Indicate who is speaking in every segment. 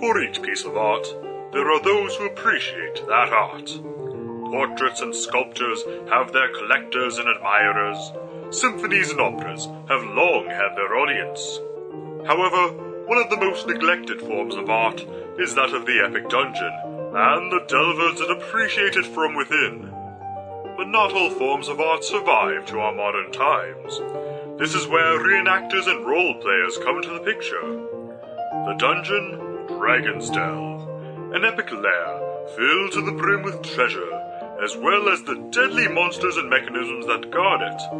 Speaker 1: For each piece of art, there are those who appreciate that art. Portraits and sculptures have their collectors and admirers. Symphonies and operas have long had their audience. However, one of the most neglected forms of art is that of the epic dungeon, and the delvers that appreciate it from within. But not all forms of art survive to our modern times. This is where reenactors and role players come into the picture. The dungeon, Dragon's Delve, an epic lair filled to the brim with treasure, as well as the deadly monsters and mechanisms that guard it,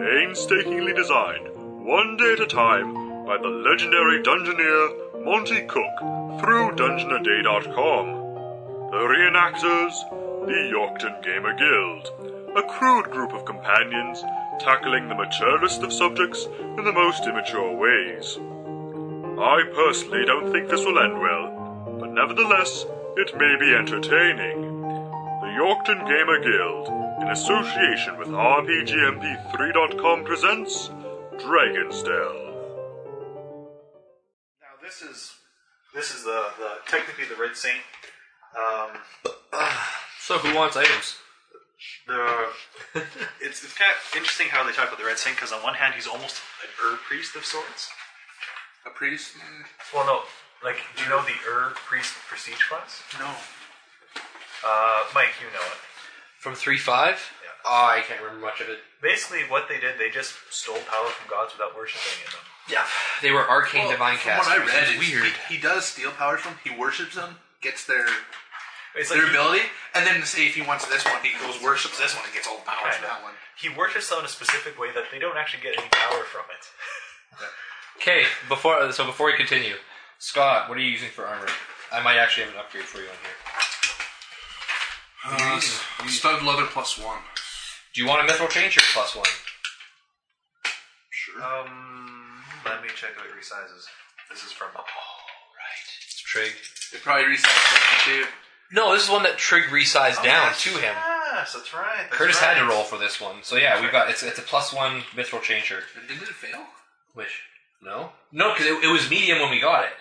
Speaker 1: painstakingly designed, one day at a time, by the legendary dungeoneer Monty Cook through dungeonaday.com. The reenactors, the Yorkton Gamer Guild, a crude group of companions tackling the maturest of subjects in the most immature ways. I personally don't think this will end well, but nevertheless, it may be entertaining. The Yorkton Gamer Guild, in association with RPGMP3.com, presents Dragon's Delve.
Speaker 2: Now this is this is the, the technically the Red Saint. Um,
Speaker 3: So who wants items?
Speaker 2: the it's it's kind of interesting how they talk about the Red Saint because on one hand he's almost an Ur priest of sorts.
Speaker 3: A priest?
Speaker 2: Well, no, like do you know the Ur priest prestige class?
Speaker 3: No.
Speaker 2: Uh, Mike, you know it.
Speaker 3: From three five?
Speaker 2: Yeah.
Speaker 3: Oh, I can't remember much of it.
Speaker 2: Basically, what they did, they just stole power from gods without worshiping them.
Speaker 4: Yeah.
Speaker 3: They were arcane
Speaker 4: Well,
Speaker 3: divine
Speaker 4: from what
Speaker 3: casters.
Speaker 4: I read,
Speaker 3: It's
Speaker 4: is
Speaker 3: weird.
Speaker 4: He, he does steal powers from. He worships them, gets their
Speaker 2: It's
Speaker 4: their
Speaker 2: he-
Speaker 4: ability, and then say if he wants this one, he goes worships this one and gets all the powers from
Speaker 2: Kinda.
Speaker 4: that one.
Speaker 2: He worships them in a specific way that they don't actually get any power from it.
Speaker 3: Okay, before so before we continue, Scott, what are you using for armor? I might actually have an upgrade for you on here.
Speaker 4: Uh, stud leather plus one.
Speaker 3: Do you want a mithril chain shirt plus one?
Speaker 4: Sure.
Speaker 2: Um, let me check if it resizes. This is from.
Speaker 3: It's Trig.
Speaker 4: They probably reset that one, too.
Speaker 3: No, this is one that Trig resized
Speaker 2: Oh,
Speaker 3: down to him.
Speaker 2: Yes, that's right. that's
Speaker 3: Curtis had to
Speaker 2: right.
Speaker 3: roll for this one, so yeah, we got it's it's a plus one mithril chain shirt.
Speaker 4: And Didn't it fail?
Speaker 3: Which no, no, because it, it was medium when we got it,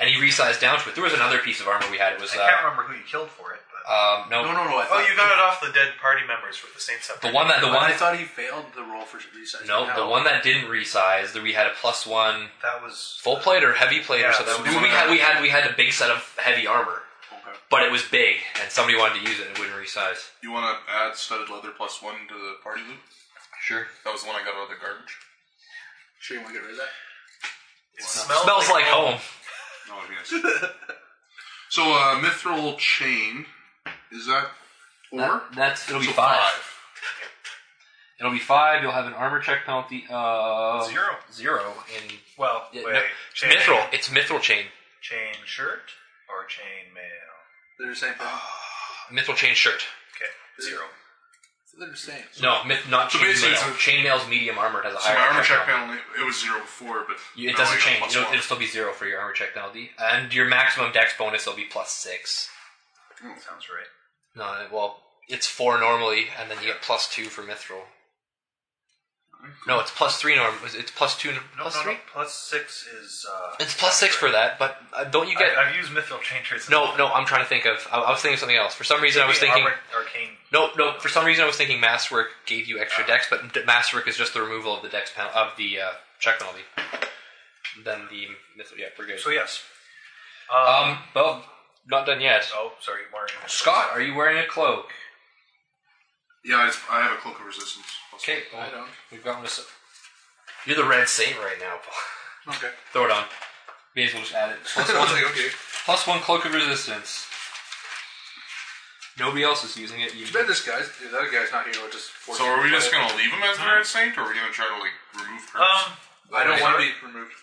Speaker 3: and he resized down to it. There was another piece of armor we had. It was
Speaker 2: I
Speaker 3: uh,
Speaker 2: can't remember who you killed for it. But...
Speaker 3: um, no,
Speaker 4: No, no, no. I
Speaker 2: oh,
Speaker 4: thought
Speaker 2: you got it off the dead party members for the same
Speaker 3: the
Speaker 2: subject.
Speaker 3: one that the one
Speaker 4: But I thought he failed the roll for reset.
Speaker 3: no, the one that didn't resize. That we had a plus one
Speaker 2: That was.
Speaker 3: full plate or heavy plate
Speaker 2: Yeah,
Speaker 3: or something.
Speaker 4: so
Speaker 3: we
Speaker 4: one-
Speaker 3: had we had we had a big set of heavy armor,
Speaker 4: Okay.
Speaker 3: but it was big, and somebody wanted to use it and it wouldn't resize.
Speaker 5: You want to add studded leather plus one to the party loot?
Speaker 3: Sure,
Speaker 5: That was the one I got out of the garbage.
Speaker 4: Sure, you want to get rid of that?
Speaker 2: It smells,
Speaker 3: smells like home.
Speaker 5: No, I guess. so uh, mithril chain is that four?
Speaker 3: That- that's it'll be
Speaker 5: So
Speaker 3: five. It'll be five. You'll have an armor check penalty of
Speaker 2: Zero.
Speaker 3: Zero in
Speaker 2: Well,
Speaker 3: Yeah,
Speaker 2: wait.
Speaker 3: no,
Speaker 2: chain,
Speaker 3: mithril. It's mithril chain.
Speaker 2: Chain shirt or chain mail?
Speaker 4: They're the same thing.
Speaker 3: Mithril chain shirt.
Speaker 2: Okay, zero.
Speaker 4: So they're the same.
Speaker 3: No, myth, not
Speaker 5: So
Speaker 3: chain
Speaker 5: basically it's
Speaker 3: mail. Chain mail's medium armor. It has a
Speaker 5: So
Speaker 3: higher
Speaker 5: my armor check
Speaker 3: penalty.
Speaker 5: penalty it was zero before, but
Speaker 3: You- It
Speaker 5: now
Speaker 3: doesn't
Speaker 5: I got
Speaker 3: change.
Speaker 5: plus
Speaker 3: It'll,
Speaker 5: one.
Speaker 3: it'll still be zero for your armor check penalty, and your maximum dex bonus will be plus six. Hmm.
Speaker 2: Sounds right.
Speaker 3: No, well, it's four normally, and then you get plus two for mithril. No, it's plus three norm. It's plus two.
Speaker 2: No,
Speaker 3: plus
Speaker 2: no,
Speaker 3: three.
Speaker 2: no. Plus six is. Uh,
Speaker 3: It's plus six for that, but uh, don't you get?
Speaker 2: I, I've used mithril chain shirts. in
Speaker 3: no, no. I'm trying to think of. I, I was thinking of something else. For some reason, I was
Speaker 2: Maybe
Speaker 3: thinking.
Speaker 2: Arbor- arcane.
Speaker 3: No, no. For some reason, I was thinking masterwork gave you extra dex, but d- masterwork is just the removal of the dex penal- of the uh, check penalty. Then the myth- yeah, we're good.
Speaker 2: So yes. Um,
Speaker 3: Um, well, not done yet.
Speaker 2: oh, sorry, Martin.
Speaker 3: Scott, are you wearing a cloak?
Speaker 5: Yeah, it's, I have a cloak of resistance. plus
Speaker 3: Okay,
Speaker 4: I don't.
Speaker 3: We've got one. to s- You're the red saint right now. Paul.
Speaker 4: Okay.
Speaker 3: Throw it on. May as well just add it. Plus
Speaker 4: I was
Speaker 3: one,
Speaker 4: like, okay.
Speaker 3: plus one cloak of resistance. Nobody else is using it. You
Speaker 4: It's been this guy's. The other guy's not here. We'll just force
Speaker 5: one. So
Speaker 4: him
Speaker 5: are we
Speaker 4: play
Speaker 5: just
Speaker 4: it.
Speaker 5: gonna leave him as the red saint, or are we gonna try to like remove her?
Speaker 2: Um,
Speaker 4: I don't want to be removed.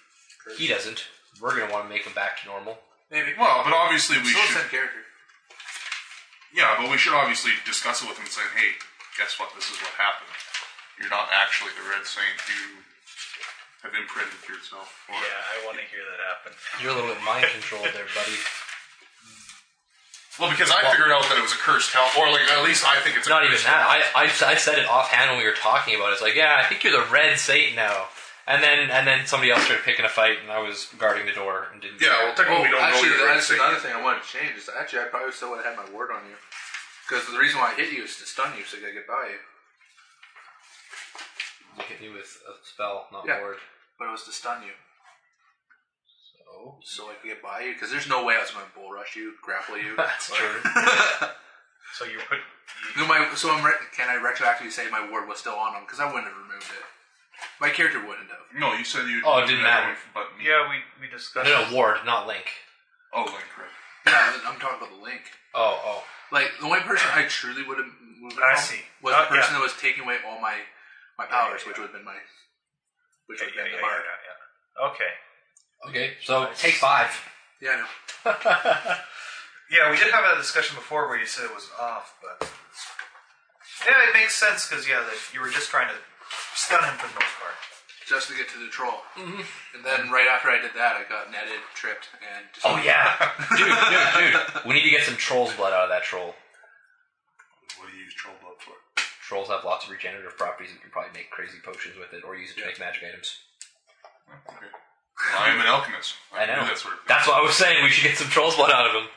Speaker 3: He doesn't. We're gonna want to make him back to normal.
Speaker 4: Maybe.
Speaker 5: well, but obviously we
Speaker 4: Still the
Speaker 5: should.
Speaker 4: same character.
Speaker 5: Yeah, but we should obviously discuss it with him and say, hey, guess what? This is what happened. You're not actually the Red Saint. You have imprinted yourself. Or,
Speaker 2: yeah, I want to hear that happen.
Speaker 3: You're a little bit mind controlled there, buddy.
Speaker 5: Well, because I figured out that it was a cursed hell, or like at least I think it's a
Speaker 3: Not even
Speaker 5: cursed
Speaker 3: that. I, I, I said it offhand when we were talking about it. It's like, yeah, I think you're the red saint now. And then and then somebody else started picking a fight, and I was guarding the door and didn't.
Speaker 5: Yeah, well, technically
Speaker 4: Oh,
Speaker 5: we don't
Speaker 4: actually,
Speaker 5: know you're
Speaker 4: that's
Speaker 5: Red Saint.
Speaker 4: another thing I wanted to change. Is actually, I probably still would have had my word on you. Because the reason why I hit you is to stun you, so I gotta get by you.
Speaker 3: You hit me with a spell, not
Speaker 4: Yeah.
Speaker 3: ward.
Speaker 4: But it was to stun you,
Speaker 3: So
Speaker 4: so I could get by you. Because there's no way I was gonna bull rush you, grapple you.
Speaker 3: that's
Speaker 4: Like,
Speaker 3: true.
Speaker 2: So you put.
Speaker 4: No, my so I'm re- can I retroactively say my ward was still on him because I wouldn't have removed it. My character wouldn't have.
Speaker 5: No, you said you.
Speaker 3: Oh, it didn't matter.
Speaker 5: But me.
Speaker 2: Yeah, we, we discussed.
Speaker 3: No, no, ward, not link.
Speaker 5: Oh, Link, right.
Speaker 4: Yeah, I'm talking about the link.
Speaker 3: Oh, oh.
Speaker 4: Like the only person I truly would have moved it
Speaker 2: I
Speaker 4: from
Speaker 2: see.
Speaker 4: was
Speaker 2: Uh,
Speaker 4: the person
Speaker 2: yeah.
Speaker 4: that was taking away all my my powers,
Speaker 2: yeah,
Speaker 4: which
Speaker 2: yeah.
Speaker 4: would have been my which
Speaker 2: Yeah,
Speaker 4: would have
Speaker 2: yeah,
Speaker 4: been
Speaker 2: yeah,
Speaker 4: the bard.
Speaker 2: yeah, yeah. Okay.
Speaker 3: Okay, so take five.
Speaker 4: Yeah, I know.
Speaker 2: Yeah, we did have a discussion before where you said it was off, but yeah, it makes sense because yeah, that you were just trying to stun him for the most part.
Speaker 4: just to get to the troll. Mm-hmm. And then right after I did that, I got netted, tripped, and just
Speaker 3: Oh yeah, dude, dude, dude. We need to get some troll's blood out of that troll.
Speaker 5: What do you use troll blood for?
Speaker 3: Trolls have lots of regenerative properties, and you can probably make crazy potions with it, or use it to make magic items.
Speaker 5: Okay. I am an alchemist.
Speaker 3: I know.
Speaker 5: do that sort of thing.
Speaker 3: That's what I was saying. We should get some troll's blood out of him.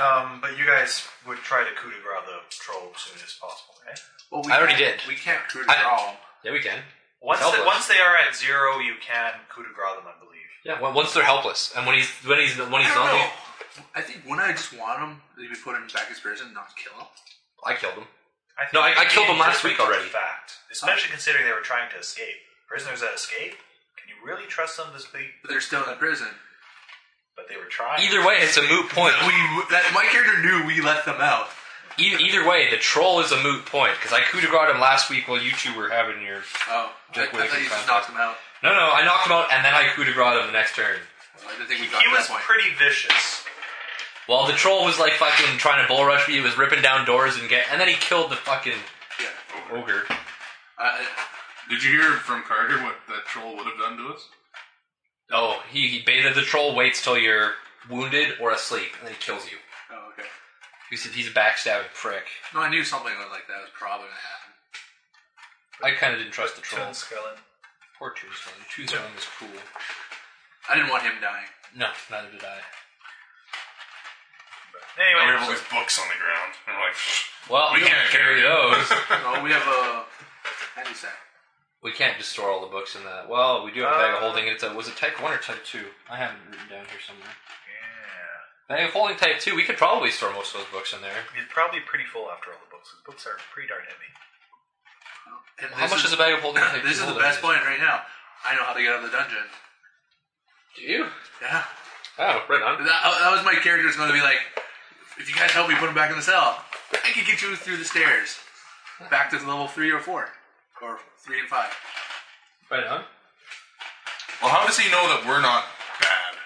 Speaker 2: Um, but you guys would try to coup de grace the troll as soon as possible. Okay?
Speaker 4: Well, we
Speaker 3: I already
Speaker 4: can't-
Speaker 3: did.
Speaker 4: We can't crew
Speaker 3: I-
Speaker 4: draw.
Speaker 3: Yeah, we can.
Speaker 2: Once
Speaker 3: Help
Speaker 2: the,
Speaker 3: us.
Speaker 2: once they are at zero, you can coup de grace them, I believe.
Speaker 3: Yeah, well, once they're helpless, and when he's when he's when he's
Speaker 4: I don't
Speaker 3: zombie,
Speaker 4: know. I think when I just want him, we put him back as prison, not kill him.
Speaker 3: I killed him.
Speaker 2: I think
Speaker 3: No, I-
Speaker 2: it
Speaker 3: I killed
Speaker 2: is
Speaker 3: them last
Speaker 2: just
Speaker 3: week
Speaker 2: for the
Speaker 3: already.
Speaker 2: Fact, especially considering they were trying to escape. Prisoners that escape, can you really trust them to speak?
Speaker 4: But they're still in prison.
Speaker 2: But they were trying.
Speaker 3: Either way, it's a moot point.
Speaker 4: We that my character knew we let them out.
Speaker 3: E- either way, the troll is a moot point because I coup de grace him last week while you two were having your.
Speaker 4: Oh, I, I
Speaker 3: Jack
Speaker 4: thought you
Speaker 3: Williamson
Speaker 4: just knocked him out.
Speaker 3: No, no, I knocked him out, and then I coup de grace him the next turn.
Speaker 4: I didn't think we got
Speaker 2: he
Speaker 4: to
Speaker 2: was
Speaker 4: that point.
Speaker 2: pretty vicious.
Speaker 3: While the troll was like fucking trying to bull rush me, he was ripping down doors and get, and then he killed the fucking
Speaker 4: yeah.
Speaker 3: ogre.
Speaker 4: I-
Speaker 5: Did you hear from Carter what that troll would have done to us?
Speaker 3: Oh, he, he baited the troll, waits till you're wounded or asleep, and then he kills you.
Speaker 4: I- oh, okay.
Speaker 3: He's, he's a backstabbing prick.
Speaker 4: No, I knew something like that was probably gonna happen.
Speaker 3: I kind of didn't trust the troll.
Speaker 2: Toon Skellen.
Speaker 3: Poor Tombstone. Tombstone was cool.
Speaker 4: I didn't want him dying.
Speaker 3: No, neither did I.
Speaker 5: Now we
Speaker 2: Anyway,
Speaker 5: have all these books on the ground. And we're like,
Speaker 3: Well,
Speaker 5: We
Speaker 3: we can't
Speaker 5: can't
Speaker 3: carry those.
Speaker 4: No, we have a handy sack.
Speaker 3: we can't just store all the books in that. Well, we do have a bag of holding. It's a was it type one or type two? I have it written down here somewhere.
Speaker 2: yeah,
Speaker 3: Bag of holding type two. We could probably store most of those books in there.
Speaker 2: it's probably pretty full after all the books. The books are pretty darn heavy.
Speaker 4: And
Speaker 3: How
Speaker 4: this
Speaker 3: much is, a bag of holding type two?
Speaker 4: This is the
Speaker 3: holding
Speaker 4: best point right now. I know how to get out of the dungeon.
Speaker 3: Do you?
Speaker 4: Yeah.
Speaker 3: Oh, right on.
Speaker 4: That, that was my character's going to be like, if you guys help me put him back in the cell, I can get you through the stairs. Back to level three or four. Or three and five.
Speaker 3: Right on.
Speaker 5: well, how does he know that we're not bad?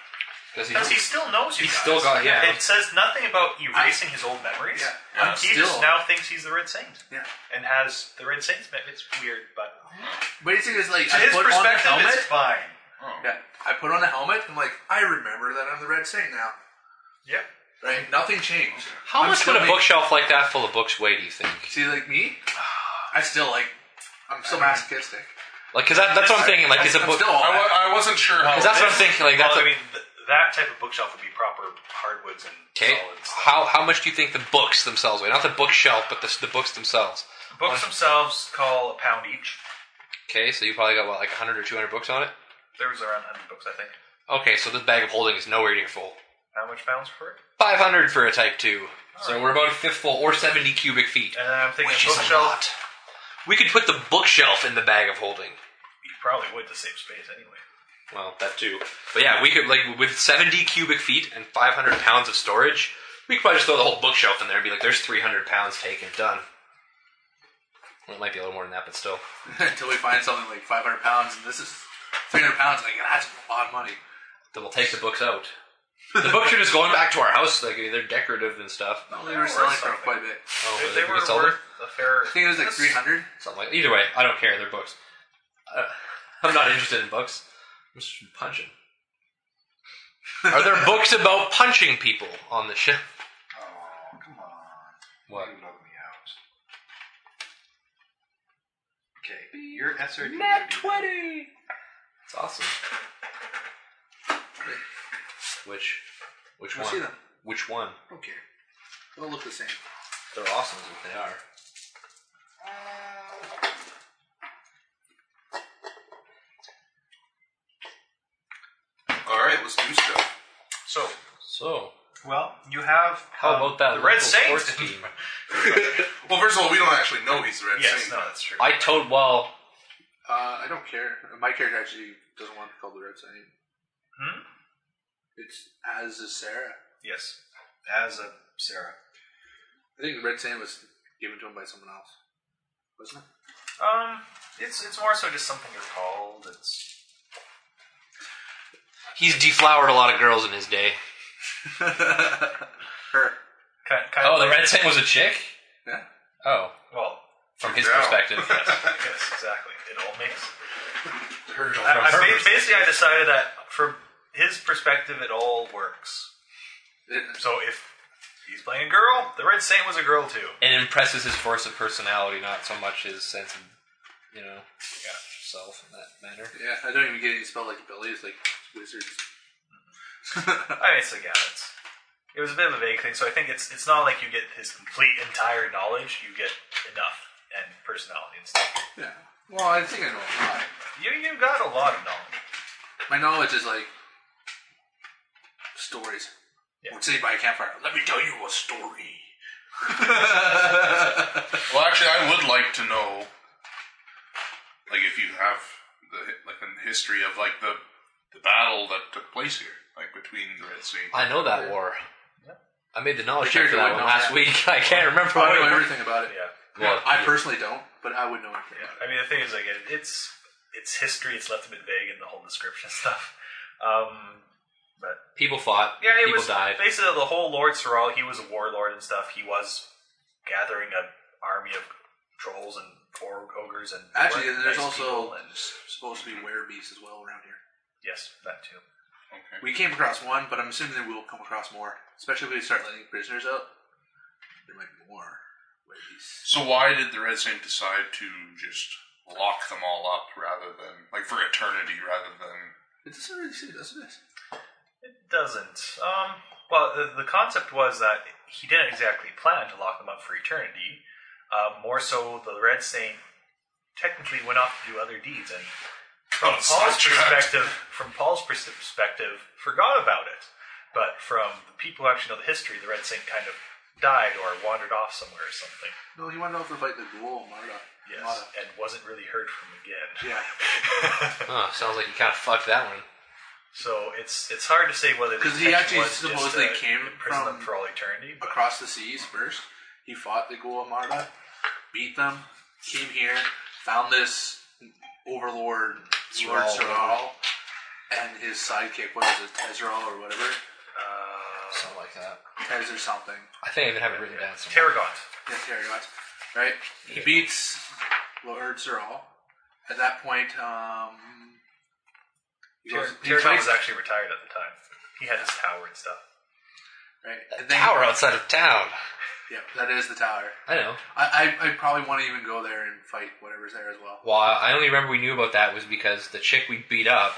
Speaker 3: Because
Speaker 2: Because he still knows you
Speaker 3: He's
Speaker 2: guys.
Speaker 3: still got- yeah.
Speaker 2: It says nothing about erasing his old memories.
Speaker 4: Yeah.
Speaker 5: Yeah.
Speaker 2: He just
Speaker 4: Still.
Speaker 2: now thinks he's the Red Saint
Speaker 4: Yeah.
Speaker 2: and has the Red Saint's. me- It's weird, but
Speaker 4: Basically, it's like,
Speaker 2: to
Speaker 4: I
Speaker 2: his
Speaker 4: put on the
Speaker 2: perspective,
Speaker 4: helmet.
Speaker 2: it's fine.
Speaker 5: Oh.
Speaker 4: Yeah. I put on a helmet. I'm like, I remember that I'm the Red Saint now.
Speaker 2: Yep.
Speaker 4: Right? Nothing changed.
Speaker 3: How
Speaker 4: I'm
Speaker 3: much
Speaker 4: still
Speaker 3: would a
Speaker 4: making-
Speaker 3: bookshelf like that full of books weigh? Do you think?
Speaker 4: See, like me, I still like, I'm still masochistic.
Speaker 3: Like, cause that, that's what I'm thinking. Like, is a
Speaker 4: I'm
Speaker 3: book?
Speaker 4: still
Speaker 5: I,
Speaker 4: all
Speaker 5: wa- I wasn't sure how.
Speaker 3: Cause that's what I'm thinking. Like, that's
Speaker 2: well,
Speaker 3: a,
Speaker 2: I mean, th- that type of bookshelf would be proper hardwoods and
Speaker 3: okay.
Speaker 2: solids.
Speaker 3: How how much do you think the books themselves weigh? Not the bookshelf, but the, s- the books themselves.
Speaker 2: Books themselves call a pound each.
Speaker 3: Okay, so you probably got what like 100 or 200 books on it.
Speaker 2: There was around 100 books, I think.
Speaker 3: Okay, so this bag of holding is nowhere near full.
Speaker 2: How much pounds for it?
Speaker 3: 500 for a type two. So we're about a fifth full, or 70 cubic feet,
Speaker 2: And I'm thinking
Speaker 3: which is a
Speaker 2: bookshelf.
Speaker 3: lot. We could put the bookshelf in the bag of holding.
Speaker 2: You probably would to save space anyway.
Speaker 3: Well, that too. But yeah, we could like with 70 cubic feet and 500 pounds of storage, we could probably just throw the whole bookshelf in there and be like, "There's 300 pounds taken, done." Well, it might be a little more than that, but still.
Speaker 4: until we find something like 500 pounds, and this is 300 pounds. Like, that's a lot of money.
Speaker 3: Then we'll take the books out. The books are just going back to our house. Like they're decorative and stuff.
Speaker 4: Well, they were selling for quite a bit.
Speaker 3: Oh,
Speaker 2: If
Speaker 3: we
Speaker 2: they
Speaker 3: could
Speaker 2: were
Speaker 3: sell them?
Speaker 2: worth a fair.
Speaker 4: I think it was like 300.
Speaker 3: Something like either way, I don't care. They're books. Uh, I'm not interested in books. I'm just punching. Are there books about punching people on the ship?
Speaker 5: Oh, come on.
Speaker 3: What?
Speaker 5: You love me out.
Speaker 2: Okay, your SRD.
Speaker 3: Nat twenty. It's awesome. Which, which
Speaker 4: I
Speaker 3: one?
Speaker 4: see them.
Speaker 3: Which one?
Speaker 4: I don't care. They'll look the same.
Speaker 3: They're awesome, is what they are.
Speaker 5: All right, let's do stuff.
Speaker 2: So,
Speaker 3: So,
Speaker 2: well, you have.
Speaker 3: how
Speaker 2: um,
Speaker 3: about that
Speaker 2: The Red
Speaker 3: local
Speaker 2: Saint.
Speaker 3: sports team?
Speaker 5: Well, first of all, we don't actually know he's the Red
Speaker 2: Yes,
Speaker 5: Saint.
Speaker 2: no, that's true.
Speaker 3: I told well,
Speaker 4: Uh, I don't care. My character actually doesn't want to call the Red Saint.
Speaker 2: Hmm?
Speaker 4: It's as is Sarah.
Speaker 2: Yes, as a Sarah.
Speaker 4: I think the Red Saint was given to him by someone else, wasn't it?
Speaker 2: Um, it's it's more so just something you're called. It's
Speaker 3: he's deflowered a lot of girls in his day.
Speaker 4: Her.
Speaker 2: kind, kind
Speaker 3: Oh,
Speaker 2: of
Speaker 3: the
Speaker 2: like-
Speaker 3: Red Saint was a chick.
Speaker 4: Yeah.
Speaker 3: Oh,
Speaker 2: Well,
Speaker 3: from his
Speaker 5: Yeah.
Speaker 3: perspective,
Speaker 2: yes, exactly. It all makes.
Speaker 4: Her.
Speaker 2: I, I,
Speaker 3: her
Speaker 2: ba-
Speaker 3: perspective.
Speaker 2: basically, I decided that from his perspective, it all works. So if he's playing a girl, the Red Saint was a girl too.
Speaker 3: and impresses his force of personality, not so much his sense of, you know, self in that manner.
Speaker 4: Yeah, I don't even get any spell like Billy. It's like wizards.
Speaker 2: I mean, so yeah, it's, it was a bit of a vague thing. So I think it's it's not like you get his complete entire knowledge. You get enough and personality and stuff.
Speaker 4: Yeah. Well, I think I know a lot.
Speaker 2: You you got a lot of knowledge.
Speaker 4: My knowledge is like stories.
Speaker 2: Yeah.
Speaker 4: We're sitting by a campfire. Let me tell you a story.
Speaker 5: Well, actually, I would like to know, like, if you have the hi- like the history of like the the battle that took place here, like between the Red Sea.
Speaker 3: I know that war. I made the knowledge
Speaker 4: The
Speaker 3: check for that
Speaker 4: character
Speaker 3: one
Speaker 4: would know
Speaker 3: last
Speaker 4: that.
Speaker 3: week. I can't remember.
Speaker 4: I
Speaker 3: what
Speaker 4: know
Speaker 3: it-
Speaker 4: everything about it.
Speaker 2: Yeah.
Speaker 3: Well,
Speaker 4: I personally don't, but I would know everything.
Speaker 2: Yeah, I mean the thing is like it, it's it's history. It's left a bit vague in the whole description stuff. Um, but
Speaker 3: people fought.
Speaker 2: yeah, it
Speaker 3: people
Speaker 2: was
Speaker 3: died.
Speaker 2: basically the whole Lord Sorrel. He was a warlord and stuff. He was gathering an army of trolls and org- ogres and
Speaker 4: Actually,
Speaker 2: nice
Speaker 4: there's
Speaker 2: people
Speaker 4: also
Speaker 2: and
Speaker 4: supposed to be werebeasts as well around here.
Speaker 2: yes, that too.
Speaker 5: Okay.
Speaker 4: We came across one, but I'm assuming that we will come across more, especially if we start letting prisoners out. There might be more werebeasts.
Speaker 5: So why did the Red Saint decide to just lock them all up rather than like for eternity, rather than
Speaker 4: It doesn't really say, does it?
Speaker 2: It doesn't. Um, well, the, the concept was that he didn't exactly plan to lock them up for eternity. Uh, more so, the Red Saint technically went off to do other deeds, and from
Speaker 5: Oh,
Speaker 2: Paul's
Speaker 5: sidetracked.
Speaker 2: perspective, from Paul's pers- perspective, forgot about it. But from the people who actually know the history, the Red Saint kind of died or wandered off somewhere or something.
Speaker 4: No, he wanted off to fight the ghoul Marta.
Speaker 2: Yes,
Speaker 4: Mata.
Speaker 2: and wasn't really heard from again.
Speaker 4: Yeah.
Speaker 3: Huh, sounds like you kind of fucked that one.
Speaker 2: So it's it's hard to say whether the
Speaker 4: 'Cause he
Speaker 2: intention was
Speaker 4: actually
Speaker 2: just
Speaker 4: supposedly
Speaker 2: to
Speaker 4: came
Speaker 2: imprison them
Speaker 4: from-
Speaker 2: for all eternity. But
Speaker 4: Across the seas first. He fought the ghoul Marta, beat them, came here, found this overlord, Lord
Speaker 3: Serral.
Speaker 4: Serral, and his sidekick, what is it, Tezral or whatever?
Speaker 2: uh,
Speaker 3: Something like that.
Speaker 4: Tez or something.
Speaker 3: I think I even have it written down somewhere.
Speaker 2: Tarragon.
Speaker 4: Yeah, Terragott. Right? He beats Lord Zerall. At that point, um. He
Speaker 2: Ter-
Speaker 4: goes, he
Speaker 2: Terragon
Speaker 4: fights-
Speaker 2: was actually retired at the time. He had his tower and stuff.
Speaker 4: Right?
Speaker 3: That
Speaker 4: And then,
Speaker 3: tower outside of town.
Speaker 4: Yeah, that is the tower.
Speaker 3: I know.
Speaker 4: I, I, I probably want to even go there and fight whatever's there as well.
Speaker 3: Well, I only remember we knew about that was because the chick we beat up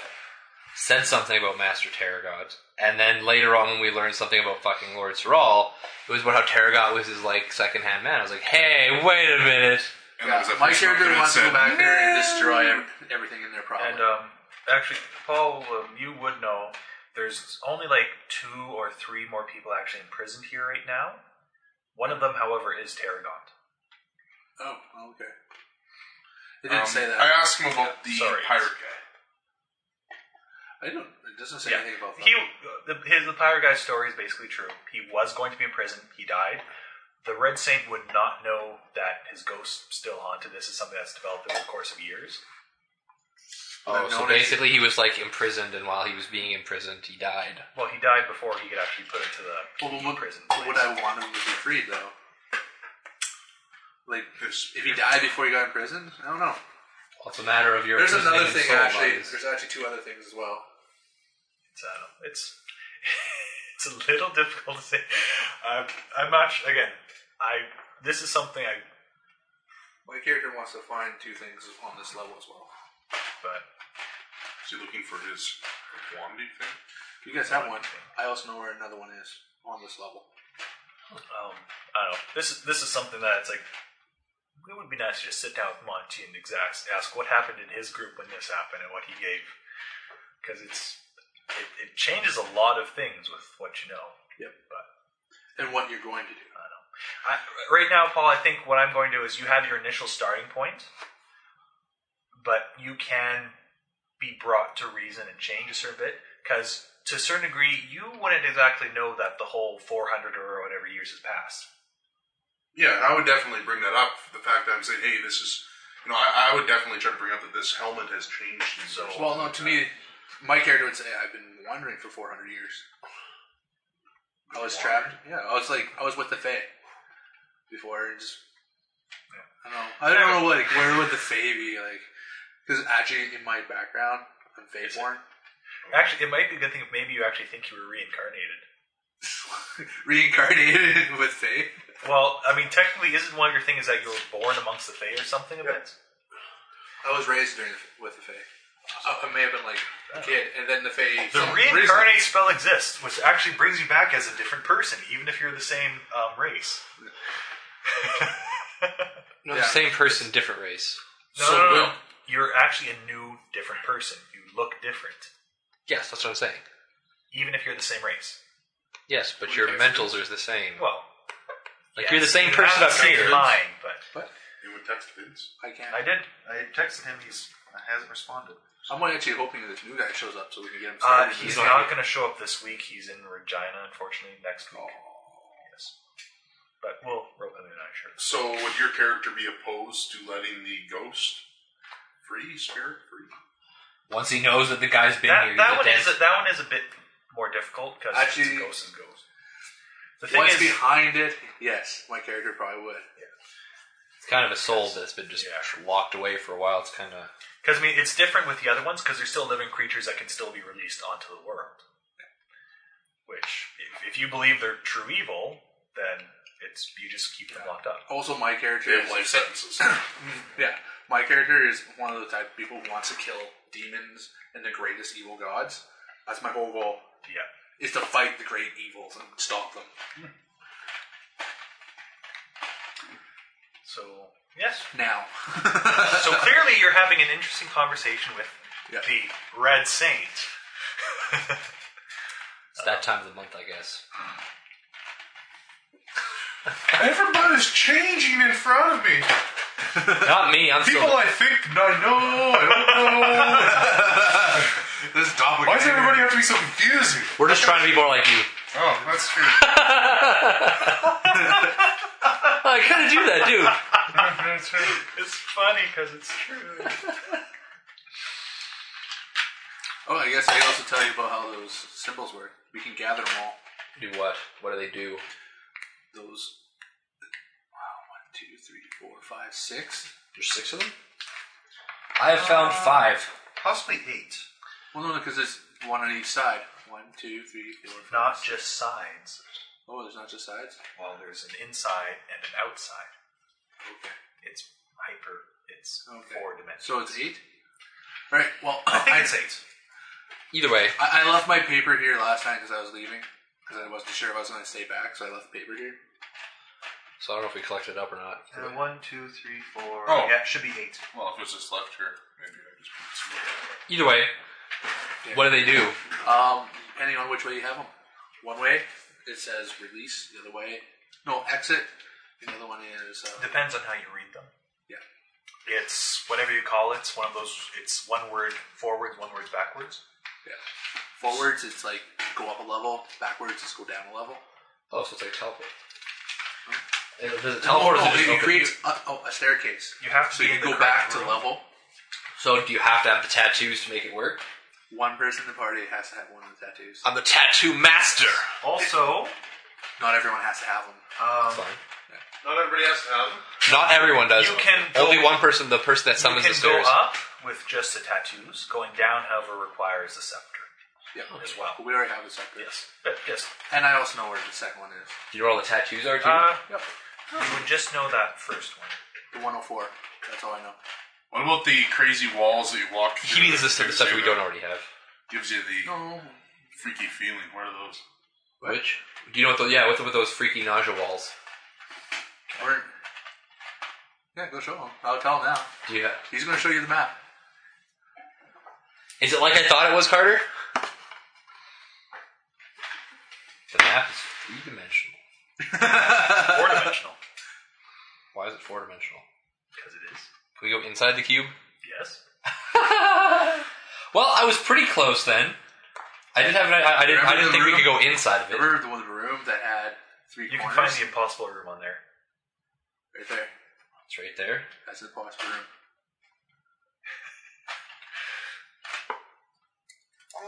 Speaker 3: said something about Master Terragod. And then later on, when we learned something about fucking Lord Serral, it was about how Terragod was his like secondhand man. I was like, hey, wait a minute.
Speaker 4: Yeah,
Speaker 5: and there was that
Speaker 4: my
Speaker 5: person
Speaker 4: character
Speaker 5: that
Speaker 4: wants to
Speaker 5: said,
Speaker 4: go back there and destroy ev- everything in there, probably.
Speaker 2: And um, actually, Paul, um, you would know. There's only like two or three more people actually imprisoned here right now. One of them, however, is Tarragon.
Speaker 4: oh, oh, okay. It didn't
Speaker 5: um,
Speaker 4: say that.
Speaker 5: I
Speaker 4: I,
Speaker 5: asked him about the
Speaker 2: sorry.
Speaker 5: pirate guy.
Speaker 4: don't. It doesn't say
Speaker 2: Yeah,
Speaker 4: anything about that.
Speaker 2: he the, his the pirate guy's story is basically true. He was going to be in prison. He died. The Red Saint would not know that his ghost still haunted. This is something that's developed over the course of years.
Speaker 3: Oh,
Speaker 4: I've
Speaker 3: so
Speaker 4: known it.
Speaker 3: basically he was like imprisoned, and while he was being imprisoned, he died.
Speaker 2: Well, he died before he could actually put into the
Speaker 4: Well, but what,
Speaker 2: prison.
Speaker 4: what would I want him to be freed, though? Like,
Speaker 5: This
Speaker 4: if he died before he got in prison? I don't know.
Speaker 3: Well, it's a matter of your.
Speaker 4: There's
Speaker 3: imprisoning
Speaker 4: another
Speaker 3: his
Speaker 4: thing
Speaker 3: soul
Speaker 4: actually.
Speaker 3: bodies.
Speaker 4: There's actually two other things as well.
Speaker 2: It's I don't- it's it's a little difficult to say. I'm, I'm not su- again. I this is something I
Speaker 4: My character wants to find two things on this level as well.
Speaker 2: but
Speaker 5: Is he looking for his quantity thing?
Speaker 4: You guys have one. I also know where another one is on this level.
Speaker 2: Um, I don't know. This is this is something that it's like it would be nice to just sit down with Monty and exact ask what happened in his group when this happened and what he gave, because it's it, it changes a lot of things with what you know.
Speaker 4: Yep.
Speaker 2: But
Speaker 4: And what you're going to do.
Speaker 2: I know. I, right now, Paul, I think what I'm going to do is you have your initial starting point, but you can be brought to reason and change a certain bit because to a certain degree, you wouldn't exactly know that the whole 400 or whatever years has passed.
Speaker 5: Yeah, and I would definitely bring that up. The fact that I'm saying, hey, this is, you know, I, I would definitely try to bring up that this helmet has changed. and so-
Speaker 4: Well, no, to me, my character would say, I've been wandering for 400 years. I was trapped. Yeah, I was like, I was with the Fae before. And just, I don't know. I don't know, like, where would the Fae be? Like, because actually, in my background, I'm Fae born.
Speaker 2: Actually, it might be a good thing if maybe you actually think you were reincarnated.
Speaker 4: Reincarnated with Fae.
Speaker 2: Well, I mean, technically, isn't one of your things that you were born amongst the Fae or something? A bit?
Speaker 4: I was raised during the, with the Fae. I, I may have been like a kid, and then the Fae.
Speaker 2: The reincarnate spell exists, which actually brings you back as a different person, even if you're the same um, race.
Speaker 3: No,
Speaker 4: Yeah.
Speaker 3: same person, different race.
Speaker 2: No,
Speaker 4: So
Speaker 2: no, no,
Speaker 4: Will.
Speaker 2: no. You're actually a new, different person. You look different,
Speaker 3: Yes, that's what I'm saying.
Speaker 2: even if you're the same race.
Speaker 3: Yes, but your mentals are the same.
Speaker 2: Well,
Speaker 3: Like
Speaker 2: yes,
Speaker 3: you're the same
Speaker 2: you
Speaker 3: person
Speaker 2: have
Speaker 3: up
Speaker 2: the same
Speaker 3: here.
Speaker 2: Mind, but
Speaker 4: What?
Speaker 5: You would text Vince.
Speaker 4: I can't.
Speaker 2: I did.
Speaker 6: I texted him. He's hasn't responded.
Speaker 4: I'm actually hoping this new guy shows up so we can get him
Speaker 2: Uh,
Speaker 4: started.
Speaker 2: he's
Speaker 3: not
Speaker 2: not
Speaker 3: here.
Speaker 2: going to show up this week. He's in Regina, unfortunately, next week. Yes, but we'll rope him in. I'm sure.
Speaker 5: So, would your character be opposed to letting the ghost free, spirit free?
Speaker 3: Once he knows that the guy's been
Speaker 2: that,
Speaker 3: here,
Speaker 2: that
Speaker 3: he's a
Speaker 2: one
Speaker 3: dead-
Speaker 2: is a, that one is a bit more difficult because
Speaker 4: Actually-
Speaker 2: ghost is ghost. The thing
Speaker 4: What's
Speaker 2: is,
Speaker 4: behind it? Yes, my character probably would.
Speaker 3: It's kind of a soul that's been just
Speaker 2: Yeah.
Speaker 3: locked away for a while. It's kind of
Speaker 2: because I mean, it's different with the other ones because they're still living creatures that can still be released onto the world. Which, if, if you believe they're true evil, then it's you just keep them locked up.
Speaker 4: Also, my character
Speaker 5: They
Speaker 4: is
Speaker 5: have life sentences.
Speaker 4: yeah, my character is one of the type of people who wants to kill demons and the greatest evil gods. That's my whole goal
Speaker 2: Yeah.
Speaker 4: is to fight the great evils and stop them.
Speaker 2: So yes.
Speaker 4: Now,
Speaker 2: So clearly, you're having an interesting conversation with
Speaker 4: Yeah.
Speaker 2: the Red Saint.
Speaker 3: it's that time of the month, I guess.
Speaker 5: Everybody's changing in front of me.
Speaker 3: Not me. I'm still.
Speaker 5: People I think I know, I don't know.
Speaker 4: this
Speaker 5: Why does everybody have to be so confusing?
Speaker 3: We're just trying to be more like you.
Speaker 5: Oh, that's true.
Speaker 3: I kind of do that, dude.
Speaker 5: That's true.
Speaker 2: It's funny because it's true.
Speaker 4: Oh, I guess I also tell you about how those symbols work. We can gather them all.
Speaker 3: Do what? What do they do?
Speaker 4: Those. Wow, one, two, three, four, five, six.
Speaker 3: There's six of them. I have found
Speaker 5: Uh,
Speaker 3: five.
Speaker 6: Possibly eight.
Speaker 4: Well, no, because there's one on each side. One, two, three, four, five.
Speaker 2: Not just sides.
Speaker 4: Oh, there's not just sides.
Speaker 2: Well, there's an inside and an outside.
Speaker 4: Okay.
Speaker 2: It's hyper. It's
Speaker 4: Okay.
Speaker 2: four dimensions.
Speaker 4: So it's eight. Right. Well,
Speaker 2: I think it's eight.
Speaker 3: Either way,
Speaker 4: I, I left my paper here last night because I was leaving because I wasn't sure if I was going to stay back, so I left the paper here.
Speaker 3: so I don't know if we collected it up or not.
Speaker 6: Uh, one, two, three, four.
Speaker 5: Oh.
Speaker 6: yeah, it should be eight.
Speaker 5: Well, if it was just left here, maybe I just put some
Speaker 3: Either way, what do they do?
Speaker 4: Um, depending on which way you have them. One way it says release. The other way, no exit. The other one is uh,
Speaker 2: Depends on how you read them.
Speaker 4: yeah.
Speaker 2: It's whatever you call it. It's one of those. It's one word forwards, one word backwards.
Speaker 4: Yeah. Forwards, it's like go up a level. Backwards, it's go down a level.
Speaker 3: Oh, so it's like teleport. It- Does it teleport? or
Speaker 4: oh, no,
Speaker 3: does it
Speaker 4: you
Speaker 3: just open?
Speaker 4: create a, oh, a staircase.
Speaker 2: You have to
Speaker 4: So
Speaker 2: be
Speaker 4: you
Speaker 2: in the
Speaker 4: go
Speaker 2: correct
Speaker 4: back to
Speaker 2: room.
Speaker 4: level.
Speaker 3: So do you have to have the tattoos to make it work?
Speaker 4: One person in the party has to have one of the tattoos.
Speaker 3: I'm the tattoo master.
Speaker 2: Also,
Speaker 4: Not everyone has to have them.
Speaker 2: um,
Speaker 3: Fine.
Speaker 5: Not everybody has to have them.
Speaker 3: Not everyone does.
Speaker 2: You can go-
Speaker 3: Only one person, the person that
Speaker 2: you
Speaker 3: summons the
Speaker 2: can go
Speaker 3: stairs.
Speaker 2: up with just the tattoos. Going down, however, requires the scepter
Speaker 4: Yeah.
Speaker 2: as well.
Speaker 4: We already have the second.
Speaker 2: Yes, but yes.
Speaker 4: And I also know where the second one is.
Speaker 3: Do you know what all the tattoos are too?
Speaker 2: Uh, You would just know that first one.
Speaker 4: The 104. That's all I know.
Speaker 5: What about the crazy walls that you walk through?
Speaker 3: He means the
Speaker 5: that
Speaker 3: stuff, the
Speaker 5: gives
Speaker 3: stuff
Speaker 5: you
Speaker 3: we
Speaker 5: the-
Speaker 3: don't already have.
Speaker 5: Gives you the
Speaker 4: No.
Speaker 5: freaky feeling. What are those?
Speaker 3: Which? Do you know what? The, yeah, with, with those freaky nausea walls.
Speaker 4: Or, yeah, go show him. I'll tell him now.
Speaker 3: Do you have?
Speaker 4: He's going to show you the map.
Speaker 3: Is it like I thought it was, Carter? The map is three dimensional.
Speaker 2: Four dimensional.
Speaker 3: Why is it four dimensional?
Speaker 2: Because it is.
Speaker 3: Can we go inside the cube?
Speaker 2: Yes.
Speaker 3: Well, I was pretty close then. I did have. an- I, I didn't. I
Speaker 4: Remember
Speaker 3: didn't
Speaker 4: the
Speaker 3: think we
Speaker 4: room?
Speaker 3: could go inside of it.
Speaker 4: Remember the one room that had three
Speaker 2: You can find
Speaker 4: corners?
Speaker 2: the impossible room on there.
Speaker 4: Right there.
Speaker 3: It's right there.
Speaker 4: That's the possible room.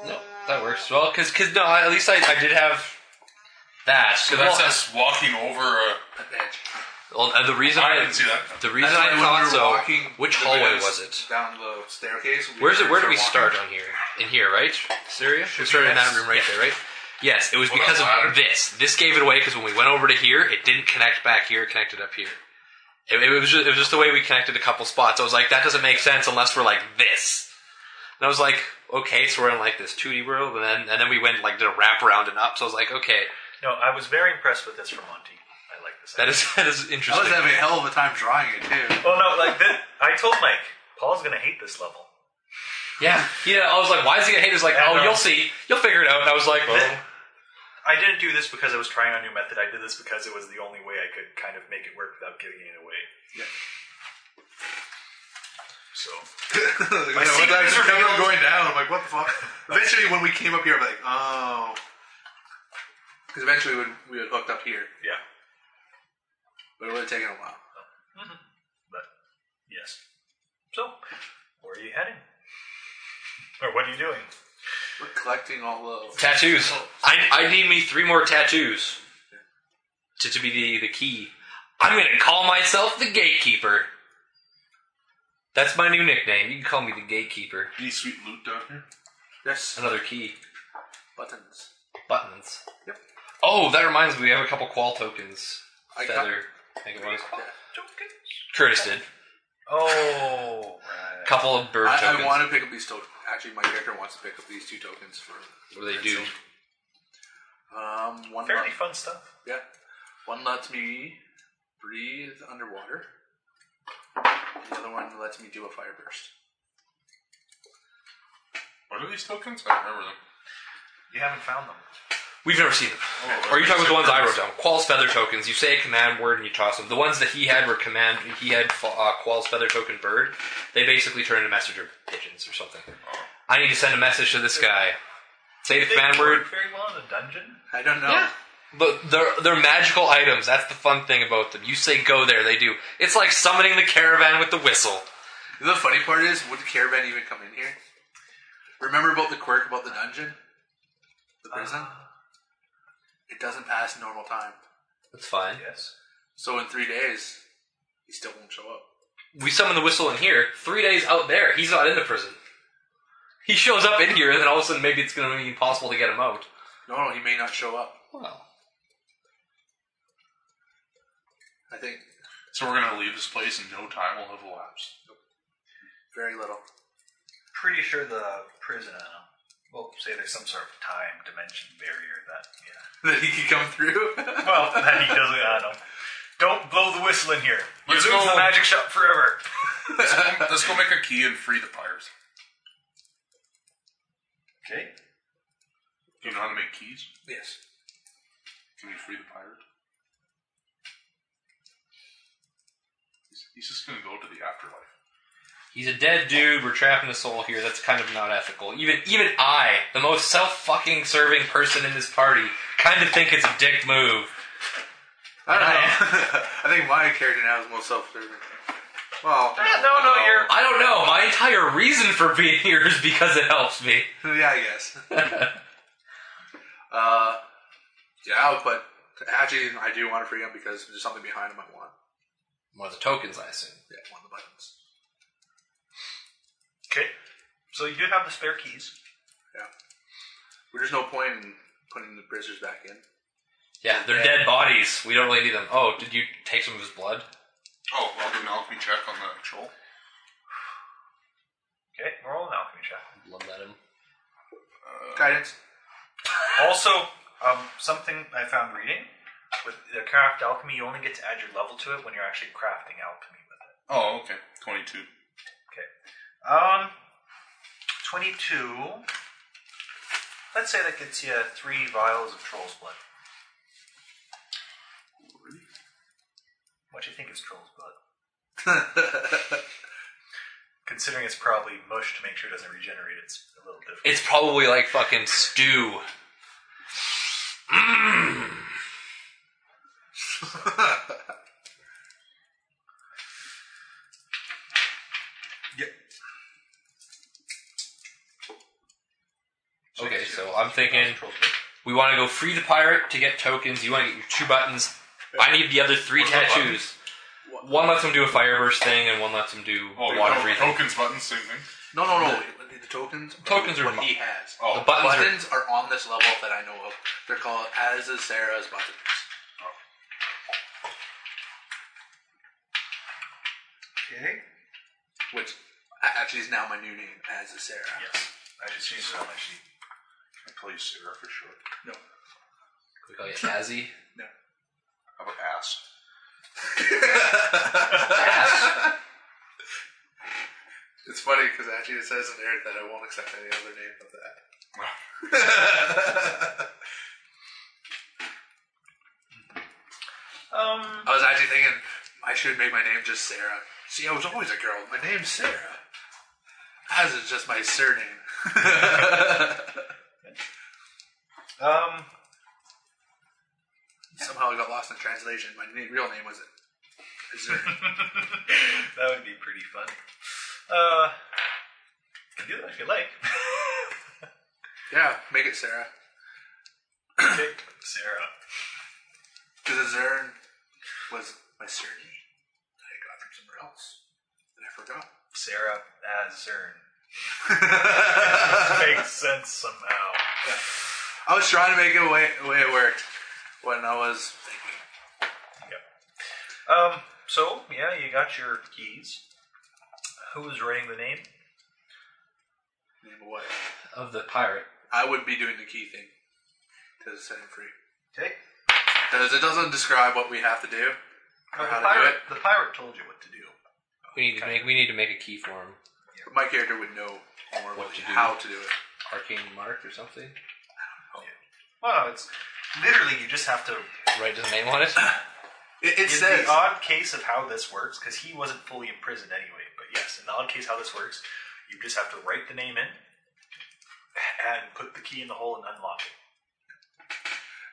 Speaker 3: No, that works well. Cause, 'cause no, I- at least I, I did have that.
Speaker 5: So
Speaker 3: 'Cause
Speaker 5: that's
Speaker 3: well,
Speaker 5: us walking over a.
Speaker 4: At the edge.
Speaker 3: well, uh, the reason
Speaker 5: I
Speaker 3: I,
Speaker 5: didn't see that.
Speaker 3: The reason
Speaker 4: That's
Speaker 3: I
Speaker 4: why when
Speaker 3: thought
Speaker 4: we were
Speaker 3: so.
Speaker 4: walking,
Speaker 3: which
Speaker 4: the
Speaker 3: hallway
Speaker 4: guys
Speaker 3: was it?
Speaker 4: Down the staircase.
Speaker 3: Where's it? Where do we
Speaker 4: Walking.
Speaker 3: start on here? In here, right? Syria? We started in that room right there, right? Yes, it was
Speaker 5: Well,
Speaker 3: because
Speaker 5: that ladder.
Speaker 3: of this. This gave it away because when we went over to here, it didn't connect back here. It connected up here. It, it was just, it was just the way we connected a couple spots. I was like, that doesn't make sense unless we're like this. And I was like, okay, so we're in like this 2D world, and then and then we went and, like did a wraparound and up. So I was like, okay,
Speaker 2: No, I was very impressed with this from Monty. I like this.
Speaker 3: that is that is
Speaker 4: I
Speaker 3: interesting.
Speaker 4: was having a hell of a time drawing it, too.
Speaker 2: Well, Oh, no, like that. I told Mike, Paul's gonna hate this level.
Speaker 3: yeah, yeah. I was like, why is he gonna hate? He's like,
Speaker 2: Yeah,
Speaker 3: oh,
Speaker 2: no.
Speaker 3: you'll see, you'll figure it out. And I was like,
Speaker 2: Thi-
Speaker 3: oh.
Speaker 2: I didn't do this because I was trying a new method. I did this because it was the only way I could kind of make it work without giving it away.
Speaker 4: Yeah.
Speaker 2: So
Speaker 6: Like,
Speaker 2: My
Speaker 6: I
Speaker 2: secret
Speaker 6: kept
Speaker 2: is
Speaker 6: on
Speaker 2: revealed.
Speaker 6: going down. I'm like, what the fuck? Eventually, when we came up here, I'm like, oh.
Speaker 4: Because eventually we would, we would hooked up here.
Speaker 2: yeah,
Speaker 4: But it would have taken a while.
Speaker 2: but yes. So where are you heading? Or what are you doing?
Speaker 4: We're collecting all the.
Speaker 3: Tattoos.
Speaker 4: Oh.
Speaker 3: I, I need me three more tattoos to, to be the, the key. I'm going to call myself the Gatekeeper. That's my new nickname. You can call me the Gatekeeper.
Speaker 5: Any sweet loot down here?
Speaker 4: Yes.
Speaker 3: Another key.
Speaker 4: Buttons.
Speaker 3: Buttons.
Speaker 4: Yep.
Speaker 3: Oh, that reminds me, we have a couple qual tokens.
Speaker 4: I got-
Speaker 3: Feather. I think it was. Curtis did.
Speaker 2: Oh, right.
Speaker 3: couple of bird
Speaker 4: I,
Speaker 3: tokens.
Speaker 4: I want to pick up these tokens. Actually, my character wants to pick up these two tokens for
Speaker 3: what do they do?
Speaker 4: um one.
Speaker 2: fairly
Speaker 4: let-
Speaker 2: fun stuff.
Speaker 4: Yeah, one lets me breathe underwater. The other one lets me do a fire burst.
Speaker 5: What are these tokens? I don't remember them.
Speaker 2: You haven't found them.
Speaker 3: We've never seen them.
Speaker 5: Oh,
Speaker 3: Or are you talking about the ones I
Speaker 5: Curtis.
Speaker 3: wrote down? Qual's feather tokens. You say a command word and you toss them. The ones that he had were command. He had uh, Qual's feather token bird. They basically turn into messenger pigeons or something. I need to send a message to this guy. Say the
Speaker 2: They
Speaker 3: command word.
Speaker 2: work very well in a dungeon.
Speaker 4: I don't know.
Speaker 3: Yeah. But they're they're magical items. That's the fun thing about them. You say go there, they do. It's like summoning the caravan with the whistle.
Speaker 4: The funny part is, would the caravan even come in here? Remember about the quirk about the dungeon, the prison. it doesn't pass normal time,
Speaker 3: That's fine.
Speaker 2: Yes.
Speaker 4: so in three days, he still won't show up.
Speaker 3: We summon the whistle in here. Three days out there, he's not in the prison. He shows up in here, and then all of a sudden, maybe it's going to be impossible to get him out.
Speaker 4: No, no, he may not show up.
Speaker 3: Well,
Speaker 4: I think
Speaker 5: So we're gonna leave this place, and no time will have elapsed.
Speaker 4: very little.
Speaker 2: Pretty sure the prison. uh, Well, say there's some sort of time dimension barrier that. Yeah.
Speaker 4: That he could come through.
Speaker 2: Well, that he doesn't. I don't. know. Don't blow the whistle in here. You
Speaker 5: Let's
Speaker 2: lose
Speaker 5: go.
Speaker 2: the magic shop forever.
Speaker 5: Let's go, let's go make a key and free the pirates.
Speaker 2: Okay.
Speaker 5: Do you know how to make keys?
Speaker 4: yes.
Speaker 5: Can we free the pirate? He's, he's just gonna go to the afterlife.
Speaker 3: He's a dead dude. We're trapping the soul here. That's kind of not ethical. Even even I, the most self fucking serving person in this party, kind of think it's a dick move.
Speaker 4: I don't know. I think my character now is most self-serving. Well,
Speaker 2: no, no, you're.
Speaker 3: I don't know. My entire reason for being here is because it helps me.
Speaker 4: yeah, I guess. uh, yeah, but actually, I do want to free him because there's something behind him I want.
Speaker 3: One of the tokens, I assume.
Speaker 4: Yeah, one of the buttons.
Speaker 2: Okay. So you do have the spare keys.
Speaker 4: Yeah. But there's no point in putting the prisoners back in.
Speaker 3: Yeah, they're dead bodies. We don't really need them. Oh, did you take some of his blood?
Speaker 5: Oh, well, do an alchemy check on the troll.
Speaker 2: Okay, roll an alchemy check.
Speaker 3: Love that him.
Speaker 4: Guidance.
Speaker 2: Also, um, something I found reading with the craft alchemy, you only get to add your level to it when you're actually crafting alchemy with it.
Speaker 5: Oh, okay. 22.
Speaker 2: Okay. Um, 22. Let's say that gets you three vials of troll's blood. What do you think is troll's blood? Considering it's probably mush to make sure it doesn't regenerate, it's a little different.
Speaker 3: It's probably like fucking stew. Okay, so I'm thinking we want to go free the pirate to get tokens. You want to get your two buttons. I need the other three
Speaker 5: What are the
Speaker 3: tattoos. One lets him do a fire burst thing, and one lets him do
Speaker 5: Oh,
Speaker 3: the
Speaker 5: the
Speaker 3: water
Speaker 5: to-
Speaker 3: breathing.
Speaker 5: tokens button, same thing.
Speaker 4: No, no, no. The, the tokens.
Speaker 3: Tokens are
Speaker 4: what
Speaker 3: mo-
Speaker 4: he has.
Speaker 5: Oh,
Speaker 3: The buttons, are-
Speaker 4: buttons are on this level that I know of. They're called as is Sarah's buttons.
Speaker 2: Okay.
Speaker 4: Which a- actually is now my new name, as is Sarah.
Speaker 2: Yes. I just changed it on my sheet.
Speaker 5: I play Sarah for sure.
Speaker 4: No.
Speaker 3: we call it Azzy.
Speaker 4: No.
Speaker 5: How about ass?
Speaker 3: Ass.
Speaker 6: It's funny because actually it says in there that I won't accept any other name but that.
Speaker 2: Um,
Speaker 4: I was actually thinking I should make my name just Sarah. See, I was always a girl. My name's Sarah. As is just my surname.
Speaker 2: um,
Speaker 4: Somehow I got lost in translation. My na- real name wasn't.
Speaker 2: that would be pretty fun. Uh, can do that if you like.
Speaker 4: yeah, make it Sarah.
Speaker 2: okay. Sarah.
Speaker 4: Because Azern was my surname that I got from somewhere else that I forgot.
Speaker 2: Sarah Azern. Makes sense somehow.
Speaker 4: I was trying to make it way, way it worked when I was thinking.
Speaker 2: Yep. Um, so, yeah, you got your keys. Who was writing the name?
Speaker 4: Name of what?
Speaker 3: of the pirate.
Speaker 4: I would be doing the key thing to set him free.
Speaker 2: Okay.
Speaker 4: Because it doesn't describe what we have to do.
Speaker 2: Uh,
Speaker 4: how
Speaker 2: the,
Speaker 4: to do
Speaker 2: pirate,
Speaker 4: it.
Speaker 2: the pirate told you what to do.
Speaker 3: We need to make we need to make a key for him.
Speaker 4: But my character would know more
Speaker 3: What
Speaker 4: about
Speaker 3: to do.
Speaker 4: how to do it.
Speaker 3: Arcane mark or something.
Speaker 2: Well, no, it's literally you just have to.
Speaker 3: Right? Does name on it?
Speaker 4: It, it
Speaker 2: in
Speaker 4: says
Speaker 2: the odd case of how this works, because he wasn't fully imprisoned anyway. But yes, in the odd case how this works, you just have to write the name in and put the key in the hole and unlock it.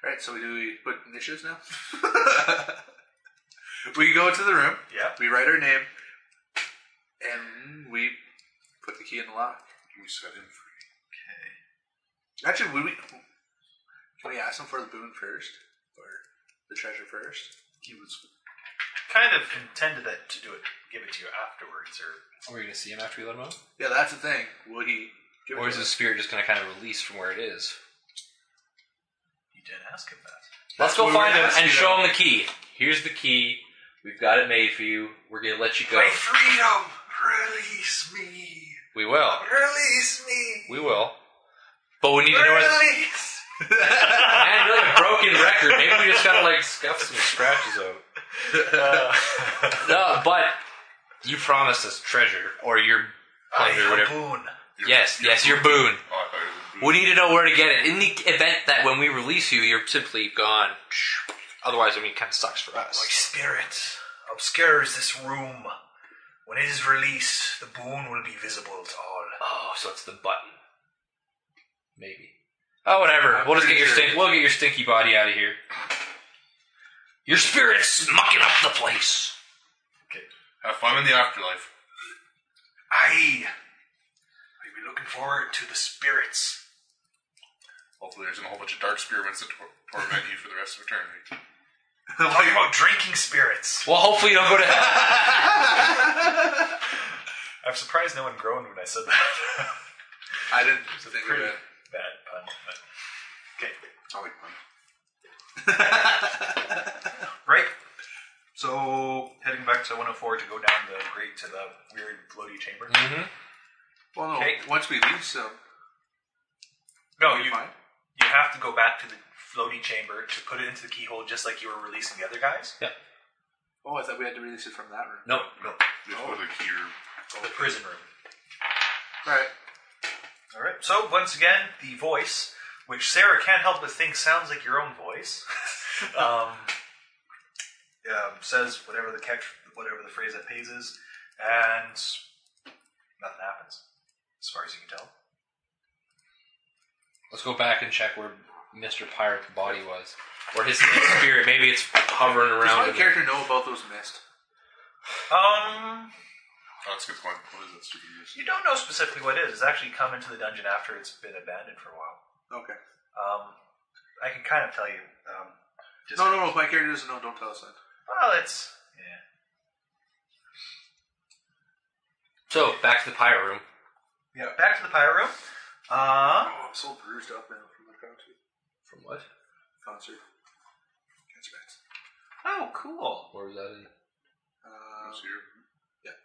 Speaker 4: Alright, so we do we put initiatives now? we go to the room,
Speaker 2: Yeah.
Speaker 4: we write our name, and we put the key in the lock.
Speaker 5: We set him free.
Speaker 4: Actually, would we can we ask him for the boon first? Or the treasure first?
Speaker 2: He was kind of intended that to do it, give it to you afterwards, or
Speaker 3: Are we gonna see him after we let him out?
Speaker 4: Yeah, that's the thing. Will he give
Speaker 3: Or
Speaker 4: it
Speaker 3: is
Speaker 4: to
Speaker 3: the
Speaker 4: us?
Speaker 3: spirit just gonna kind of release from where it is?
Speaker 2: you didn't ask him that.
Speaker 3: Let's go
Speaker 4: what we were
Speaker 3: find him
Speaker 4: asking
Speaker 3: and show
Speaker 4: about.
Speaker 3: him the key. Here's the key. We've got it made for you. We're gonna let you go.
Speaker 6: freedom! Release me!
Speaker 3: We will.
Speaker 6: Release me!
Speaker 3: We will. But we need to know where. the- Man, you're like a broken record. Maybe we just gotta like scuff some scratches out. no, but you promised us treasure or your plunder, whatever.
Speaker 2: Boon.
Speaker 3: Yes, yes, your boon.
Speaker 5: Oh, I thought it was
Speaker 3: We need to know where to get it. In the event that when we release you, you're simply gone. Otherwise, I mean, it kind of sucks for
Speaker 2: My
Speaker 3: us.
Speaker 2: spirit obscures this room. When it is released, the boon will be visible to all.
Speaker 3: Oh, so it's the button. Maybe. Oh, whatever. we'll just get your stink. We'll get your stinky body out of here. Your spirit's mucking up the place.
Speaker 5: Have fun in the afterlife.
Speaker 2: I will be looking forward to the spirits.
Speaker 5: Hopefully, there's a whole bunch of dark spearments that tor- torment you for the rest of eternity.
Speaker 2: Talking about drinking spirits.
Speaker 3: Well, hopefully you don't go to hell.
Speaker 2: I'm surprised no one groaned when I said that.
Speaker 4: I didn't think of
Speaker 2: Pretty
Speaker 4: it.
Speaker 2: bad pun. But... Okay,
Speaker 5: I like fun.
Speaker 2: right. oh Mm-hmm. So heading back to 104 to go down the grate to the weird floaty chamber.
Speaker 3: Mhm.
Speaker 4: Well, no.
Speaker 3: Okay.
Speaker 4: Once we leave, so
Speaker 2: No,
Speaker 4: We'll be
Speaker 2: you
Speaker 4: fine.
Speaker 2: you have to go back to the floaty chamber to put it into the keyhole, just like you were releasing the other guys.
Speaker 3: Yeah.
Speaker 4: Oh, I thought we had to release it from that room.
Speaker 3: No, no.
Speaker 5: Just put it here.
Speaker 2: The prison room.
Speaker 4: Right.
Speaker 2: All right. So once again, the voice, which Sarah can't help but think sounds like your own voice, um, um, says whatever the catch, whatever the phrase that pays is, and nothing happens, as far as you can tell.
Speaker 3: Let's go back and check where Mr. Pirate's body was. Or his, his spirit. Maybe it's hovering
Speaker 4: Does
Speaker 3: around.
Speaker 4: my
Speaker 3: in
Speaker 4: character know about those mist?
Speaker 2: Um,
Speaker 5: Oh, that's a good point. What is that stupid music?
Speaker 2: you don't know specifically what it is. It's actually come into the dungeon after it's been abandoned for a while.
Speaker 4: Okay.
Speaker 2: Um, I can kind of tell you. Um, just
Speaker 4: No, no, no. If my character doesn't know, don't tell us that.
Speaker 2: Well, it's yeah.
Speaker 3: So, back to the pirate room.
Speaker 2: Yeah. Back to the pyro room. Uh,
Speaker 4: Oh, I'm so bruised up now from the concert.
Speaker 3: From what?
Speaker 4: Concert. Catch bats.
Speaker 2: oh, cool.
Speaker 3: Where was that in?
Speaker 4: Uh,
Speaker 5: It's here.
Speaker 4: Yeah.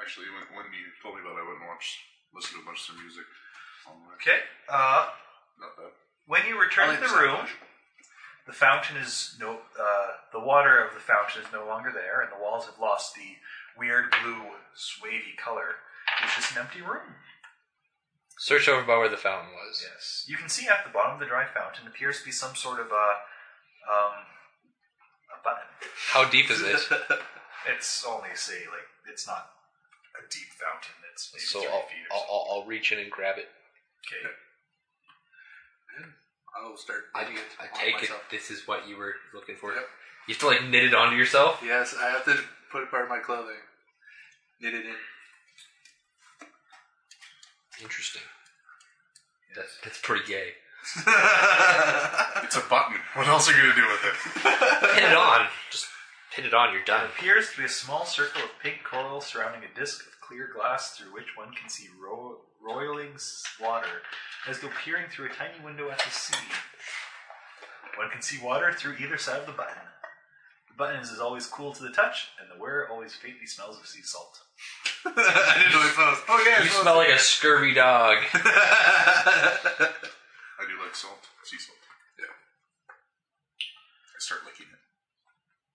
Speaker 5: Actually, when, when you told me about it, I went and watched, listened to a bunch of their music. On the way.
Speaker 2: Okay. Uh,
Speaker 5: Not bad.
Speaker 2: when you return to the room, the fountain is no. Uh, the water of the fountain is no longer there, and the walls have lost the weird blue, wavy color. It's just an empty room.
Speaker 3: Search over by where the fountain was.
Speaker 2: Yes. You can see at the bottom of the dry fountain appears to be some sort of a, um, a button.
Speaker 3: How deep is it?
Speaker 4: Uh,
Speaker 2: It's only say like it's not a deep fountain. It's maybe
Speaker 3: so
Speaker 2: 30
Speaker 3: I'll,
Speaker 2: feet or
Speaker 3: I'll,
Speaker 2: something.
Speaker 3: I'll, I'll reach in and grab it.
Speaker 2: Okay.
Speaker 4: I'll start.
Speaker 3: I,
Speaker 4: knitting
Speaker 3: I
Speaker 4: on
Speaker 3: take it
Speaker 4: myself.
Speaker 3: this is what you were looking for.
Speaker 4: Yep.
Speaker 3: You have to like knit it onto yourself?
Speaker 4: Yes, I have to put it part of my clothing. Knit it in.
Speaker 3: Interesting. That's, that's pretty gay.
Speaker 5: It's a button. What else are you gonna do with it?
Speaker 3: Pin it on. Just pin it on, you're
Speaker 2: It
Speaker 3: done.
Speaker 2: appears to be a small circle of pink coil surrounding a disc of clear glass through which one can see ro- roiling s- water, as though peering through a tiny window at the sea. One can see water through either side of the button. The button is always cool to the touch, and the wearer always faintly smells of sea salt.
Speaker 6: I didn't know it was. Oh yeah,
Speaker 3: You smell like a scurvy dog.
Speaker 5: I do like salt, sea salt. Yeah. I start licking it.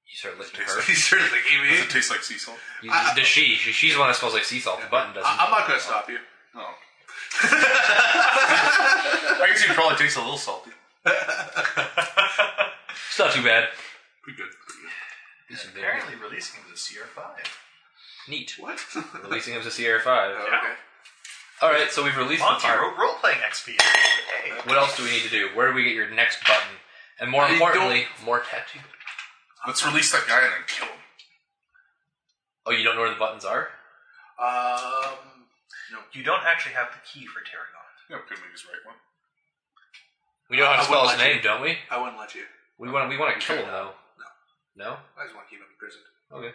Speaker 3: You start licking
Speaker 5: Tastes
Speaker 3: her.
Speaker 5: like-
Speaker 6: he started licking me.
Speaker 5: Does it taste like sea salt?
Speaker 3: You, the she, she. She's the one that smells like sea salt. The button doesn't.
Speaker 5: Uh,
Speaker 4: I- I'm not gonna stop you.
Speaker 5: No. Oh. I guess it probably tastes a little salty.
Speaker 3: It's not too bad.
Speaker 5: Pretty good. Pretty good.
Speaker 3: It's very
Speaker 2: Apparently, releasing him to CR5.
Speaker 3: neat.
Speaker 4: What? Oh,
Speaker 3: Releasing him to Sierra 5.
Speaker 4: Okay.
Speaker 3: All right, so we've released the
Speaker 2: Monty,
Speaker 3: pirate.
Speaker 2: ro- role playing XP. Hey.
Speaker 3: What else do we need to do? Where do we get your next button? And more
Speaker 4: I
Speaker 3: importantly, more tattoo.
Speaker 5: Let's release that guy and then kill him.
Speaker 3: Oh, you don't know where the buttons are?
Speaker 4: Um.
Speaker 2: You don't actually have the key for Tarragon.
Speaker 5: Yeah, we could make his right one.
Speaker 3: We know how to
Speaker 4: I
Speaker 3: spell
Speaker 4: wouldn't
Speaker 3: his
Speaker 4: let you.
Speaker 3: name, don't we?
Speaker 4: I wouldn't let you.
Speaker 3: We want. We want to kill him though. No.
Speaker 4: I just want to keep him imprisoned.
Speaker 3: No. Okay.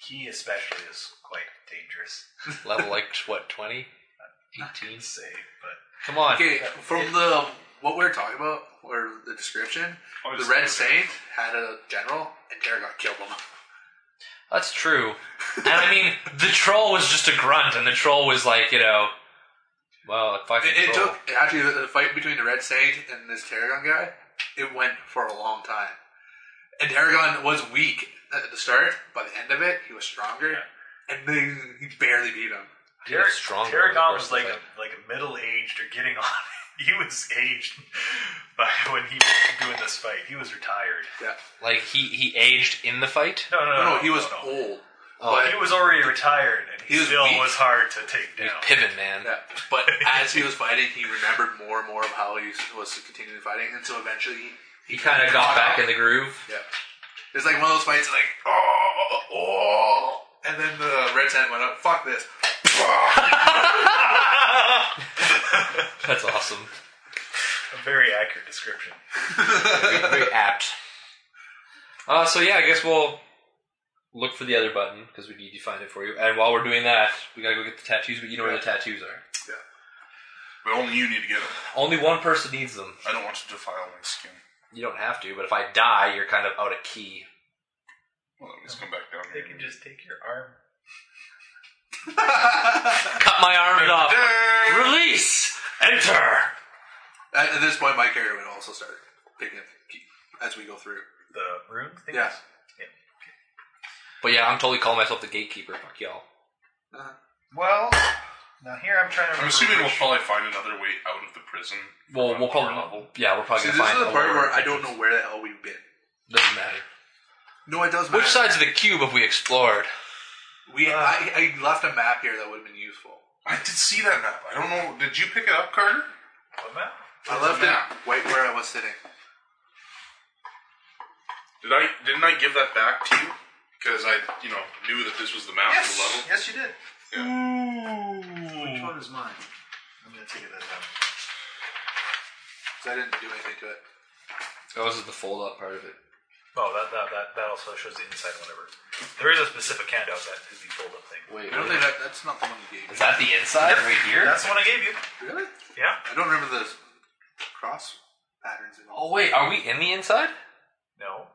Speaker 2: Key, especially, is quite dangerous.
Speaker 3: Level like what? Twenty?
Speaker 2: I
Speaker 3: Eighteen?
Speaker 2: can say, but.
Speaker 3: Come on.
Speaker 4: Okay, from the what we were talking about or the description,
Speaker 5: Oh,
Speaker 4: the
Speaker 5: it's-
Speaker 4: Red Saint had a general, and Tarragon killed him.
Speaker 3: That's true. And I mean, the troll was just a grunt, and the troll was like, you know, well, if I can
Speaker 2: Oh.
Speaker 4: It, it
Speaker 3: troll.
Speaker 4: took actually the, the fight between the Red Saint and this Tarragon guy. It went for a long time, and Tarragon was weak at the start. By the end of it, he was stronger, and then he barely beat him.
Speaker 3: He was
Speaker 2: Tarrag-
Speaker 3: stronger
Speaker 2: Tarragon
Speaker 3: in the
Speaker 2: was
Speaker 3: first
Speaker 2: like a,
Speaker 3: fight.
Speaker 2: like a middle aged or getting on. he was aged by when he was doing this fight. He was retired.
Speaker 4: Yeah,
Speaker 3: Like he he aged in the fight.
Speaker 2: No, no, no.
Speaker 4: no, no, he was
Speaker 2: Uh, no.
Speaker 4: old,
Speaker 3: Oh,
Speaker 2: He was already retired, and he,
Speaker 4: He was
Speaker 2: still
Speaker 4: weak.
Speaker 2: was hard to take
Speaker 3: He's
Speaker 2: down.
Speaker 3: pivot man.
Speaker 4: Yeah, but as he was fighting, he remembered more and more of how he was continuing fighting, and so eventually, he,
Speaker 3: He kind of got back in the groove.
Speaker 4: yeah, it's like one of those fights, like oh, oh, and then the red hand went up. Fuck this!
Speaker 3: That's awesome.
Speaker 2: A very accurate description.
Speaker 3: Very, very apt. Uh, so yeah, I guess we'll look for the other button because we need to find it for you. And while we're doing that, we gotta go get the tattoos. But you know where the tattoos are.
Speaker 5: But only you need to get him.
Speaker 3: Only one person needs them.
Speaker 5: I don't want to defile my skin.
Speaker 3: You don't have to, but if I die, you're kind of out of key.
Speaker 5: Well, let's come back down
Speaker 2: They
Speaker 5: here.
Speaker 2: can just take your arm.
Speaker 3: Cut my arms off. Release. Enter.
Speaker 4: At, at this point, my character would also start picking up key as we go through.
Speaker 2: The rune thing?
Speaker 4: Yeah.
Speaker 3: But yeah, I'm totally calling myself the gatekeeper. Fuck y'all.
Speaker 2: Well, now here I'm trying to
Speaker 5: I'm
Speaker 2: remember
Speaker 5: assuming we'll
Speaker 2: which-
Speaker 5: probably find another way out of the prison.
Speaker 3: Well,
Speaker 5: on
Speaker 3: we'll
Speaker 5: a
Speaker 3: probably
Speaker 5: lower level.
Speaker 3: yeah, we're probably
Speaker 4: See,
Speaker 3: gonna
Speaker 4: this is
Speaker 3: find
Speaker 4: the part
Speaker 3: lower
Speaker 4: where I don't know
Speaker 3: entrance.
Speaker 4: where the hell we've been.
Speaker 3: Doesn't matter.
Speaker 4: No, it does matter.
Speaker 3: Which sides Uh, of the cube have we explored?
Speaker 4: We, I, I left a map here that would have been useful.
Speaker 5: I did see that map. I don't know. Did you pick it up, Carter?
Speaker 2: What map?
Speaker 4: I left
Speaker 5: map?
Speaker 4: it right where I was sitting.
Speaker 5: Did I? Didn't I give that back to you? Because I, you know, knew that this was the map for the level.
Speaker 2: yes, you did.
Speaker 6: Which one is mine?
Speaker 2: I'm gonna take it as that.
Speaker 4: 'cause I didn't do anything to it.
Speaker 3: Oh, this is the fold up part of it.
Speaker 2: Oh, that, that that that also shows the inside one whatever. There is a specific handout that is the fold up thing.
Speaker 3: Wait,
Speaker 4: I don't think that, that's not the one you gave me.
Speaker 3: is that the inside right here?
Speaker 2: That's the one I gave you.
Speaker 4: Really?
Speaker 2: Yeah.
Speaker 4: I don't remember the cross patterns at all.
Speaker 3: oh wait, are we in the inside?
Speaker 2: No.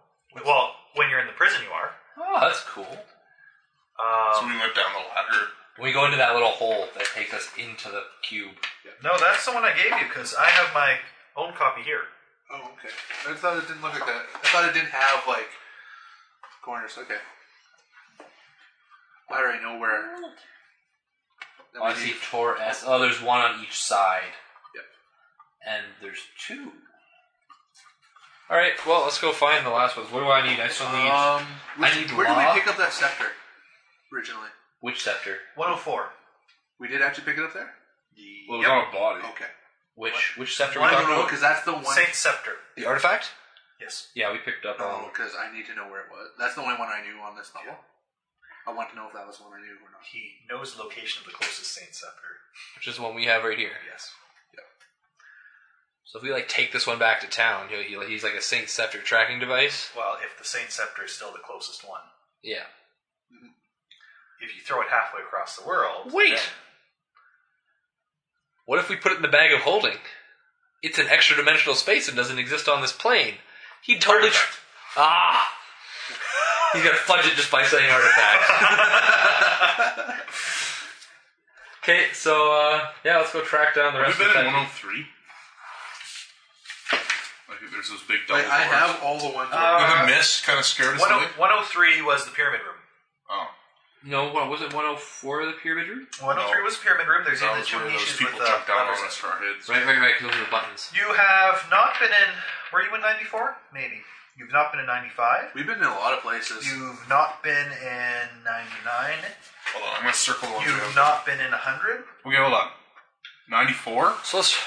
Speaker 2: Well, when you're in the prison, you are.
Speaker 3: Oh, that's cool.
Speaker 5: So
Speaker 2: Um,
Speaker 5: we went down the ladder.
Speaker 3: We go into that little hole that takes us into the cube.
Speaker 2: no, that's the one I gave you because I have my own copy here.
Speaker 4: Oh, okay. I thought it didn't look like that. I thought it didn't have like corners. Okay. I already know where. That
Speaker 3: Oh, I
Speaker 4: we
Speaker 3: see
Speaker 4: need-
Speaker 3: Tor S. Oh, there's one on each side.
Speaker 4: Yep.
Speaker 3: And there's two. All right. Well, let's go find the last ones. What do I need? I still need
Speaker 4: Um, which,
Speaker 3: need
Speaker 4: where did
Speaker 3: law.
Speaker 4: we pick up that scepter originally?
Speaker 3: which scepter?
Speaker 2: 104.
Speaker 4: We did actually pick it up there.
Speaker 3: Well, it was on a body.
Speaker 4: Okay.
Speaker 3: Which which scepter?
Speaker 4: I
Speaker 3: we
Speaker 4: don't
Speaker 3: talking
Speaker 4: know
Speaker 3: about?
Speaker 4: because that's the one.
Speaker 2: Saint Scepter.
Speaker 3: The artifact?
Speaker 2: Yes.
Speaker 3: Yeah, we picked up on.
Speaker 4: No, because Oh, I need to know where it was. That's the only one I knew on this level. I want to know if that was the one I knew or not.
Speaker 2: He knows the location of the closest Saint Scepter.
Speaker 3: which is the one we have right here.
Speaker 2: Yes.
Speaker 3: So if we like take this one back to town, he'll, he'll, he's like a Saint Scepter tracking device.
Speaker 2: Well, if the Saint Scepter is still the closest one.
Speaker 3: Yeah.
Speaker 2: If you throw it halfway across the world.
Speaker 3: Wait. What if we put it in the bag of holding? It's an extra dimensional space and doesn't exist on this plane. He totally tr- ah. He's gonna fudge it just by saying artifact. okay, so uh, yeah, let's go track down the
Speaker 5: Have
Speaker 3: rest
Speaker 5: we
Speaker 3: of
Speaker 5: been
Speaker 3: the
Speaker 5: in
Speaker 3: pack.
Speaker 5: 103? Like there's those big double
Speaker 4: Like, I
Speaker 5: doors.
Speaker 4: have uh, all the ones. where-
Speaker 5: With a miss kind of scared us
Speaker 2: One
Speaker 5: away.
Speaker 2: oh- 103 was the pyramid room.
Speaker 5: Oh,
Speaker 3: No, what was it? One hundred four of the pyramid room.
Speaker 2: 103 was the pyramid room. There's
Speaker 5: that
Speaker 2: even the
Speaker 5: was
Speaker 2: two
Speaker 5: where those
Speaker 2: niches
Speaker 5: people
Speaker 2: with uh, the
Speaker 4: uh,
Speaker 5: jumped down
Speaker 2: levers.
Speaker 5: on us for our heads.
Speaker 3: Right, right, right. 'cause Those are the buttons.
Speaker 2: You have not been in. Were you in 94? Maybe. You've not been in 95.
Speaker 4: We've been in a lot of places.
Speaker 2: You've not been in 99.
Speaker 5: Hold on, I'm gonna circle the ones we
Speaker 2: You've
Speaker 5: have.
Speaker 2: not been in 100.
Speaker 5: Okay, hold on. 94.
Speaker 3: So let's.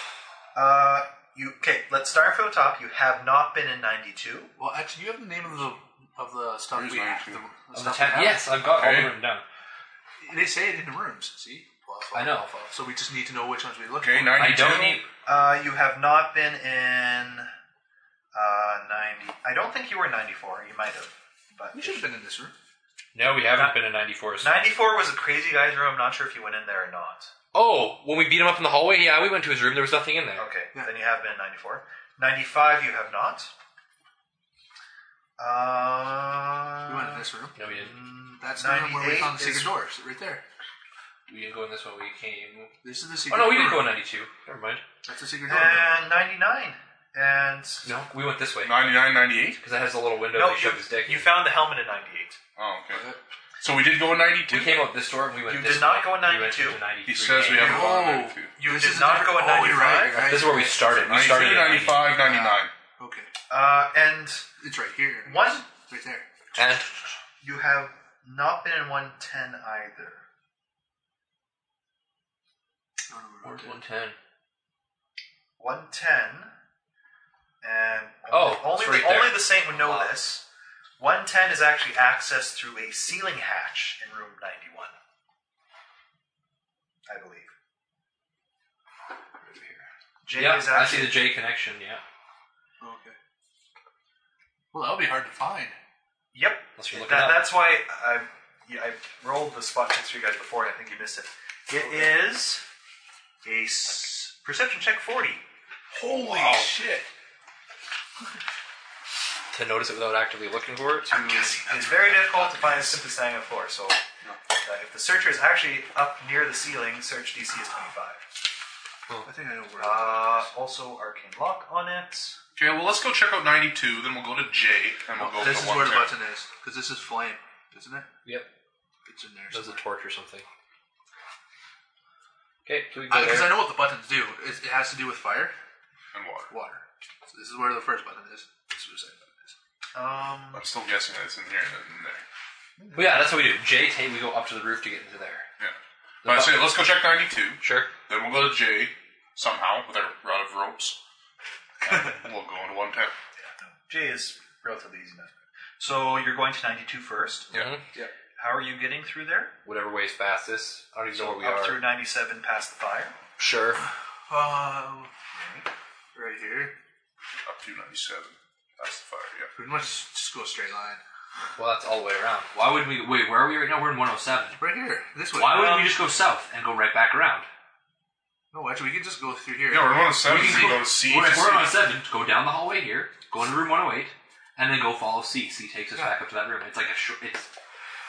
Speaker 2: Uh, you okay? Let's start from the top. You have not been in 92.
Speaker 4: Well, actually, you have the name of the of the stuff
Speaker 5: Here's
Speaker 4: we
Speaker 5: mine,
Speaker 4: have.
Speaker 5: too.
Speaker 4: The, the
Speaker 3: Of the
Speaker 4: stuff
Speaker 3: ten-
Speaker 4: we have.
Speaker 3: yes, I've got all
Speaker 5: Okay.
Speaker 3: all written down.
Speaker 4: They say it in the rooms. See, plus
Speaker 3: I know.
Speaker 4: alpha. So we just need to know which ones we look
Speaker 5: Okay,
Speaker 4: for.
Speaker 5: 92.
Speaker 3: I don't need.
Speaker 2: Uh, you have not been in uh 90. I don't think you were in 94. You might have, but
Speaker 4: We should have been in this room.
Speaker 3: No, we haven't been in ninety four.
Speaker 2: 94 was a crazy guy's room. I'm not sure if you went in there or not.
Speaker 3: Oh, when we beat him up in the hallway, yeah, we went to his room. There was nothing in there.
Speaker 2: Okay,
Speaker 4: Yeah.
Speaker 2: then you have been in 94. 95, you have not. Uh,
Speaker 4: We went in this room.
Speaker 3: No, we didn't.
Speaker 4: That's the room where we
Speaker 2: 98
Speaker 4: found the secret
Speaker 2: is-
Speaker 4: doors. Right there.
Speaker 3: We didn't go in this one. We came.
Speaker 4: This is the secret.
Speaker 3: Oh no, we
Speaker 4: door.
Speaker 3: didn't go in '92. Never mind.
Speaker 4: That's the secret door.
Speaker 2: And 99. And.
Speaker 3: No, we went this way
Speaker 5: 99, 98?
Speaker 3: because that has a little window.
Speaker 2: No,
Speaker 3: that he
Speaker 2: you,
Speaker 3: shoved his dick.
Speaker 2: you
Speaker 3: in.
Speaker 2: found the helmet in 98.
Speaker 5: Oh, okay. So we did go in 92?
Speaker 3: We came out this door and we went.
Speaker 2: You
Speaker 3: this
Speaker 2: did not
Speaker 3: way.
Speaker 2: go in
Speaker 3: We went to
Speaker 2: 92.
Speaker 3: the 93
Speaker 5: He says we
Speaker 3: game.
Speaker 5: haven't gone in
Speaker 4: Oh.
Speaker 5: 92.
Speaker 2: You
Speaker 4: This
Speaker 2: did
Speaker 4: is
Speaker 2: not
Speaker 4: a
Speaker 2: go in
Speaker 4: different- oh,
Speaker 2: 95.
Speaker 4: you're right, you're right.
Speaker 3: This is where we started. We
Speaker 5: 92,
Speaker 3: started in 95.
Speaker 5: 95, 99.
Speaker 4: Okay,
Speaker 2: Uh, and
Speaker 4: it's right here.
Speaker 2: One-
Speaker 4: Right there.
Speaker 3: And
Speaker 2: you have not been in 110 either.
Speaker 4: I don't know where
Speaker 3: where's
Speaker 4: it is.
Speaker 3: 110?
Speaker 2: 110. And
Speaker 3: Oh,
Speaker 2: only- only,
Speaker 3: it's right
Speaker 2: the,
Speaker 3: there.
Speaker 2: only the saint would know
Speaker 3: Wow.
Speaker 2: this. 110 is actually accessed through a ceiling hatch in room 91. I believe. Jay
Speaker 3: Yeah,
Speaker 2: is
Speaker 3: I see
Speaker 2: actually.
Speaker 3: the J connection. Yeah.
Speaker 4: Okay. Well, that would be hard to find.
Speaker 2: Yep.
Speaker 3: Unless you look
Speaker 2: That-
Speaker 3: it up.
Speaker 2: That's why I, yeah, I rolled the spot checks for you guys before, and I think you missed it. It is a s- perception check 40.
Speaker 5: Holy shit.
Speaker 3: To notice it without actively looking for it.
Speaker 2: It's very difficult to find a synthesizing of four, so Uh, if the searcher is actually up near the ceiling, search DC is 25.
Speaker 6: I think I know where.
Speaker 2: Uh, also, arcane lock on it.
Speaker 5: Okay, well, let's go check out 92, then we'll go to J, and we'll go
Speaker 4: this
Speaker 5: to
Speaker 4: is where the
Speaker 5: 110.
Speaker 4: button is because this is flame, isn't it?
Speaker 3: Yep.
Speaker 4: It's in there.
Speaker 3: That was a
Speaker 4: somewhere.
Speaker 3: torch or something. Okay, so we can go
Speaker 4: Because
Speaker 3: there.
Speaker 4: Uh, I know what the buttons do. It, it has to do with fire,
Speaker 5: And water.
Speaker 4: water. So this is where the first button is. This is where the second button is.
Speaker 2: Um,
Speaker 5: I'm still guessing that it's in here and in there.
Speaker 3: Well, yeah, that's what we do. J, take, we go up to the roof to get into there.
Speaker 5: Yeah. But I say, let's go check 92,
Speaker 3: Sure.
Speaker 5: then we'll go to J, somehow, with our rod of ropes. And we'll go into 110.
Speaker 2: J is relatively easy enough. So you're going to 92 first.
Speaker 5: Yeah.
Speaker 3: Mm-hmm.
Speaker 2: How are you getting through there?
Speaker 3: Whatever way's fastest. I don't even know where we
Speaker 2: up
Speaker 3: are.
Speaker 2: through 97 past the fire.
Speaker 3: Sure.
Speaker 4: Um, right here.
Speaker 5: Up to 97. That's the fire, yeah.
Speaker 4: Pretty much just go straight line.
Speaker 3: Well, that's all the way around. Why would we. Wait, where are we right now? We're in 107.
Speaker 4: Right here. This way. Um,
Speaker 3: Why wouldn't we just go south and go right back around?
Speaker 4: No, actually, we could just go through here.
Speaker 5: Yeah, we're going to 7,
Speaker 3: We
Speaker 5: so
Speaker 3: can
Speaker 5: we
Speaker 3: go-
Speaker 5: go to C.
Speaker 3: Well,
Speaker 5: to
Speaker 3: if
Speaker 5: see-
Speaker 3: we're on seven, go down the hallway here, go into room 108, and then go follow C. C takes us back up to that room. It's like a short. It's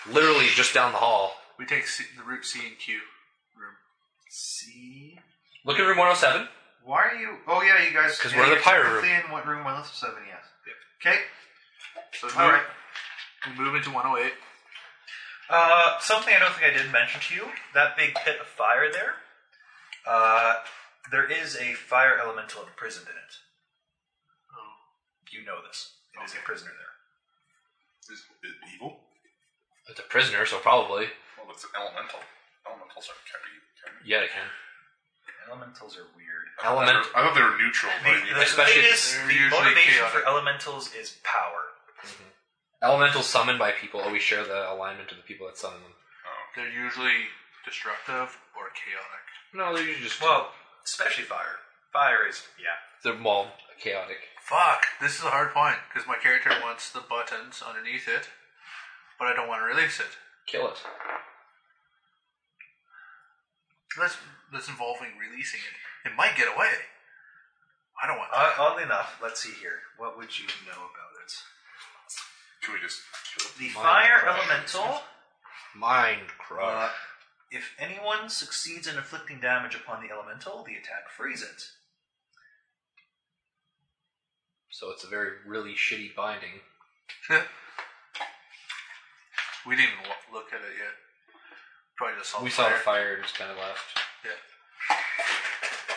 Speaker 3: literally just down the hall.
Speaker 4: We take C, the route C and Q room.
Speaker 2: See?
Speaker 3: Look at room 107.
Speaker 2: Why are you? Oh yeah, you guys.
Speaker 3: 'Cause
Speaker 2: yeah,
Speaker 3: we're in the
Speaker 2: you're
Speaker 3: pirate
Speaker 2: technically In what room? One hundred seven. Yes. Okay.
Speaker 4: So we
Speaker 2: All
Speaker 4: move-
Speaker 2: right.
Speaker 4: We move into 108.
Speaker 2: Uh, something I don't think I did mention to you: that big pit of fire there. Uh, there is a fire elemental imprisoned in it. Oh. You know this. It is a prisoner there.
Speaker 5: Is it evil?
Speaker 3: It's a prisoner, so probably.
Speaker 5: Well, it's an elemental. Elementals aren't kind of evil, can they?
Speaker 3: Yeah, it can.
Speaker 2: Elementals are weird.
Speaker 5: I thought they were-
Speaker 3: Element.
Speaker 5: I thought they were neutral, but
Speaker 2: The, the
Speaker 3: Especially-
Speaker 2: thing is,
Speaker 4: they're
Speaker 2: the
Speaker 4: usually
Speaker 2: motivation
Speaker 4: chaotic.
Speaker 2: for elementals is power.
Speaker 3: Elementals summoned by people always share the alignment of the people that summon them.
Speaker 4: They're usually destructive or chaotic.
Speaker 3: No, they're usually just.
Speaker 2: Well, especially fire. Fire is yeah.
Speaker 3: they're well, chaotic.
Speaker 4: Fuck, this is a hard point because my character wants the buttons underneath it, but I don't want to release it.
Speaker 3: Kill it.
Speaker 4: That's that's involving releasing it. It might get away. I don't want.
Speaker 2: Uh, oddly enough, let's see here. What would you know about it?
Speaker 5: Can we just kill it?
Speaker 2: The
Speaker 3: Mind
Speaker 2: fire
Speaker 3: crush.
Speaker 2: elemental.
Speaker 3: Mind
Speaker 2: Uh,
Speaker 3: crush.
Speaker 2: if anyone succeeds in inflicting damage upon the elemental, the attack frees it.
Speaker 3: so it's a very really shitty binding.
Speaker 4: that. we didn't even wa- look at it yet. Probably just saw
Speaker 3: We
Speaker 4: the
Speaker 3: saw the
Speaker 4: fire.
Speaker 3: fire and just kind of left.
Speaker 4: Yeah.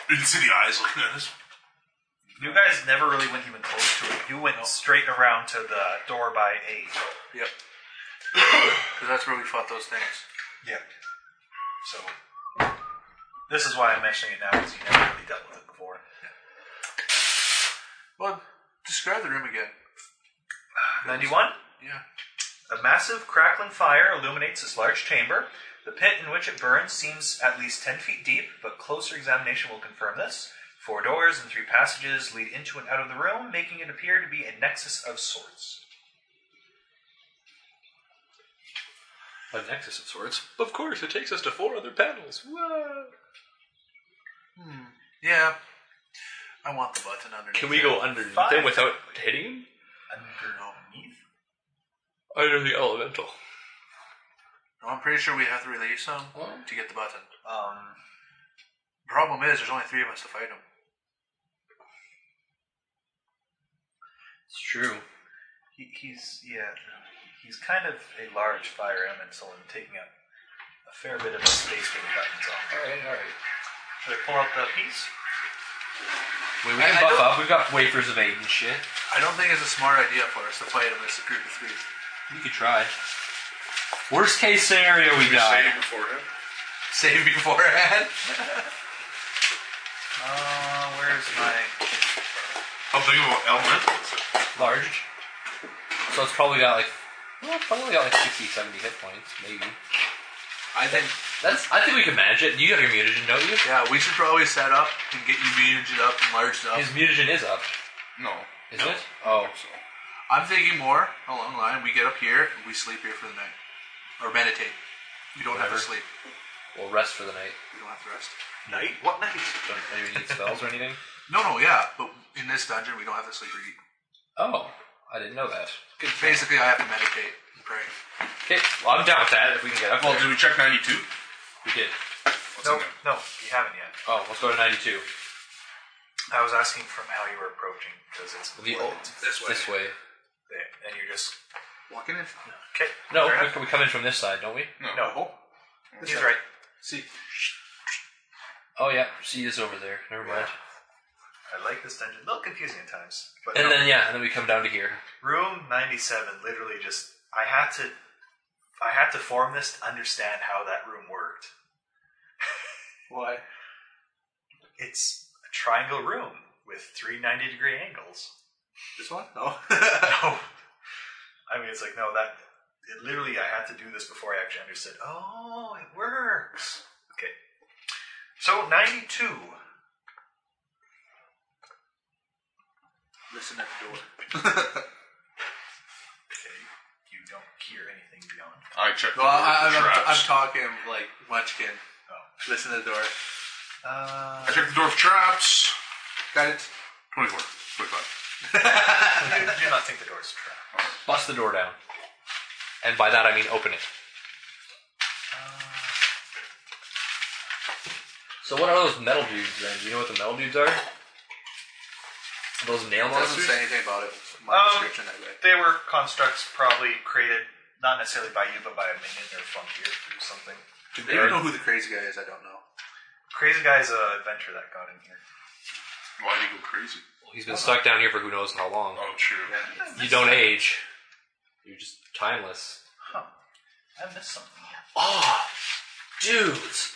Speaker 5: You can see the eyes looking at us.
Speaker 2: You guys never really went even close to it. You went straight around to the door by eight.
Speaker 4: Yep. 'Cause that's where we fought those things.
Speaker 2: Yep. So this is why I'm mentioning it now because you never really dealt with it before.
Speaker 4: Well, describe the room again.
Speaker 2: Ninety-one.
Speaker 4: Yeah.
Speaker 2: A massive crackling fire illuminates this large chamber. The pit in which it burns seems at least 10 feet deep, but closer examination will confirm this. Four doors and three passages lead into and out of the room, making it appear to be a nexus of sorts.
Speaker 3: A nexus of sorts. Of course, it takes us to four other panels. Whoa.
Speaker 4: Yeah. I want the button underneath.
Speaker 3: Can we go underneath
Speaker 2: Five.
Speaker 3: them without hitting him?
Speaker 2: Underneath?
Speaker 3: Under the elemental.
Speaker 4: No, I'm pretty sure we have to release them
Speaker 3: Oh.
Speaker 4: to get the button.
Speaker 2: Um,
Speaker 4: Problem is, there's only three of us to fight them.
Speaker 3: It's true.
Speaker 2: he, he's, yeah, he's kind of a large fire elemental and taking up a fair bit of space for the buttons on.
Speaker 3: Alright, alright.
Speaker 2: Should I pull out the piece?
Speaker 3: We, we
Speaker 4: I-
Speaker 3: can
Speaker 4: I
Speaker 3: buff
Speaker 4: don't-
Speaker 3: up. We've got wafers of aid and shit.
Speaker 4: I don't think it's a smart idea for us to fight them as a group of three.
Speaker 3: We could try. Worst case scenario, we
Speaker 5: We say
Speaker 3: die.
Speaker 5: it beforehand.
Speaker 4: Save beforehand.
Speaker 2: Uh, where's my.
Speaker 5: How big of an elemental is it?
Speaker 3: Large. So it's probably got like, well, it's probably got like 60, 70 hit points, maybe.
Speaker 4: I think.
Speaker 3: That's. I think we can manage it. You have your mutagen, don't you?
Speaker 4: Yeah, we should probably set up and get you mutated up and larged up.
Speaker 3: His mutagen is up,
Speaker 5: No.
Speaker 3: isn't it? Oh,
Speaker 5: So,
Speaker 4: I'm thinking more along the line. We get up here and we sleep here for the night, or meditate. We don't have
Speaker 3: Whatever.
Speaker 4: to sleep.
Speaker 3: we'll rest for the night.
Speaker 4: We don't have to rest.
Speaker 2: Night? What night?
Speaker 3: Don't anyone need spells or anything?
Speaker 4: No, no, yeah, but in this dungeon we don't have to sleep or eat.
Speaker 3: Oh, I didn't know that.
Speaker 6: Basically, I have to meditate and pray.
Speaker 3: Okay, well, I'm down with that if we can get up.
Speaker 5: Well,
Speaker 3: there.
Speaker 5: did we check 92?
Speaker 3: we did.
Speaker 5: What's
Speaker 2: No,
Speaker 5: in
Speaker 2: no,
Speaker 5: there?
Speaker 2: you haven't yet.
Speaker 3: Oh, let's go to 92.
Speaker 2: I was asking from how you were approaching because it's
Speaker 3: The old,
Speaker 6: This way.
Speaker 3: This way.
Speaker 2: there, and you're just
Speaker 6: Walking in.
Speaker 2: okay.
Speaker 3: No,
Speaker 2: fair
Speaker 3: we,
Speaker 2: enough.
Speaker 3: we come in from this side, don't we?
Speaker 2: no,
Speaker 6: This
Speaker 2: he's
Speaker 6: way.
Speaker 2: right.
Speaker 6: See,
Speaker 3: Oh yeah, she is over there. Never mind.
Speaker 2: I like this dungeon. A little confusing at times, but
Speaker 3: And
Speaker 2: no.
Speaker 3: then yeah, and then we come down to here.
Speaker 2: room 97 literally just i had to i had to form this to understand how that room worked
Speaker 4: Why?
Speaker 2: it's a triangle room with three 90 degree angles
Speaker 6: this one? No.
Speaker 2: no i mean it's like no that it literally i had to do this before i actually understood oh it works okay so 92
Speaker 6: Listen at the door.
Speaker 2: okay you don't hear anything beyond
Speaker 5: I checked
Speaker 6: Well, I,
Speaker 5: the,
Speaker 6: I'm,
Speaker 5: door for
Speaker 6: I'm, I'm
Speaker 5: traps.
Speaker 6: talking like Munchkin.
Speaker 2: Oh.
Speaker 6: Listen to the door.
Speaker 2: uh,
Speaker 5: I checked the door for traps.
Speaker 6: Got it.
Speaker 5: 24. 25.
Speaker 2: you do not think the door is a trap
Speaker 3: Bust the door down. And by that I mean open it. Uh. So what are those metal dudes then? Do you know what the metal dudes are? Those nail
Speaker 6: Doesn't
Speaker 3: monsters?
Speaker 6: say anything about it. My
Speaker 2: Um,
Speaker 6: description that way.
Speaker 2: They were constructs probably created not necessarily by you, but by a minion or funkier or something.
Speaker 6: Do you know who the crazy guy is? I don't know.
Speaker 2: Crazy guy's uh, adventure that got in here.
Speaker 5: Why did he go crazy?
Speaker 3: He's been stuck down here for who knows how long.
Speaker 5: Oh, true.
Speaker 3: You don't age. You're just timeless.
Speaker 2: Huh. I missed something.
Speaker 3: Ah, dudes.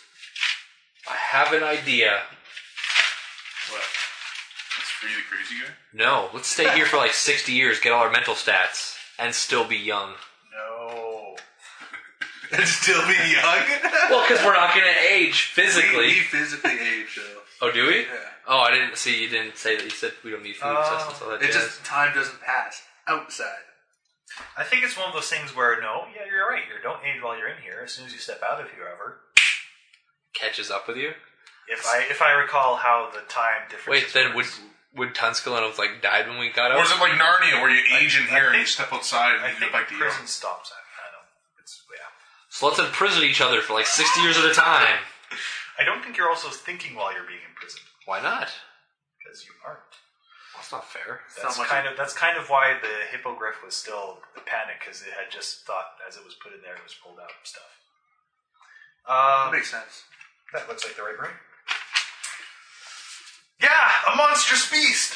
Speaker 3: I have an idea.
Speaker 5: What? That's for you, the crazy guy?
Speaker 3: No, let's stay here for like 60 years, get all our mental stats, and still be young.
Speaker 2: No.
Speaker 6: And still be young.
Speaker 3: Well, because we're not going to age
Speaker 6: we,
Speaker 3: physically.
Speaker 6: we physically age though.
Speaker 3: Oh, do we?
Speaker 6: Yeah.
Speaker 3: Oh, I didn't see. You didn't say that. You said we don't need food and
Speaker 2: Oh.
Speaker 3: sustenance.
Speaker 4: Uh,
Speaker 3: All that
Speaker 6: It
Speaker 3: jazz.
Speaker 6: just time doesn't pass outside.
Speaker 2: I think it's one of those things where no, yeah, you're right. You don't age while you're in here. As soon as you step out of here, however,
Speaker 3: catches up with you.
Speaker 2: if I if I recall how the time difference.
Speaker 3: Wait, then would would Tunskill and have like died when we got out?
Speaker 5: Or is it like Narnia where you age
Speaker 2: I
Speaker 5: in here and you
Speaker 2: think-
Speaker 5: step outside and
Speaker 2: I
Speaker 5: you
Speaker 2: think
Speaker 5: get back to
Speaker 2: the
Speaker 5: young?
Speaker 2: prison stops. I, I don't. It's yeah.
Speaker 3: so let's imprison each other for like sixty years at a time.
Speaker 2: I don't think you're also thinking while you're being imprisoned
Speaker 3: Why not?
Speaker 2: because you aren't.
Speaker 3: That's not fair.
Speaker 2: That's
Speaker 6: Someone-
Speaker 2: kind of that's kind of why the hippogriff was still the panic because it had just thought as it was put in there it was pulled out and stuff.
Speaker 6: That
Speaker 2: Um,
Speaker 6: makes sense.
Speaker 2: that looks like the right room. Yeah, a monstrous beast.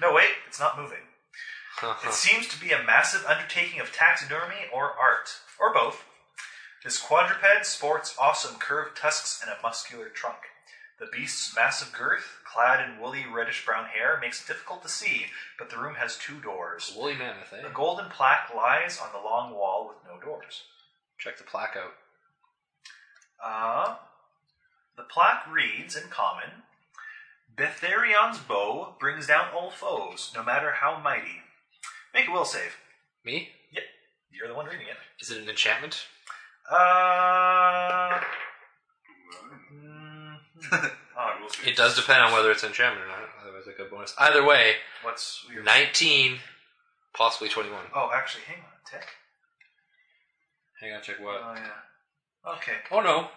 Speaker 2: No wait, it's not moving. It seems to be a massive undertaking of taxidermy or art or both. This quadruped sports awesome curved tusks and a muscular trunk. The beast's massive girth, clad in woolly reddish brown hair, makes it difficult to see, but the room has two doors.
Speaker 3: Woolly mammoth, eh?
Speaker 2: A golden plaque lies on the long wall with no doors.
Speaker 3: Check the plaque out.
Speaker 2: Uh, the plaque reads in common Betherion's bow brings down all foes, no matter how mighty. Make a will save.
Speaker 3: Me?
Speaker 2: Yep, you're the one reading it.
Speaker 3: Is it an enchantment?
Speaker 2: Uh. mm,
Speaker 5: I will say.
Speaker 3: It does depend on whether it's an enchantment or not. Otherwise, I go bonus. Either way,
Speaker 2: What's your
Speaker 3: nineteen, possibly twenty-one.
Speaker 2: Oh, actually, hang on, tech.
Speaker 3: Hang on, check what?
Speaker 2: Oh yeah. Okay,
Speaker 3: Oh no.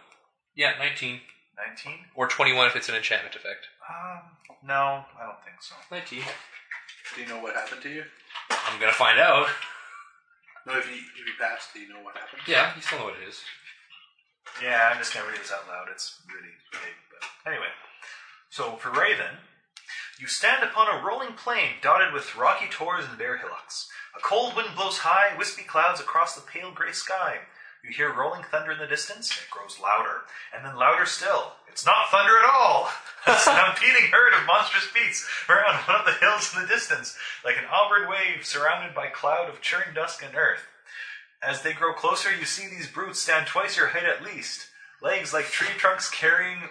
Speaker 3: Yeah, nineteen
Speaker 2: nineteen.
Speaker 3: or twenty-one if it's an enchantment effect.
Speaker 2: Um, no, I don't think so.
Speaker 3: Nineteen.
Speaker 6: Do you know what happened to you?
Speaker 3: I'm gonna find out.
Speaker 6: No, if you if you passed, do you know what happened?
Speaker 3: Yeah, you still know what it is.
Speaker 2: Yeah, I'm just gonna read this out loud. It's really big, but anyway. So for Raven, you stand upon a rolling plain dotted with rocky tors and bare hillocks. A cold wind blows high, wispy clouds across the pale gray sky. You hear rolling thunder in the distance. It grows louder, and then louder still. It's not thunder at all. A stampeding herd of monstrous beasts around one of the hills in the distance, like an auburn wave surrounded by cloud of churned dusk and earth. As they grow closer, you see these brutes stand twice your height at least. Legs like tree trunks carrying.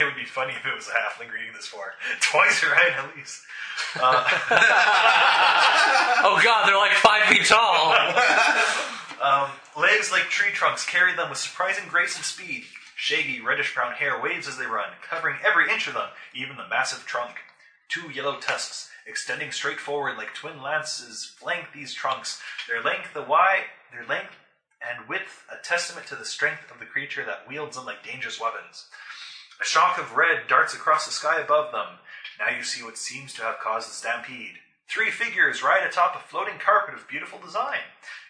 Speaker 2: It would be funny if it was a halfling reading this for. Twice your height at least. Uh,
Speaker 3: Oh god, they're like five feet tall.
Speaker 2: Legs like tree trunks carry them with surprising grace and speed. Shaggy, reddish brown hair waves as they run, covering every inch of them, even the massive trunk. Two yellow tusks, extending straight forward like twin lances, flank these trunks. Their length, the wide, their length and width, a testament to the strength of the creature that wields them like dangerous weapons. A shock of red darts across the sky above them. Now you see what seems to have caused the stampede. Three figures ride atop a floating carpet of beautiful design.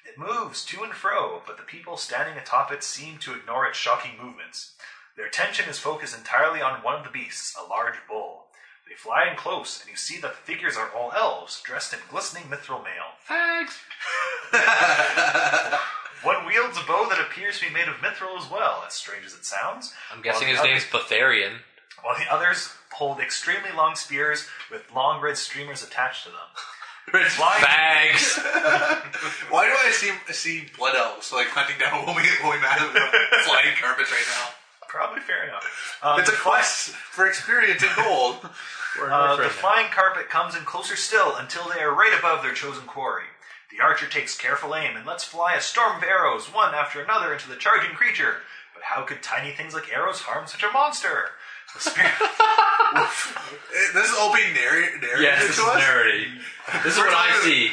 Speaker 2: It moves to and fro, but the people standing atop it seem to ignore its shocking movements. Their attention is focused entirely on one of the beasts, a large bull. They fly in close, and you see that the figures are all elves, dressed in glistening mithril mail.
Speaker 3: Thanks.
Speaker 2: One wields a bow that appears to be made of mithril as well, as strange as it sounds.
Speaker 3: I'm guessing
Speaker 2: while
Speaker 3: his
Speaker 2: the
Speaker 3: name's Botharian.
Speaker 2: while the others hold extremely long spears with long red streamers attached to them. Flying-
Speaker 3: Thanks.
Speaker 4: Why do I see see blood elves like hunting down Womi Womi Madam flying carpets right now?
Speaker 2: probably fair enough. Um,
Speaker 4: It's a
Speaker 2: the fly-
Speaker 4: quest for experience and gold.
Speaker 2: uh, the flying carpet comes in closer still until they are right above their chosen quarry. The archer takes careful aim and lets fly a storm of arrows, one after another, into the charging creature. But how could tiny things like arrows harm such a monster? The spear.
Speaker 4: Eh, this is all being narr- narrated
Speaker 3: Yes, this
Speaker 4: to
Speaker 3: is
Speaker 4: us.
Speaker 3: nerdy. This is what I see.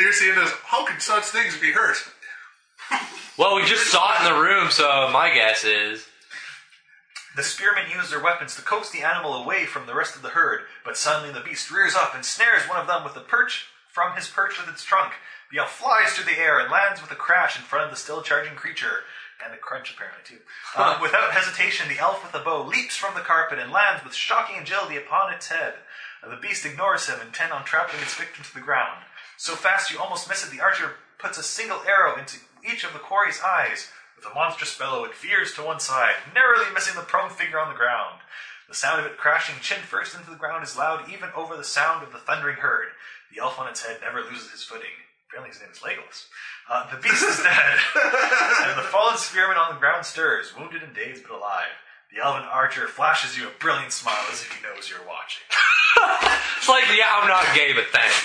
Speaker 5: You're seeing this. How can such things be hurt?
Speaker 3: Well, we just saw it in the room, so my guess is
Speaker 2: The spearmen use their weapons to coax the animal away from the rest of the herd, but suddenly the beast rears up and snares one of them with a perch from his perch with its trunk. The elf flies through the air and lands with a crash in front of the still charging creature. And a crunch, apparently, too. Um, without hesitation, the elf with the bow leaps from the carpet and lands with shocking agility upon its head. The beast ignores him, intent on trampling its victim to the ground. So fast you almost miss it, the archer puts a single arrow into each of the quarry's eyes. With a monstrous bellow, it veers to one side, narrowly missing the prone figure on the ground. The sound of it crashing chin first into the ground is loud even over the sound of the thundering herd. The elf on its head never loses his footing. Apparently his name is Legolas. Uh, the beast is dead, and the fallen spearman on the ground stirs, wounded and dazed but alive. The elven archer flashes you a brilliant smile as if he knows you're watching.
Speaker 3: it's like, yeah, I'm not gay, but thanks.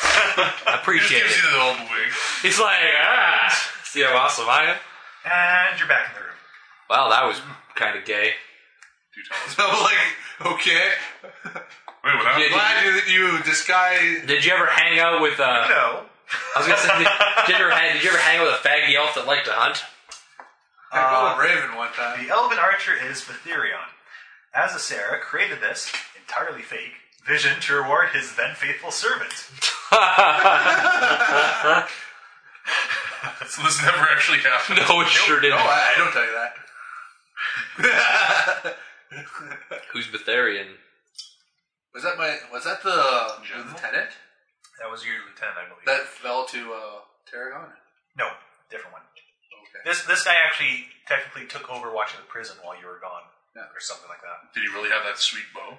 Speaker 3: I appreciate
Speaker 5: Gives
Speaker 3: it.
Speaker 5: you the old wig.
Speaker 3: He's like, ah, see how awesome I am.
Speaker 2: And you're back in the room.
Speaker 3: Wow, that was kind of gay.
Speaker 5: Do tell us.
Speaker 4: I was like, okay,
Speaker 5: Wait, what happened?
Speaker 3: Yeah,
Speaker 4: glad you, you disguise.
Speaker 3: Did you ever hang out with? Uh,
Speaker 2: No.
Speaker 3: I was gonna say, did, did you ever, hang- did you ever hang out with a faggy elf that liked to hunt?
Speaker 4: I called him Raven one time.
Speaker 2: The elven archer is Betherion. As a Sarah created this, entirely fake, vision to reward his then faithful servant.
Speaker 5: So this never actually happened.
Speaker 3: No, it sure didn't.
Speaker 4: No, I, I don't tell you that.
Speaker 3: Who's Betharian?
Speaker 4: Was that my? Was that the lieutenant
Speaker 2: That was your lieutenant, I believe.
Speaker 4: that fell to uh, Tarragon?
Speaker 2: no, different one.
Speaker 4: Okay.
Speaker 2: This this guy actually technically took over watching the prison while you were gone,
Speaker 4: Yeah.
Speaker 2: or something like that.
Speaker 5: Did he really have that sweet bow?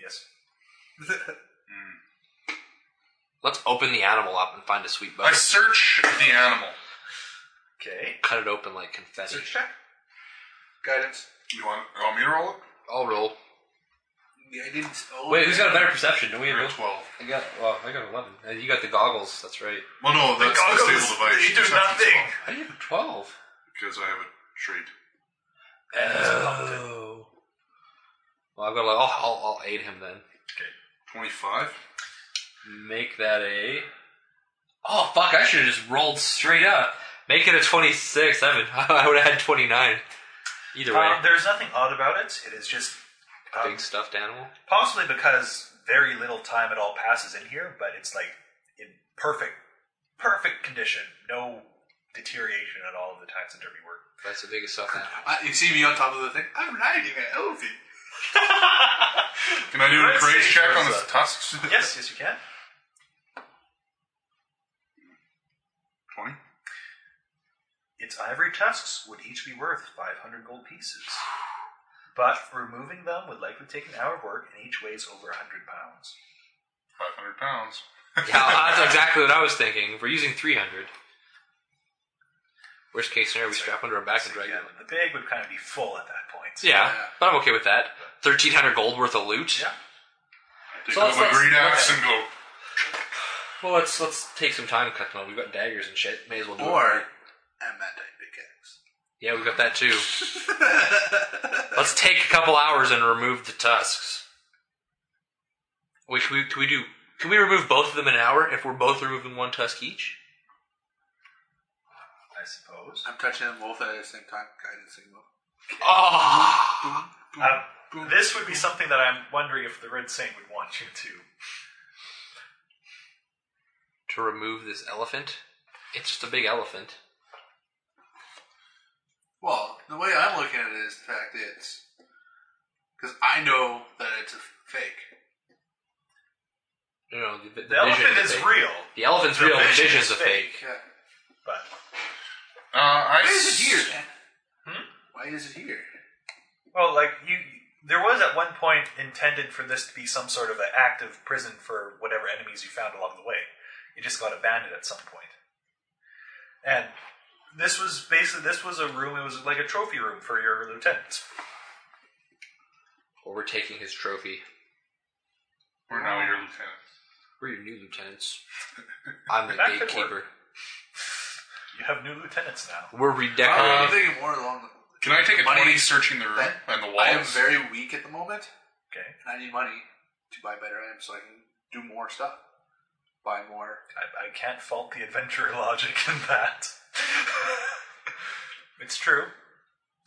Speaker 2: Yes.
Speaker 3: Let's open the animal up and find a sweet bug.
Speaker 5: I search the animal.
Speaker 2: Okay.
Speaker 3: Cut it open like confetti.
Speaker 4: check. Guidance.
Speaker 5: You want, you want me to roll it?
Speaker 3: I'll roll.
Speaker 4: Yeah, I didn't. Oh,
Speaker 3: Wait, who's got a better perception? Do we
Speaker 5: I
Speaker 3: have?
Speaker 5: got 12.
Speaker 3: I got. Well, I got eleven. Uh, You got the goggles. That's right.
Speaker 5: Well, no, that's the stable device.
Speaker 2: They do
Speaker 5: Perception's
Speaker 2: nothing.
Speaker 5: 12.
Speaker 3: How do you have twelve?
Speaker 5: Because I have a trait.
Speaker 3: Oh. Well, I've got. I'll, I'll, I'll aid him then.
Speaker 5: 25?
Speaker 3: Make that a. Oh fuck! I should have just rolled straight up. Make it a twenty-six. I, haven't- I would have had twenty-nine. Either way,
Speaker 2: Um, there's nothing odd about it. It is just um,
Speaker 3: big stuffed animal.
Speaker 2: possibly because very little time at all passes in here, but it's like in perfect, perfect condition, no deterioration at all of the tax and derby work.
Speaker 3: That's the biggest stuffed animal.
Speaker 4: I, you see me on top of the thing. I'm riding an elephant.
Speaker 5: Can I do a
Speaker 2: Let's
Speaker 5: grace
Speaker 2: see.
Speaker 5: check on its tusks?
Speaker 2: Yes, yes, you can.
Speaker 5: 20?
Speaker 2: Its ivory tusks would each be worth 500 gold pieces, but removing them would likely take an hour of work, and each weighs over 100 pounds.
Speaker 5: 500 pounds.
Speaker 3: Yeah, that's exactly what I was thinking. If we're using 300, worst case scenario, we strap under our back and drag
Speaker 2: Yeah,
Speaker 3: them.
Speaker 2: but the bag would kind of be full at that point.
Speaker 3: Yeah, but I'm okay with that. 1,300 gold worth of loot.
Speaker 2: Yeah.
Speaker 5: Take
Speaker 3: So
Speaker 5: out
Speaker 3: let's-
Speaker 5: my
Speaker 3: let's-
Speaker 5: great
Speaker 3: let's-
Speaker 5: axe and go.
Speaker 3: Well, let's let's take some time to cut them. up. We've got daggers and shit. May as well do it
Speaker 4: Or
Speaker 3: right.
Speaker 4: I'm at that pickaxe.
Speaker 3: Yeah, we've got that too. let's take a couple hours and remove the tusks. Wait, can we, can we do? Can we remove both of them in an hour if we're both removing one tusk each?
Speaker 2: I suppose.
Speaker 4: I'm touching them both at the same time. Guidance signal.
Speaker 3: Oh,
Speaker 2: Uh, this would be something that I'm wondering if the Red Saint would want you to.
Speaker 3: to remove this elephant. It's just a big elephant.
Speaker 4: Well, the way I'm looking at it is the fact it's because I know that it's a fake.
Speaker 3: You know, the, the,
Speaker 2: The elephant
Speaker 3: vision
Speaker 2: is
Speaker 3: a fake.
Speaker 2: real,
Speaker 3: The elephant's
Speaker 2: the
Speaker 3: real. The
Speaker 2: vision
Speaker 3: vision's
Speaker 2: is
Speaker 3: a fake.
Speaker 2: fake.
Speaker 4: Yeah.
Speaker 2: but
Speaker 5: Uh, I
Speaker 4: Why is it
Speaker 5: s-
Speaker 4: here?
Speaker 2: Hmm?
Speaker 4: Why is it here?
Speaker 2: well, like you, there was at one point intended for this to be some sort of an active prison for whatever enemies you found along the way. It just got abandoned at some point. And this was basically this was a room. It was like a trophy room for your lieutenants.
Speaker 3: Or we're taking his trophy.
Speaker 5: We're now your lieutenant.
Speaker 3: We're your new lieutenants. I'm the
Speaker 2: That could
Speaker 3: gatekeeper.
Speaker 2: You have new lieutenants now.
Speaker 3: We're
Speaker 5: uh,
Speaker 4: I'm
Speaker 2: Uh,
Speaker 3: redecorating.
Speaker 4: thinking more along the.
Speaker 5: Can I take a
Speaker 4: Money.
Speaker 5: twenty searching the room
Speaker 4: That-
Speaker 5: and the walls?
Speaker 4: I am very weak at the moment,
Speaker 2: Okay,
Speaker 4: and I need money to buy better items so I can do more stuff, buy more.
Speaker 2: I, I can't fault the adventurer logic in that. it's true.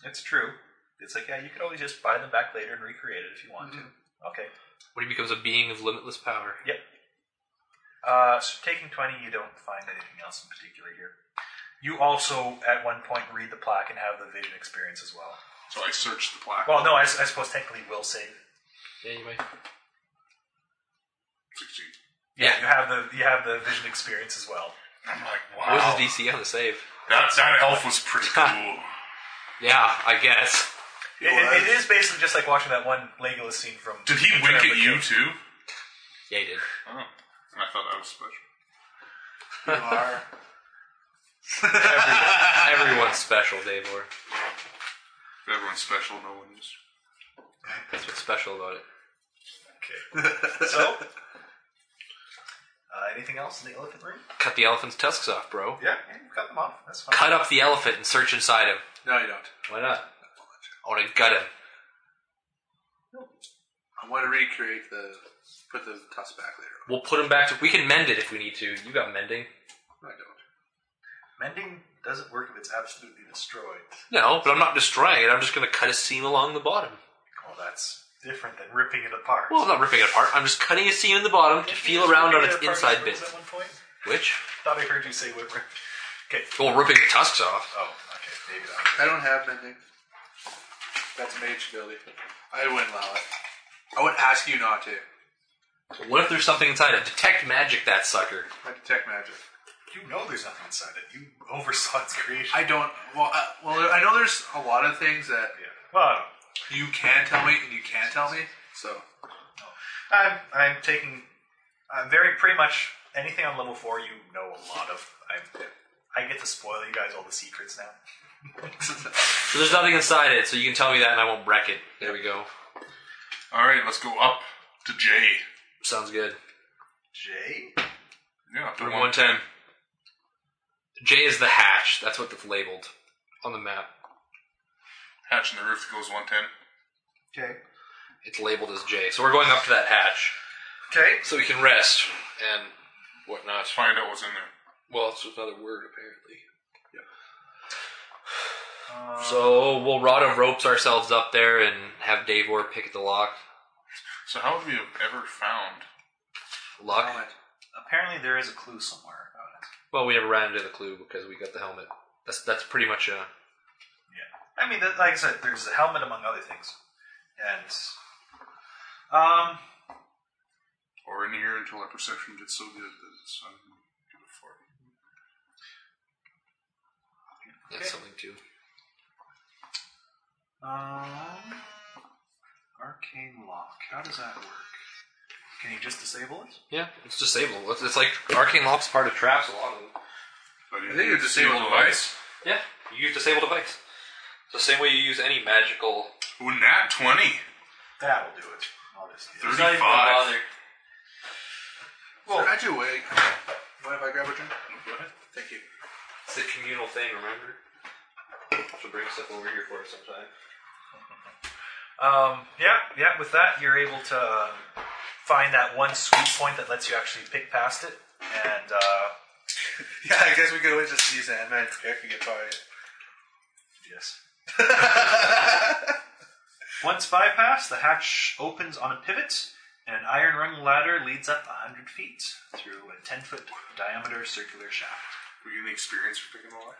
Speaker 2: It's true. It's like yeah, you could always just buy them back later and recreate it if you want to. Okay.
Speaker 3: when he becomes a being of limitless power.
Speaker 2: Yep. Uh, so taking 20, you don't find anything else in particular here. You also, at one point, read the plaque and have the vision experience as well.
Speaker 5: So I searched the plaque.
Speaker 2: Well, no, I, s- I suppose technically will save.
Speaker 3: Yeah, you might.
Speaker 5: Sixteen.
Speaker 3: Yeah.
Speaker 2: You have the you have the vision experience as well.
Speaker 5: I'm like,
Speaker 3: What was
Speaker 5: wow.
Speaker 3: his DC on the save?
Speaker 5: That that elf was pretty cool.
Speaker 3: Yeah, I guess.
Speaker 2: It, it- it is basically just like watching that one Legolas scene from.
Speaker 5: Did he
Speaker 2: from
Speaker 5: wink
Speaker 2: Return of the
Speaker 5: at you
Speaker 2: King.
Speaker 5: too?
Speaker 3: Yeah, he did.
Speaker 5: Oh, I thought that was special.
Speaker 4: You are
Speaker 3: Everyone's special, Davor.
Speaker 5: If everyone's special, no one is.
Speaker 3: That's what's special about it.
Speaker 2: Okay. So, uh, anything else in the elephant room?
Speaker 3: Cut the elephant's tusks off, bro.
Speaker 2: Yeah, you cut them off. That's fine.
Speaker 3: Cut up the elephant and search inside him.
Speaker 4: no, you don't.
Speaker 3: Why not? I want to gut him.
Speaker 4: I want to recreate the put the tusk back later. on.
Speaker 3: We'll put him back to. We can mend it if we need to. You got mending.
Speaker 4: No, I don't.
Speaker 2: Mending doesn't work if it's absolutely destroyed.
Speaker 3: No, but I'm not destroying it. I'm just going to cut a seam along the bottom.
Speaker 2: Well, that's different than ripping it apart.
Speaker 3: Well, I'm not ripping it apart. I'm just cutting a seam in the bottom to
Speaker 2: Didn't
Speaker 3: feel
Speaker 2: you just
Speaker 3: around
Speaker 2: repeat
Speaker 3: on
Speaker 2: it
Speaker 3: its
Speaker 2: at Parker's
Speaker 3: inside
Speaker 2: rooms
Speaker 3: bits.
Speaker 2: At one point?
Speaker 3: Which?
Speaker 2: Thought I heard you say whipper. Okay.
Speaker 3: Well, ripping the tusks off.
Speaker 2: Oh, okay. Maybe that.
Speaker 4: I don't have mending. That's mage ability. I wouldn't allow it. I would ask you not to.
Speaker 3: What if there's something inside it? Detect magic, that sucker.
Speaker 4: I detect magic.
Speaker 2: You know there's nothing inside it. You oversaw its creation.
Speaker 4: I don't. Well, I, well, I know there's a lot of things that
Speaker 2: yeah. Well, I don't know.
Speaker 4: you can tell me and you can't tell me. So
Speaker 2: I'm I'm taking uh, very pretty much anything on level four. You know a lot of. I'm, I get to spoil you guys all the secrets now.
Speaker 3: So there's nothing inside it, so you can tell me that and I won't wreck it. There we go.
Speaker 5: All right, let's go up to J.
Speaker 3: Sounds good.
Speaker 2: Jay,
Speaker 5: Yeah, up to
Speaker 3: Room
Speaker 5: one.
Speaker 3: 110. J is the hatch. That's what it's labeled on the map.
Speaker 5: Hatch in the roof that goes one ten.
Speaker 2: Jay.
Speaker 3: It's labeled as J. So we're going up to that hatch
Speaker 2: Okay.
Speaker 3: so we can rest and whatnot.
Speaker 5: Let's find out what's in there.
Speaker 3: Well, it's just another word, apparently.
Speaker 2: Uh,
Speaker 3: So we'll Rada ropes ourselves up there and have Davor pick at the lock.
Speaker 5: So how would we have ever found?
Speaker 3: Lock?
Speaker 2: apparently there is a clue somewhere about it.
Speaker 3: Well, we never ran into the clue because we got the helmet. That's that's pretty much uh, a.
Speaker 2: Yeah. I mean, that, like I said, there's a helmet among other things, and um,
Speaker 5: Or in here until our perception gets so good that it's unbeautiful.
Speaker 3: That's something too.
Speaker 2: um, arcane lock. How does that work? Can you just disable it?
Speaker 3: Yeah, it's disabled. It's, it's like arcane lock's part of traps a lot of them.
Speaker 5: I
Speaker 4: think it's disabled device.
Speaker 3: Yeah, you use disable device. It's the same way you use any magical.
Speaker 5: Ooh, nat twenty.
Speaker 2: That will do it. I'll just
Speaker 5: There's not even a bother.
Speaker 4: Well, actually, wait. What if I grab a drink? Thank you.
Speaker 3: It's a communal thing, remember? So bring stuff over here for us sometime.
Speaker 2: Um, yeah, yeah. With that, you're able to uh, find that one sweet point that lets you actually pick past it, and uh,
Speaker 6: Yeah, I guess we could always just use that man's character to get fired.
Speaker 2: yes. Once bypassed, the hatch opens on a pivot, and an iron rung ladder leads up 100 feet through a 10 foot diameter circular shaft.
Speaker 5: We get any experience for picking the lock?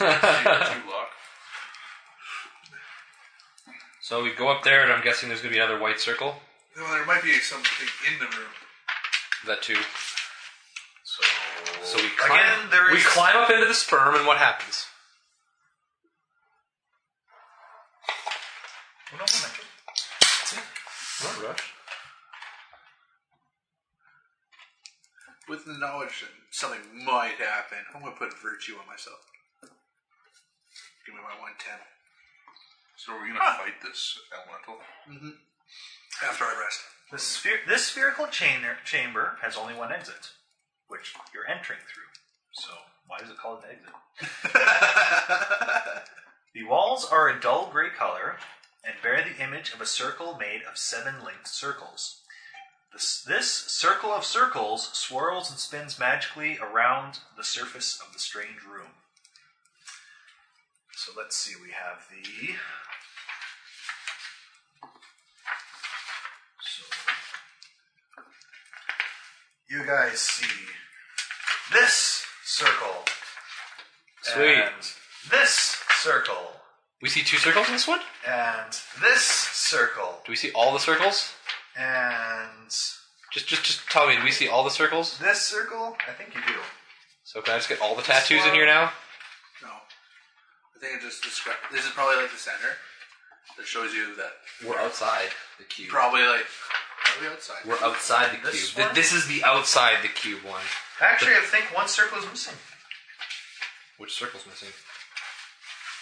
Speaker 2: No.
Speaker 5: Two luck.
Speaker 3: So we go up there, and I'm guessing there's going to be another white circle.
Speaker 5: Well, there might be something in the room.
Speaker 3: That too.
Speaker 2: So,
Speaker 3: So we climb,
Speaker 2: Again, there
Speaker 3: we
Speaker 2: is-
Speaker 3: climb up into the sperm, and what happens?
Speaker 2: no momentum.
Speaker 3: Not rush.
Speaker 4: With the knowledge that something might happen, I'm going to put virtue on myself. Give me my 110
Speaker 5: So are we gonna fight this elemental?
Speaker 4: after I rest.
Speaker 2: The sphere, this spherical chamber, chamber has only one exit, which you're entering through. So, why is it called an exit? the walls are a dull gray color and bear the image of a circle made of seven linked circles. This, this circle of circles swirls and spins magically around the surface of the strange room. So let's see, we have the. So you guys see this circle.
Speaker 3: Sweet.
Speaker 2: And this circle.
Speaker 3: We see two circles in this one?
Speaker 2: And this circle.
Speaker 3: Do we see all the circles?
Speaker 2: And
Speaker 3: Just, just, just tell me. Do we see all the circles?
Speaker 2: this circle? I think you do.
Speaker 3: So can I just get all the tattoos in here now?
Speaker 4: No. I think it just describes. This is probably like the center that shows you that.
Speaker 3: We're outside the cube.
Speaker 4: Probably like. Probably outside.
Speaker 3: We're outside the
Speaker 2: This
Speaker 3: cube. Th-
Speaker 2: one?
Speaker 3: This is the outside the cube one.
Speaker 2: Actually, I think one circle is missing.
Speaker 3: Which circle's missing?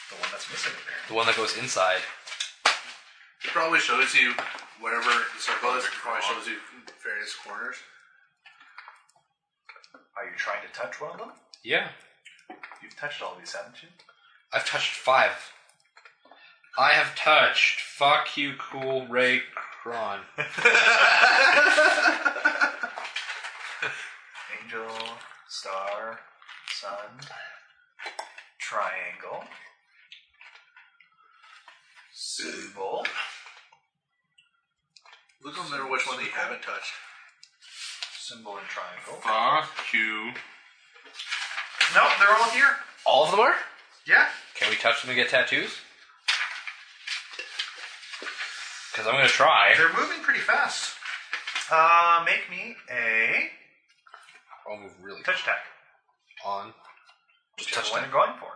Speaker 2: The one that's missing, apparently.
Speaker 3: The one that goes inside.
Speaker 4: It probably shows you whatever the circle is. It probably shows you various corners.
Speaker 2: Are you trying to touch one of them?
Speaker 3: Yeah.
Speaker 2: You've touched all these, haven't you?
Speaker 3: I've touched five. I have touched. Fuck you, cool Ray Kron.
Speaker 2: Angel, star, sun, triangle, symbol.
Speaker 4: Look and remember which one that you haven't touched.
Speaker 2: Symbol and triangle.
Speaker 5: Fuck you.
Speaker 2: No, they're all here.
Speaker 3: All of them are?
Speaker 2: Yeah.
Speaker 3: Can we touch them and get tattoos? Because I'm going to try.
Speaker 2: They're moving pretty fast. Uh, make me a
Speaker 3: I'll move really
Speaker 2: touch attack.
Speaker 3: on. Just
Speaker 2: Whichever
Speaker 3: touch
Speaker 2: one
Speaker 3: them.
Speaker 2: you're going for.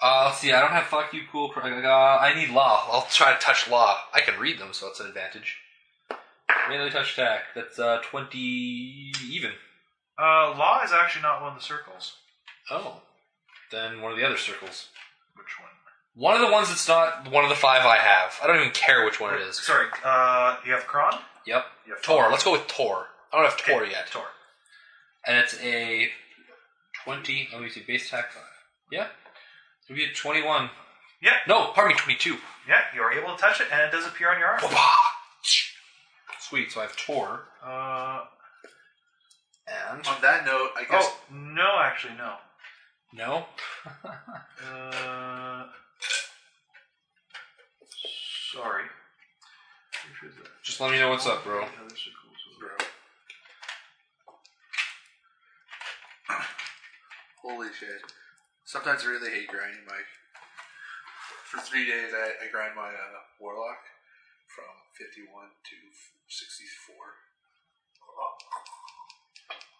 Speaker 3: Uh, let's see. I don't have fuck you, cool. Cr- Uh, I need law. I'll try to touch law. I can read them, so that's an advantage. Melee touch attack. That's uh, 20 even.
Speaker 2: Uh, law is actually not one of the circles.
Speaker 3: Oh. Then one of the other circles.
Speaker 2: Which one?
Speaker 3: One of the ones that's not one of the five I have. I don't even care which one it is.
Speaker 2: Sorry, uh, you have Kron?
Speaker 3: Yep.
Speaker 2: You have
Speaker 3: Tor. Let's go with Tor. I don't have Tor
Speaker 2: Okay,
Speaker 3: yet.
Speaker 2: Tor.
Speaker 3: And it's a 20. Let me see. Base attack 5. Yeah. It'll be a 21.
Speaker 2: Yeah,
Speaker 3: No, pardon me, 22.
Speaker 2: yeah, you're able to touch it and it does appear on your arm.
Speaker 3: Sweet. So I have Tor.
Speaker 2: Uh,
Speaker 3: And.
Speaker 4: On that note, I guess
Speaker 2: oh, no, actually, no.
Speaker 3: No?
Speaker 2: Uh, sorry.
Speaker 3: Just let me know what's up, bro.
Speaker 4: Holy shit. Sometimes I really hate grinding, Mike. For three days, I, I grind my uh, Warlock from 51 to 64.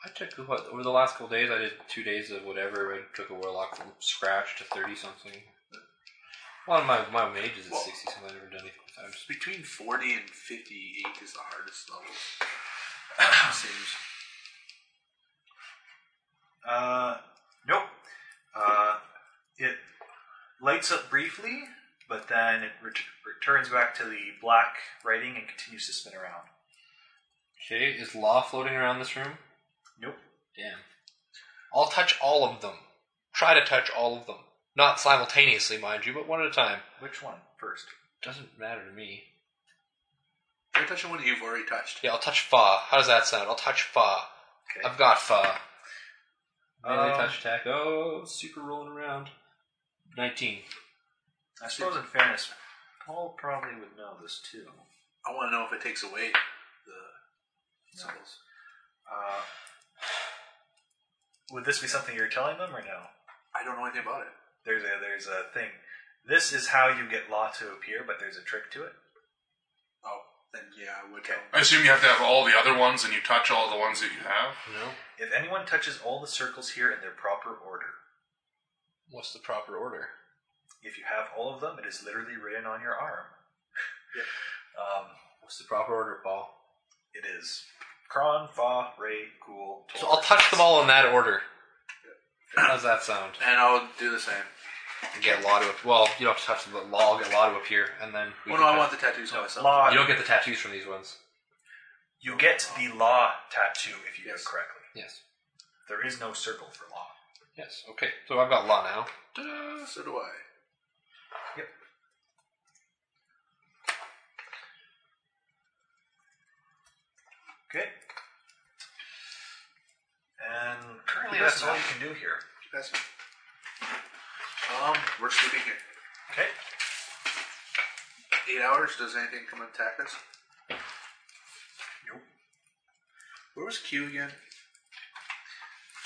Speaker 3: I took what over the last couple days. I did two days of whatever. I took a warlock from scratch to thirty something. Well, my my mage is at
Speaker 4: Well-
Speaker 3: sixty something. I've never done anything. I'm just,
Speaker 4: Between 40 and 58 is the hardest level. Seems.
Speaker 2: Uh, nope. Uh, it lights up briefly, but then it ret- returns back to the black writing and continues to spin around.
Speaker 3: okay, is law floating around this room?
Speaker 2: Nope.
Speaker 3: Damn. I'll touch all of them. Try to touch all of them, not simultaneously, mind you, but one at a time.
Speaker 2: Which one first?
Speaker 3: Doesn't matter to me.
Speaker 4: Can I touch the one you've already touched?
Speaker 3: Yeah, I'll touch Fa. How does that sound? I'll touch Fa.
Speaker 2: Okay.
Speaker 3: I've got Fa. Melee
Speaker 2: Um,
Speaker 3: touch attack. Oh, super rolling around. 19.
Speaker 2: I suppose, in fairness, Paul probably would know this too.
Speaker 4: I want to know if it takes away the symbols.
Speaker 2: Uh, would this be something you're telling them or no?
Speaker 4: I don't know anything about it.
Speaker 2: There's a there's a thing. This is how you get Law to appear, but there's a trick to it.
Speaker 4: Oh, then yeah, I would tell.
Speaker 5: I assume you have to have all the other ones and you touch all the ones that you have.
Speaker 3: No?
Speaker 2: If anyone touches all the circles here in their proper order,
Speaker 3: What's the proper order?
Speaker 2: if you have all of them, it is literally written on your arm. Um,
Speaker 3: What's the proper order, Paul?
Speaker 2: it is Kron, Fa, Ray, Ghoul,
Speaker 3: So I'll touch them all in that order. How does that sound?
Speaker 4: And I'll do the same.
Speaker 3: And get Law to ap- well, you don't have to touch them, but Law will get Law to appear, and then we can
Speaker 4: Well, no,
Speaker 3: touch-
Speaker 4: I want the tattoos on myself.
Speaker 2: Law.
Speaker 3: You don't get the tattoos from these ones.
Speaker 2: You get the Law tattoo if you do
Speaker 4: Yes.
Speaker 2: it correctly.
Speaker 3: Yes.
Speaker 2: There is no circle for Law.
Speaker 3: Yes. Okay. So I've got Law now.
Speaker 4: Ta-da, so do I.
Speaker 2: Okay. And currently,
Speaker 4: Good
Speaker 2: that's
Speaker 4: person.
Speaker 2: all you can do here.
Speaker 4: That's it. Um, we're sleeping here.
Speaker 2: Okay.
Speaker 4: Eight hours. Does anything come and attack us?
Speaker 2: Nope.
Speaker 4: Where was Q again?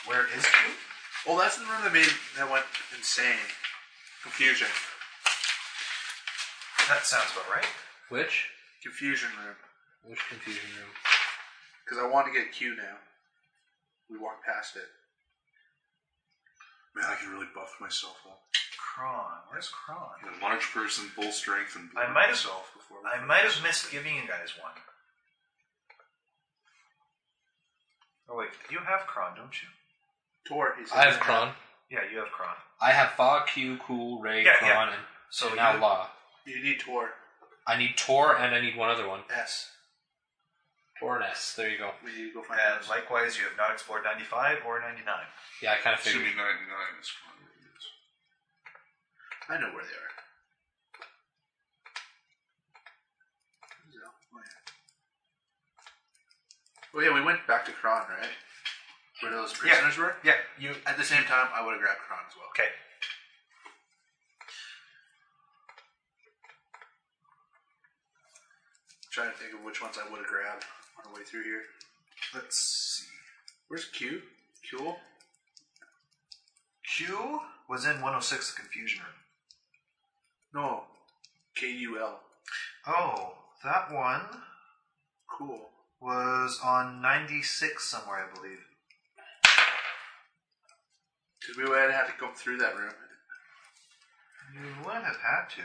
Speaker 2: Where is Q?
Speaker 4: Oh, that's the room that made that went insane. Confusion.
Speaker 2: That sounds about right.
Speaker 3: Which?
Speaker 4: Confusion room.
Speaker 3: Which confusion room?
Speaker 4: Because I want to get Q now. We walked past it.
Speaker 6: Man, I can really buff myself up.
Speaker 2: Kron. Where's Kron?
Speaker 5: A large person, full strength, and
Speaker 2: I might have.
Speaker 6: Myself before. we-
Speaker 2: I might have missed giving you guys one. Oh wait, you have Kron, don't you?
Speaker 4: Tor, he's
Speaker 3: I have Kron.
Speaker 2: Yeah, you have Kron.
Speaker 3: I have Fa, Q, Cool, Ray,
Speaker 2: Yeah,
Speaker 3: Kron,
Speaker 2: yeah.
Speaker 3: and
Speaker 2: So
Speaker 3: and now
Speaker 2: you-
Speaker 3: Law.
Speaker 4: You need Tor.
Speaker 3: I need Tor and I need one other one.
Speaker 4: S.
Speaker 3: Tor and S. There you go.
Speaker 4: We need to go find
Speaker 2: And
Speaker 4: S.
Speaker 2: likewise, you have not explored 95 or 99.
Speaker 3: Yeah, I kind of figured.
Speaker 5: Assuming 99 is fine.
Speaker 4: I know where they are. Oh yeah. Oh yeah, we went back to Kron, right? Where those prisoners were.
Speaker 2: Yeah, you.
Speaker 4: At the same time, I would have grabbed Kron as well.
Speaker 2: Okay.
Speaker 4: trying to think of which ones I would have grabbed on the way through here.
Speaker 2: Let's see.
Speaker 4: Where's Q? Cool.
Speaker 2: Q was in 106, the confusion room.
Speaker 4: No. K U L.
Speaker 2: Oh, that one
Speaker 4: Cool.
Speaker 2: was on 96 somewhere, I believe.
Speaker 4: Because we would have had to go through that room.
Speaker 2: You would have had to.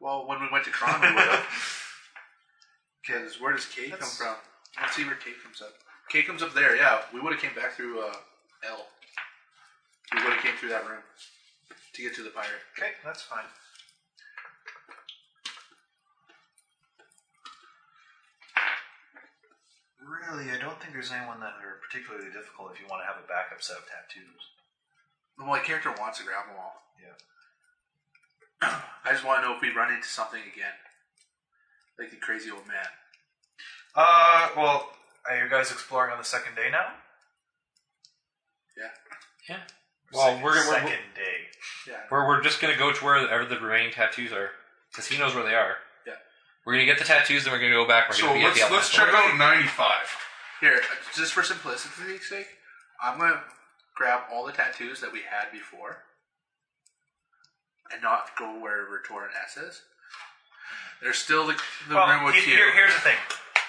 Speaker 4: Well, when we went to Kron, we would have. Because where does K
Speaker 2: That's-
Speaker 4: come from? I don't see where K comes up. K comes up there, yeah. We would have came back through uh, L. We would have came through that room to get to the pirate.
Speaker 2: Okay, that's fine. Really, I don't think there's anyone that are particularly difficult if you want to have a backup set of tattoos.
Speaker 4: Well, my character wants to grab them all.
Speaker 2: Yeah.
Speaker 4: I just want to know if we run into something again. Like the crazy old man.
Speaker 2: Uh, well, are you guys exploring on the second day now?
Speaker 4: Yeah.
Speaker 3: Yeah. Well,
Speaker 2: Second-
Speaker 3: we're, gonna- we're,
Speaker 2: 2nd day.
Speaker 4: Yeah.
Speaker 3: we're we're just gonna go to wherever the remaining tattoos are, because he knows where they are.
Speaker 4: Yeah.
Speaker 3: We're gonna get the tattoos, then we're gonna go back. We're
Speaker 5: So
Speaker 3: gonna
Speaker 5: let's,
Speaker 3: get the
Speaker 5: let's
Speaker 3: elemental.
Speaker 5: check out 95.
Speaker 4: Here, just for simplicity's sake, I'm gonna grab all the tattoos that we had before, and not go wherever Tor and S is. There's still the, the room with
Speaker 2: he-
Speaker 4: Q.
Speaker 2: here- here's the thing.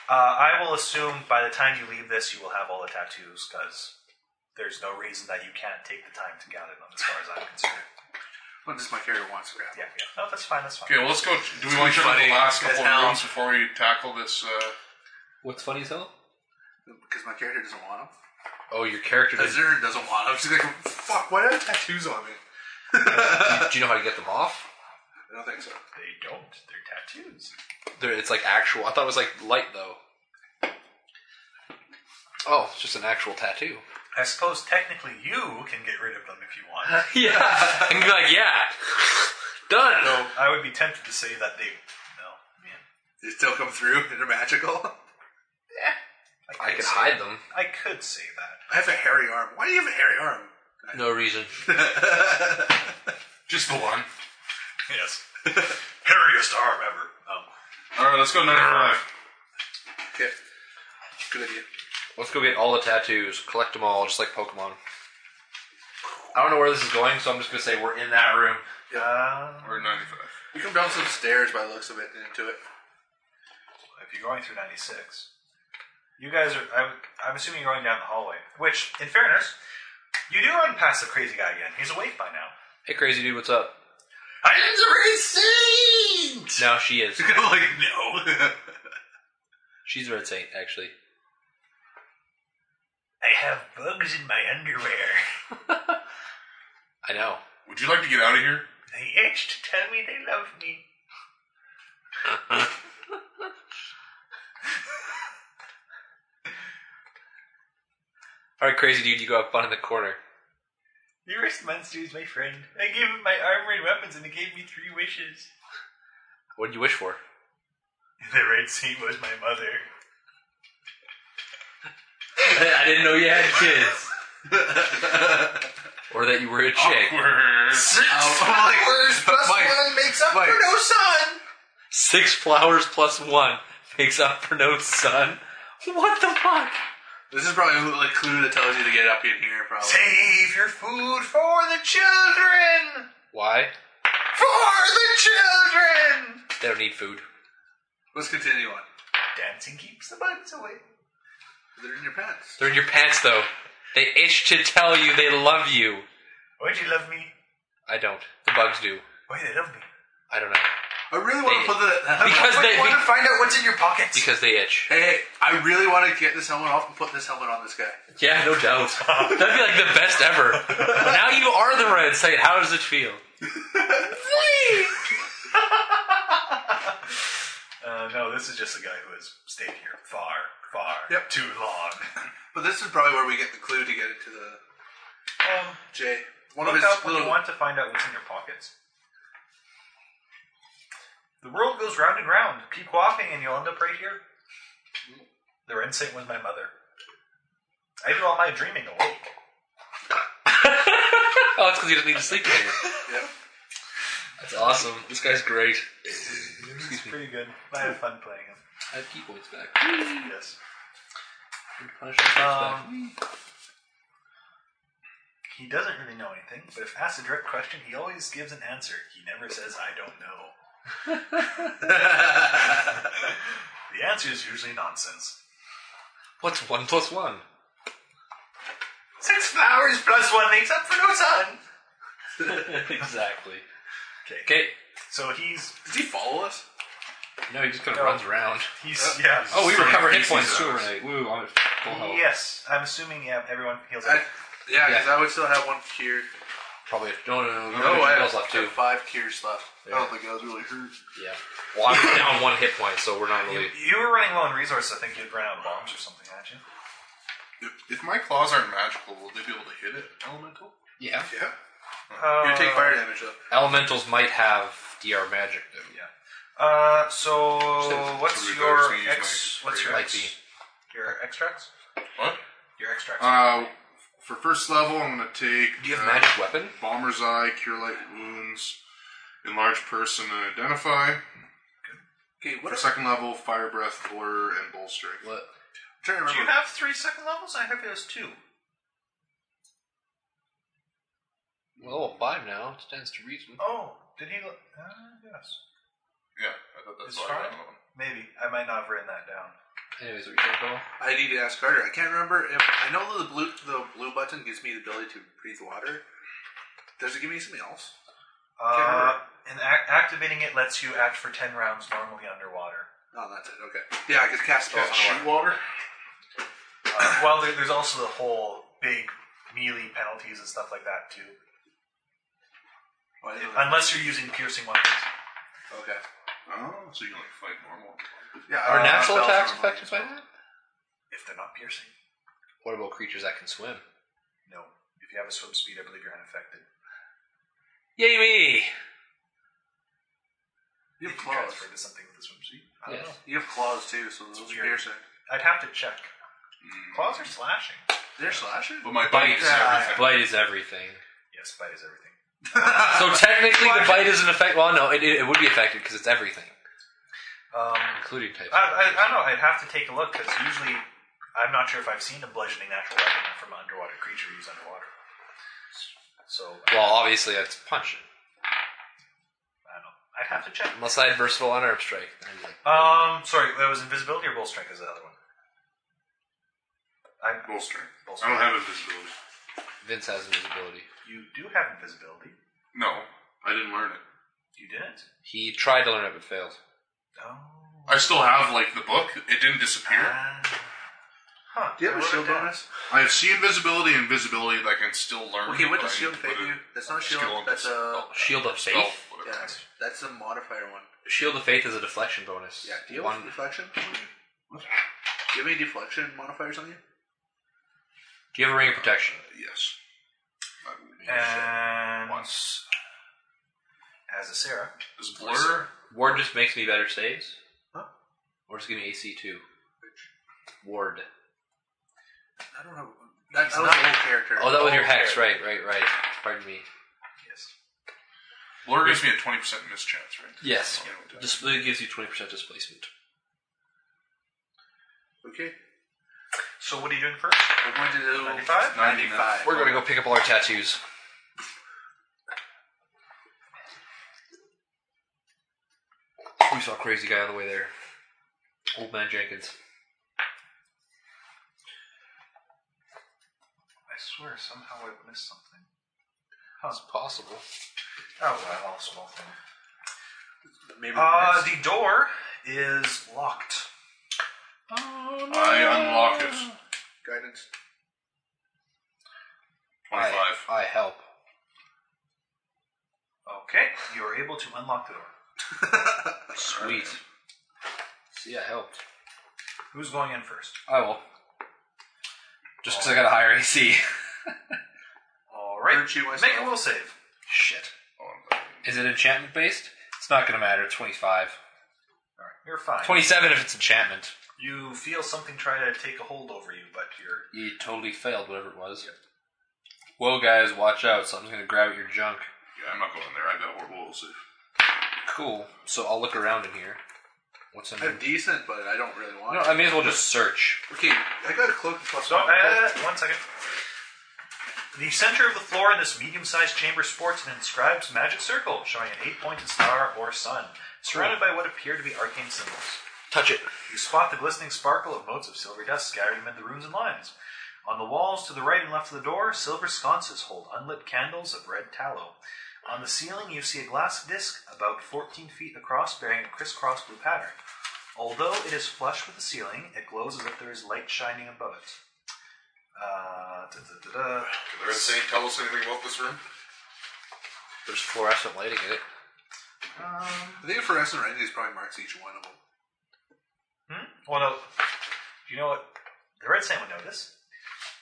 Speaker 2: Uh, I will assume by the time you leave this, you will have all the tattoos because there's no reason that you can't take the time to gather them, as far as I'm concerned.
Speaker 4: Well, oh, this is my character wants to grab.
Speaker 2: Yeah, yeah. No, that's fine. That's fine.
Speaker 5: Okay, well, let's go. Do we want to check out the last
Speaker 4: That's
Speaker 5: couple
Speaker 4: how-
Speaker 5: of rooms before we tackle this? Uh,
Speaker 3: What's funny as hell?
Speaker 4: because my character doesn't want them.
Speaker 3: Oh, your character does.
Speaker 4: Azern doesn't want them. She's like, fuck, why do I have tattoos on me?
Speaker 3: do, do you know how to get them off?
Speaker 4: I don't think so.
Speaker 2: They don't. They're tattoos.
Speaker 3: They're, it's like actual. I thought it was like light though. Oh, it's just an actual tattoo.
Speaker 2: I suppose technically you can get rid of them if you want.
Speaker 3: Yeah. I can be like, yeah, done.
Speaker 2: I would be tempted to say that they. No, man.
Speaker 4: They still come through and they're magical. I
Speaker 3: I could hide them.
Speaker 2: I could say that.
Speaker 4: have a hairy arm. Why do you have a hairy arm?
Speaker 3: No reason.
Speaker 5: Just the one.
Speaker 2: Yes. Hairiest arm ever. Um,
Speaker 5: All right, let's go number five.
Speaker 4: Okay. Good idea.
Speaker 3: Let's go get all the tattoos, collect them all, just like Pokemon. I don't know where this is going, so I'm just gonna say we're in that room.
Speaker 7: Uh,
Speaker 4: Uh,
Speaker 5: We're at 95.
Speaker 4: You come down some stairs by the looks of it into it.
Speaker 2: if you're going through 96, you guys are. I'm, I'm assuming you're going down the hallway. Which, in fairness, you do run past the crazy guy again. He's awake by now.
Speaker 3: Hey, crazy dude, what's up?
Speaker 2: I didn't
Speaker 3: No, she is.
Speaker 4: I'm like, no.
Speaker 3: She's a red saint, actually.
Speaker 2: I have bugs in my underwear.
Speaker 3: I know.
Speaker 5: Would you like to get out of here?
Speaker 2: They itch to tell me they love me.
Speaker 3: All right, crazy dude, you go have fun in the corner.
Speaker 2: The worst monster is my friend. I gave him my armor and weapons, and he gave me three wishes.
Speaker 3: What did you wish for?
Speaker 2: The red saint was my mother.
Speaker 3: I didn't know you had kids. or that you were a chick.
Speaker 5: Awkward.
Speaker 4: Mike,
Speaker 7: makes up for no son.
Speaker 3: Six flowers plus one makes up for no sun. What the fuck?
Speaker 4: this is probably a little clue that tells you to get up in here, probably.
Speaker 2: Save your food for the children!
Speaker 3: Why?
Speaker 2: For the children!
Speaker 3: They don't need food.
Speaker 4: Let's continue on.
Speaker 2: Dancing keeps the bugs away.
Speaker 4: They're in your pants.
Speaker 3: They're in your pants, though. They itch to tell you they love you.
Speaker 2: Why'd you love me?
Speaker 3: I don't. The bugs do.
Speaker 2: Why they love me?
Speaker 3: I don't know.
Speaker 4: I really want
Speaker 3: They-
Speaker 4: to put the.
Speaker 3: Because they
Speaker 2: want to find out what's in your pockets.
Speaker 3: because they itch.
Speaker 4: Hey, hey, I really want to get this helmet off and put this helmet on this guy.
Speaker 3: Yeah, no doubt. That'd be like the best ever. Now you are the red saint. How does it feel?
Speaker 2: Uh, no, this is just a guy who has stayed here far, far
Speaker 4: Yep.
Speaker 2: too long.
Speaker 4: But this is probably where we get the clue to get it to the
Speaker 2: Um,
Speaker 4: Jay. One of
Speaker 2: look
Speaker 4: his
Speaker 2: up when
Speaker 4: little.
Speaker 2: you want to find out what's in your pockets. The world goes round and round. Keep walking and you'll end up right here. The Red Saint was my mother. I did all my dreaming awake.
Speaker 3: Oh, it's because he doesn't need to sleep anymore.
Speaker 4: Yeah.
Speaker 3: That's awesome. This guy's great.
Speaker 2: He's pretty good. I had fun playing him.
Speaker 3: I have key points back.
Speaker 2: Yes.
Speaker 3: Punishment points back.
Speaker 2: Um, he doesn't really know anything, but if asked a direct question, he always gives an answer. He never says, I don't know. the answer is usually nonsense.
Speaker 3: What's one plus one?
Speaker 2: Six flowers plus one makes up for no sun.
Speaker 3: exactly.
Speaker 2: Okay.
Speaker 3: Okay.
Speaker 2: So he's
Speaker 4: Did he follow us?
Speaker 3: No, he just kind of runs around.
Speaker 2: he's yeah.
Speaker 3: Oh, we recover hit points
Speaker 5: feces out.
Speaker 3: too, right? Woo, I'm at full health.
Speaker 2: Yes, I'm assuming yeah, everyone heals.
Speaker 4: I,
Speaker 2: up.
Speaker 4: yeah, because
Speaker 3: Yeah.
Speaker 4: I would still have one cure.
Speaker 3: Probably. No, no, no. You
Speaker 4: Oh,
Speaker 3: have
Speaker 4: I have,
Speaker 3: heals left
Speaker 4: I have
Speaker 3: too.
Speaker 4: five cures left. Oh I don't think I was really hurt.
Speaker 3: Yeah. Well, I'm down one hit point, so we're not really.
Speaker 2: You were running low on resources. I think you'd run out of bombs or something, had you?
Speaker 5: If, if my claws aren't magical, will they be able to hit it? Elemental?
Speaker 3: Yeah.
Speaker 4: Yeah.
Speaker 2: Uh,
Speaker 4: You take fire damage though.
Speaker 3: Elementals might have DR magic. Though.
Speaker 2: Yeah. Uh, so
Speaker 3: So,
Speaker 5: so
Speaker 2: what's
Speaker 5: we
Speaker 2: your
Speaker 5: better use
Speaker 2: ex?
Speaker 5: my
Speaker 2: What's your
Speaker 3: Might
Speaker 2: ex?
Speaker 3: be.
Speaker 2: Your extracts?
Speaker 5: What?
Speaker 2: Your extracts.
Speaker 5: Uh, for first level, I'm going to take.
Speaker 3: Do you have
Speaker 5: uh,
Speaker 3: magic weapon?
Speaker 5: Bomber's Eye, Cure Light Wounds, Enlarge Person and Identify.
Speaker 4: Okay, what
Speaker 5: For
Speaker 4: if,
Speaker 5: second level, Fire Breath, Blur, and Bull Strike.
Speaker 3: What?
Speaker 4: I'm trying to
Speaker 2: Do you
Speaker 4: remember.
Speaker 2: have three second levels? I have it was two.
Speaker 3: Well, level five now. Stands to reason.
Speaker 2: Oh, did he? l- Uh, yes.
Speaker 5: Yeah, I thought that's
Speaker 2: It's
Speaker 5: what
Speaker 2: fine.
Speaker 5: I had on one.
Speaker 2: Maybe I might not have written that down.
Speaker 3: Anyways, what are you saying,
Speaker 4: I need to ask Carter. I can't remember if I know that the blue the blue button gives me the ability to breathe water. Does it give me something else? Can't
Speaker 2: Uh,
Speaker 4: remember.
Speaker 2: and ac- activating it lets you act for ten rounds normally underwater.
Speaker 4: No, that's it. Okay. Yeah, I could cast spells
Speaker 5: Yeah, shoot
Speaker 4: on water.
Speaker 5: water?
Speaker 2: Uh, well, there, there's also the whole big melee penalties and stuff like that too.
Speaker 4: Oh, I didn't know that.
Speaker 2: Unless you're using piercing weapons.
Speaker 4: okay.
Speaker 5: Oh, so you can like fight normal.
Speaker 4: Yeah.
Speaker 3: Are
Speaker 4: uh,
Speaker 3: natural
Speaker 4: spells
Speaker 3: attacks
Speaker 4: on water.
Speaker 3: affected by that?
Speaker 2: If they're not piercing,
Speaker 3: What about creatures that can swim?
Speaker 2: no. If you have a swim speed, I believe you're unaffected.
Speaker 3: Yay me!
Speaker 4: You have
Speaker 2: can
Speaker 4: claws.
Speaker 2: transfer to something with the swim suit. I don't
Speaker 3: Yes.
Speaker 2: know.
Speaker 4: You have claws too, so those are
Speaker 2: weird.
Speaker 4: piercing.
Speaker 2: I'd have to check.
Speaker 4: Hmm.
Speaker 2: Claws are slashing.
Speaker 4: They're slashing.
Speaker 5: But my bite is
Speaker 4: Yeah.
Speaker 5: everything.
Speaker 3: Bite is everything.
Speaker 2: Yes, bite is everything.
Speaker 3: So technically, the bite isn't affected. Well, no, it, it, it would be affected because it's everything,
Speaker 2: Um,
Speaker 3: including type.
Speaker 2: I, I, I don't know. I'd have to take a look because usually I'm not sure if I've seen a bludgeoning natural weapon from an underwater creature used underwater. So I
Speaker 3: Well, obviously, that's punch.
Speaker 2: don't know. I'd have to check.
Speaker 3: Unless I had versatile unarmed strike. then I'd be like,
Speaker 2: Um, sorry, that was invisibility or bull strength is the other one. I'm
Speaker 5: Bull strength.
Speaker 2: Bull
Speaker 5: I don't have invisibility.
Speaker 3: Vince has invisibility.
Speaker 2: You do have invisibility.
Speaker 5: No, I didn't learn it.
Speaker 2: You didn't.
Speaker 3: He tried to learn it but failed.
Speaker 2: Oh. Ah.
Speaker 5: I still have like the book. It didn't disappear.
Speaker 2: Huh.
Speaker 4: Do you
Speaker 2: I
Speaker 4: have a
Speaker 2: wrote
Speaker 4: shield
Speaker 2: it down.
Speaker 4: bonus?
Speaker 5: I have see invisibility and visibility that I can still learn.
Speaker 4: Okay, what
Speaker 5: but
Speaker 4: does
Speaker 5: I
Speaker 4: shield
Speaker 5: need to
Speaker 4: pay
Speaker 5: put
Speaker 4: you?
Speaker 5: in
Speaker 4: That's not shield.
Speaker 5: skill and
Speaker 4: That's a
Speaker 5: spell.
Speaker 3: Shield of
Speaker 5: Spell,
Speaker 3: faith.
Speaker 5: whatever.
Speaker 4: yeah. That's a modifier one.
Speaker 3: Shield of faith is a deflection bonus.
Speaker 4: Yeah. Do you have
Speaker 3: One.
Speaker 4: deflection? on you? Do you have any deflection modifiers on you?
Speaker 3: Do you have a ring of protection?
Speaker 5: Yes.
Speaker 2: And
Speaker 5: Once.
Speaker 2: as a Sarah,
Speaker 5: Is blur?
Speaker 3: Ward just makes me better saves.
Speaker 4: Huh?
Speaker 3: Ward's giving me AC two. Ward.
Speaker 4: I don't have. That,
Speaker 6: He's
Speaker 4: that was
Speaker 6: not-
Speaker 4: the old character.
Speaker 3: Oh, that was
Speaker 2: Oh,
Speaker 3: your hex,
Speaker 2: okay.
Speaker 3: right? Right? Right? Pardon me.
Speaker 2: yes.
Speaker 5: Blur gives me a twenty percent mischance, right?
Speaker 3: Yes.
Speaker 5: Yeah, it does.
Speaker 3: Display gives you twenty percent displacement.
Speaker 4: Okay.
Speaker 2: So what are you doing first?
Speaker 4: We're going to do
Speaker 2: 95?
Speaker 4: 95.
Speaker 3: We're gonna go pick up all our tattoos. We saw a crazy guy on the way there. Old man Jenkins.
Speaker 2: I swear somehow I missed something.
Speaker 3: It's possible.
Speaker 2: Oh well, small thing.
Speaker 4: Maybe
Speaker 2: Uh,
Speaker 4: next.
Speaker 2: the door is locked.
Speaker 5: I unlock it.
Speaker 4: guidance.
Speaker 5: Twenty-five.
Speaker 3: I, I help.
Speaker 2: Okay, you are able to unlock the door.
Speaker 3: Sweet. See, I helped.
Speaker 2: Who's going in first?
Speaker 3: I will. Just 'cause I got a higher AC.
Speaker 2: All right,
Speaker 4: Virtue, I
Speaker 2: make
Speaker 4: saw.
Speaker 2: a will save.
Speaker 3: Shit. Is it enchantment based? It's not gonna matter. It's 25.
Speaker 2: All right, you're fine.
Speaker 3: 27 if it's enchantment.
Speaker 2: You feel something try to take a hold over you, but you're
Speaker 3: You totally failed, whatever it was. Whoa, guys, watch out. Something's gonna grab at your junk.
Speaker 5: Yeah, I'm not going there. I've got horrible will save.
Speaker 3: Cool. So I'll look around in here. What's in
Speaker 4: I'm
Speaker 3: here?
Speaker 4: decent, but I don't really want
Speaker 3: No,
Speaker 4: it.
Speaker 3: I may as well just search.
Speaker 4: Okay, I got a cloak and plus
Speaker 2: So,
Speaker 4: one.
Speaker 2: uh, one second. The center of the floor in this medium sized chamber sports an inscribed magic circle showing an eight pointed star or sun, surrounded by what appear to be arcane symbols.
Speaker 3: Touch it.
Speaker 2: You spot the glistening sparkle of motes of silver dust scattered amid the runes and lines. On the walls to the right and left of the door, silver sconces hold unlit candles of red tallow. On the ceiling, you see a glass disc about 14 feet across bearing a crisscross blue pattern. Although it is flush with the ceiling, it glows as if there is light shining above it. Uh, da-da-da-da.
Speaker 5: Can the Red Saint tell us anything about this room?
Speaker 3: There's fluorescent lighting in it.
Speaker 2: Um,
Speaker 4: I think fluorescent writing is probably marks each one of them.
Speaker 2: Hmm? Well, no. You know what? The Red Saint would know this.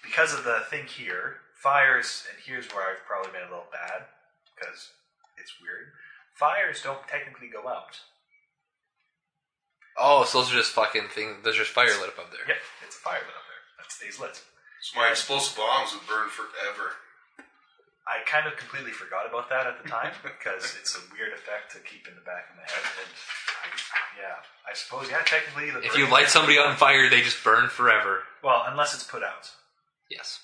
Speaker 2: Because of the thing here, fires, and here's where I've probably been a little bad, because it's weird. Fires don't technically go out.
Speaker 3: Oh, so those are just fucking things. There's just fire lit up up there.
Speaker 2: Yep, it's a fire lit up there. That stays lit.
Speaker 5: So my explosive bombs would burn forever.
Speaker 2: I kind of completely forgot about that at the time, because it's a weird effect to keep in the back of my head. And I, yeah, I suppose, yeah, technically. The
Speaker 3: If you
Speaker 2: burning-
Speaker 3: light somebody on fire, they just burn forever.
Speaker 2: Well, unless it's put out.
Speaker 3: Yes.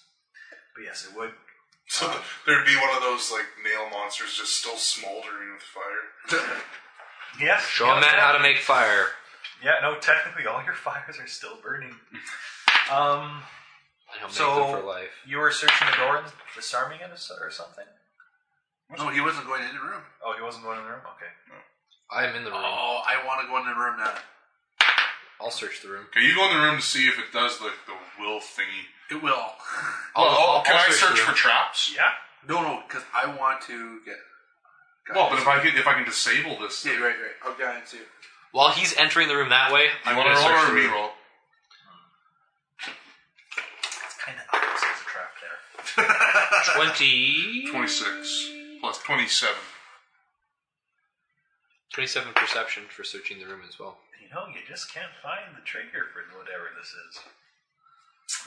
Speaker 2: But yes, it would.
Speaker 5: So
Speaker 4: Uh.
Speaker 5: there'd be one of those like nail monsters just still smoldering with fire.
Speaker 2: Yeah.
Speaker 3: Show
Speaker 2: yeah,
Speaker 3: a man
Speaker 2: yeah.
Speaker 3: how to make fire.
Speaker 2: Yeah, no, technically all your fires are still burning. Um,
Speaker 3: And he'll make them
Speaker 2: so
Speaker 3: for life.
Speaker 2: you were searching the door and disarming it or so- or something?
Speaker 4: No, he wasn't going in the room.
Speaker 2: Oh, he wasn't going in the room? Okay.
Speaker 3: I'm in the room.
Speaker 4: Oh, I want to go in the room now.
Speaker 3: I'll search the room.
Speaker 5: Okay, you go in the room to see if it does like the will thingy.
Speaker 4: It will.
Speaker 3: I'll,
Speaker 5: oh,
Speaker 3: I'll-
Speaker 5: can
Speaker 3: I'll
Speaker 5: I search
Speaker 3: the room.
Speaker 5: for traps?
Speaker 2: Yeah.
Speaker 4: no, no, because I want to get.
Speaker 5: Well, but if I can if I can disable this,
Speaker 4: Yeah,
Speaker 5: thing,
Speaker 4: right, right. I'll guidance you.
Speaker 3: While he's entering the room that way,
Speaker 5: you
Speaker 3: I'm
Speaker 5: want
Speaker 3: gonna
Speaker 5: to roll
Speaker 3: search
Speaker 5: or
Speaker 3: the room.
Speaker 5: reroll?
Speaker 2: It's kind of obvious there's a trap there.
Speaker 3: Twenty.
Speaker 5: Twenty six plus twenty seven.
Speaker 3: Twenty-seven perception for searching the room as well.
Speaker 2: You know, you just can't find the trigger for whatever this is.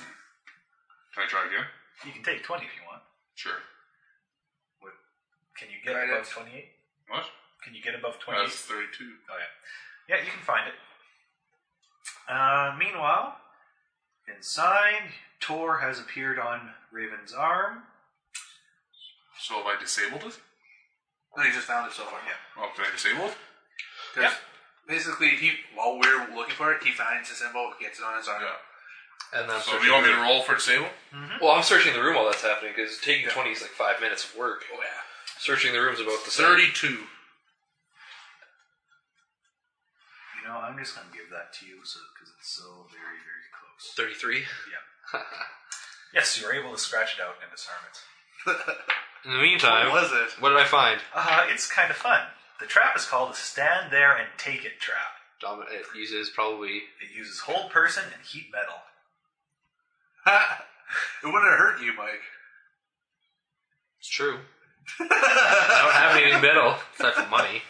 Speaker 5: Can I try again?
Speaker 2: You can take 20 if you want.
Speaker 5: Sure.
Speaker 2: Can you get
Speaker 4: Right,
Speaker 2: above
Speaker 4: it's-
Speaker 2: 28?
Speaker 5: What?
Speaker 2: Can you get above 28?
Speaker 5: That's 32.
Speaker 2: Oh yeah, yeah. You can find it. Uh, meanwhile, inside, Tor has appeared on Raven's arm.
Speaker 5: So have I disabled it?
Speaker 4: No, you just found it so far. Yeah.
Speaker 5: Oh, can I disable it?
Speaker 4: Because basically, he while we're looking for it, he finds the symbol, gets it on his arm.
Speaker 3: And then I'm
Speaker 5: So do
Speaker 3: searching
Speaker 5: you want me
Speaker 3: the
Speaker 5: to
Speaker 3: room.
Speaker 5: roll for disable?
Speaker 3: Well, I'm searching the room while that's happening because taking twenty is like five minutes of work.
Speaker 4: Oh yeah.
Speaker 3: Searching the room's about the same.
Speaker 5: 32.
Speaker 2: You know, I'm just gonna give that to you, so because it's so very, very close.
Speaker 3: 33.
Speaker 2: Yeah. yes, you were able to scratch it out and disarm it.
Speaker 3: In the meantime,
Speaker 4: What was it?
Speaker 3: What did I find?
Speaker 2: Uh, it's kind of fun. The trap is called a stand there and take it trap.
Speaker 3: Dom- it uses probably
Speaker 2: It uses whole person and heat metal.
Speaker 4: it wouldn't have hurt you, Mike.
Speaker 3: It's true. I don't have anything metal except for money.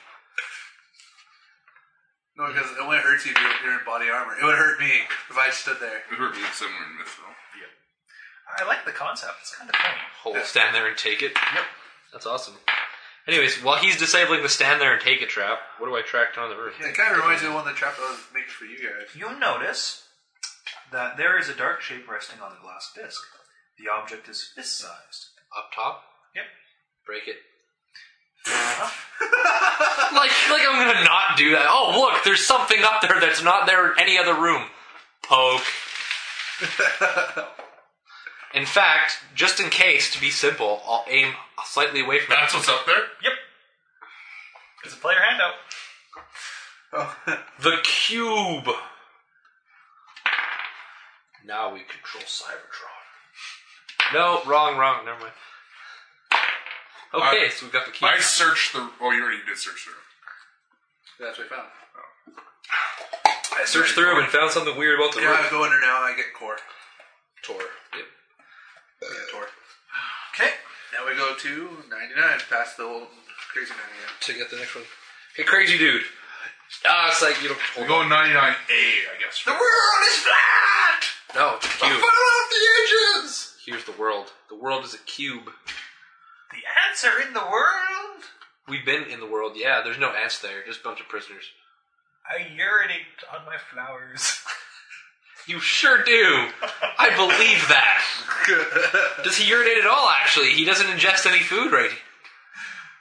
Speaker 4: No, because it only hurts you if you're- you're in body armor. It would hurt me if I stood there.
Speaker 5: It hurt me somewhere in myth, though.
Speaker 2: I like the concept. It's kind of funny.
Speaker 3: Whole stand there and take it.
Speaker 2: Yep.
Speaker 3: That's awesome. Anyways, while he's disabling the stand there and take it trap, what do I track down the room?
Speaker 4: It kind of reminds me of the one the trap I was making for you guys.
Speaker 2: You'll notice that there is a dark shape resting on the glass disc. The object is fist sized.
Speaker 3: Up top,
Speaker 2: Yep.
Speaker 3: break it. like, like I'm gonna not do that. Oh, look, there's something up there that's not there in any other room. Poke. in fact, just in case, to be simple, I'll aim slightly away from it.
Speaker 5: That's what's up there?
Speaker 2: Yep. It's a player handout.
Speaker 4: Oh,
Speaker 3: The cube. Now we control Cybertron. No, wrong, wrong. Never mind. Okay,
Speaker 5: I-
Speaker 3: so we've got the cube.
Speaker 5: I searched the. Oh, you already did search the room.
Speaker 4: That's what I found. Oh.
Speaker 3: I searched through and found something weird about the
Speaker 4: Yeah, I
Speaker 3: room.
Speaker 4: go in there now. I get core.
Speaker 3: Tor. Yep.
Speaker 4: I get core.
Speaker 2: Okay.
Speaker 4: Now we go to 99, past the old crazy man again.
Speaker 3: To get the next one. Hey, crazy dude. Ah, it's like you don't
Speaker 5: We're
Speaker 3: hold on.
Speaker 5: going 99A, I guess. The world is flat!
Speaker 3: No, it's a cube.
Speaker 5: off the edges!
Speaker 3: Here's the world. The world is a cube.
Speaker 2: The ants are in the world.
Speaker 3: We've been in the world. Yeah, there's no ants there. Just a bunch of prisoners.
Speaker 2: I urinate on my flowers.
Speaker 3: You sure do. I believe that. Does he urinate at all? Actually, he doesn't ingest any food, right?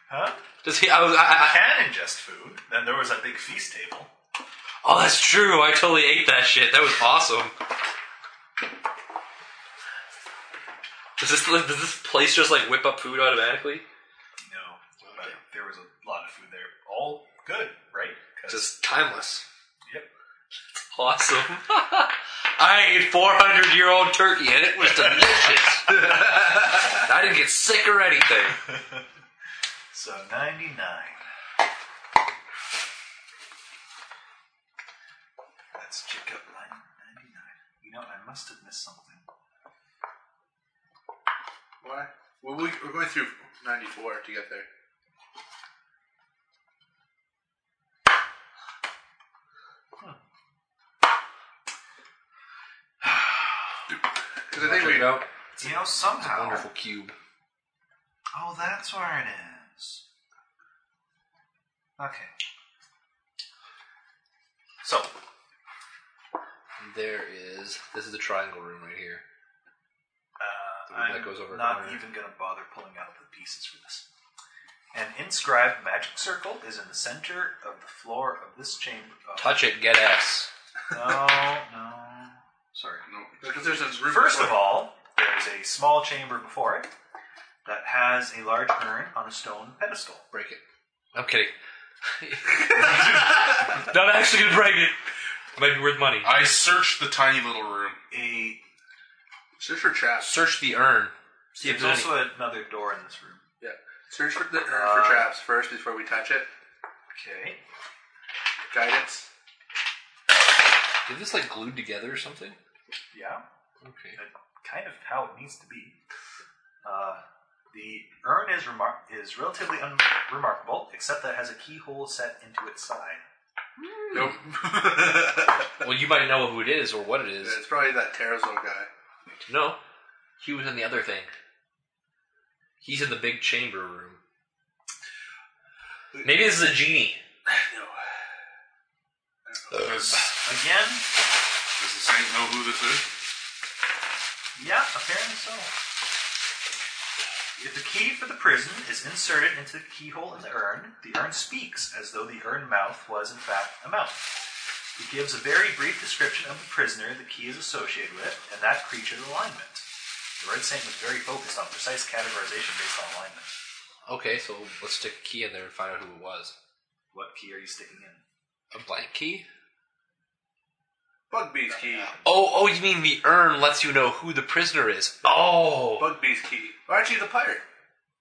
Speaker 2: Huh?
Speaker 3: Does he? I was, I, I, I-
Speaker 2: Can ingest food. Then there was a big feast table.
Speaker 3: oh, that's true. I totally ate that shit. That was awesome. Does this does this place just like whip up food automatically?
Speaker 2: No, but there was a lot of food there. All good, right? 'Cause-
Speaker 3: Just timeless.
Speaker 2: yep.
Speaker 3: Awesome. I ate 400 year old turkey and it was delicious. I didn't get sick or anything.
Speaker 2: So ninety nine. Let's check out line ninety nine. You know, I must have missed something.
Speaker 4: Why? Well, we, we're going through 94 to get there. Because I think we
Speaker 3: Check it out.
Speaker 2: You know, somehow.
Speaker 3: Wonderful cube.
Speaker 2: Oh, that's where it is. Okay. So,
Speaker 3: There is. This is the triangle room right here.
Speaker 2: uh,
Speaker 3: The one
Speaker 2: I'm
Speaker 3: that goes over
Speaker 2: not
Speaker 3: corner.
Speaker 2: even going to bother pulling out the pieces for this. An inscribed magic circle is in the center of the floor of this chamber. Oh,
Speaker 3: Touch it, get S.
Speaker 2: No, no. Sorry.
Speaker 4: because there's this room.
Speaker 2: First of all, there is a small chamber before it that has a large urn on a stone pedestal.
Speaker 3: Break it. I'm kidding. Not actually gonna break it. Might be worth money.
Speaker 5: I searched the tiny little room.
Speaker 2: A
Speaker 4: search for traps.
Speaker 3: Search the urn. See if
Speaker 2: there's
Speaker 3: there's any.
Speaker 2: also another door in this room.
Speaker 4: Yeah, search for the urn
Speaker 2: Uh,
Speaker 4: for traps first before we touch it.
Speaker 2: Okay.
Speaker 4: Guidance.
Speaker 3: Is this like glued together or something?
Speaker 2: Yeah.
Speaker 3: Okay.
Speaker 2: Kind of how it needs to be. Uh, The urn is, remar- is relatively unremarkable, except that it has a keyhole set into its side.
Speaker 4: Nope.
Speaker 3: Well, you might know who it is or what it is.
Speaker 4: it's probably that Terrazzo guy.
Speaker 3: No, he was in the other thing. He's in the big chamber room. Maybe this is a genie.
Speaker 5: Does, does
Speaker 2: Again,
Speaker 5: the saint know who this is?
Speaker 2: yeah, apparently so. If the key for the prison is inserted into the keyhole in the urn, the urn speaks as though the urn mouth was in fact a mouth. It gives a very brief description of the prisoner the key is associated with and that creature's alignment. The Red Saint was very focused on precise categorization based on alignment.
Speaker 3: Okay, so let's stick a key in there and find out who it was.
Speaker 2: What key are you sticking in?
Speaker 3: A blank key?
Speaker 4: Bugbee's key.
Speaker 3: Oh, oh, you mean the urn lets you know who the prisoner is? Oh,
Speaker 4: Bugbee's key. Or actually, the pirate.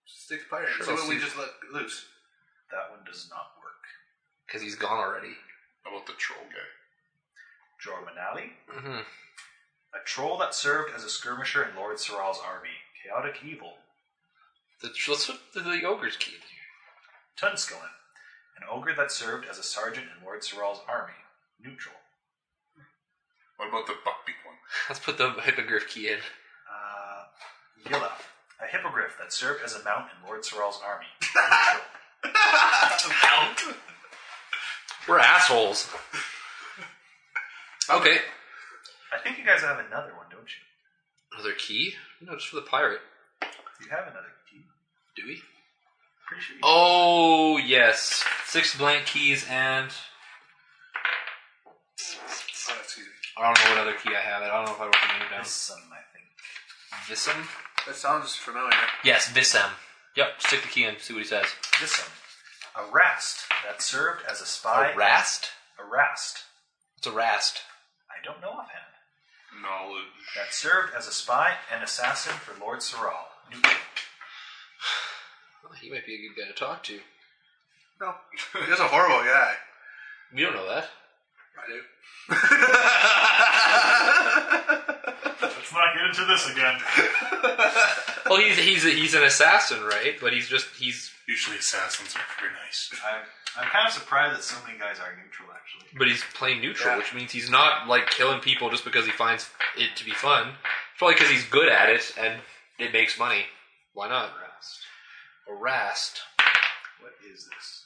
Speaker 4: Stick the pirate.
Speaker 3: Sure,
Speaker 4: so
Speaker 3: let's
Speaker 4: when we
Speaker 3: see.
Speaker 4: just let loose.
Speaker 2: That one does not work.
Speaker 3: because he's gone already.
Speaker 5: How about the troll guy?
Speaker 2: Jormanali,
Speaker 3: hmm
Speaker 2: a troll that served as a skirmisher in Lord Serral's army. Chaotic evil.
Speaker 3: The, tr- let's put the, the ogre's key in there.
Speaker 2: Tunskillin, an ogre that served as a sergeant in Lord Serral's army. Neutral.
Speaker 5: What about the buckbeak one?
Speaker 3: Let's put the hippogriff key in.
Speaker 2: Uh, Yilla, a hippogriff that served as a mount in Lord Serral's army. Neutral.
Speaker 3: We're assholes. Okay.
Speaker 2: I think you guys have another one, don't you?
Speaker 3: Another key? No, just for the pirate.
Speaker 2: Do you have another key?
Speaker 3: Do we?
Speaker 2: Pretty sure you
Speaker 3: Oh yes, six blank keys and
Speaker 4: Oh, excuse me.
Speaker 3: I don't know what other key I have. I don't know if I wrote the name down.
Speaker 2: have some, I think.
Speaker 3: Vissam.
Speaker 4: That sounds familiar.
Speaker 3: Yes, Vissam. Yep, stick the key in. See what he says.
Speaker 2: This one. A rast that served as a spy.
Speaker 3: A rast?
Speaker 2: A rast.
Speaker 3: It's a rast.
Speaker 2: I don't know offhand.
Speaker 5: Knowledge.
Speaker 2: that served as a spy and assassin for Lord Serral. Neutral.
Speaker 3: Well, Oh, he might be a good guy to talk to.
Speaker 4: No. He's a horrible guy.
Speaker 3: You don't know that.
Speaker 4: I do.
Speaker 2: Let's not get into this again.
Speaker 3: Well, he's he's a, he's an assassin, right? But he's just he's
Speaker 5: Usually assassins are pretty nice.
Speaker 2: I'm, I'm kind of surprised that so many guys are neutral, actually.
Speaker 3: but he's playing neutral, which means he's not like killing people just because he finds it to be fun. It's probably because he's good at it and it makes money. Why not?
Speaker 2: Rast.
Speaker 3: A rast.
Speaker 2: What is this?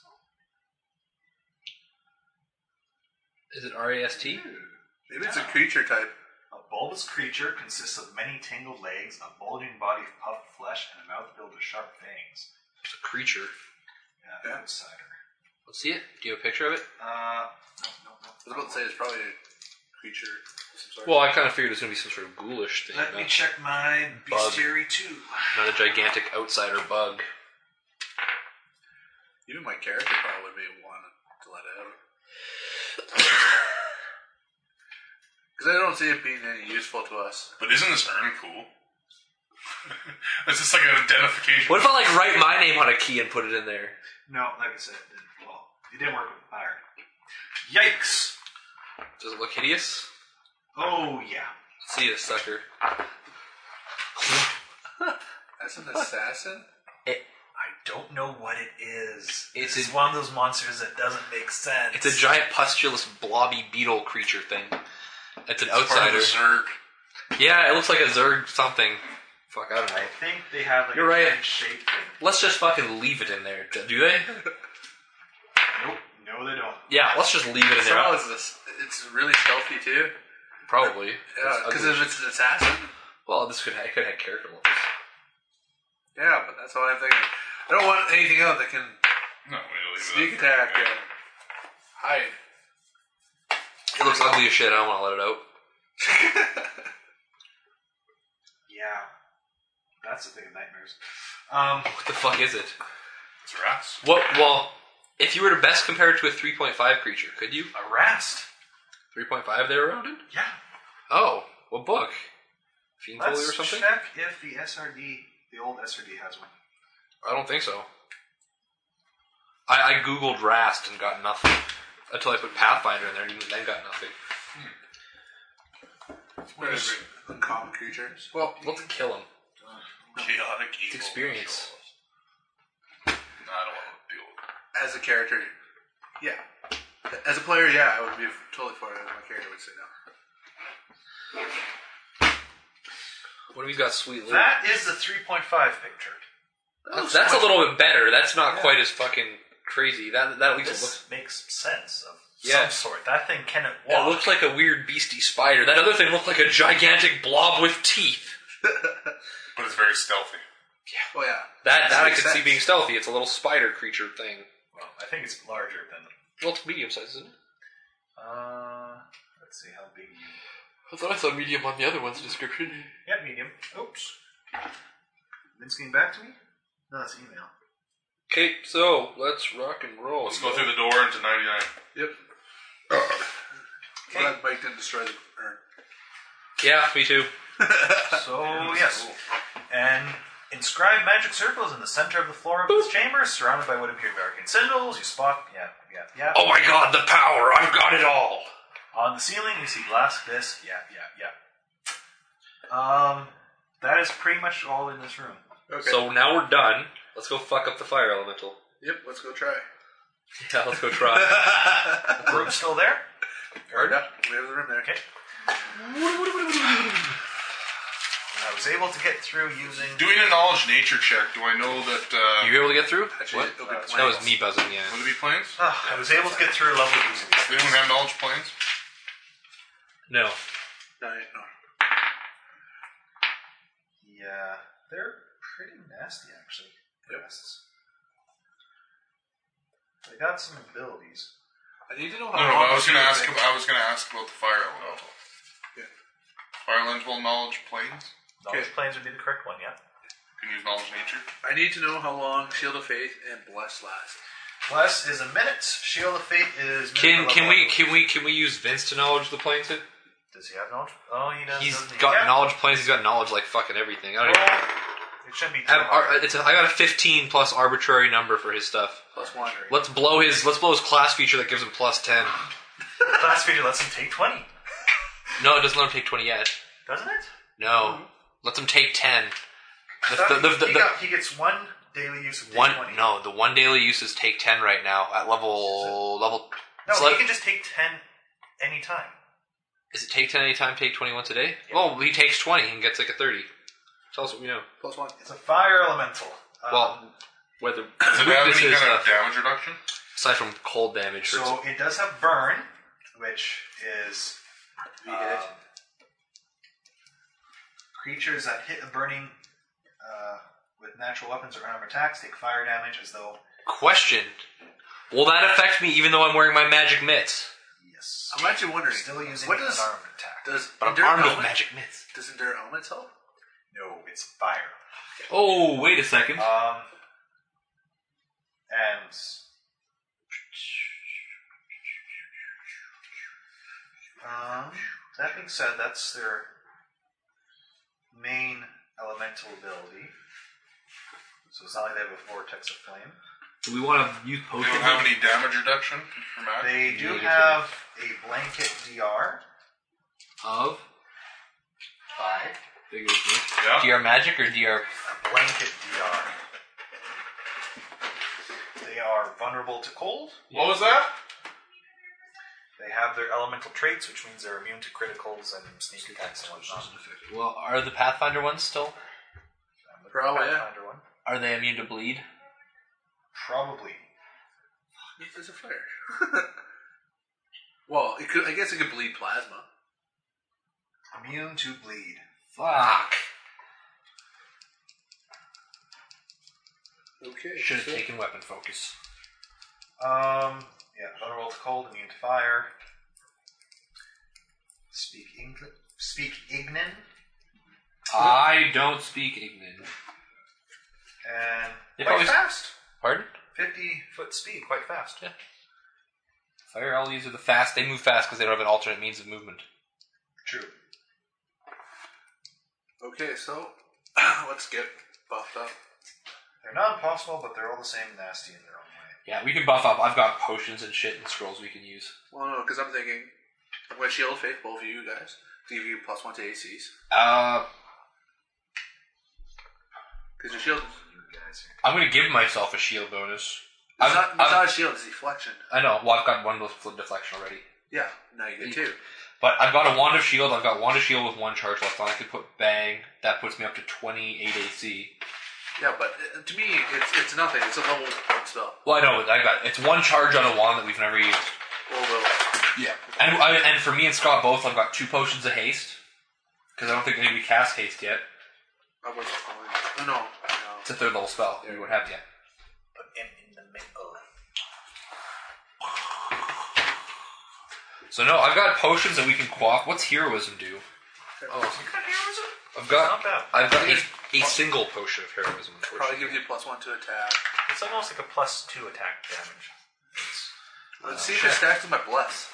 Speaker 3: Is it R A S T?
Speaker 4: Maybe it's a creature type.
Speaker 2: A bulbous creature consists of many tangled legs, a bulging body of puffed flesh, and a mouth filled with sharp fangs.
Speaker 3: It's a creature.
Speaker 2: Yeah,
Speaker 4: Yeah.
Speaker 2: outsider.
Speaker 3: Let's see it. Do you have a picture of it?
Speaker 2: Uh, no, no, no.
Speaker 4: I was about to say it's probably a creature. of Some sort.
Speaker 3: Well, I kind of figured it was going to be some sort of ghoulish thing.
Speaker 6: Let
Speaker 3: not,
Speaker 6: me check my
Speaker 3: Bug.
Speaker 6: bestiary too.
Speaker 3: not a gigantic outsider bug.
Speaker 4: Even my character probably would be one to let out. Because I don't see it being any useful to us.
Speaker 5: But isn't this urn cool? it's just like an identification.
Speaker 3: What if I like write my name on a key and put it in there?
Speaker 2: No, like I said, it didn't, well, it didn't work with fire. Yikes!
Speaker 3: Does it look hideous?
Speaker 2: Oh, yeah.
Speaker 3: Let's see this sucker.
Speaker 4: That's an assassin?
Speaker 2: I don't know what it is.
Speaker 3: It's
Speaker 2: this
Speaker 3: a-
Speaker 2: is one of those monsters that doesn't make sense.
Speaker 3: It's a giant pustulous blobby beetle creature thing. It's an
Speaker 5: Part
Speaker 3: outsider.
Speaker 5: of the Zerg.
Speaker 3: Yeah, it looks like a Zerg something. Fuck, I don't know.
Speaker 2: I think they have like
Speaker 3: You're
Speaker 2: a
Speaker 3: right.
Speaker 2: French shape thing.
Speaker 3: Let's just fucking leave it in there. Do they?
Speaker 2: Nope, no, they don't.
Speaker 3: Yeah, let's just leave it in
Speaker 4: So
Speaker 3: there.
Speaker 4: it's, this- it's really stealthy too.
Speaker 3: Probably.
Speaker 4: Yeah,
Speaker 3: It's
Speaker 4: because
Speaker 3: ugly.
Speaker 4: if it's an assassin,
Speaker 3: well, this could have, it could have character levels.
Speaker 4: yeah, but that's all I'm thinking. I don't want anything else that can
Speaker 5: No, we'll leave it
Speaker 4: sneak
Speaker 5: up.
Speaker 4: attack and hide.
Speaker 3: It looks ugly as shit. I don't want to let it out.
Speaker 2: Yeah, that's the thing of nightmares. Um,
Speaker 3: What the fuck is it?
Speaker 5: It's rats.
Speaker 3: What? Well, if you were to best compare it to a 3.5 creature, could you?
Speaker 2: a rast.
Speaker 3: 3.5 there around it?
Speaker 2: Yeah,
Speaker 3: Oh, what book? Fiend Foley
Speaker 2: let's
Speaker 3: or something?
Speaker 2: check if the SRD, the old SRD, has one.
Speaker 3: I don't think so. I, I googled Rast and got nothing. Until I put Pathfinder in there and even then got nothing.
Speaker 4: Whatever. Uncommon creatures. Well,
Speaker 3: Let's kill him.
Speaker 5: Chaotic evil.
Speaker 3: experience.
Speaker 5: control. I don't want to deal with it.
Speaker 4: As a character, yeah. As a player, yeah, I would be totally for it. As my character would say no.
Speaker 3: What have we got? Sweet loot.
Speaker 2: That is the 3.5 picture.
Speaker 3: That's, that's a little bit better. That's not quite as fucking crazy. That that at least
Speaker 2: This
Speaker 3: looks.
Speaker 2: makes sense of
Speaker 3: Yeah.
Speaker 2: some sort. That thing cannot walk.
Speaker 3: It looked like a weird beastie spider. That other thing looked like a gigantic blob with teeth.
Speaker 5: But it's very stealthy.
Speaker 4: Oh yeah.
Speaker 3: That that I
Speaker 4: makes
Speaker 3: could see
Speaker 4: sense.
Speaker 3: being stealthy. It's a little spider creature thing.
Speaker 2: well, I think it's larger than.
Speaker 3: Well, it's medium sized, isn't it?
Speaker 2: Uh, let's see how big. you-
Speaker 3: I thought I saw medium on the other one's description.
Speaker 2: Yeah, medium. Oops. Vince getting back to me? No, that's email.
Speaker 3: Okay, so let's rock and roll.
Speaker 5: Let's go through the door into 99.
Speaker 4: Yep. Glad Mike didn't destroy the urn.
Speaker 3: Yeah, me too.
Speaker 2: So yes, and inscribed magic circles in the center of the floor of this chamber, surrounded by what appear to be arcane symbols. You spot, yeah, yeah, yeah.
Speaker 3: Oh my god, the power! I've got it all.
Speaker 2: On the ceiling, you see glass disc. Yeah, yeah, yeah. Um, that is pretty much all in this room.
Speaker 4: Okay.
Speaker 3: So now we're done. Let's go fuck up the fire elemental.
Speaker 4: yep. Let's go try.
Speaker 3: Yeah, let's go try.
Speaker 2: The room's still there.
Speaker 3: Pardon?
Speaker 4: Yeah, we have the room there.
Speaker 2: Okay. I was able to get through using.
Speaker 5: Doing a knowledge nature check, do I know that. Uh,
Speaker 3: You able to get through?
Speaker 4: Actually, it'll be
Speaker 3: That
Speaker 4: plain.
Speaker 3: was me buzzing. Yeah.
Speaker 5: would it be planes?
Speaker 2: Ah, I was able to get through a level using these.
Speaker 5: They don't have knowledge planes?
Speaker 3: No.
Speaker 4: No, no.
Speaker 2: Yeah, they're pretty nasty actually. Breasts. They got some abilities.
Speaker 4: I need to know how.
Speaker 5: No, no, but I
Speaker 4: long
Speaker 5: was
Speaker 4: the
Speaker 5: gonna
Speaker 4: room
Speaker 5: ask.
Speaker 4: is.
Speaker 5: About, I was gonna ask about the fire elemental.
Speaker 4: Yeah.
Speaker 5: Fire elemental knowledge planes.
Speaker 2: Knowledge
Speaker 4: Okay.
Speaker 2: planes would be the correct one, yeah.
Speaker 5: You can use knowledge nature.
Speaker 4: I need to know how long Shield of Faith and Bless last.
Speaker 2: Plus is a minute. Shield of Fate is.
Speaker 3: Can
Speaker 2: minute
Speaker 3: can
Speaker 2: level.
Speaker 3: we can we can we use Vince to knowledge the planes? Then?
Speaker 2: Does he have knowledge? Oh, he does.
Speaker 3: He's
Speaker 2: doesn't he?
Speaker 3: got
Speaker 2: Yeah.
Speaker 3: knowledge planes. He's got knowledge like fucking everything. I don't even.
Speaker 2: Roll. It shouldn't be. Too
Speaker 3: Have,
Speaker 2: hard.
Speaker 3: ar- it's a, I got a 15 plus arbitrary number for his stuff.
Speaker 4: Plus one.
Speaker 3: Let's blow his let's blow his class feature that gives him plus 10.
Speaker 2: Class feature lets him take twenty,
Speaker 3: No, it doesn't let him take 20 yet.
Speaker 2: doesn't it?
Speaker 3: No, lets him take 10.
Speaker 2: That-
Speaker 3: The, the, the, the,
Speaker 2: he, got- he gets one daily use of day
Speaker 3: one
Speaker 2: twenty.
Speaker 3: no, the one daily use is take 10 right now at level level.
Speaker 2: no,
Speaker 3: it's
Speaker 2: he
Speaker 3: like-
Speaker 2: can just take ten anytime.
Speaker 3: is it take 10 anytime, take 20 once a day? Well, he takes 20 and gets like a 30. Tell us what we know.
Speaker 4: Plus one.
Speaker 2: It's a fire elemental. Um, uh,
Speaker 3: Well, whether
Speaker 5: Does it have
Speaker 3: weakness
Speaker 5: any
Speaker 3: is
Speaker 5: kind of
Speaker 3: stuff,
Speaker 5: damage reduction?
Speaker 3: aside from cold damage. for
Speaker 2: So it does have burn, which is
Speaker 3: Uh,
Speaker 2: um, creatures that hit a burning uh, with natural weapons or armor attacks take fire damage as though
Speaker 3: Question: Will that affect me even though I'm wearing my magic mitts?
Speaker 2: yes,
Speaker 4: I'm actually wondering.
Speaker 2: still using
Speaker 4: what
Speaker 2: an
Speaker 4: does
Speaker 2: armed attack.
Speaker 4: does
Speaker 3: But I'm
Speaker 4: endure
Speaker 3: armed with
Speaker 4: element-
Speaker 3: magic mitts.
Speaker 4: Does endure elements help?
Speaker 2: No, it's fire.
Speaker 3: Oh, wait a second.
Speaker 2: Um, and um, that being said, that's their main elemental ability. So it's not like they have a vortex of flame.
Speaker 3: Do we want to use
Speaker 5: We don't
Speaker 3: potions?
Speaker 5: have any damage reduction for magic.
Speaker 2: They do
Speaker 3: Negative.
Speaker 2: have a blanket DR
Speaker 3: Of
Speaker 2: five.
Speaker 5: Yeah.
Speaker 3: DR magic or DR?
Speaker 2: A blanket DR. They are vulnerable to cold.
Speaker 5: What was that?
Speaker 2: They have their elemental traits, which means they're immune to criticals and sneak attacks and whatnot.
Speaker 3: Well, are the Pathfinder ones still?
Speaker 2: I'm looking at
Speaker 4: Probably, yeah.
Speaker 2: Pathfinder one.
Speaker 3: Are they immune to bleed?
Speaker 2: Probably.
Speaker 4: There's a fire. well, it could. I guess it could bleed plasma.
Speaker 2: Immune to bleed.
Speaker 3: Fuck.
Speaker 4: Okay.
Speaker 3: Should have taken weapon focus.
Speaker 2: Um, yeah, vulnerable to cold, immune to fire. Speak Ingl- Speak Ignan,
Speaker 3: I don't speak Ignan.
Speaker 2: and
Speaker 3: They
Speaker 2: quite
Speaker 3: probably-
Speaker 2: fast.
Speaker 3: Pardon?
Speaker 2: Fifty foot speed, quite fast.
Speaker 3: Yeah. Fire Ellie's are the fast. They move fast because they don't have an alternate means of movement.
Speaker 2: True.
Speaker 4: Okay, so let's get buffed up.
Speaker 2: They're not impossible, but they're all the same nasty in their own way.
Speaker 3: Yeah, we can buff up. I've got potions and shit and scrolls we can use.
Speaker 4: Well, no, because I'm thinking I'm gonna shield faith both of you guys. Give you plus one to ACs.
Speaker 3: Uh,
Speaker 4: Because your shield
Speaker 2: You guys are.
Speaker 3: I'm going to give myself a shield bonus.
Speaker 4: it's
Speaker 3: I'm-
Speaker 4: not, it's
Speaker 3: I'm-
Speaker 4: not a shield, it's deflection.
Speaker 3: I know. Well, I've got one with fl- deflection already.
Speaker 4: Yeah, now you get two.
Speaker 3: But I've got a wand of shield. I've got wand of shield with one charge left on. I could put bang. That puts me up to 28 AC.
Speaker 4: Yeah, but uh, to me, it's it's nothing. It's a level one spell.
Speaker 3: Well, I know. but I got it's one charge on a wand that we've never used.
Speaker 4: Well, well,
Speaker 5: Yeah.
Speaker 3: And I, and for me and Scott both, I've got two potions of haste because I don't think anybody cast haste yet.
Speaker 4: I wasn't calling. Oh, no, no.
Speaker 3: It's a third level spell. We would have yet.
Speaker 2: Put him in the oh. middle.
Speaker 3: So no, I've got potions that we can quaff. What's heroism do?
Speaker 2: You got heroism?
Speaker 3: I've
Speaker 2: Not
Speaker 3: got
Speaker 2: bad.
Speaker 3: I've got Oh. a, a single potion of heroism. Unfortunately.
Speaker 4: Probably gives you plus one to attack.
Speaker 2: It's almost like a plus two attack damage. It's
Speaker 4: Let's see if it stacks with my bless.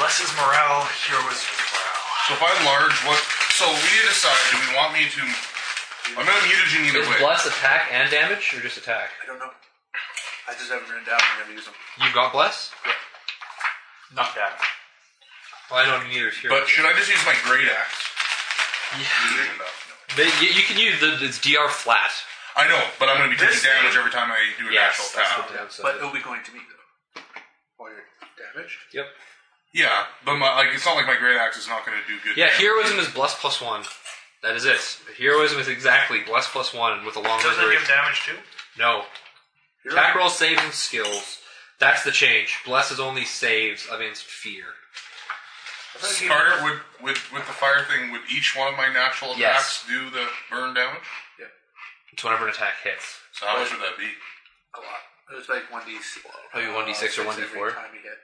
Speaker 2: Bless his morale, heroes his morale.
Speaker 5: So if I large, what? So we need to decide. Do we want me to? I'm gonna mutagen either
Speaker 3: Is
Speaker 5: way.
Speaker 3: bless attack and damage or just attack?
Speaker 4: I don't know. I just haven't written down. I never use them.
Speaker 3: You've got bless.
Speaker 2: Not bad.
Speaker 3: Well, I don't need either. Heroism.
Speaker 5: But should I just use my great axe? Mutagen up.
Speaker 3: They, you, you can use the it's DR flat.
Speaker 5: I know, but I'm gonna be taking
Speaker 2: This thing-
Speaker 5: damage every time I do an
Speaker 3: Yes,
Speaker 5: actual
Speaker 3: that's
Speaker 5: attack.
Speaker 3: the downside.
Speaker 4: Oh. But it'll be going to me though. All your damage.
Speaker 3: yep.
Speaker 5: Yeah, but my, like it's not like my great axe is not gonna do good.
Speaker 3: Yeah,
Speaker 5: damage.
Speaker 3: heroism is bless plus one. That is it. Heroism is exactly bless plus one with a long
Speaker 2: Doesn't it give
Speaker 3: duration.
Speaker 2: damage too?
Speaker 3: No. Attack roll saves and skills. That's the change. Bless is only saves against fear.
Speaker 5: Start with, with with the fire thing. Would each one of my natural
Speaker 3: Yes.
Speaker 5: attacks do the burn damage?
Speaker 3: It's whenever an attack hits.
Speaker 5: So how much would that be?
Speaker 4: a lot. It was like Oh, one d
Speaker 3: Probably 1d6 or 1d4.
Speaker 4: Time you hit.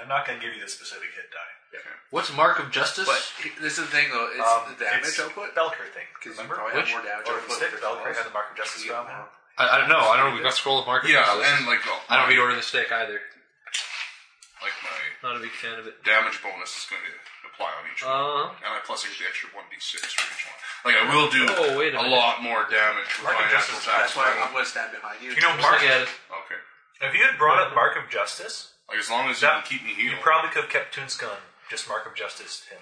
Speaker 2: I'm not going to give you the specific hit die.
Speaker 3: What's mark of justice?
Speaker 4: But he- this is the thing though. It's
Speaker 2: Um,
Speaker 4: the damage
Speaker 2: it's
Speaker 4: output.
Speaker 2: Belker thing.
Speaker 4: Because you
Speaker 2: remember?
Speaker 4: probably
Speaker 3: Which?
Speaker 4: have more damage
Speaker 2: Or
Speaker 4: output.
Speaker 2: stick,
Speaker 4: for
Speaker 2: Belker
Speaker 4: spells.
Speaker 2: had the Mark of Justice
Speaker 4: You
Speaker 2: spell.
Speaker 4: get more.
Speaker 3: I, I don't know. I don't know. We've got scroll of mark of
Speaker 5: Yeah,
Speaker 3: justice.
Speaker 5: and like oh,
Speaker 3: I don't read order of the stake either.
Speaker 5: like my
Speaker 3: Not a big fan of it.
Speaker 5: damage bonus is going to apply on each one,
Speaker 3: Uh,
Speaker 5: and I plus I get the extra one d six for each one. Like I will do
Speaker 3: Oh, wait a
Speaker 5: a,
Speaker 3: minute.
Speaker 5: lot more damage with
Speaker 2: Mark of
Speaker 5: my
Speaker 2: Justice,
Speaker 5: natural
Speaker 4: That's
Speaker 5: attacks.
Speaker 4: why
Speaker 5: than I
Speaker 4: I'm
Speaker 5: will-
Speaker 4: going to stand behind you.
Speaker 2: You know,
Speaker 3: look
Speaker 2: Mark,
Speaker 3: at it.
Speaker 5: Okay,
Speaker 2: if you had brought up Mark of Justice,
Speaker 5: like as long as
Speaker 2: That-
Speaker 5: you can keep me
Speaker 2: you
Speaker 5: healed.
Speaker 2: probably could have kept Toonscon, just Mark of Justice him.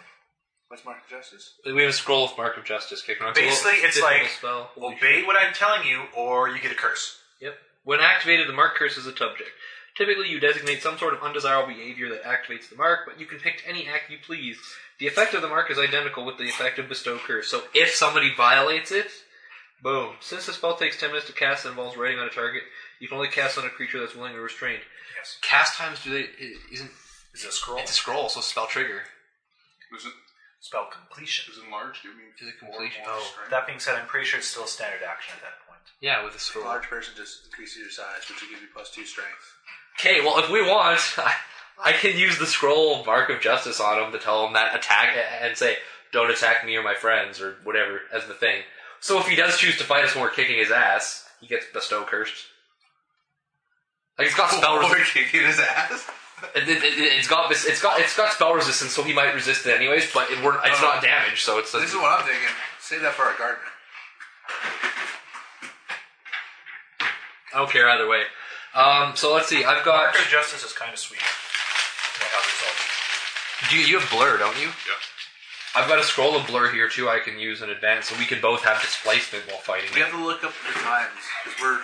Speaker 4: what's mark of justice?
Speaker 3: We have a scroll of mark of justice kicking on. a
Speaker 2: Basically,
Speaker 3: little
Speaker 2: it's
Speaker 3: difficult
Speaker 2: like
Speaker 3: spell. Holy
Speaker 2: obey what I'm telling you, or you get a curse.
Speaker 3: Yep. When activated, the mark curses a subject. Typically, you designate some sort of undesirable behavior that activates the mark, but you can pick any act you please. The effect of the mark is identical with the effect of bestow curse, so if somebody violates it, boom. Since the spell takes 10 minutes to cast and involves writing on a target, you can only cast on a creature that's willing or restrained.
Speaker 2: Yes.
Speaker 3: Cast times do they i- isn't
Speaker 2: Is it a scroll?
Speaker 3: it's a scroll, so spell trigger.
Speaker 5: Does it
Speaker 2: spell completion.
Speaker 5: does enlarge give me
Speaker 3: Is it completion? Oh.
Speaker 5: more
Speaker 3: No.
Speaker 5: strength?
Speaker 2: That being said, I'm pretty sure it's still a standard action at that point.
Speaker 3: Yeah, with a
Speaker 4: A
Speaker 3: scroll.
Speaker 4: large person just increases your size, which will give you plus two strength.
Speaker 3: Okay, well, if we want, I, I can use the scroll of Mark of Justice on him to tell him that attack and say, don't attack me or my friends or whatever as the thing. So if he does choose to fight us when we're kicking his ass, he gets bestow cursed. Like it's got
Speaker 4: Oh,
Speaker 3: spell resistance.
Speaker 4: kicking his ass.
Speaker 3: It, it, it, it's got bes- it's got it's got spell resistance, so he might resist it anyways. But it, we're, it's not damage, so it's
Speaker 4: Oh. This is what I'm thinking. Save that for our gardener.
Speaker 3: I don't care either way. Um, so let's see. I've got.
Speaker 2: Mark of Justice is kind of sweet. Like how it's all-
Speaker 3: Do you, you have blur, don't you?
Speaker 5: Yeah.
Speaker 3: I've got a scroll of blur here too. I can use in advance, so we can both have displacement while fighting.
Speaker 4: We have to look up the times because we're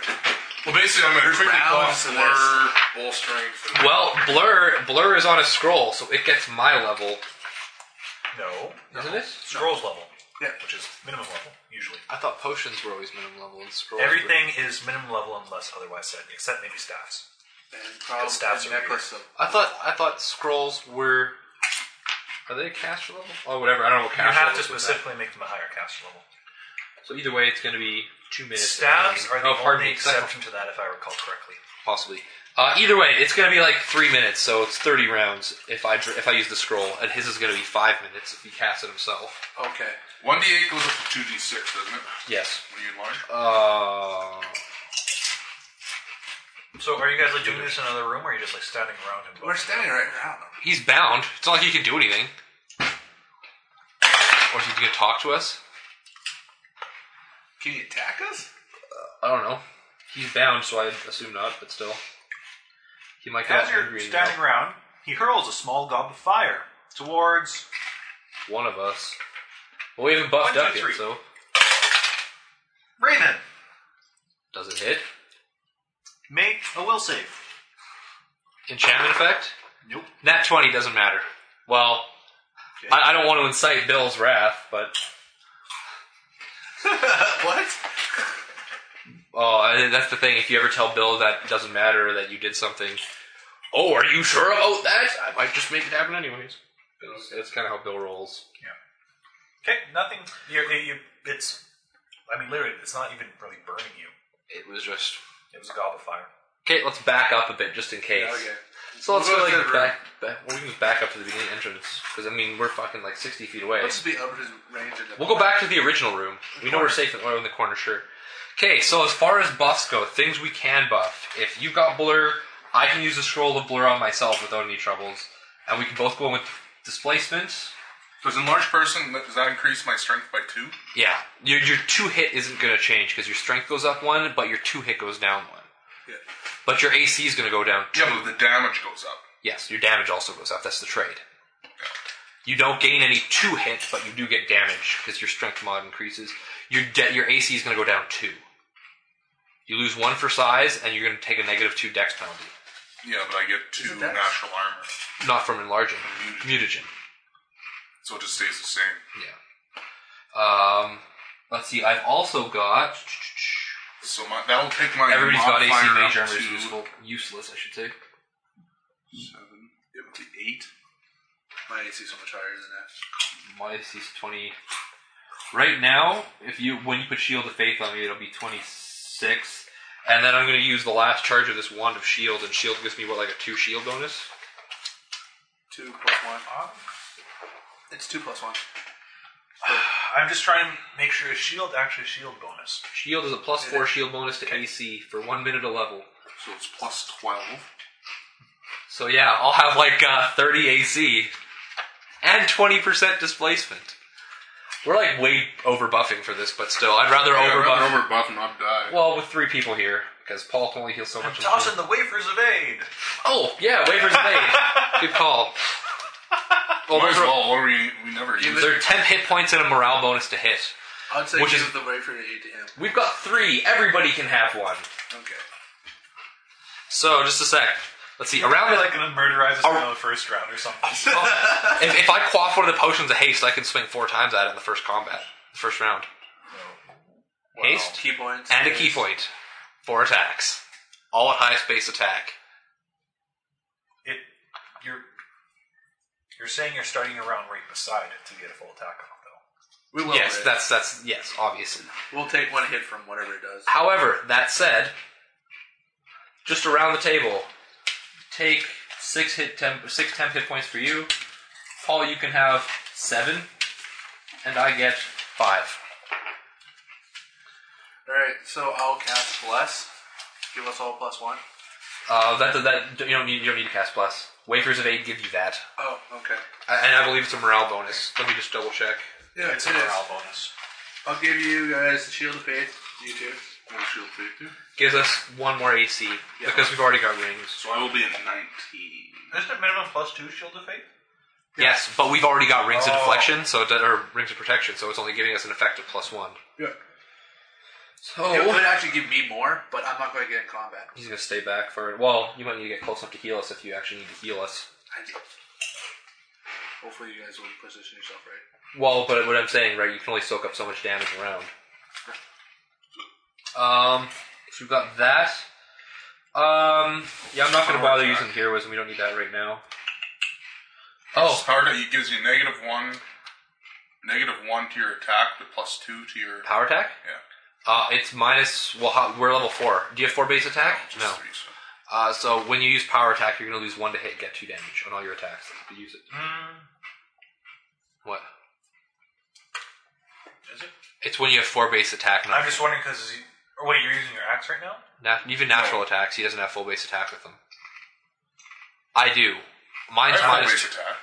Speaker 5: Well, basically, I'm gonna quickly
Speaker 4: rounds
Speaker 5: cost
Speaker 4: to
Speaker 5: blur,
Speaker 4: this.
Speaker 5: bull strength. And
Speaker 3: Well, blur blur is on a scroll, so it gets my level,
Speaker 2: No.
Speaker 3: isn't it?
Speaker 2: Scrolls level.
Speaker 4: Yeah.
Speaker 2: Which is minimum level, usually.
Speaker 3: I thought potions were always minimum level and scrolls.
Speaker 2: Everything is minimum level unless otherwise said, except maybe staffs.
Speaker 4: and probably
Speaker 2: stats are
Speaker 4: necklace. Of,
Speaker 3: Were. I thought I thought scrolls were. Are they caster level? Oh, whatever. I don't know what
Speaker 2: You
Speaker 3: caster
Speaker 2: have
Speaker 3: level
Speaker 2: to
Speaker 3: is with
Speaker 2: specifically make them a higher caster level.
Speaker 3: that. So either way, it's going to be two minutes.
Speaker 2: Staffs are
Speaker 3: and-
Speaker 2: the
Speaker 3: oh, pardon
Speaker 2: only
Speaker 3: me,
Speaker 2: exception to that, if I recall correctly.
Speaker 3: possibly. Uh, either way, it's going to be like three minutes, so it's thirty rounds if I dr- if I use the scroll, and his is going to be five minutes if he casts it himself.
Speaker 4: okay,
Speaker 5: One d eight goes up to two d six, doesn't it?
Speaker 3: Yes.
Speaker 5: When you enlarge.
Speaker 3: Uh,
Speaker 2: So, are you guys like doing this in another room, or are you just like standing around him?
Speaker 4: we're standing right around them.
Speaker 3: he's bound. It's not like he can do anything. Or is he going to talk to us?
Speaker 4: Can you attack us?
Speaker 3: I don't know. He's bound, so I assume not, but still. He might get
Speaker 2: As you're
Speaker 3: angry
Speaker 2: standing
Speaker 3: now.
Speaker 2: around, he hurls a small gob of fire towards.
Speaker 3: One of us. Well, we haven't
Speaker 2: One,
Speaker 3: buffed
Speaker 2: two,
Speaker 3: up yet,
Speaker 2: three.
Speaker 3: so. Hit.
Speaker 8: Make a will save.
Speaker 3: Enchantment effect?
Speaker 8: Nope.
Speaker 3: Nat 20 doesn't matter. Well, I, I don't want to incite Bill's wrath, but.
Speaker 6: what?
Speaker 3: Oh, I- that's the thing. If you ever tell Bill that it doesn't matter that you did something, oh, are you sure about that? I might just make it happen anyways. That's, kind of how Bill rolls.
Speaker 2: Okay, nothing. You're, you, it's. I mean, literally, it's not even really burning you.
Speaker 3: It was just
Speaker 2: It was a gob of fire.
Speaker 3: okay. Let's back up a bit just in case.
Speaker 4: Okay.
Speaker 3: So let's
Speaker 4: We'll
Speaker 3: go
Speaker 4: go
Speaker 3: like
Speaker 4: to the
Speaker 3: back, back. We can just back up to the beginning entrance because I mean we're fucking like sixty feet away.
Speaker 4: Let's be out of his range. At the
Speaker 3: We'll go back to the original room. We know we're safe in, or in the corner, sure. Okay, so as far as buffs go, things we can buff. If you've got blur, I can use the scroll of blur on myself without any troubles, and we can both go in with displacement.
Speaker 5: Does enlarged person does that increase my strength by two?
Speaker 3: Yeah, your your two hit isn't going to change because your strength goes up one, but your two hit goes down one.
Speaker 5: Yeah.
Speaker 3: But your AC is going to go down. Two.
Speaker 5: Yeah, but the damage goes up.
Speaker 3: Yes, your damage also goes up. That's the trade. You don't gain any two hits, but you do get damage because your strength mod increases. Your de- your AC is going to go down two. You lose one for size, and you're going to take a negative two dex penalty,
Speaker 5: Yeah, but I get two natural armor,
Speaker 3: not from enlarging
Speaker 5: Mutagen.
Speaker 3: mutagen.
Speaker 5: so it just stays the same.
Speaker 3: Yeah. Um, let's see. I've also got
Speaker 5: So my, that will take my
Speaker 3: everybody's got AC
Speaker 5: modifier
Speaker 3: mage
Speaker 5: up
Speaker 3: armor
Speaker 5: to
Speaker 3: is useful, useless, I should say.
Speaker 5: seven, up to eight.
Speaker 4: My AC so much higher than that.
Speaker 3: My AC's twenty. Right now, if you when you put Shield of Faith on me, it'll be twenty six, and then I'm going to use the last charge of this Wand of Shield, and Shield gives me what like a two Shield bonus.
Speaker 4: Two plus one. It's two plus one.
Speaker 2: I'm just trying to make sure a shield actually a shield bonus.
Speaker 3: Shield is a plus four Shield bonus to AC for one minute a level.
Speaker 5: So it's plus twelve.
Speaker 3: So yeah, I'll have like uh, thirty AC and twenty percent displacement. We're like way over buffing for this, but still, I'd rather
Speaker 5: Yeah,
Speaker 3: over
Speaker 5: rather
Speaker 3: buff.
Speaker 5: over buff and not die.
Speaker 3: Well, with three people here, because Paul can only heal so much. on the
Speaker 2: Tossing the wafers of aid.
Speaker 3: Oh, yeah, waivers made. Good call. Well,
Speaker 5: Might
Speaker 3: those
Speaker 5: as
Speaker 3: are-
Speaker 5: well. Or we, we never use it.
Speaker 3: They're 10 hit points and a morale bonus to hit.
Speaker 4: I'd say
Speaker 3: Which
Speaker 4: give
Speaker 3: is-
Speaker 4: the wafer to eight to him.
Speaker 3: We've got three. Everybody can have one.
Speaker 4: Okay.
Speaker 3: So, just a sec. Let's see. Around
Speaker 2: Probably
Speaker 3: the,
Speaker 2: like gonna murderize us
Speaker 3: Are-
Speaker 2: in the first round or something.
Speaker 3: if, if I quaff one of the potions of haste, I can swing four times at it in the first combat, the first round. haste
Speaker 4: Key points.
Speaker 3: and a key point. Four attacks. All at high space attack.
Speaker 2: It, you're you're saying you're starting your round right beside it to get a full attack off though.
Speaker 4: We will.
Speaker 3: Yes,
Speaker 4: Ray.
Speaker 3: that's that's yes, obviously.
Speaker 4: We'll take one hit from whatever it does.
Speaker 3: However, that said, just around the table, take six hit temp, six temp hit points for you. Paul, you can have seven, and I get five.
Speaker 4: All right. So I'll cast bless. Give us all plus one.
Speaker 3: Uh, that that you don't need you don't need to cast plus. Wafers of aid give you that,
Speaker 4: Oh, okay.
Speaker 3: I- and I believe it's a morale bonus. Let me just double check.
Speaker 4: Yeah,
Speaker 2: It's a morale bonus.
Speaker 4: I'll give you guys the shield of faith. You two.
Speaker 5: Shield save too.
Speaker 3: Gives us one more AC because we've already got rings.
Speaker 5: So I will be at nineteen.
Speaker 2: Isn't it minimum plus two shield of faith?
Speaker 3: Yes, but we've already got rings of
Speaker 2: Oh.
Speaker 3: deflection, so it, do- or rings of protection, so it's only giving us an effective plus one.
Speaker 4: Yeah. Oh.
Speaker 3: So
Speaker 4: It would actually give me more, but I'm not going to get in combat.
Speaker 3: He's gonna stay back for Well, you might need to get close enough to heal us if you actually need to heal us.
Speaker 4: I do. Hopefully, you guys will position yourself right.
Speaker 3: Well, but what I'm saying, right? You can only soak up so much damage around. Um, so we've got that. Um, yeah, I'm not gonna bother using heroism. We don't need that right now. Oh,
Speaker 5: Power attack gives you negative one, negative one to your attack, but plus two to your
Speaker 3: power attack.
Speaker 5: yeah.
Speaker 3: Uh, it's minus. Well, how, we're level four. Do you have four base attack?
Speaker 5: Just
Speaker 3: No.
Speaker 5: three, so.
Speaker 3: Uh, so when you use power attack, you're gonna lose one to hit, get two damage on all your attacks. If you use it. Hmm. What?
Speaker 2: Is it?
Speaker 3: It's when you have four base attack. Not
Speaker 2: I'm just wondering because. Or wait, you're using your axe right now?
Speaker 3: Nat- even natural attacks, he doesn't have full base attack with them. I do.
Speaker 5: I
Speaker 3: Mine's
Speaker 5: have no
Speaker 3: minus.
Speaker 5: base attack.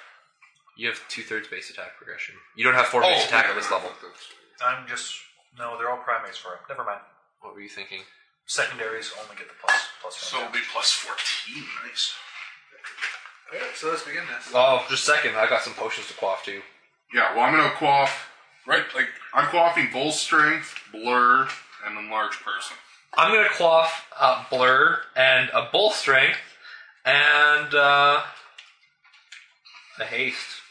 Speaker 3: You have two thirds base attack progression. You don't have four base attack at this level.
Speaker 2: I'm just. No, they're all primaries for him. Never mind.
Speaker 3: What were you thinking?
Speaker 2: Secondaries only get the plus plus one.
Speaker 5: So it'll be plus fourteen. Nice.
Speaker 4: All right. So let's begin this.
Speaker 3: Oh, just a second. I got some potions to quaff too.
Speaker 5: Yeah. Well, I'm gonna quaff. Right. Like I'm quaffing bull strength, blur, and enlarged person.
Speaker 3: I'm gonna quaff a blur and a bull strength and uh, a haste.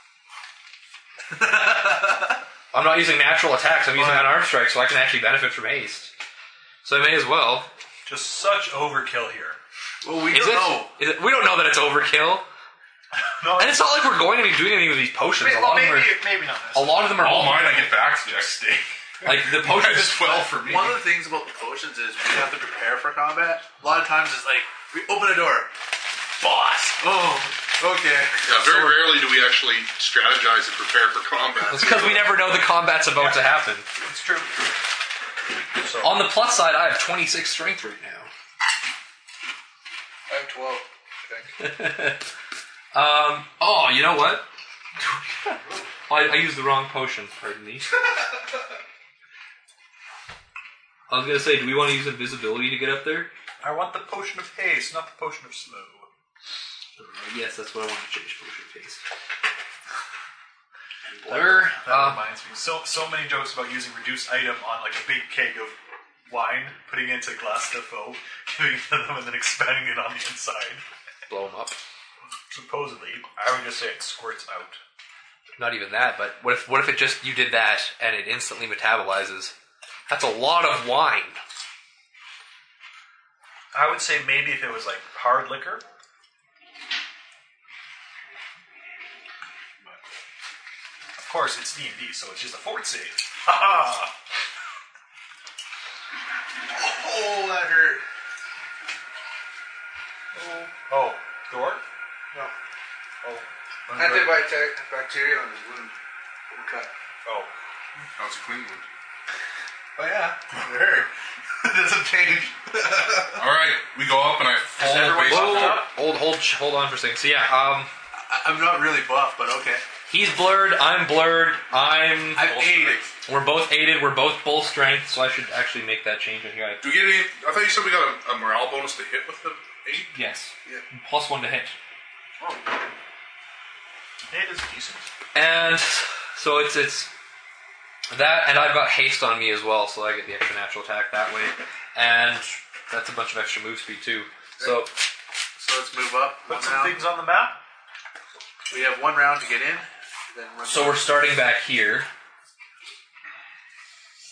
Speaker 3: I'm not using natural attacks. I'm using unarmed strike, so I can actually benefit from haste. So I may as well.
Speaker 2: Just such overkill here.
Speaker 4: Well, we
Speaker 3: Is
Speaker 4: don't
Speaker 3: it?
Speaker 4: know.
Speaker 3: is it? We don't know that it's overkill.
Speaker 2: No,
Speaker 3: And it's not like we're going to be doing anything with these potions. A
Speaker 9: well,
Speaker 3: lot of them
Speaker 9: maybe,
Speaker 3: are.
Speaker 9: maybe not this.
Speaker 3: A lot of them are
Speaker 5: All mine I get back to next day.
Speaker 3: Like the
Speaker 5: That's
Speaker 3: potions.
Speaker 5: 12 for me.
Speaker 4: One of the things about the potions is we have to prepare for combat. A lot of times it's like we open a door, boss. Oh, okay.
Speaker 5: Yeah, very rarely do we actually strategize and prepare for combat.
Speaker 3: It's because we never know the combat's about to happen.
Speaker 2: it's true. So,
Speaker 3: On the plus side, I have 26 strength right now.
Speaker 10: I have 12.
Speaker 3: Um. Oh, you know what? I, I used the wrong potion. Pardon me. I was gonna say, do we want to use invisibility to get up there?
Speaker 2: I want the potion of haste, not the potion of slow.
Speaker 3: Uh, yes, that's what I want to change. Potion paste. Blur.
Speaker 2: That
Speaker 3: Uh,
Speaker 2: reminds me. So so many jokes about using reduced item on like a big keg of wine, putting it into glass defo, giving it to them, and then expanding it on the inside.
Speaker 3: blow them up.
Speaker 2: Supposedly, I would just say it squirts out.
Speaker 3: Not even that, but what if what if it just you did that and it instantly metabolizes? That's a lot of wine.
Speaker 2: I would say maybe if it was like hard liquor. But, Of course, it's D and D, so it's just a fort save. Ha
Speaker 4: Oh, that hurt.
Speaker 2: Oh, door.
Speaker 4: No.
Speaker 2: Oh.
Speaker 4: Antibacterial on his wound. Cut.
Speaker 2: Oh.
Speaker 5: That's a clean one.
Speaker 4: Oh yeah, it hurt. it doesn't change.
Speaker 5: All right, we go up and I fall
Speaker 3: Whoa,
Speaker 5: away.
Speaker 3: whoa, whoa. Hold, hold, sh- hold on for a second. So yeah, um,
Speaker 4: I- I'm not really buff, but okay.
Speaker 3: he's blurred. I'm blurred. I'm.
Speaker 4: I'm aided.
Speaker 3: We're both aided. We're both full strength, so I should actually make that change on here. I,
Speaker 5: Do we get any? I thought you said we got a, a morale bonus to hit with the eight.
Speaker 3: yes.
Speaker 4: Yeah. Oh.
Speaker 3: Plus one to hit.
Speaker 2: It is decent.
Speaker 3: And so it's it's that, and I've got haste on me as well, so I get the extra natural attack that way, and that's a bunch of extra move speed too. So
Speaker 4: So let's move up. One
Speaker 2: Put some
Speaker 4: round.
Speaker 2: things on the map.
Speaker 4: We have one round to get in. Then run
Speaker 3: so we're starting back here.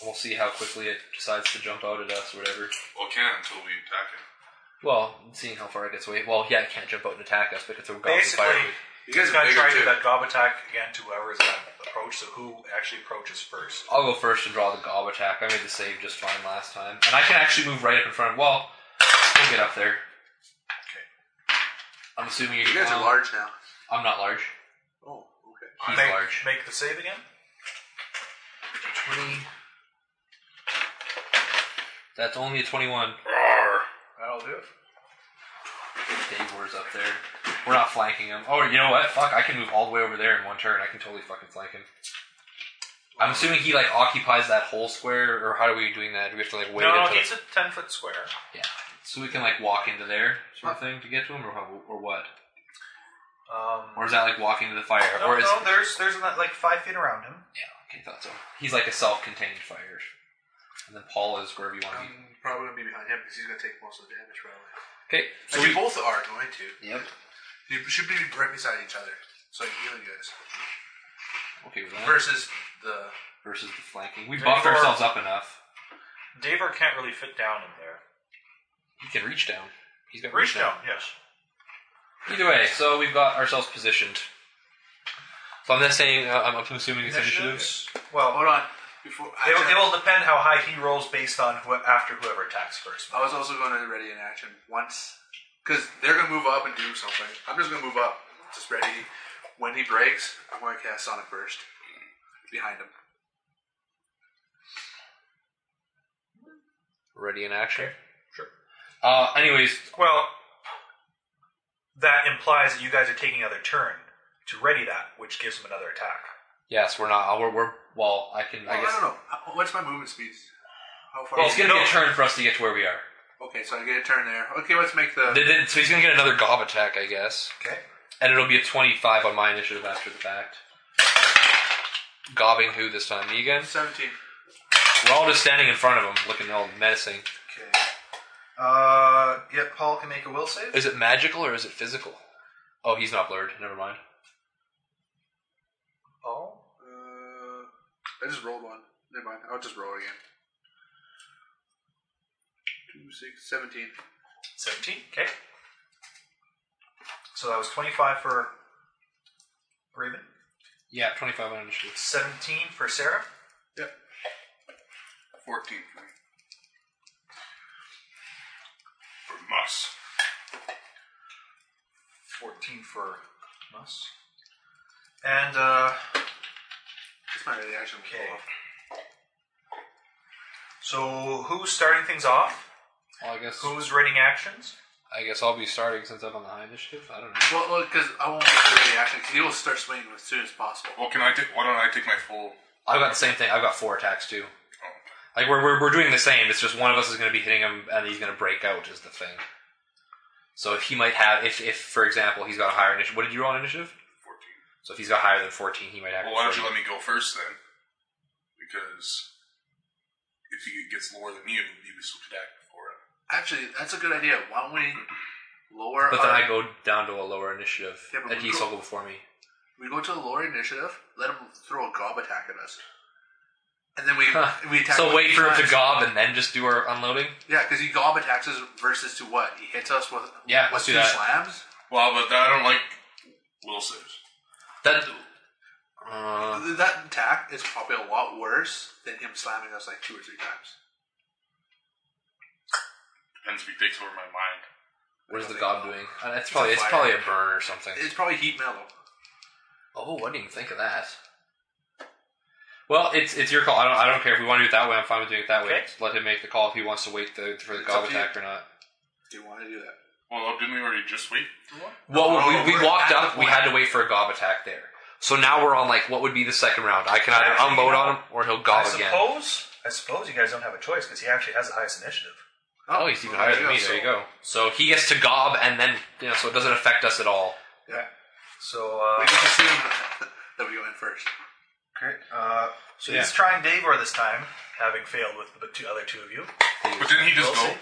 Speaker 3: We'll see how quickly it decides to jump out at us, or whatever.
Speaker 5: Well, it can until we attack it.
Speaker 3: Well, seeing how far it gets away. Well, yeah, it can't jump out and attack us because we're goblin
Speaker 2: Basically,
Speaker 3: fire.
Speaker 2: You
Speaker 4: You guys
Speaker 2: guys
Speaker 4: are
Speaker 2: gotta
Speaker 4: bigger
Speaker 2: try to
Speaker 4: too.
Speaker 2: do that gob attack again to whoever's at approach, so who actually approaches first.
Speaker 3: I'll go first and draw the gob attack. I made the save just fine last time, and I can actually move right up in front. Well, we'll get up there.
Speaker 2: Okay.
Speaker 3: I'm assuming you
Speaker 4: You guys are large now.
Speaker 3: I'm not large.
Speaker 4: Uh-huh. Oh, okay.
Speaker 3: He's
Speaker 2: Make,
Speaker 3: large.
Speaker 2: make the save again.
Speaker 3: 20. That's only a 21.
Speaker 2: That'll do it.
Speaker 3: Dave War's up there. We're not flanking him. Oh, you know what? Fuck, I can move all the way over there in one turn. I can totally fucking flank him. I'm assuming he, like, occupies that whole square, or how are we doing that? Do we have to, like, wait
Speaker 2: no,
Speaker 3: until...
Speaker 2: it's a ten foot square.
Speaker 3: Yeah. So we can, like, walk into there,
Speaker 2: Uh,
Speaker 3: sort of thing, to get to him, or, how, or what?
Speaker 2: Um,
Speaker 3: Or is that, like, walking to the fire?
Speaker 2: no,
Speaker 3: or is...
Speaker 2: no, there's there's not, like five feet around him.
Speaker 3: Yeah, okay, thought so. He's, like, a self-contained fire. And then Paul is wherever you want to be.
Speaker 4: I'm probably gonna be behind him because he's gonna take most of the damage probably.
Speaker 3: Okay.
Speaker 4: So we both are going to.
Speaker 3: Yep.
Speaker 4: You should be right beside each other. So you heal you guys.
Speaker 3: Okay, with that.
Speaker 4: Versus the
Speaker 3: Versus the flanking. We
Speaker 2: Ready
Speaker 3: buffed
Speaker 2: for-
Speaker 3: ourselves up enough.
Speaker 2: Davor can't really fit down in there.
Speaker 3: He can reach down. He's got
Speaker 2: Reach down, yes.
Speaker 3: Either way, so we've got ourselves positioned. So I'm not saying uh, I'm, I'm assuming it's initiatives.
Speaker 2: Well,
Speaker 4: Hold on. Before
Speaker 2: it,
Speaker 4: I,
Speaker 2: it will depend how high he rolls based on who, after whoever attacks first.
Speaker 4: I was also going to ready in action once because they're gonna move up and do something. I'm just gonna move up, just ready. When he breaks, I'm gonna cast Sonic Burst behind him.
Speaker 3: Ready in action.
Speaker 2: Sure.
Speaker 3: Uh, anyways,
Speaker 2: Well, that implies that you guys are taking another turn to ready that, which gives him another attack.
Speaker 3: yes, we're not. uh, We're, we're well. I can. I
Speaker 4: Oh,
Speaker 3: guess
Speaker 4: I don't know. How- What's my movement speed? How far?
Speaker 3: Well, it's gonna be
Speaker 2: no.
Speaker 3: a turn for us to get to where we are.
Speaker 4: Okay, so I get a turn there. Okay, let's make the.
Speaker 3: Then- then- so he's gonna get another gob attack, I guess,
Speaker 2: Okay.
Speaker 3: and it'll be a 25 on my initiative after the fact. Gobbing who this time? Me again?
Speaker 4: 17.
Speaker 3: We're all just standing in front of him, looking all menacing.
Speaker 4: Okay.
Speaker 11: Uh, yep, Paul can make a will save.
Speaker 3: Is it magical or is it physical? Oh, he's not blurred. Never mind.
Speaker 11: Paul?
Speaker 4: Uh, I just rolled one. Never mind. I'll just roll it again. Two, six, 17.
Speaker 2: 17? Okay.
Speaker 11: So that was 25 for Raven,
Speaker 3: Yeah, 25 on initiative.
Speaker 11: 17 for Sarah.
Speaker 4: Yep.
Speaker 5: 14 for me. For Muss.
Speaker 11: 14 for us. And, uh,
Speaker 4: That's my ready action.
Speaker 11: okay. So who's starting things off?
Speaker 3: Well, I guess
Speaker 11: Who's writing actions?
Speaker 3: I guess I'll be starting since I'm on the high initiative. I don't know.
Speaker 4: Well, well, because I won't make the ready action. 'cause he will start swinging as soon as possible.
Speaker 5: Well, can I take? Why don't I take my full?
Speaker 3: I've got the same thing. I've got four attacks too.
Speaker 5: Oh,
Speaker 3: Like we're we're, we're doing the same. It's just one of us is going to be hitting him, and he's going to break out is the thing. So if he might have, if if for example he's got a higher initiative, what did you roll on initiative?
Speaker 5: 14.
Speaker 3: So if he's got higher than fourteen, he might have.
Speaker 5: Well, why don't you let me go first then? Because if he gets lower than you, you would still attack before him.
Speaker 4: Actually, that's a good idea. Why don't we lower
Speaker 3: But
Speaker 4: our...
Speaker 3: then I go down to a lower initiative,
Speaker 4: Yeah, but
Speaker 3: and
Speaker 4: we
Speaker 3: he's
Speaker 4: go-
Speaker 3: will go before me.
Speaker 4: We go to the lower initiative, let him throw a gob attack at us. And then we,
Speaker 3: Huh.
Speaker 4: we attack
Speaker 3: So
Speaker 4: him
Speaker 3: wait
Speaker 4: three
Speaker 3: for him to
Speaker 4: times.
Speaker 3: gob and then just do our unloading.
Speaker 4: Yeah, because he gob attacks us versus to what? He hits us with
Speaker 3: Yeah,
Speaker 4: with
Speaker 3: let's do
Speaker 4: two
Speaker 3: that.
Speaker 4: slams.
Speaker 5: Well, but I don't like will saves.
Speaker 3: That. Uh,
Speaker 4: Th- That attack is probably a lot worse than him slamming us like two or three times.
Speaker 5: Depends if he takes over my mind.
Speaker 3: what is the
Speaker 4: think-
Speaker 3: gob doing? Uh, It's probably it's
Speaker 4: fire.
Speaker 3: probably a burn or something.
Speaker 4: It's probably heat metal.
Speaker 3: Oh, I didn't even think of that. Well, it's it's your call. I don't I don't care if we want to do it that way. I'm fine with doing it that way.
Speaker 2: Okay.
Speaker 3: Just Let him make the call if he wants to wait the, for the
Speaker 4: It's
Speaker 3: gob
Speaker 4: up to you.
Speaker 3: attack or not.
Speaker 4: Do you want to do that?
Speaker 5: Well, didn't we already just wait?
Speaker 3: Well,
Speaker 4: no,
Speaker 3: we, we
Speaker 4: we're
Speaker 3: walked
Speaker 4: at
Speaker 3: up.
Speaker 4: the
Speaker 3: We had to wait for a gob attack there. So now we're on like what would be the second round. I can either
Speaker 2: Actually,
Speaker 3: unload
Speaker 2: no.
Speaker 3: on him or he'll
Speaker 2: I
Speaker 3: gob again.
Speaker 2: suppose, I suppose you guys don't have a choice because he actually has the highest initiative.
Speaker 3: Oh, he's even
Speaker 4: well,
Speaker 3: higher
Speaker 4: there
Speaker 3: than me.
Speaker 4: you go.
Speaker 3: There you go. So he gets to gob, and then you know, so it doesn't affect us at all.
Speaker 2: So, uh,
Speaker 4: We just assume that we go in first.
Speaker 11: Great. Uh,
Speaker 2: so
Speaker 3: yeah.
Speaker 2: he's trying Davor this time, having failed with the two, other two of you.
Speaker 5: But didn't he just go?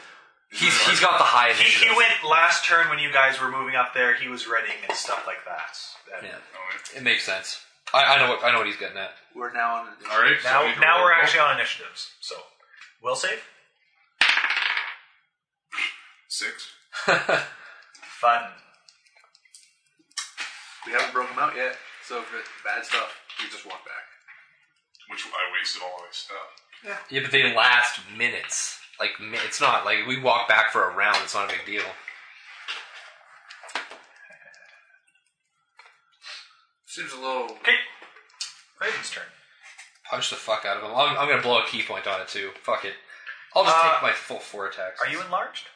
Speaker 3: He's he's got the high
Speaker 2: He,
Speaker 3: initiative.
Speaker 2: he went last turn when you guys were moving up there. He was readying and stuff like that. And
Speaker 3: Yeah,
Speaker 5: No, wait.
Speaker 3: it makes sense. I, I know what I know what he's getting at.
Speaker 4: We're now on the
Speaker 5: All right. so
Speaker 2: Now,
Speaker 5: I need to
Speaker 2: now
Speaker 5: roll.
Speaker 2: we're actually on initiatives. So, will save
Speaker 5: six.
Speaker 2: fun.
Speaker 4: We haven't broken out yet, so if it's bad stuff, we just walk back.
Speaker 5: Which I wasted all my stuff.
Speaker 3: Yeah, but they last minutes. Like mi- it's not like we walk back for a round. It's not a big deal.
Speaker 4: Seems a little.
Speaker 2: Okay, Raven's turn.
Speaker 3: Punch the fuck out of him. I'm, I'm gonna blow a key point on it too. Fuck it. I'll just
Speaker 2: Uh,
Speaker 3: take my full four attacks.
Speaker 2: Are you enlarged?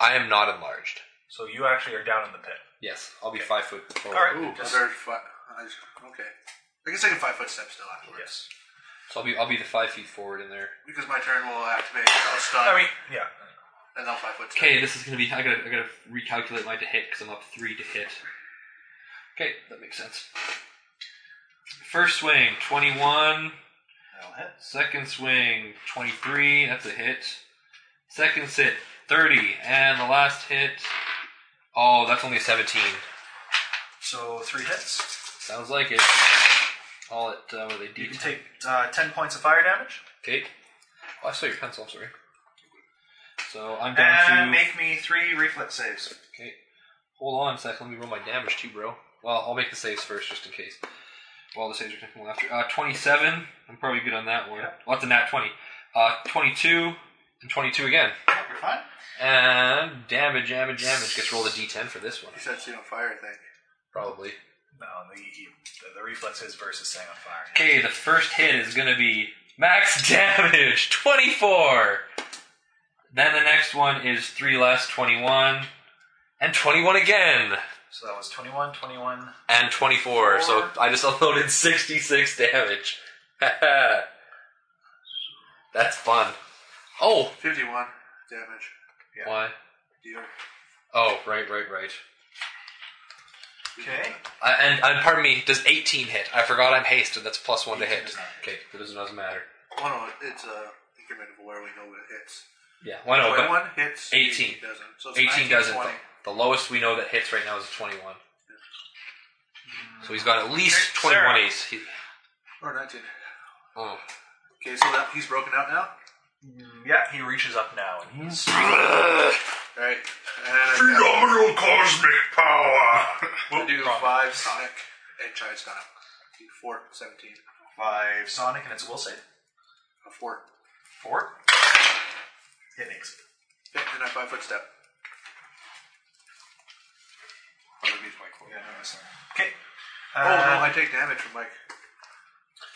Speaker 3: I am not enlarged.
Speaker 2: So you actually are down in the pit.
Speaker 3: Yes, I'll be five foot. Forward.
Speaker 2: All right.
Speaker 4: Ooh,
Speaker 2: Just-
Speaker 4: another fi- I just- okay. I guess I can five foot step still afterwards.
Speaker 2: Yes.
Speaker 3: So I'll be I'll be the five feet forward in there.
Speaker 4: Because my turn will activate, I'll stun,
Speaker 2: I mean, yeah.
Speaker 4: and I'll five foot step.
Speaker 3: Okay, this is gonna be. I gotta I gotta recalculate my to hit because I'm up three to hit. Okay, that makes sense. First swing twenty one.
Speaker 11: that'll hit.
Speaker 3: Second swing, 23. That's a hit. Second hit, 30. And the last hit, oh, that's only a 17.
Speaker 11: So three hits.
Speaker 3: Sounds like it. All it, uh, what are they,
Speaker 11: You
Speaker 3: D10?
Speaker 11: can take uh, 10 points of fire damage.
Speaker 3: Okay. Oh, I saw your pencil, I'm sorry. So
Speaker 11: And
Speaker 3: I'm down to.
Speaker 11: Uh, make me three reflex saves.
Speaker 3: Okay. Hold on a sec, let me roll my damage too, bro. Well, I'll make the saves first just in case. Well, the saves are going to come after. Uh, 27. I'm probably good on that one. Well, that's a nat 20. Uh, 22. And 22 again.
Speaker 11: Yep, you're fine.
Speaker 3: And Uh, damage, damage, damage. Gets rolled a d10 for this one,
Speaker 4: He said, see, no fire, I think.
Speaker 3: probably.
Speaker 2: No, the, the, the reflex is versus staying on fire.
Speaker 3: Okay, the first hit is going to be max damage, 24. Then the next one is 3 less, 21. And 21 again.
Speaker 2: So that was 21, 21.
Speaker 3: And 24. So I just unloaded 66 damage. That's fun. Oh!
Speaker 4: 51 damage.
Speaker 3: Why?
Speaker 4: Deal.
Speaker 3: Oh, right, right, right.
Speaker 11: Okay.
Speaker 3: Uh, and, and pardon me, does 18 hit? I forgot I'm hasted. That's plus one to hit. Okay, that doesn't, doesn't matter.
Speaker 4: uh, Oh no, it's a increment of where we know it hits.
Speaker 3: Yeah, well, no, but
Speaker 4: Twenty-one hits.
Speaker 3: 18.
Speaker 4: He doesn't. So it's
Speaker 3: 18 doesn't.
Speaker 4: Twenty.
Speaker 3: The lowest we know that hits right now is 21. So he's got at least
Speaker 2: Okay, Sarah.
Speaker 3: 21 ace. He,
Speaker 4: Or nineteen.
Speaker 3: oh.
Speaker 4: Okay, so that, he's broken out now.
Speaker 2: Yeah, he reaches up now and he's
Speaker 4: All right. And I
Speaker 5: Phenomenal cosmic power!
Speaker 4: will do five sonic. And try it's gone up. Four, 17.
Speaker 8: Five Sonic and it's a will save.
Speaker 4: A four.
Speaker 8: Four. It makes it.
Speaker 4: Okay, and a five foot step.
Speaker 5: Underneath my cloak.
Speaker 8: Yeah, no, that's not.
Speaker 4: Okay. Oh no,
Speaker 8: Uh,
Speaker 4: I take damage from Mike.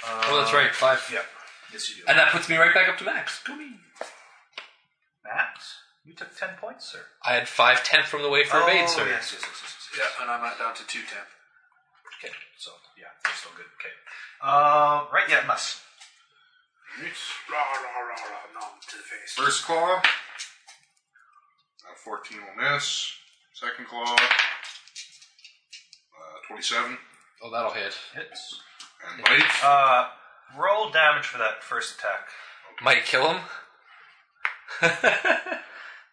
Speaker 3: oh, that's right,
Speaker 2: uh,
Speaker 3: 5.
Speaker 8: Yep. Yes, you do.
Speaker 3: And that puts me right back up to max. Go me.
Speaker 2: Max. You took ten points, sir.
Speaker 3: I had 5 tenth from the way
Speaker 2: Oh,
Speaker 3: for evade, sir.
Speaker 8: Yes, yes, yes, yes, yes.
Speaker 4: Yeah, and I'm not down to two temp.
Speaker 8: Okay, so yeah, they're still good. Okay. Uh, right, yeah, must.
Speaker 4: Rah, rah, rah, rah, nom to the face.
Speaker 5: First claw. Uh, 14 will miss. Second claw. Uh, 27.
Speaker 3: Oh, that'll hit.
Speaker 2: Hits.
Speaker 5: And bite.
Speaker 2: Uh, roll damage for that first attack.
Speaker 3: Might kill him. we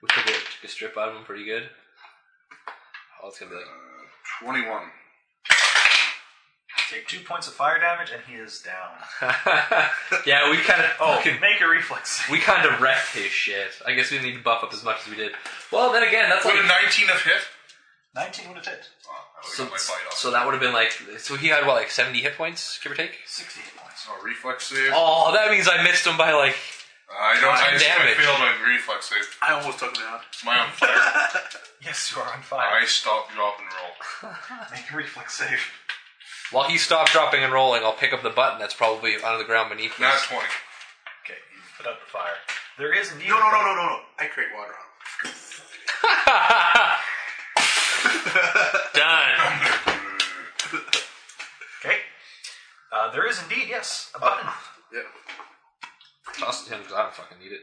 Speaker 3: took a, took a strip out of him pretty good. Oh, it's going to be like.
Speaker 5: 21.
Speaker 2: Take two points of fire damage, and he is down.
Speaker 3: yeah, we kind of.
Speaker 2: Oh, make a reflex.
Speaker 3: We kind of wrecked his shit. I guess we didn't need to buff up as much as we did. Well, then again, that's
Speaker 5: Would
Speaker 3: like.
Speaker 5: a 19 have hit?
Speaker 8: Nineteen would have hit.
Speaker 5: Oh, I would've
Speaker 3: So,
Speaker 5: got my bite off.
Speaker 3: so that would have been like. So he had, what, like 70 hit points, give or take?
Speaker 8: Sixty hit points.
Speaker 5: Oh, reflex save.
Speaker 3: Oh, that means I missed him by like.
Speaker 5: I don't. I
Speaker 3: Nine
Speaker 5: just I
Speaker 3: damage.
Speaker 5: failed my reflex save.
Speaker 4: I almost took him down.
Speaker 5: My own fire.
Speaker 2: Yes, you are on fire.
Speaker 5: I stop, drop, and roll.
Speaker 8: Make a reflex save.
Speaker 3: While he stopped dropping and rolling, I'll pick up the button that's probably under the ground beneath me.
Speaker 5: Not 20.
Speaker 2: Okay, you put out the fire. There is indeed.
Speaker 4: No, no, no, no, no, no. I create water on him.
Speaker 3: Done.
Speaker 2: Okay. Uh, there is indeed, yes,
Speaker 4: Uh,
Speaker 2: a button.
Speaker 4: Yeah.
Speaker 3: Toss it to him because I don't fucking need it.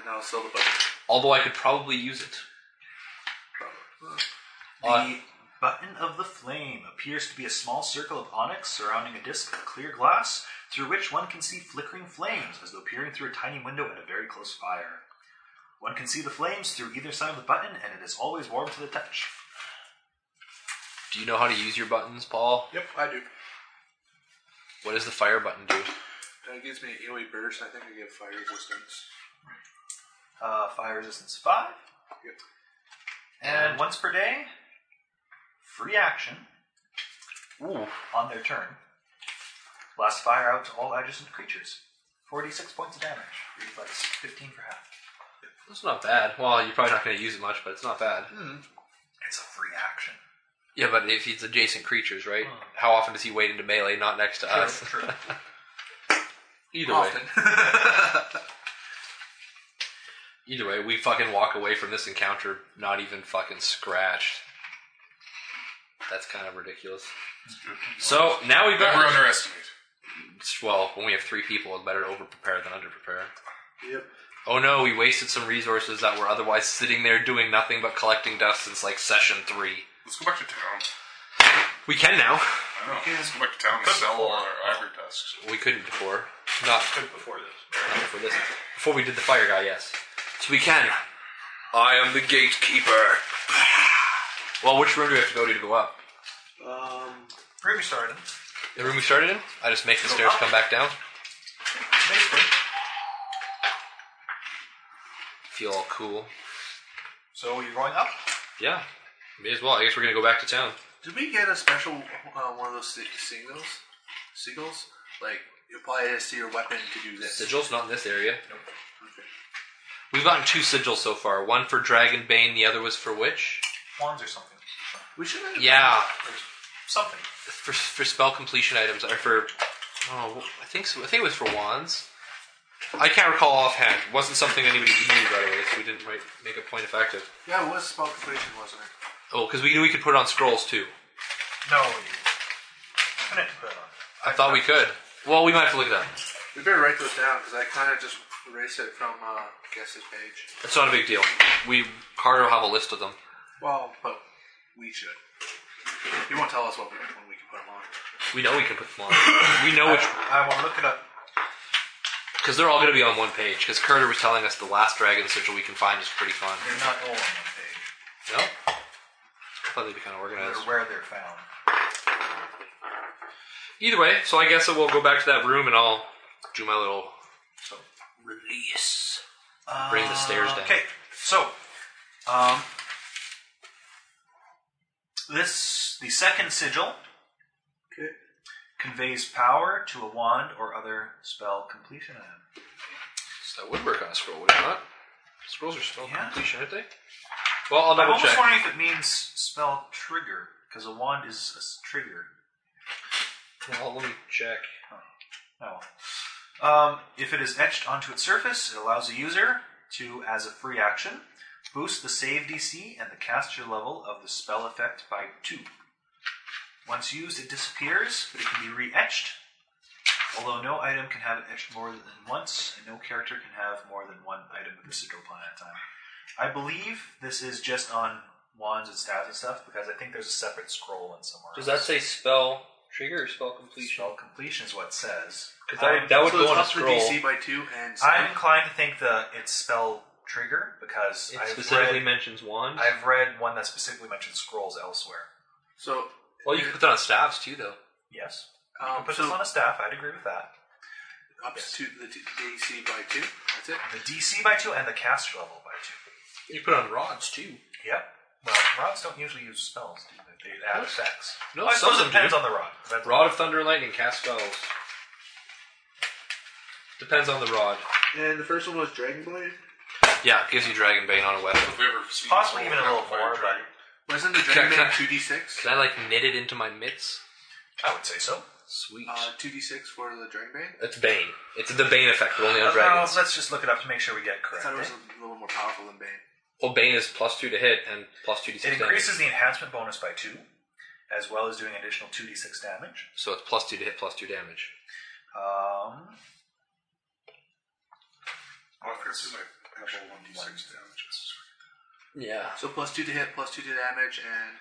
Speaker 4: And I'll sell the button.
Speaker 3: Although I could probably use it. Uh,
Speaker 8: The button of the flame appears to be a small circle of onyx surrounding a disc of clear glass through which one can see flickering flames as though peering through a tiny window at a very close fire. One can see the flames through either side of the button, and it is always warm to the touch.
Speaker 3: do you know how to use your buttons, Paul?
Speaker 4: Yep, I do.
Speaker 3: What does the fire button do?
Speaker 4: That gives me an AoE burst. I think I get fire resistance.
Speaker 8: Uh, fire resistance 5.
Speaker 4: Yep.
Speaker 8: And once per day, free action
Speaker 3: Ooh.
Speaker 8: on their turn. Blast fire out to all adjacent creatures. 46 points of damage. Reflex 15 for half.
Speaker 3: That's not bad. Well, you're probably not going to use it much, but it's not bad.
Speaker 8: It's a free action.
Speaker 3: Yeah, but if he's adjacent creatures, right? How often does he wade into melee not next to us? Either way. Either way, we fucking walk away from this encounter not even fucking scratched. That's kind of ridiculous. So now we've
Speaker 5: Never
Speaker 3: got.
Speaker 5: underestimate.
Speaker 3: Well, when we have three people, it's better to over prepare than under prepare.
Speaker 4: Yep.
Speaker 3: Oh no, we wasted some resources that were otherwise sitting there doing nothing but collecting dust since like session three.
Speaker 5: Let's go back to town.
Speaker 3: We can now.
Speaker 5: I know. Let's go back to town and sell all our ivory tusks.
Speaker 3: We couldn't before. Not
Speaker 2: Before this.
Speaker 3: Not before this. Before we did the fire guy, yes. So we can. I am the gatekeeper. Well, which room do we have to go to to go up?
Speaker 4: Um,
Speaker 2: Ruby started.
Speaker 3: The room we started in? I just make the stairs come back down.
Speaker 2: Basically.
Speaker 3: Feel all cool.
Speaker 2: So you're going up?
Speaker 3: Yeah. May as well. I guess we're gonna go back to town.
Speaker 4: did we get a special uh, one of those si- signals? Seagulls? Like, you apply this to your weapon to do this.
Speaker 3: Sigils not in this area. We've gotten two sigils so far. One for Dragonbane, the other was for which?
Speaker 2: Wands or something.
Speaker 4: We should have.
Speaker 3: Yeah.
Speaker 2: Something.
Speaker 3: For, for spell completion items, or for oh, I think so. I think it was for wands. I can't recall offhand. It wasn't something anybody knew by the way, so we didn't write, make a point of active.
Speaker 4: Yeah, it was spell completion, wasn't it?
Speaker 3: Oh, because we knew we could put it on scrolls too.
Speaker 2: No, you couldn't put it on.
Speaker 3: I thought we could. Well, we might have to look it up.
Speaker 4: We better write those down because I kind of just erased it from uh, guess's page.
Speaker 3: It's not a big deal. We Carter will have a list of them.
Speaker 4: Well, but we should. You won't tell us what we, when we can put them on.
Speaker 3: We know we can put them on. we know which.
Speaker 2: I will look it up.
Speaker 3: because they're all going to be on one page. Because Carter was telling us the last dragon sigil we can find is pretty fun.
Speaker 2: They're not all on one page.
Speaker 3: No, I thought they'd be kind of organized.
Speaker 2: They're where they're found.
Speaker 3: Either way, so I guess we'll go back to that room and I'll do my little release. Bring the stairs down.
Speaker 2: Uh, Okay, so um, this the second sigil conveys power to a wand or other spell completion item.
Speaker 3: So that would work on a scroll, would it not? Scrolls are spell
Speaker 2: Yeah.
Speaker 3: completion, aren't they? Well, I'll
Speaker 2: I'm
Speaker 3: double
Speaker 2: almost
Speaker 3: check.
Speaker 2: wondering if it means spell trigger because a wand is a s- trigger.
Speaker 3: Well, let me check.
Speaker 2: Oh. well. Um, if it is etched onto its surface, it allows the user to, as a free action, boost the save DC and the caster level of the spell effect by two. Once used, it disappears, but it can be re etched. Although no item can have it etched more than once, and no character can have more than one item of the sigil plan at a time. I believe this is just on wands and staves and stuff, because I think there's a separate scroll in somewhere.
Speaker 3: Does
Speaker 2: else.
Speaker 3: that say spell trigger or spell completion?
Speaker 2: Spell completion is what it says.
Speaker 3: 'Cause that would-
Speaker 2: I'm-
Speaker 3: that would
Speaker 4: So
Speaker 3: go
Speaker 4: it's
Speaker 3: on a
Speaker 4: up the
Speaker 3: scroll.
Speaker 4: DC by two and
Speaker 2: I'm inclined to think that it's spell trigger because
Speaker 3: It
Speaker 2: I've
Speaker 3: specifically
Speaker 2: read,
Speaker 3: mentions wand.
Speaker 2: I've read one that specifically mentions scrolls elsewhere.
Speaker 4: so
Speaker 3: well, you can put that on staves too, though.
Speaker 2: Yes. You
Speaker 4: um,
Speaker 2: can put
Speaker 4: so
Speaker 2: this on a staff. I'd agree with that.
Speaker 4: up to the t- DC by two. That's it.
Speaker 2: The DC by two and the caster level by two.
Speaker 3: You put on rods too.
Speaker 2: Yep. Well, rods don't usually use spells. Do they? they add effects.
Speaker 3: No,
Speaker 2: I suppose
Speaker 3: some of
Speaker 2: it
Speaker 3: them
Speaker 2: depends
Speaker 3: do.
Speaker 2: on the rod. Depends on-
Speaker 3: Rod of thunder and lightning cast spells. Depends on the rod.
Speaker 4: And the first one was Dragon Blade.
Speaker 3: Yeah, it gives you dragon bane on a weapon.
Speaker 5: If we ever see
Speaker 2: Possibly
Speaker 5: this,
Speaker 2: even a
Speaker 5: we'll
Speaker 2: little
Speaker 5: have to
Speaker 2: more,
Speaker 5: find
Speaker 2: but
Speaker 4: Wasn't
Speaker 5: Dragon.
Speaker 4: the Dragon
Speaker 3: Can-
Speaker 4: Blade
Speaker 3: can-
Speaker 4: two D six?
Speaker 3: Can I like knit it into my mitts?
Speaker 2: I would say so.
Speaker 3: Sweet.
Speaker 4: Uh, two D six for the Dragon Blade.
Speaker 3: It's bane. It's the bane effect, but only on
Speaker 2: Uh,
Speaker 3: dragons.
Speaker 2: let's just look it up to make sure we get
Speaker 4: I
Speaker 2: correct.
Speaker 4: thought it was
Speaker 2: eh?
Speaker 4: a little more powerful than Bane.
Speaker 3: Well, bane is plus two to hit and plus two d
Speaker 2: It
Speaker 3: six damage.
Speaker 2: increases the enhancement bonus by two, as well as doing additional two d six damage.
Speaker 3: So it's plus two to hit, plus two damage.
Speaker 2: Um,
Speaker 5: I'll have to see my actual 1d6 damage.
Speaker 3: Yeah.
Speaker 4: So plus two to hit, plus two to damage, and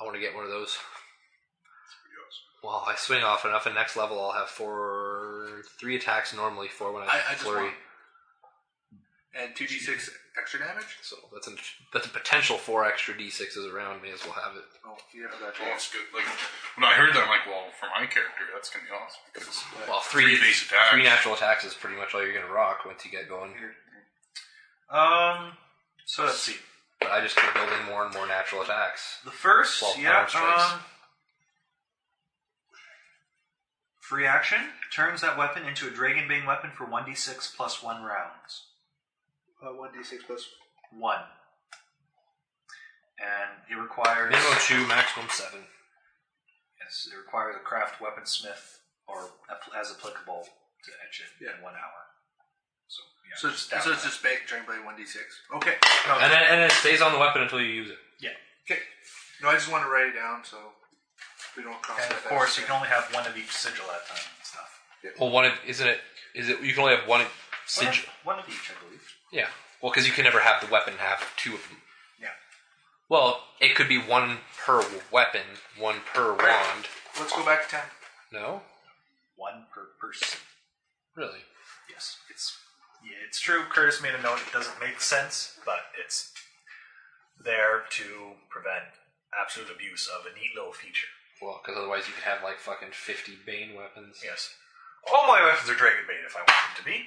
Speaker 3: I want to get one of those.
Speaker 5: Pretty awesome.
Speaker 3: Well, I swing off enough, and next level I'll have four, three attacks normally, four when I,
Speaker 4: I, I just
Speaker 3: flurry.
Speaker 4: want. And two D six extra damage.
Speaker 3: So that's a that's a potential four extra d sixes around. May as well have it.
Speaker 4: Oh, you have that.
Speaker 5: Well, that's good. Like, when I heard that, I'm like, well, for my character, that's going to be awesome. Because
Speaker 3: Well, three
Speaker 5: Three base attacks.
Speaker 3: three natural attacks is pretty much all you're gonna rock once you get going.
Speaker 2: Um. So let's see.
Speaker 3: But I just keep building more and more natural attacks.
Speaker 2: The first,
Speaker 3: Well,
Speaker 2: yeah.
Speaker 3: power strikes.
Speaker 2: Um, free action turns that weapon into a dragon bane weapon for one d six plus one rounds.
Speaker 4: uh, One D six plus.
Speaker 2: One. And it requires
Speaker 3: Minimum two, maximum seven.
Speaker 2: yes, it requires a craft weapon smith or app- as applicable to etch it in one hour. So yeah.
Speaker 4: So it's,
Speaker 2: that
Speaker 4: so it's
Speaker 2: one.
Speaker 4: just ba- Dragon Blade one D six. Okay.
Speaker 2: No,
Speaker 3: And it, and it stays on the weapon until you use it.
Speaker 2: yeah.
Speaker 4: Okay. No, I just want to write it down so we don't cross.
Speaker 2: And
Speaker 4: that
Speaker 2: of course,
Speaker 4: fast.
Speaker 2: you can only have one of each sigil at a time and stuff.
Speaker 3: Well, one of isn't it? Is it? You can only have one
Speaker 2: One
Speaker 3: sigil.
Speaker 2: of- one of each, I believe.
Speaker 3: Yeah. Well, because you can never have the weapon have two of them.
Speaker 2: Yeah.
Speaker 3: Well, it could be one per weapon, one per wand.
Speaker 4: Let's go back to ten.
Speaker 3: No,
Speaker 2: One per person.
Speaker 3: really.
Speaker 2: Yes, it's yeah, it's true. Curtis made a note. It doesn't make sense, but it's there to prevent absolute abuse of a neat little feature.
Speaker 3: Well, because otherwise you could have like fucking fifty bane weapons.
Speaker 2: Yes. All my weapons are dragon bait if I want them to be.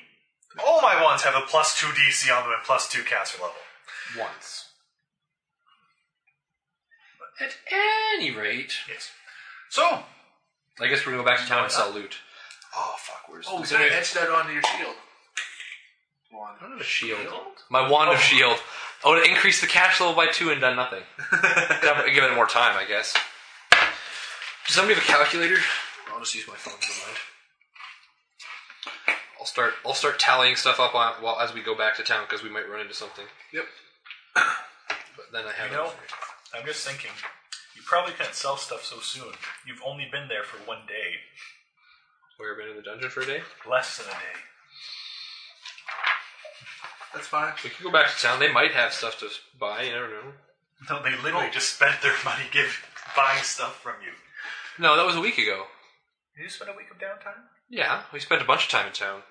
Speaker 2: All my ones have a plus two DC on them and plus two caster level.
Speaker 3: Once. At any rate,
Speaker 2: Yes. So
Speaker 3: I guess we're gonna go back to town and sell loot. uh, Oh fuck, where's?
Speaker 4: Oh, we
Speaker 3: is
Speaker 4: gotta
Speaker 3: there a-
Speaker 4: etch that onto your shield. One.
Speaker 3: I don't have a shield. Oh. My wand of shield. I would have increased the cash level by two and done nothing. Give it more time, I guess. Does somebody have a calculator? I'll just use my phone. Never mind. I'll start. I'll start tallying stuff up on while as we go back to town because we might run into something.
Speaker 4: Yep.
Speaker 3: But then I have.
Speaker 2: You know, I'm just thinking, you probably can't sell stuff so soon. You've only been there for one day,
Speaker 3: We've been in the dungeon for a day.
Speaker 2: less than a day.
Speaker 4: That's fine.
Speaker 3: We could go back to town. They might have stuff to buy. I don't know.
Speaker 2: No, they literally just spent their money give, buying stuff from you.
Speaker 3: No, that was a week ago.
Speaker 2: Did you spend a week of downtime?
Speaker 3: Yeah, we spent a bunch of time in town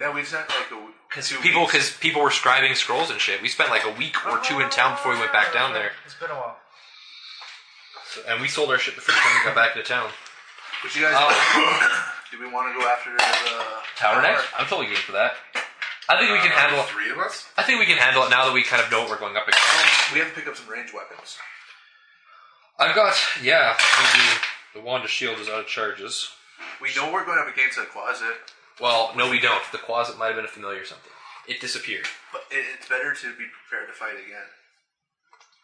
Speaker 4: Yeah, we spent like a w-
Speaker 3: because
Speaker 4: two
Speaker 3: people
Speaker 4: weeks.
Speaker 3: because people were scribing scrolls and shit. We spent like a week or two in town before we went back down there,
Speaker 2: It's been a while.
Speaker 3: So- and we sold our shit the first time we got back to town.
Speaker 4: But you guys, do we want to go after uh, the
Speaker 3: Oh. Tower next? I'm totally game for that. I think we can handle.
Speaker 5: Three of us?
Speaker 3: I think we can handle it now that we kind of know what we're going up against.
Speaker 4: We have to pick up some range weapons.
Speaker 3: I've got yeah. we do- The wand of shield is out of charges.
Speaker 4: We know we're going up against a closet,
Speaker 3: Well, no, we don't. The closet might have been a familiar something. It disappeared.
Speaker 4: but it, it's better to be prepared to fight again.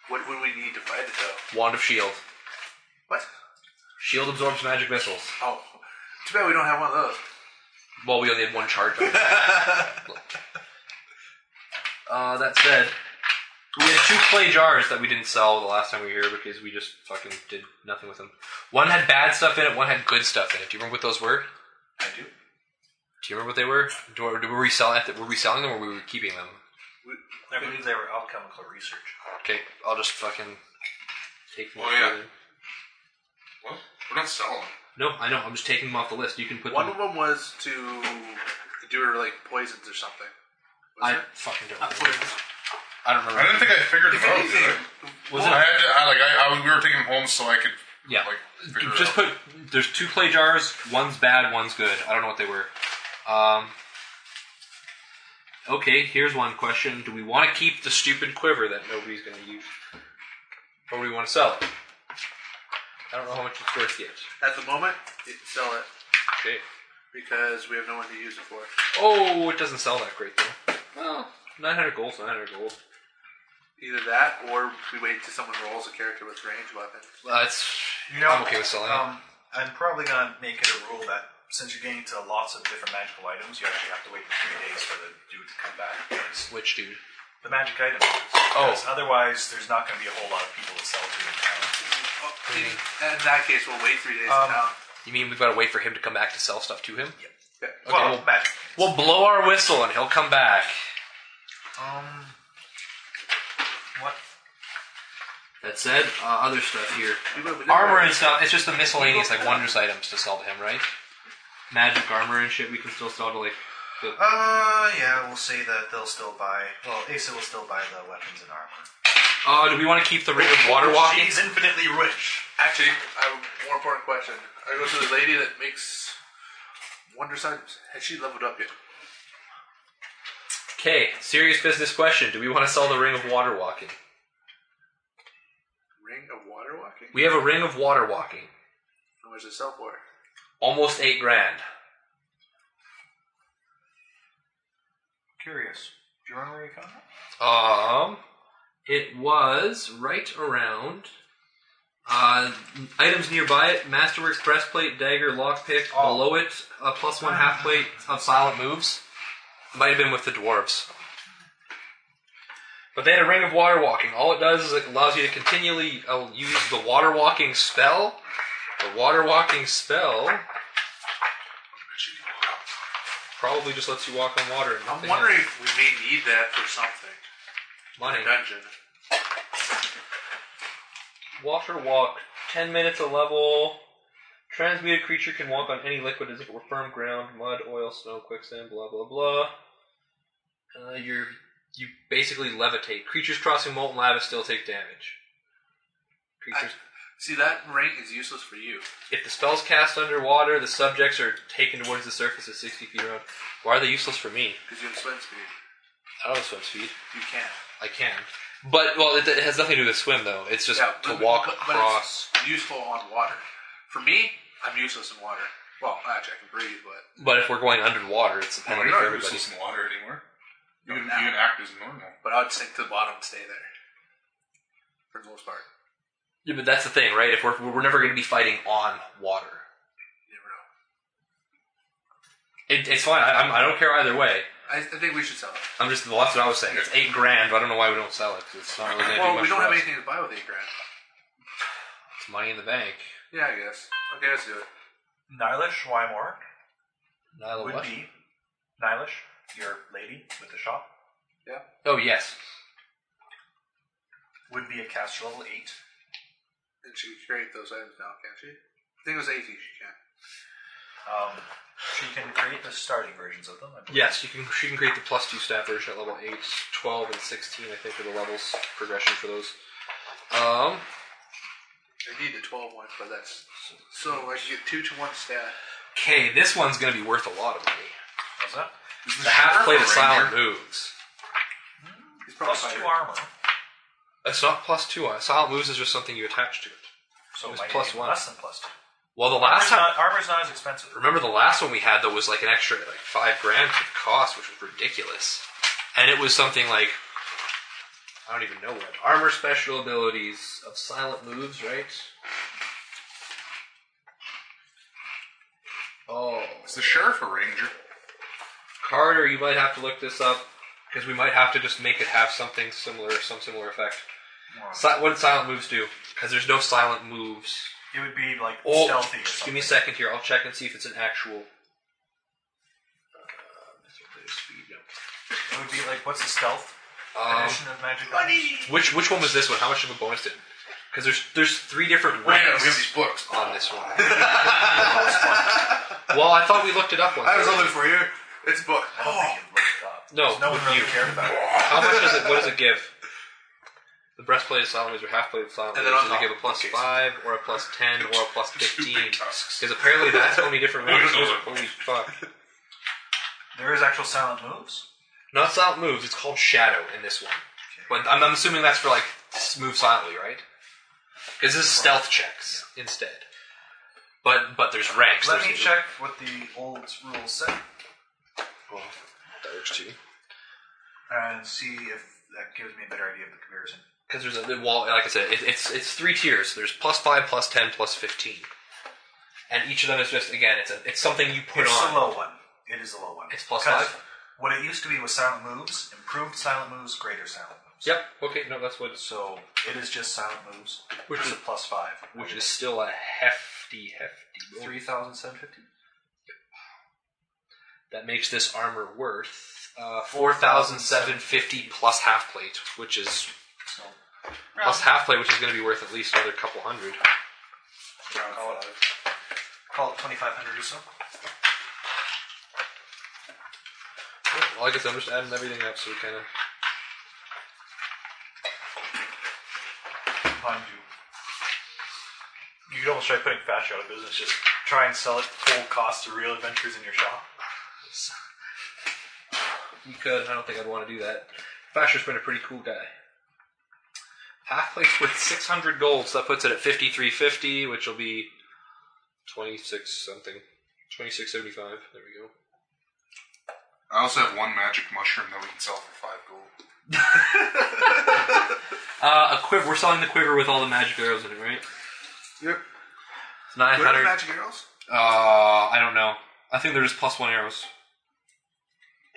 Speaker 4: What would we need to fight it though?
Speaker 3: Wand of shield.
Speaker 4: What?
Speaker 3: Shield absorbs magic missiles.
Speaker 4: Oh, too bad we don't have one of those.
Speaker 3: Well, we only had one charge on it. uh, that said, we had two clay jars that we didn't sell the last time we were here because we just fucking did nothing with them. One had bad stuff in it, one had good stuff in it. Do you remember what those were?
Speaker 4: I do.
Speaker 3: Do you remember what they were? Do, were, we selling, were we selling them or were we keeping them?
Speaker 2: I believe they were alchemical research.
Speaker 3: Okay, I'll just fucking take them
Speaker 5: Oh,
Speaker 3: off
Speaker 5: yeah.
Speaker 3: the other-
Speaker 5: What? We're not selling. them.
Speaker 3: No, I know. I'm just taking them off the list. You can put
Speaker 4: One
Speaker 3: them.
Speaker 4: of them was to do like poisons or something.
Speaker 3: I fucking don't. Remember. I don't remember.
Speaker 5: I didn't think I figured them out. Did I?
Speaker 3: was
Speaker 5: I
Speaker 3: it?
Speaker 5: had to, I, like, I, I, we were taking them home so I could,
Speaker 3: Yeah.
Speaker 5: like, figure it
Speaker 3: Just
Speaker 5: out.
Speaker 3: put. There's two clay jars. One's bad. One's good. I don't know what they were. Um. Okay, here's one question: Do we want to keep the stupid quiver that nobody's going to use, or do we want to sell it? I don't know how much it's worth yet.
Speaker 4: At the moment, you can sell it
Speaker 3: Okay.
Speaker 4: because we have no one to use it for.
Speaker 3: Oh, it doesn't sell that great though. Well, 900 gold's 900 gold.
Speaker 4: Either that, or we wait till someone rolls a character with range weapons.
Speaker 3: Well, That's.
Speaker 2: You know,
Speaker 3: I'm okay with selling it.
Speaker 2: Um, I'm probably gonna make it a rule that since you're getting to lots of different magical items, you actually have to wait three days for the dude to come back. Because
Speaker 3: Which dude?
Speaker 2: the magic items.
Speaker 3: Oh.
Speaker 2: Because otherwise, there's not gonna be a whole lot of people to sell to in town.
Speaker 4: In that case, we'll wait three days
Speaker 2: Um,
Speaker 4: in town.
Speaker 3: You mean we've got to wait for him to come back to sell stuff to him?
Speaker 4: Yeah.
Speaker 3: Okay,
Speaker 2: well,
Speaker 3: well-
Speaker 2: magic.
Speaker 3: We'll blow our whistle and he'll come back.
Speaker 2: Um. What?
Speaker 3: That said, uh, other stuff here.
Speaker 4: We would- we
Speaker 3: Armor
Speaker 4: never-
Speaker 3: and stuff, it's just the miscellaneous, like wonders items to sell to him, right? Magic armor and shit we can still sell to, like, the.
Speaker 2: Uh, yeah, we'll say that they'll still buy. Well, Asa will still buy the weapons and armor.
Speaker 3: Oh, do we want to keep the ring of water walking?
Speaker 2: She's infinitely rich.
Speaker 4: Actually, I have a more important question. I go to the lady that makes wondrous items. Has she leveled up yet?
Speaker 3: Okay, serious business question. Do we want to sell the ring of water walking?
Speaker 4: Ring of water walking?
Speaker 3: We have a ring of water walking.
Speaker 4: How much does it sell for?
Speaker 3: Almost eight grand.
Speaker 2: Curious. Do you remember where you found that?
Speaker 3: Um, it was right around. Uh, items nearby it: Masterworks breastplate, dagger, lockpick.
Speaker 4: Oh.
Speaker 3: Below it, a plus one half plate of silent moves. Might have been with the dwarves. But they had a ring of water walking. All it does is it allows you to continually uh, use the water walking spell. The water walking spell probably just lets you walk on water. And
Speaker 4: I'm
Speaker 3: nothing
Speaker 4: wondering
Speaker 3: else.
Speaker 4: if we may need that for something.
Speaker 3: money.
Speaker 4: Dungeon.
Speaker 3: Water walk, 10 minutes a level. Transmuted creature can walk on any liquid as if it were firm ground, mud, oil, snow, quicksand, blah, blah, blah. Uh, you're, you basically levitate. Creatures crossing molten lava still take damage. Creatures,
Speaker 4: See, that ring is useless for you.
Speaker 3: if the spell's cast underwater, the subjects are taken towards the surface at 60 feet around. Why are they useless for me?
Speaker 4: Because you have swim speed.
Speaker 3: I don't have swim speed.
Speaker 4: You can.
Speaker 3: I can. But, well, it, it has nothing to do with swim, though. It's just
Speaker 4: Yeah,
Speaker 3: to
Speaker 4: but-
Speaker 3: walk
Speaker 4: but- but it's-
Speaker 3: across.
Speaker 4: Useful on water. For me, I'm useless in water. Well, actually, I can breathe, but
Speaker 3: But if we're going underwater, it's a
Speaker 5: Well,
Speaker 3: penalty
Speaker 5: you're
Speaker 3: for
Speaker 5: not
Speaker 3: everybody.
Speaker 5: useless in water anymore. You
Speaker 4: No,
Speaker 5: can,
Speaker 4: now.
Speaker 5: you can act as normal.
Speaker 4: but I would sink to the bottom and stay there. For the most part.
Speaker 3: Yeah, but that's the thing, right? If we're we're never going to be fighting on water,
Speaker 4: You never know.
Speaker 3: it, it's fine. I, I'm, I don't care either way.
Speaker 4: I, I think we should sell it.
Speaker 3: I'm just well, that's what I was saying. It's eight grand, but I don't know why we don't sell it 'cause it's not really going to do
Speaker 4: Well,
Speaker 3: much
Speaker 4: we don't
Speaker 3: for
Speaker 4: have
Speaker 3: us.
Speaker 4: anything to buy with eight grand.
Speaker 3: It's money in the bank.
Speaker 4: Yeah, I guess. Okay, let's do it.
Speaker 2: Nylish Wymore
Speaker 3: Nyla,
Speaker 2: would
Speaker 3: what?
Speaker 2: be Nylish, your lady with the shop,
Speaker 3: Oh yes,
Speaker 2: would be a caster level eight.
Speaker 4: And she can create those items now, can't she? I think it was 18 she can.
Speaker 2: Um, she can create the starting versions of them. I believe.
Speaker 3: Yes, you can. She can create the plus two stat version at level 8, 12, and sixteen. I think are the levels progression for those. Um,
Speaker 4: I need the 12 one, but that's. So I can get two to one stat.
Speaker 3: okay, this one's going to be worth a lot of money.
Speaker 2: What's that?
Speaker 3: The half plate of
Speaker 5: Ranger.
Speaker 3: silent moves.
Speaker 4: He's probably
Speaker 2: Plus two
Speaker 4: fired.
Speaker 2: armor.
Speaker 3: It's not plus two. uh, Silent moves is just something you attach to it.
Speaker 2: So
Speaker 3: It's
Speaker 2: might
Speaker 3: plus
Speaker 2: be
Speaker 3: one.
Speaker 2: Less than plus two.
Speaker 3: Well, the
Speaker 2: Armor's
Speaker 3: last time,
Speaker 2: not, armor's not as expensive.
Speaker 3: remember the last one we had though was like an extra like five grand to the cost, which was ridiculous, and it was something like I don't even know what armor special abilities of silent moves, right? Oh,
Speaker 5: Is the sheriff a ranger?
Speaker 3: Carter, you might have to look this up because we might have to just make it have something similar, some similar effect. Si- what did silent moves do? Because there's no silent moves.
Speaker 2: It would be like
Speaker 3: Oh,
Speaker 2: stealthy or
Speaker 3: Give
Speaker 2: something.
Speaker 3: me a second here. I'll check and see if it's an actual. uh,
Speaker 2: It would be like what's the stealth
Speaker 3: Um,
Speaker 2: edition of magic? Money.
Speaker 3: which which one was this one? How much of a bonus did? Because there's there's three different
Speaker 5: Wait, no, we have
Speaker 3: ranks
Speaker 5: these books.
Speaker 3: on this one. well, I thought we looked it up once.
Speaker 6: I was looking for you. It's book.
Speaker 2: I don't think you'd look it up.
Speaker 3: No,
Speaker 2: no one
Speaker 3: with
Speaker 2: really
Speaker 3: you.
Speaker 2: cared about it.
Speaker 3: How much does it? What does it give? The breastplate of silent waves or half plate of silent
Speaker 6: And
Speaker 3: waves.
Speaker 6: then
Speaker 3: Does
Speaker 6: on
Speaker 3: it give a plus five or a plus ten or a plus fifteen?
Speaker 5: tusks.
Speaker 3: Because apparently that's only different ways.
Speaker 5: no, no.
Speaker 3: Holy fuck!
Speaker 2: There is actual silent moves.
Speaker 3: Not silent moves. It's called shadow in this one. But I'm, I'm assuming that's for like s- move silently, right? Because this is stealth checks instead. But but there's ranks.
Speaker 2: Let
Speaker 3: there's
Speaker 2: me check what the old rules say
Speaker 3: Well, that works too.
Speaker 2: and see if that gives me a better idea of the comparison.
Speaker 3: Because there's a well, like I said, it, it's it's three tiers. There's plus five, plus ten, plus fifteen, and each of them is just again, it's a it's something you put
Speaker 2: It's
Speaker 3: on.
Speaker 2: a low one. It is a low one.
Speaker 3: It's plus
Speaker 2: 'Cause
Speaker 3: five?
Speaker 2: What it used to be was silent moves, improved silent moves, greater silent moves.
Speaker 3: Yep. Okay. No, that's what. It's,
Speaker 2: So it is just silent moves,
Speaker 3: Which
Speaker 2: which is
Speaker 3: is-
Speaker 2: a plus five,
Speaker 3: which is still a hefty, hefty. bonus.
Speaker 2: three thousand seven fifty.
Speaker 3: That makes this armor worth uh, four thousand seven fifty plus half plate, which is
Speaker 2: So
Speaker 3: plus half plate, which is going to be worth at least another couple hundred.
Speaker 2: call it, call it twenty five hundred or so.
Speaker 3: Well, I guess I'm just adding everything up, so we kind of.
Speaker 2: Mind you, you could almost try putting Thatcher out of business. Just try and sell it full cost to Real Adventures in your shop.
Speaker 3: You could. I don't think I'd want to do that. Fasher's been a pretty cool guy. Half place with 600 gold, so that puts it at 5350, which will be 26 something. 2675. There we go.
Speaker 5: I also have one magic mushroom that we can sell for five gold.
Speaker 3: Uh, a quiver. We're selling the quiver with all the magic arrows in it, right?
Speaker 6: Yep.
Speaker 3: It's 900.
Speaker 6: What are the magic arrows?
Speaker 3: uh, I don't know. I think they're just plus one arrows.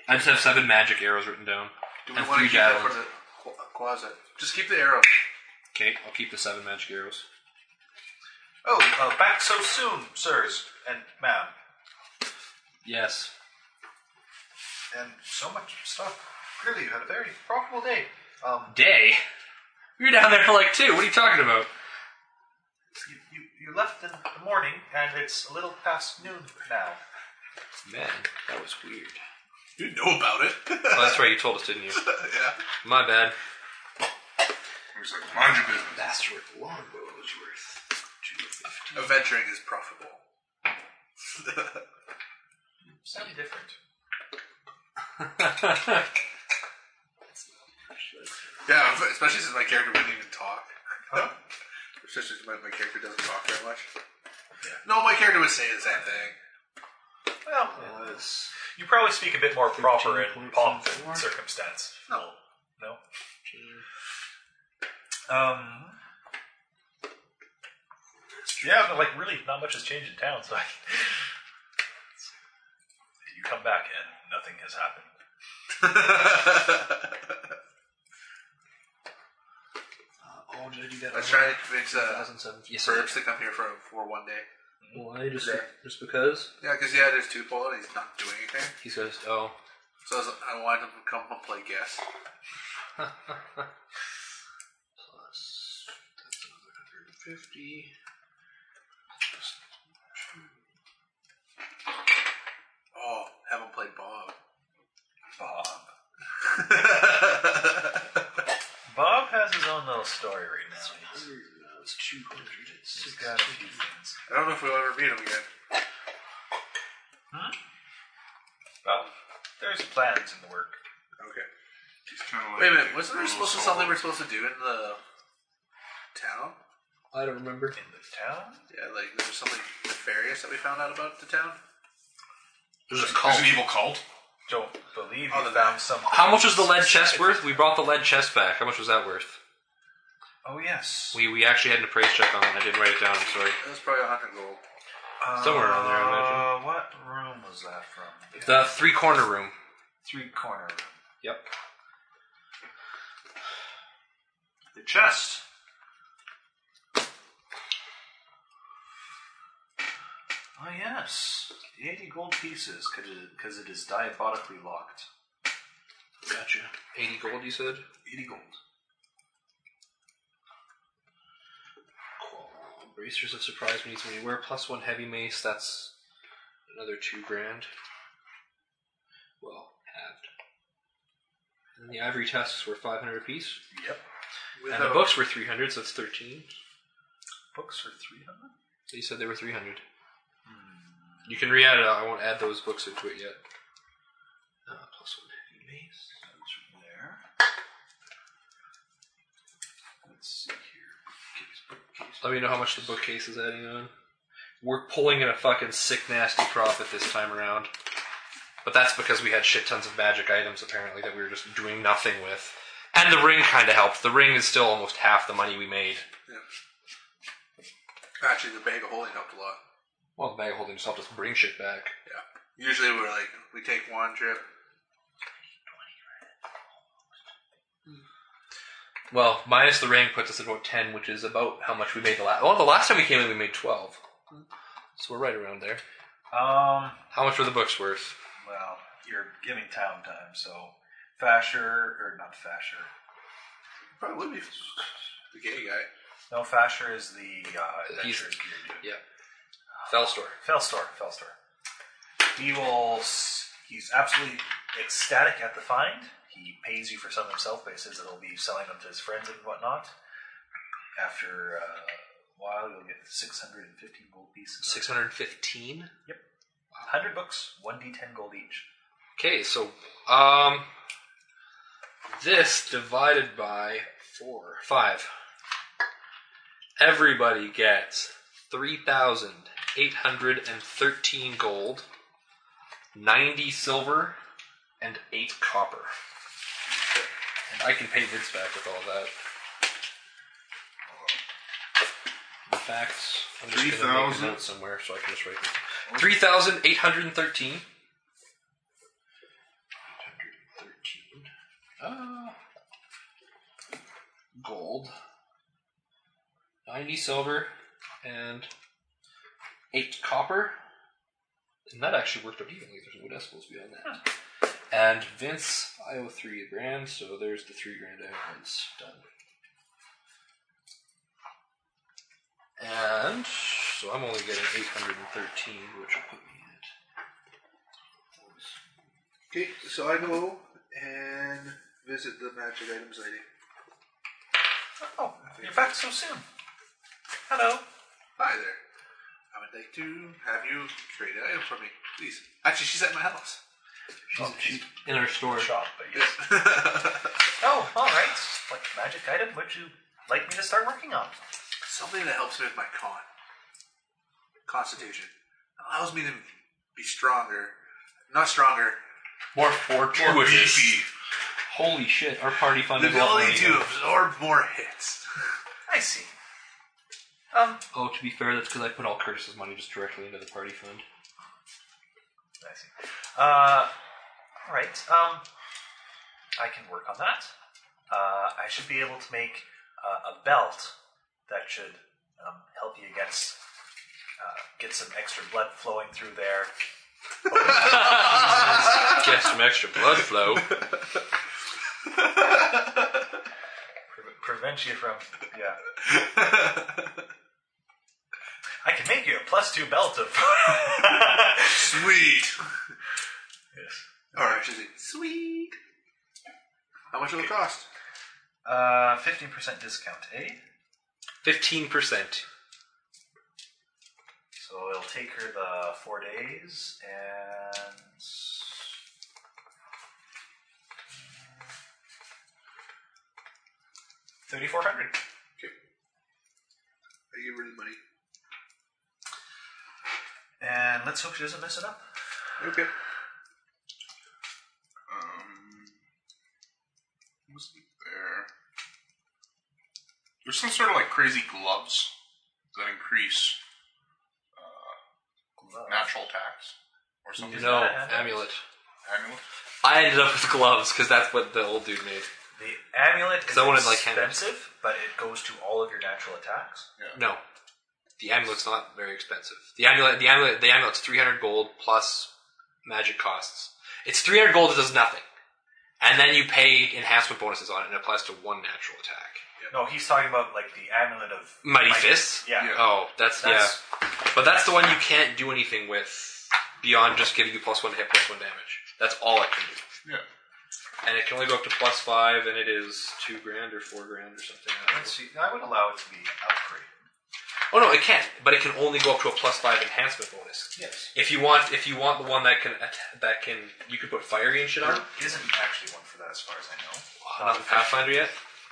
Speaker 3: I just have seven magic arrows written down.
Speaker 6: Do we
Speaker 3: and
Speaker 6: want to
Speaker 3: three
Speaker 6: keep that for
Speaker 3: javelins.
Speaker 6: the qu- closet? Just keep the arrow.
Speaker 3: Okay, I'll keep the seven magic arrows.
Speaker 2: Oh, uh, back so soon, sirs and ma'am,
Speaker 3: Yes.
Speaker 2: and so much stuff. Clearly, you had a very profitable day. Um,
Speaker 3: Day? We were down there for like two. What are you talking about?
Speaker 2: you, you, you left in the morning, and it's a little past noon now.
Speaker 3: Man, that was weird.
Speaker 6: You know about it.
Speaker 3: Oh, that's right. You told us, didn't you? yeah. My bad.
Speaker 5: He's like, mind your business.
Speaker 3: That's worth longbow was worth.
Speaker 6: Adventuring is profitable.
Speaker 2: Something different.
Speaker 6: Yeah, but especially since my character wouldn't even talk. especially since my, my character doesn't talk very much. No, my character would say the same thing.
Speaker 2: Well, you probably speak a bit more proper in pomp and circumstance.
Speaker 6: No.
Speaker 2: No. Um. Yeah, but like really, not much has changed in town. So, I, you come back and nothing has happened.
Speaker 3: Oh, did I do that?
Speaker 6: I was trying to convince uh,
Speaker 3: Yes,
Speaker 6: Burbs to come here for, for one day.
Speaker 3: Why? Just,
Speaker 6: Sure.
Speaker 3: just because?
Speaker 6: Yeah, because he had his two ball and he's not doing anything.
Speaker 3: He says, oh.
Speaker 6: So I, was, I wanted him to come and play guest.
Speaker 3: Plus, that's another 150.
Speaker 4: Oh,
Speaker 2: story right now. He's, he's got a few things.
Speaker 4: I don't know if we'll ever meet him again.
Speaker 2: Well, there's plans in the work.
Speaker 4: Okay.
Speaker 5: He's kind of like
Speaker 4: Wait a minute. Wasn't there
Speaker 5: little
Speaker 4: supposed to
Speaker 5: soul.
Speaker 4: something we're supposed to do in the town?
Speaker 3: I don't remember.
Speaker 2: In the town?
Speaker 4: Yeah, like there was something nefarious that we found out about the town.
Speaker 3: There's a
Speaker 5: There's
Speaker 3: cult.
Speaker 5: an evil cult.
Speaker 2: Don't believe
Speaker 4: Oh,
Speaker 2: you
Speaker 4: the
Speaker 2: found some.
Speaker 3: How much was the lead chest worth? We brought the lead chest back. How much was that worth?
Speaker 2: Oh, yes.
Speaker 3: We we actually had an appraise check on that. I didn't write it down. I'm sorry.
Speaker 4: That was probably a hundred gold.
Speaker 3: Somewhere around there, I
Speaker 2: Uh, what room was that from?
Speaker 3: The three corner room.
Speaker 2: Three corner room.
Speaker 3: Yep.
Speaker 12: The chest. Oh, yes. 80 gold pieces because it is diabolically locked.
Speaker 3: Gotcha. Eighty gold, you said.
Speaker 12: 80 gold.
Speaker 3: Cool. Bracers of surprise means when you wear plus one heavy mace, that's another two grand. Well, halved. And the ivory tusks were five hundred apiece,
Speaker 2: Yep.
Speaker 3: and the books were three hundred, so that's thirteen.
Speaker 2: Books for 300?
Speaker 3: You said they were three hundred. You can re-add it. I won't add those books into it yet. Uh, plus one heavy mace.
Speaker 12: Comes from there. Let's see here. Bookcase, bookcase.
Speaker 3: Let me know how much the bookcase is adding on. We're pulling in a fucking sick, nasty profit this time around. But that's because we had shit tons of magic items, apparently, that we were just doing nothing with. And the ring kind of helped. The ring is still almost half the money we made.
Speaker 4: Yeah. Actually, the bag of holding helped a lot.
Speaker 3: Well, the bag holding just helped us bring shit back.
Speaker 4: Yeah. Usually we're like, we take one trip.
Speaker 3: Well, minus the ring puts us at about 10, which is about how much we made the last... Well, the last time we came in, we made 12. So we're right around there.
Speaker 2: Um,
Speaker 3: How much were the books worth?
Speaker 2: well, you're giving town time, so. Fasher, or not Fasher.
Speaker 4: Probably would be the gay guy.
Speaker 2: No, Fasher is the uh,
Speaker 3: He's-
Speaker 2: adventurer's gear dude.
Speaker 3: Yeah. Fellstore.
Speaker 2: Fellstore, Fellstore. He will. s- He's absolutely ecstatic at the find. He pays you for some himself, but he says that he'll be selling them to his friends and whatnot. After uh, a while, you'll get 615 gold pieces.
Speaker 3: 615?
Speaker 2: 100 books, 1d10 gold each.
Speaker 3: Okay, so um, this divided by four, five. Everybody gets three thousand eight hundred and thirteen gold, ninety silver, and eight copper. And I can pay Vince back with all that. In fact, I'm just going to
Speaker 5: 3,000?
Speaker 3: make a note somewhere so I can just write it. Three thousand eight hundred and thirteen. 813. Uh, gold. 90 silver. And 8 copper. And that actually worked out evenly. There's no decibels beyond that. And Vince, I owe 3 grand, so there's the 3 grand I owe Vince. Done. And so I'm only getting 813, which will put me at
Speaker 4: Okay, so I go and visit the magic items lady.
Speaker 2: Oh, you're back so soon. Hello.
Speaker 4: Hi there. I would like to have you trade an item for me, please. Actually, she's at my house.
Speaker 3: She's, she's Oh, in her store.
Speaker 2: Shop, but yes. oh, all right. What magic item would you like me to start working on?
Speaker 4: Something that helps me with my con. Constitution. Allows me to be stronger. Not stronger.
Speaker 3: More fortuitous.
Speaker 5: Beefy.
Speaker 3: Holy shit, our party fund
Speaker 4: The
Speaker 3: is a lot
Speaker 4: ability
Speaker 3: more
Speaker 4: to
Speaker 3: than-
Speaker 4: absorb more hits.
Speaker 2: I see. Um,
Speaker 3: Oh, to be fair, that's because I put all Curtis's money just directly into the party fund.
Speaker 2: I see. Uh, all right. Um, I can work on that. Uh, I should be able to make uh, a belt that should um, help you against uh, get some extra blood flowing through there.
Speaker 3: Get some extra blood flow.
Speaker 2: Pre- prevent you from yeah. I can make you a plus two belt of. yes.
Speaker 4: Sweet. Or I should say, sweet. How much will it cost?
Speaker 2: Uh, 15% discount, eh?
Speaker 3: Fifteen percent.
Speaker 2: So it'll take her the four days and. Thirty-four hundred.
Speaker 6: I give her the money.
Speaker 2: And let's hope she doesn't mess it up.
Speaker 6: Okay.
Speaker 5: Um, was there? There's some sort of like crazy gloves that increase uh, natural attacks or something.
Speaker 3: No
Speaker 2: that an
Speaker 3: amulet.
Speaker 5: Amulet.
Speaker 3: I ended up with gloves because that's what the old dude made.
Speaker 2: The amulet is
Speaker 3: I wanted, like, hand-
Speaker 2: expensive, but it goes to all of your natural attacks.
Speaker 3: No, the amulet's not very expensive. The amulet, the amulet, the amulet's three hundred gold plus magic costs. It's three hundred gold that does nothing, and then you pay enhancement bonuses on it, and it applies to one natural attack.
Speaker 2: No, he's talking about like the amulet of
Speaker 3: Mighty fists.
Speaker 2: Yeah.
Speaker 3: Oh, that's,
Speaker 2: That's-
Speaker 3: yeah. But that's the one you can't do anything with beyond just giving you plus one hit, plus one damage. That's all it can do.
Speaker 5: Yeah.
Speaker 3: and it can only go up to plus five, and it is two grand or four grand or something. I don't know.
Speaker 2: Let's see. I would allow it to be upgraded.
Speaker 3: Oh no, it can, but it can only go up to a plus five enhancement bonus.
Speaker 2: Yes.
Speaker 3: If you want, if you want the one that can att- that can you can put fiery and shit on.
Speaker 2: There isn't actually one for that, as far as I know.
Speaker 3: Not in Pathfinder yet.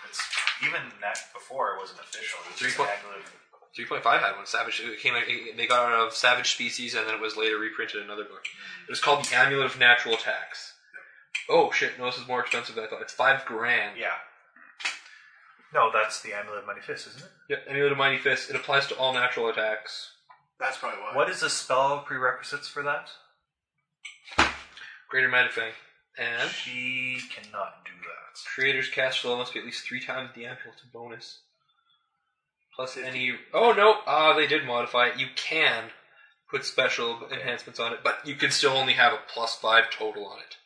Speaker 2: It's, even that before it wasn't official. It was
Speaker 3: Three
Speaker 2: just
Speaker 3: point-
Speaker 2: amulet of
Speaker 3: Three point five had one. Savage. It came. It, they got out of Savage Species, and then it was later reprinted in another book. It was called the Amulet of Natural Attacks. Oh shit! No, this is more expensive than I thought. It's five grand.
Speaker 2: Yeah. No, that's the amulet of mighty fist, isn't it?
Speaker 3: Yep. Amulet of Mighty Fist. It applies to all natural attacks.
Speaker 6: That's probably why.
Speaker 2: What is the spell prerequisites for that?
Speaker 3: Greater Magic Fang. And
Speaker 2: She cannot do that.
Speaker 3: Creator's cash flow must be at least three times the amulet to bonus. Plus any. Oh no! Ah, they did modify it. You can put special enhancements on it, but you can still only have a plus five total on it,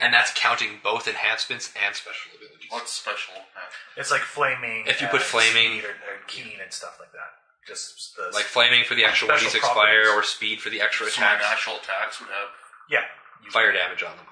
Speaker 3: and that's counting both enhancements and special abilities.
Speaker 5: What's special? amulet?
Speaker 2: It's like flaming.
Speaker 3: If you put
Speaker 2: and
Speaker 3: flaming-
Speaker 2: speed or, or keen and stuff like that. Just the
Speaker 3: Like flaming for the extra one d
Speaker 2: Special
Speaker 3: six
Speaker 2: properties.
Speaker 3: fire, or speed for the extra
Speaker 5: So
Speaker 3: attack,
Speaker 5: my natural attacks would have.
Speaker 2: yeah.
Speaker 3: fire damage on them.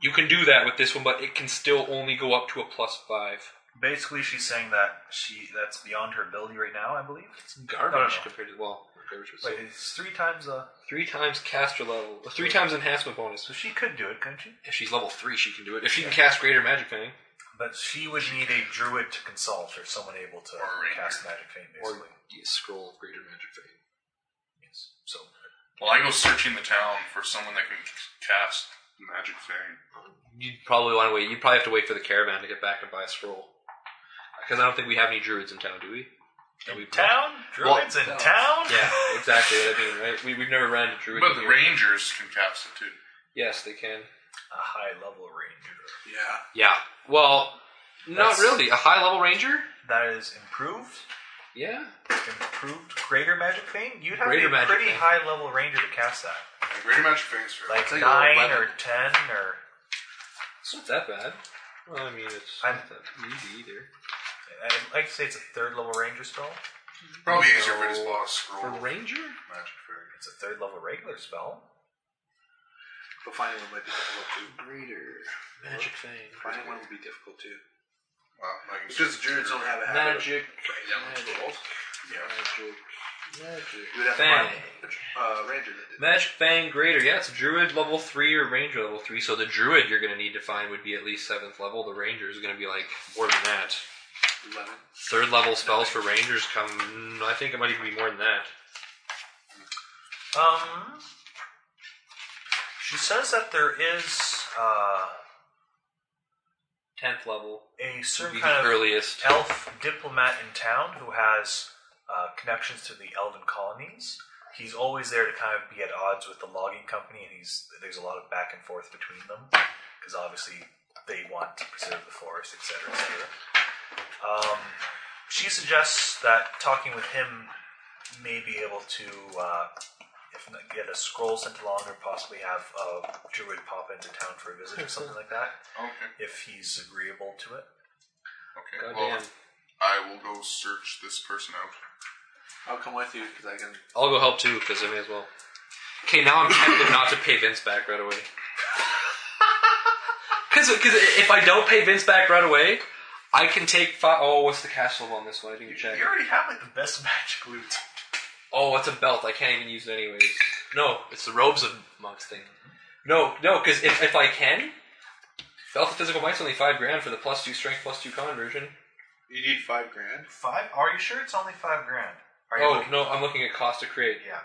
Speaker 3: You can do that with this one, but it can still only go up to a plus five.
Speaker 2: Basically, she's saying that she that's beyond her ability right now. I believe. It's
Speaker 3: Garbage
Speaker 2: No, no, no.
Speaker 3: compared to well, garbage was
Speaker 2: Wait, it's three times the.
Speaker 3: Three times caster level. Three times enhancement bonus.
Speaker 2: So she could do it, couldn't she?
Speaker 3: If she's level three, she can do it. If she can cast Greater Magic Fang
Speaker 2: But she would need a druid to consult or someone able to
Speaker 5: Or a ranger.
Speaker 2: cast magic fame,
Speaker 3: or
Speaker 2: basically.
Speaker 3: the Scroll of Greater Magic Fang.
Speaker 2: Yes. So
Speaker 5: Well, I go searching the town for someone that can cast magic thing.
Speaker 3: You'd probably want to wait. You'd probably have to wait for the caravan to get back and buy a scroll. Because I don't think we have any druids in town, do we? That we've-
Speaker 2: town druids in town.
Speaker 3: Yeah, exactly what I mean, right? We, we've never ran to druids.
Speaker 5: But
Speaker 3: in
Speaker 5: the
Speaker 3: here.
Speaker 5: rangers can cast it too.
Speaker 3: Yes, they can.
Speaker 2: A high level ranger.
Speaker 6: Yeah.
Speaker 3: Yeah. Well,
Speaker 2: That's-
Speaker 3: not really. A high level ranger?
Speaker 2: That is improved.
Speaker 3: Yeah.
Speaker 2: Improved greater magic fame. You'd have
Speaker 3: Greater
Speaker 2: to be a
Speaker 3: magic
Speaker 2: pretty
Speaker 3: fame.
Speaker 2: high level ranger to cast that.
Speaker 6: Like, greater magic things for
Speaker 2: Like
Speaker 6: it's a
Speaker 2: nine
Speaker 6: weapon.
Speaker 2: or ten or
Speaker 3: It's not that bad. Well, I mean, it's
Speaker 2: I'm-
Speaker 3: not that easy either.
Speaker 2: I'd like to say it's a third level ranger spell.
Speaker 6: Probably easier if I just bought a
Speaker 3: For
Speaker 6: scroll.
Speaker 3: ranger?
Speaker 2: Magic fairy. It's a third level regular spell.
Speaker 6: But finding one might be difficult too. Greater.
Speaker 3: Magic Fang.
Speaker 6: Finding one would be difficult too.
Speaker 5: Well, I can
Speaker 6: Because druids don't have a habit of
Speaker 3: Magic.
Speaker 6: writing down
Speaker 3: Magic.
Speaker 6: scrolls.
Speaker 3: Magic.
Speaker 6: You would have to
Speaker 3: Fang.
Speaker 6: find
Speaker 4: uh,
Speaker 6: a ranger that did.
Speaker 3: Magic Fang Greater. Yeah, it's Druid level 3 or Ranger level 3. So the Druid you're going to need to find would be at least 7th level. The Ranger is going to be like more than that.
Speaker 6: Eleven.
Speaker 3: Third level spells for Rangers come. mm, I think it might even be more than that.
Speaker 2: Um, she says that there is uh,
Speaker 3: 10th level
Speaker 2: a
Speaker 3: would
Speaker 2: certain
Speaker 3: be
Speaker 2: kind
Speaker 3: the
Speaker 2: of
Speaker 3: earliest.
Speaker 2: elf diplomat in town who has uh, connections to the elven colonies. He's always there to kind of be at odds with the logging company, and he's there's a lot of back and forth between them because obviously they want to preserve the forest, etc., etc. Um, she suggests that talking with him may be able to, uh, if not get a scroll sent along, or possibly have a druid pop into town for a visit or something like that,
Speaker 5: Okay.
Speaker 2: if he's agreeable to it. Oh.
Speaker 5: Okay.
Speaker 3: Goddamn.
Speaker 5: Well, I will go search this person out.
Speaker 6: I'll come with you because I can.
Speaker 3: I'll go help too, because I may as well. Okay, now I'm tempted not to pay Vince back right away. Because if I don't pay Vince back right away, I can take five. Oh, what's the cast level on this one? I didn't check.
Speaker 2: You already have like the best magic loot.
Speaker 3: Oh, it's a belt. I can't even use it anyways. No, it's the robes of monks thing. No, no, because if, if I can, belt of physical might's only five grand for the plus two strength, plus two con version.
Speaker 6: You need five grand.
Speaker 2: Five? Are you sure it's only five grand? Are you
Speaker 3: Oh
Speaker 2: looking-
Speaker 3: no, I'm looking at cost to create.
Speaker 2: Yeah.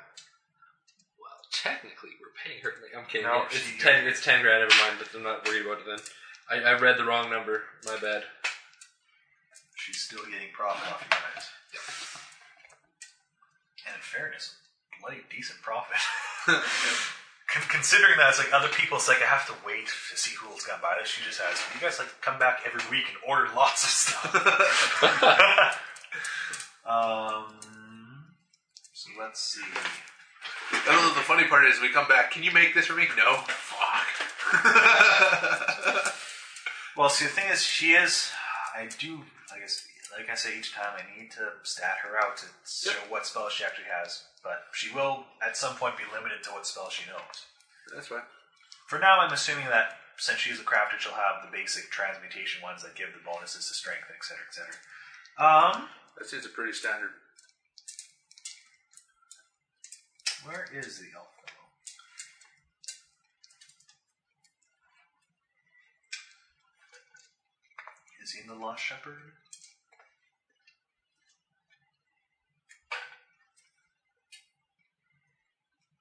Speaker 3: Well, technically, we're paying her. Like, I'm kidding.
Speaker 2: No,
Speaker 3: it's
Speaker 2: she-
Speaker 3: ten. It's ten grand. Never mind. But I'm not worried about it then. I, I read the wrong number. My bad.
Speaker 2: She's still getting profit off you guys. And in fairness, bloody decent profit. Con- Considering that, it's like other people, it's like I have to wait to see who else got by this. She just has, you guys like come back every week and order lots of stuff. um, so let's see.
Speaker 4: Although the funny part is, we come back. Can you make this for me? No.
Speaker 2: Well, see, the thing is, she is. I do, like I, s- like I say each time, I need to stat her out to show what spell she actually has. But she will, at some point, be limited to what spell she knows.
Speaker 4: That's fine.
Speaker 2: For now, I'm assuming that since she's a crafter, she'll have the basic transmutation ones that give the bonuses to strength, etc., etc. Um,
Speaker 4: That seems a pretty standard.
Speaker 2: where is the elf fellow? Is he in the Lost Shepherd?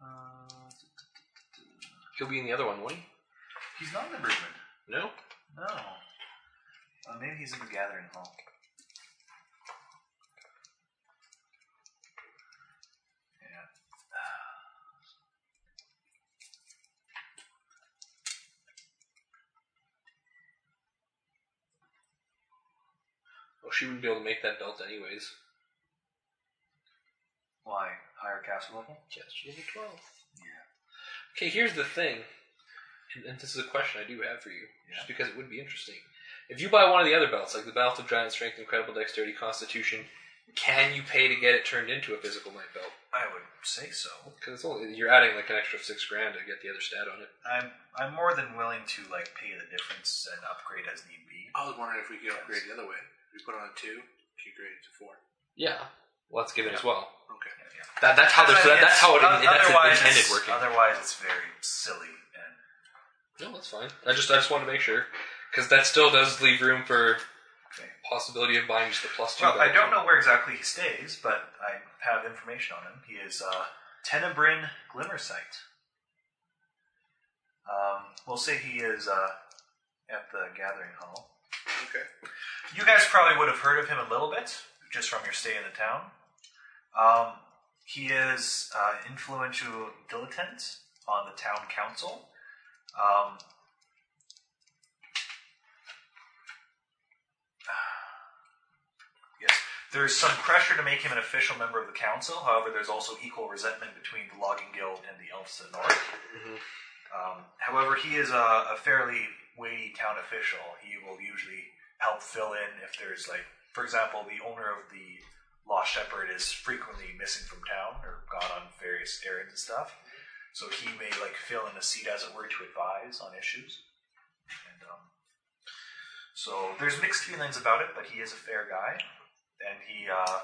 Speaker 2: Uh,
Speaker 3: He'll be in the other one, won't he?
Speaker 2: he's not in the Broodman.
Speaker 3: No.
Speaker 2: No. Uh, maybe he's in the gathering hall. Yeah.
Speaker 3: Well, Oh, she wouldn't be able to make that belt anyways.
Speaker 2: Why? Higher castle level?
Speaker 3: Yes, she's only twelve.
Speaker 2: Yeah.
Speaker 3: Okay, here's the thing, and, and this is a question I do have for you, just because it would be interesting. If you buy one of the other belts, like the Belt of Giant Strength, Incredible Dexterity, Constitution, can you pay to get it turned into a physical might belt?
Speaker 2: I would say so.
Speaker 3: Because it's only you're adding like an extra six grand to get the other stat on it.
Speaker 2: I'm I'm more than willing to like pay the difference and upgrade as need be.
Speaker 4: I was wondering if we could upgrade the other way. We put on a two, you grade it to four.
Speaker 3: Yeah, well, that's given as well.
Speaker 4: Okay.
Speaker 3: That, that's how there's, that, that's how it,
Speaker 2: Otherwise,
Speaker 3: that's
Speaker 2: it's-
Speaker 3: intended working.
Speaker 2: Otherwise, it's very silly and
Speaker 3: No, that's fine. I just I just want to make sure because that still does leave room for
Speaker 2: okay.
Speaker 3: possibility of buying just the plus two.
Speaker 2: Well, I
Speaker 3: belt.
Speaker 2: don't know where exactly he stays, but I have information on him. He is uh, Tenebrin Glimmersite. Um, we'll say he is uh, at the Gathering Hall.
Speaker 6: Okay.
Speaker 2: You guys probably would have heard of him a little bit just from your stay in the town. Um, he is uh, influential dilettante on the town council. Um, Yes. There's some pressure to make him an official member of the council. However, there's also equal resentment between the Logging Guild and the Elves of the North. Um, however, he is a, a fairly weighty town official. He will usually help fill in if there's, like, for example, the owner of the Lost Shepherd is frequently missing from town or gone on various errands and stuff. So he may, like, fill in a seat, as it were, to advise on issues. And, um, so there's mixed feelings about it, but he is a fair guy, and he uh,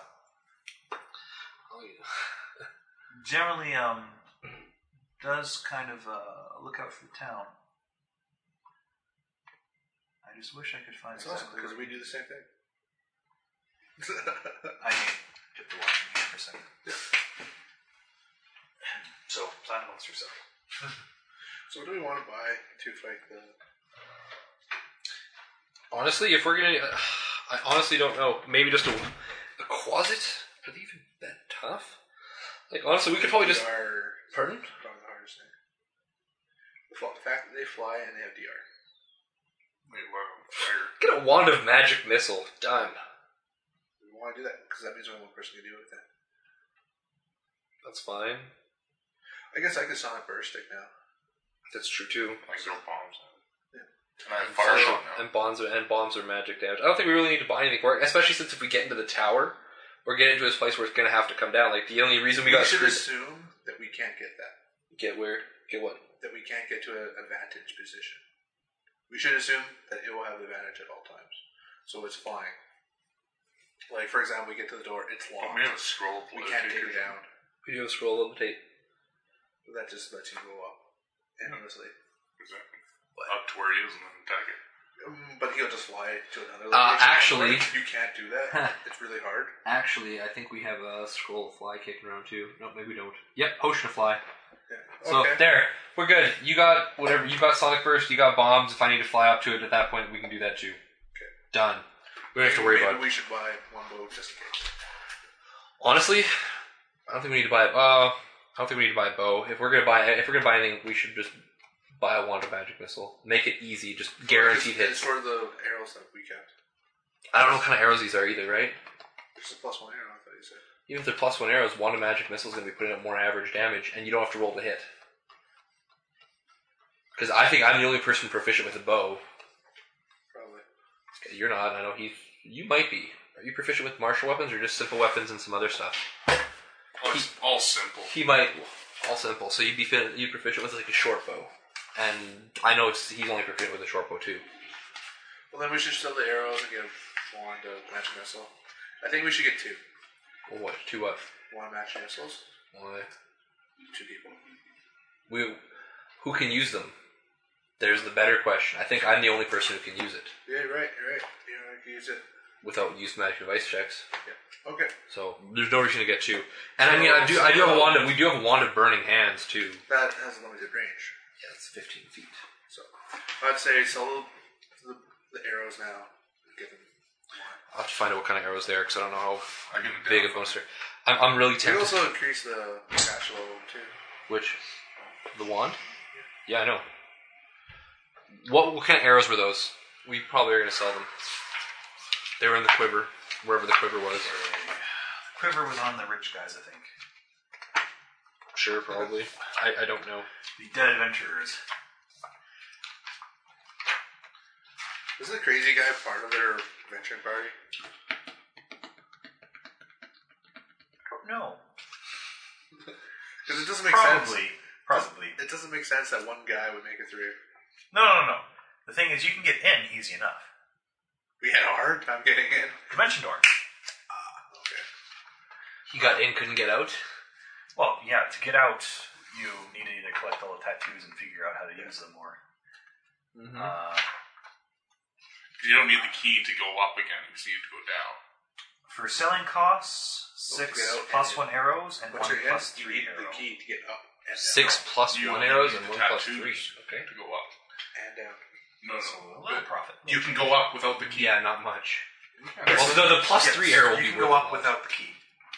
Speaker 3: Oh, yeah.
Speaker 2: generally um, does kind of uh, look out for the town. I just wish I could find
Speaker 6: That's awesome
Speaker 2: exactly.
Speaker 6: because we do the same thing.
Speaker 2: I need to get the washing here for a second. so plan amongst yourself.
Speaker 6: so what do we want to buy to fight the?
Speaker 3: Honestly, if we're gonna, I honestly don't know. Maybe just a, a closet. Are they even that tough? Like honestly, we could probably just.
Speaker 6: DR,
Speaker 3: Pardon?
Speaker 6: probably the hardest thing. The fa- fact that they fly and they have DR.
Speaker 5: They light on fire.
Speaker 3: Get a wand of magic missile. Done.
Speaker 6: We want to do that because that means only one person can do it with that.
Speaker 3: That's fine.
Speaker 6: I guess I could sonic burst stick now.
Speaker 3: That's true too.
Speaker 5: Like throw bombs. at it.
Speaker 6: Yeah.
Speaker 5: And I have fire shot now.
Speaker 3: and bombs are, and bombs are magic damage. I don't think we really need to buy anything for it, especially since if we get into the tower or get into this place where it's gonna have to come down. Like the only reason we
Speaker 6: We,
Speaker 3: got
Speaker 6: should
Speaker 3: screwed.
Speaker 6: assume that we can't get that.
Speaker 3: Get where? Get what?
Speaker 6: That we can't get to a, a vantage position. We should assume that it will have the advantage at all times.
Speaker 4: so it's flying. Like for example, we get to the door, it's
Speaker 5: Oh,
Speaker 4: locked.
Speaker 5: we have a scroll.
Speaker 4: we can't take it down.
Speaker 3: We do have scroll levitate.
Speaker 4: That just lets you go up endlessly.
Speaker 5: Exactly. Up to where he is and then attack it.
Speaker 4: Um, but he'll just fly to another.
Speaker 3: Uh,
Speaker 4: location.
Speaker 3: actually-
Speaker 4: you can't do that. it's really hard.
Speaker 3: Actually, I think we have a scroll of fly kicking around too. No, maybe we don't. Yep, potion of fly.
Speaker 4: Yeah.
Speaker 3: So
Speaker 4: Okay.
Speaker 3: there, we're good. You got whatever. You got Sonic Burst. You got bombs. If I need to fly up to it at that point, we can do that too. Done. We don't have to worry
Speaker 4: Maybe
Speaker 3: about it.
Speaker 4: we should buy one boat just in case.
Speaker 3: Honestly, I don't think we need to buy. Uh, I don't think we need to buy a bow. If we're gonna buy, if we're gonna buy anything, we should just buy a wand of magic missile. Make it easy. Just guaranteed hits.
Speaker 4: It's for the arrows that we kept.
Speaker 3: I don't know what kind of arrows these are either, right?
Speaker 4: There's a plus one arrow. I thought you said.
Speaker 3: Even if they're plus one arrows, wand of magic missile is gonna be putting up more average damage, and you don't have to roll to hit. Because I think I'm the only person proficient with a bow.
Speaker 4: Probably.
Speaker 3: You're not. and I know he's. You might be. Are you proficient with martial weapons or just simple weapons and some other stuff?
Speaker 5: Oh, it's all simple.
Speaker 3: He might. All simple. So you'd be fit, you'd proficient with like a short bow, and I know it's he's only proficient with a short bow too.
Speaker 4: Well, then we should sell the arrows and give one to magic missile. I think we should get two.
Speaker 3: Well, what two what?
Speaker 4: One magic missiles,
Speaker 3: Why?
Speaker 4: two people.
Speaker 3: We. Who can use them? There's the better question. I think I'm the only person who can use it
Speaker 4: Yeah, you're right. You're right. You know, I can use it.
Speaker 3: without use magic device checks.
Speaker 4: Yeah. Okay.
Speaker 3: So there's no reason to get two. And I mean, I do. I do have a wand. Of, we do have a wand of burning hands too.
Speaker 4: That has a limited range.
Speaker 3: Yeah, it's 15 feet.
Speaker 4: So I'd say sell the, the arrows now. and Give them.
Speaker 3: I'll have to find out what kind of arrows they are because I don't know how
Speaker 5: I can
Speaker 3: big of monster. I'm, I'm really
Speaker 4: We
Speaker 3: tempted.
Speaker 4: also increase the cash flow too.
Speaker 3: Which? The wand? Yeah, I know. What, what kind of arrows were those? We probably are going to sell them. They were in the quiver, wherever the quiver was.
Speaker 2: Quiver was on the rich guys, I think.
Speaker 3: Sure, probably. I, I don't know.
Speaker 2: The Dead Adventurers.
Speaker 4: Is the crazy guy part of their adventuring party?
Speaker 2: No,
Speaker 4: Because it doesn't make sense.
Speaker 2: probably, probably.
Speaker 4: It doesn't make sense that one guy would make it through.
Speaker 2: No, no, no, no. The thing is, you can get in easy enough.
Speaker 4: We had a hard time getting in.
Speaker 2: Convention door.
Speaker 3: He got in, couldn't get out.
Speaker 2: Well, yeah. To get out, you need to either collect all the tattoos and figure out how to use them, or uh,
Speaker 5: You don't need the key to go up again because you need to go down.
Speaker 2: for selling costs, six
Speaker 4: Don't get out
Speaker 2: plus
Speaker 4: and-
Speaker 2: one arrows and
Speaker 4: What's
Speaker 2: one
Speaker 4: your hit?
Speaker 2: plus
Speaker 4: You
Speaker 2: three
Speaker 4: need the
Speaker 2: arrows.
Speaker 4: key to get up and down.
Speaker 3: Six plus
Speaker 5: You
Speaker 3: one
Speaker 5: only
Speaker 3: arrows
Speaker 5: need
Speaker 3: and
Speaker 5: the
Speaker 3: one plus
Speaker 5: tattoos
Speaker 3: three. Okay.
Speaker 5: To go up.
Speaker 4: and down.
Speaker 5: No, no.
Speaker 2: So a little profit.
Speaker 5: You can go up without the key.
Speaker 3: Yeah, not much. Well, the, the plus three arrow will
Speaker 2: You
Speaker 3: be
Speaker 2: can go
Speaker 3: worth a
Speaker 2: up
Speaker 3: lot.
Speaker 2: without the key.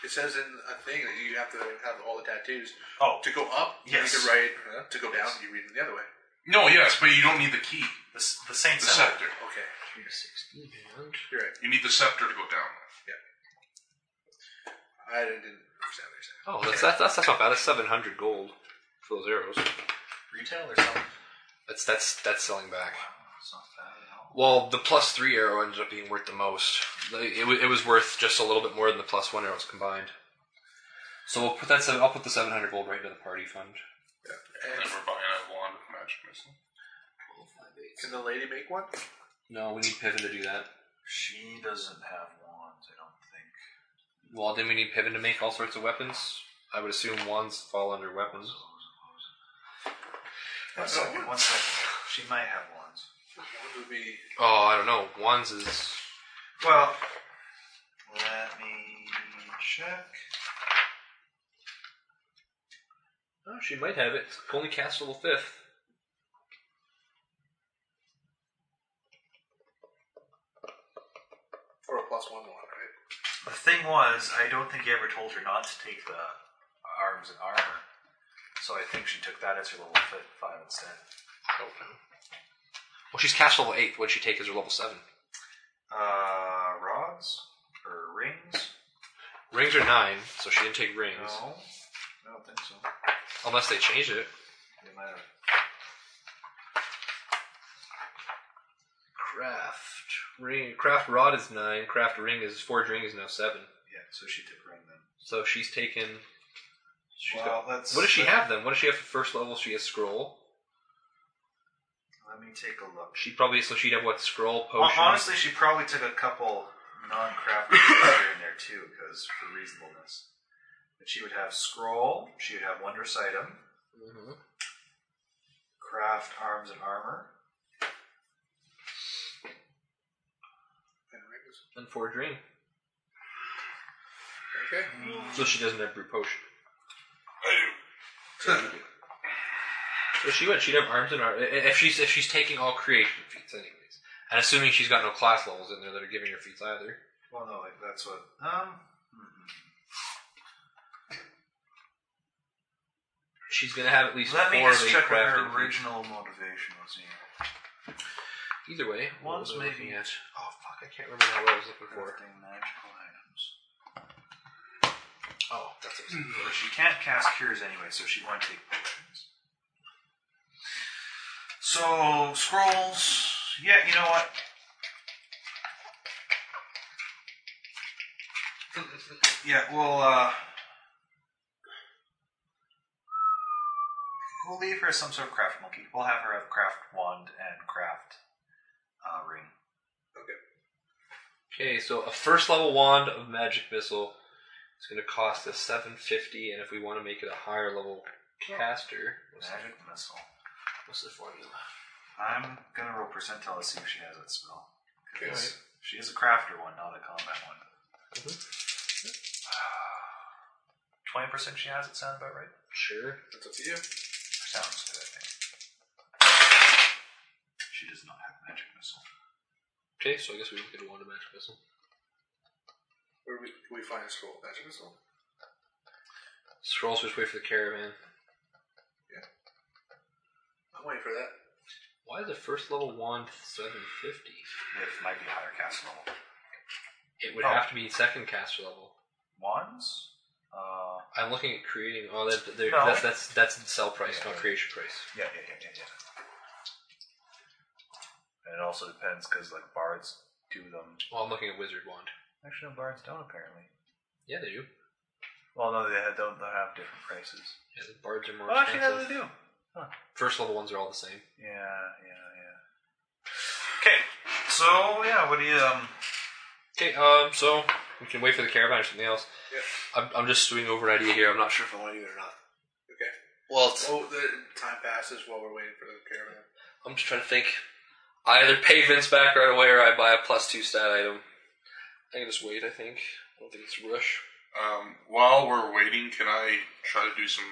Speaker 4: It says in a thing that you have to have all the tattoos.
Speaker 2: Oh,
Speaker 4: To go up, you
Speaker 2: Yes.
Speaker 4: read the right. To go down, you read them the other way.
Speaker 5: No, yes, but you don't need the key.
Speaker 2: the, s- the Saint
Speaker 5: The
Speaker 2: Scepter.
Speaker 5: scepter.
Speaker 4: Okay,
Speaker 3: Three to 16, man.
Speaker 4: you're right.
Speaker 5: You need the scepter to go down.
Speaker 4: I didn't understand what
Speaker 3: Oh,
Speaker 4: you're saying.
Speaker 3: that's, that's, that's not bad. That's 700 gold for those arrows.
Speaker 2: Retail or something.
Speaker 3: That's, that's, that's selling back.
Speaker 2: It's not bad at all.
Speaker 3: Well, the plus three arrow ended up being worth the most. Like, It, wa- it was worth just a little bit more than the plus one arrows combined. So we'll put that. Seven, I'll put the seven hundred gold right into the party fund.
Speaker 5: And then we're buying a wand of magic missile.
Speaker 4: Can the lady make one?
Speaker 3: No, we need Piven to do that.
Speaker 2: She doesn't have wands, I don't think.
Speaker 3: Well, then we need Piven to make all sorts of weapons. I would assume wands fall under weapons.
Speaker 2: One second, one second. She might have wands.
Speaker 4: One would be
Speaker 3: Oh, I don't know. Wands is
Speaker 2: Well, let me check.
Speaker 3: Oh, she might have it. It's only castable fifth.
Speaker 4: or a plus one one, right?
Speaker 2: The thing was, I don't think you ever told her not to take the arms and armor. So I think she took that as her level fi- five instead.
Speaker 3: I don't know. Well, she's cast level eight. What'd she take as her level seven?
Speaker 2: Uh, rods or rings?
Speaker 3: Rings are nine, so she didn't take rings.
Speaker 2: No, I don't think so.
Speaker 3: Unless they changed it.
Speaker 2: They might have.
Speaker 3: Craft ring, craft rod is nine. Craft ring is forge ring is now seven.
Speaker 2: Yeah, so she took ring then.
Speaker 3: So she's taken. She's
Speaker 2: well,
Speaker 3: got,
Speaker 2: let's.
Speaker 3: what does she
Speaker 2: let-
Speaker 3: have then? What does she have for first level? She has scroll.
Speaker 2: Let me take a look.
Speaker 3: She probably so she'd have what scroll
Speaker 2: Hon-
Speaker 3: potion.
Speaker 2: Honestly, she probably took a couple non-crafted here in there too, because for reasonableness. But she would have scroll. She would have wondrous item.
Speaker 3: mm-hmm,
Speaker 2: Craft arms and armor.
Speaker 3: and for a dream,
Speaker 4: Okay.
Speaker 13: Mm.
Speaker 3: so she doesn't have brew potion.
Speaker 5: I do.
Speaker 3: So she would. She'd have arms and arms. If she's if she's taking all creation feats, anyways, and assuming she's got no class levels in there that are giving her feats either.
Speaker 2: Well, no, like that's what. Um,
Speaker 3: She's gonna have at least
Speaker 2: let me
Speaker 3: four
Speaker 2: just
Speaker 3: of eight
Speaker 2: check what her
Speaker 3: crafting feats.
Speaker 2: original motivation was here.
Speaker 3: Either way, what
Speaker 2: Once
Speaker 3: was I
Speaker 2: maybe.
Speaker 3: looking at? Oh fuck! I can't remember now what I was looking for.
Speaker 2: Crafting magical items.
Speaker 3: Oh, that's what I was looking
Speaker 2: But Hmm. she can't cast cures anyway, so she won't take potions. So scrolls. Yeah, you know what? Yeah, we'll uh, we'll leave her some sort of craft monkey. We'll have her have craft wand and craft uh, ring.
Speaker 3: Okay, so a first level wand of magic missile is going to cost us 750, and if we want to make it a higher level caster, what's the,
Speaker 2: Magic missile.
Speaker 3: what's the formula?
Speaker 2: I'm gonna roll percentile to see if she has that spell. 'Cause She is a crafter one, not a combat one. Twenty percent she has. It sound about right.
Speaker 3: Sure.
Speaker 4: That's up to you.
Speaker 2: Sounds good. I think. She does not have magic missile.
Speaker 3: Okay, so I guess we look at a wand of magic missile.
Speaker 4: Where we, can we find a scroll? Magic missile.
Speaker 3: Scrolls which way for the caravan.
Speaker 4: I'm waiting for that.
Speaker 3: Why is a first level wand 750?
Speaker 2: It might be a higher cast level.
Speaker 3: It would
Speaker 2: Oh.
Speaker 3: have to be second caster level.
Speaker 2: Wands. Uh,
Speaker 3: I'm looking at creating. Oh, that, there-
Speaker 2: No.
Speaker 3: that's that's that's the sell price, not creation price.
Speaker 2: yeah, yeah, yeah, yeah, yeah. And it also depends because like bards do them.
Speaker 3: Well, I'm looking at wizard wand.
Speaker 2: Actually, no, bards don't apparently.
Speaker 3: Yeah, they do.
Speaker 2: Well, no, they ha- don't. They have different prices.
Speaker 3: Yeah, the bards are more
Speaker 2: Oh, actually,
Speaker 3: expensive.
Speaker 2: no, they do.
Speaker 3: First level ones are all the same.
Speaker 2: Yeah, yeah, yeah. Okay, so yeah, what do you um?
Speaker 3: Okay, um, so we can wait for the caravan or something else. I'm, I'm just swinging over an idea here. I'm not sure if I want to do it or not.
Speaker 4: Okay.
Speaker 3: Well, it's,
Speaker 4: Oh, the time passes while we're waiting for the caravan.
Speaker 3: I'm just trying to think. I either pay Vince back right away or I buy a plus two stat item. I can just wait, I think. I don't think it's a rush.
Speaker 5: Um, while we're waiting, can I try to do some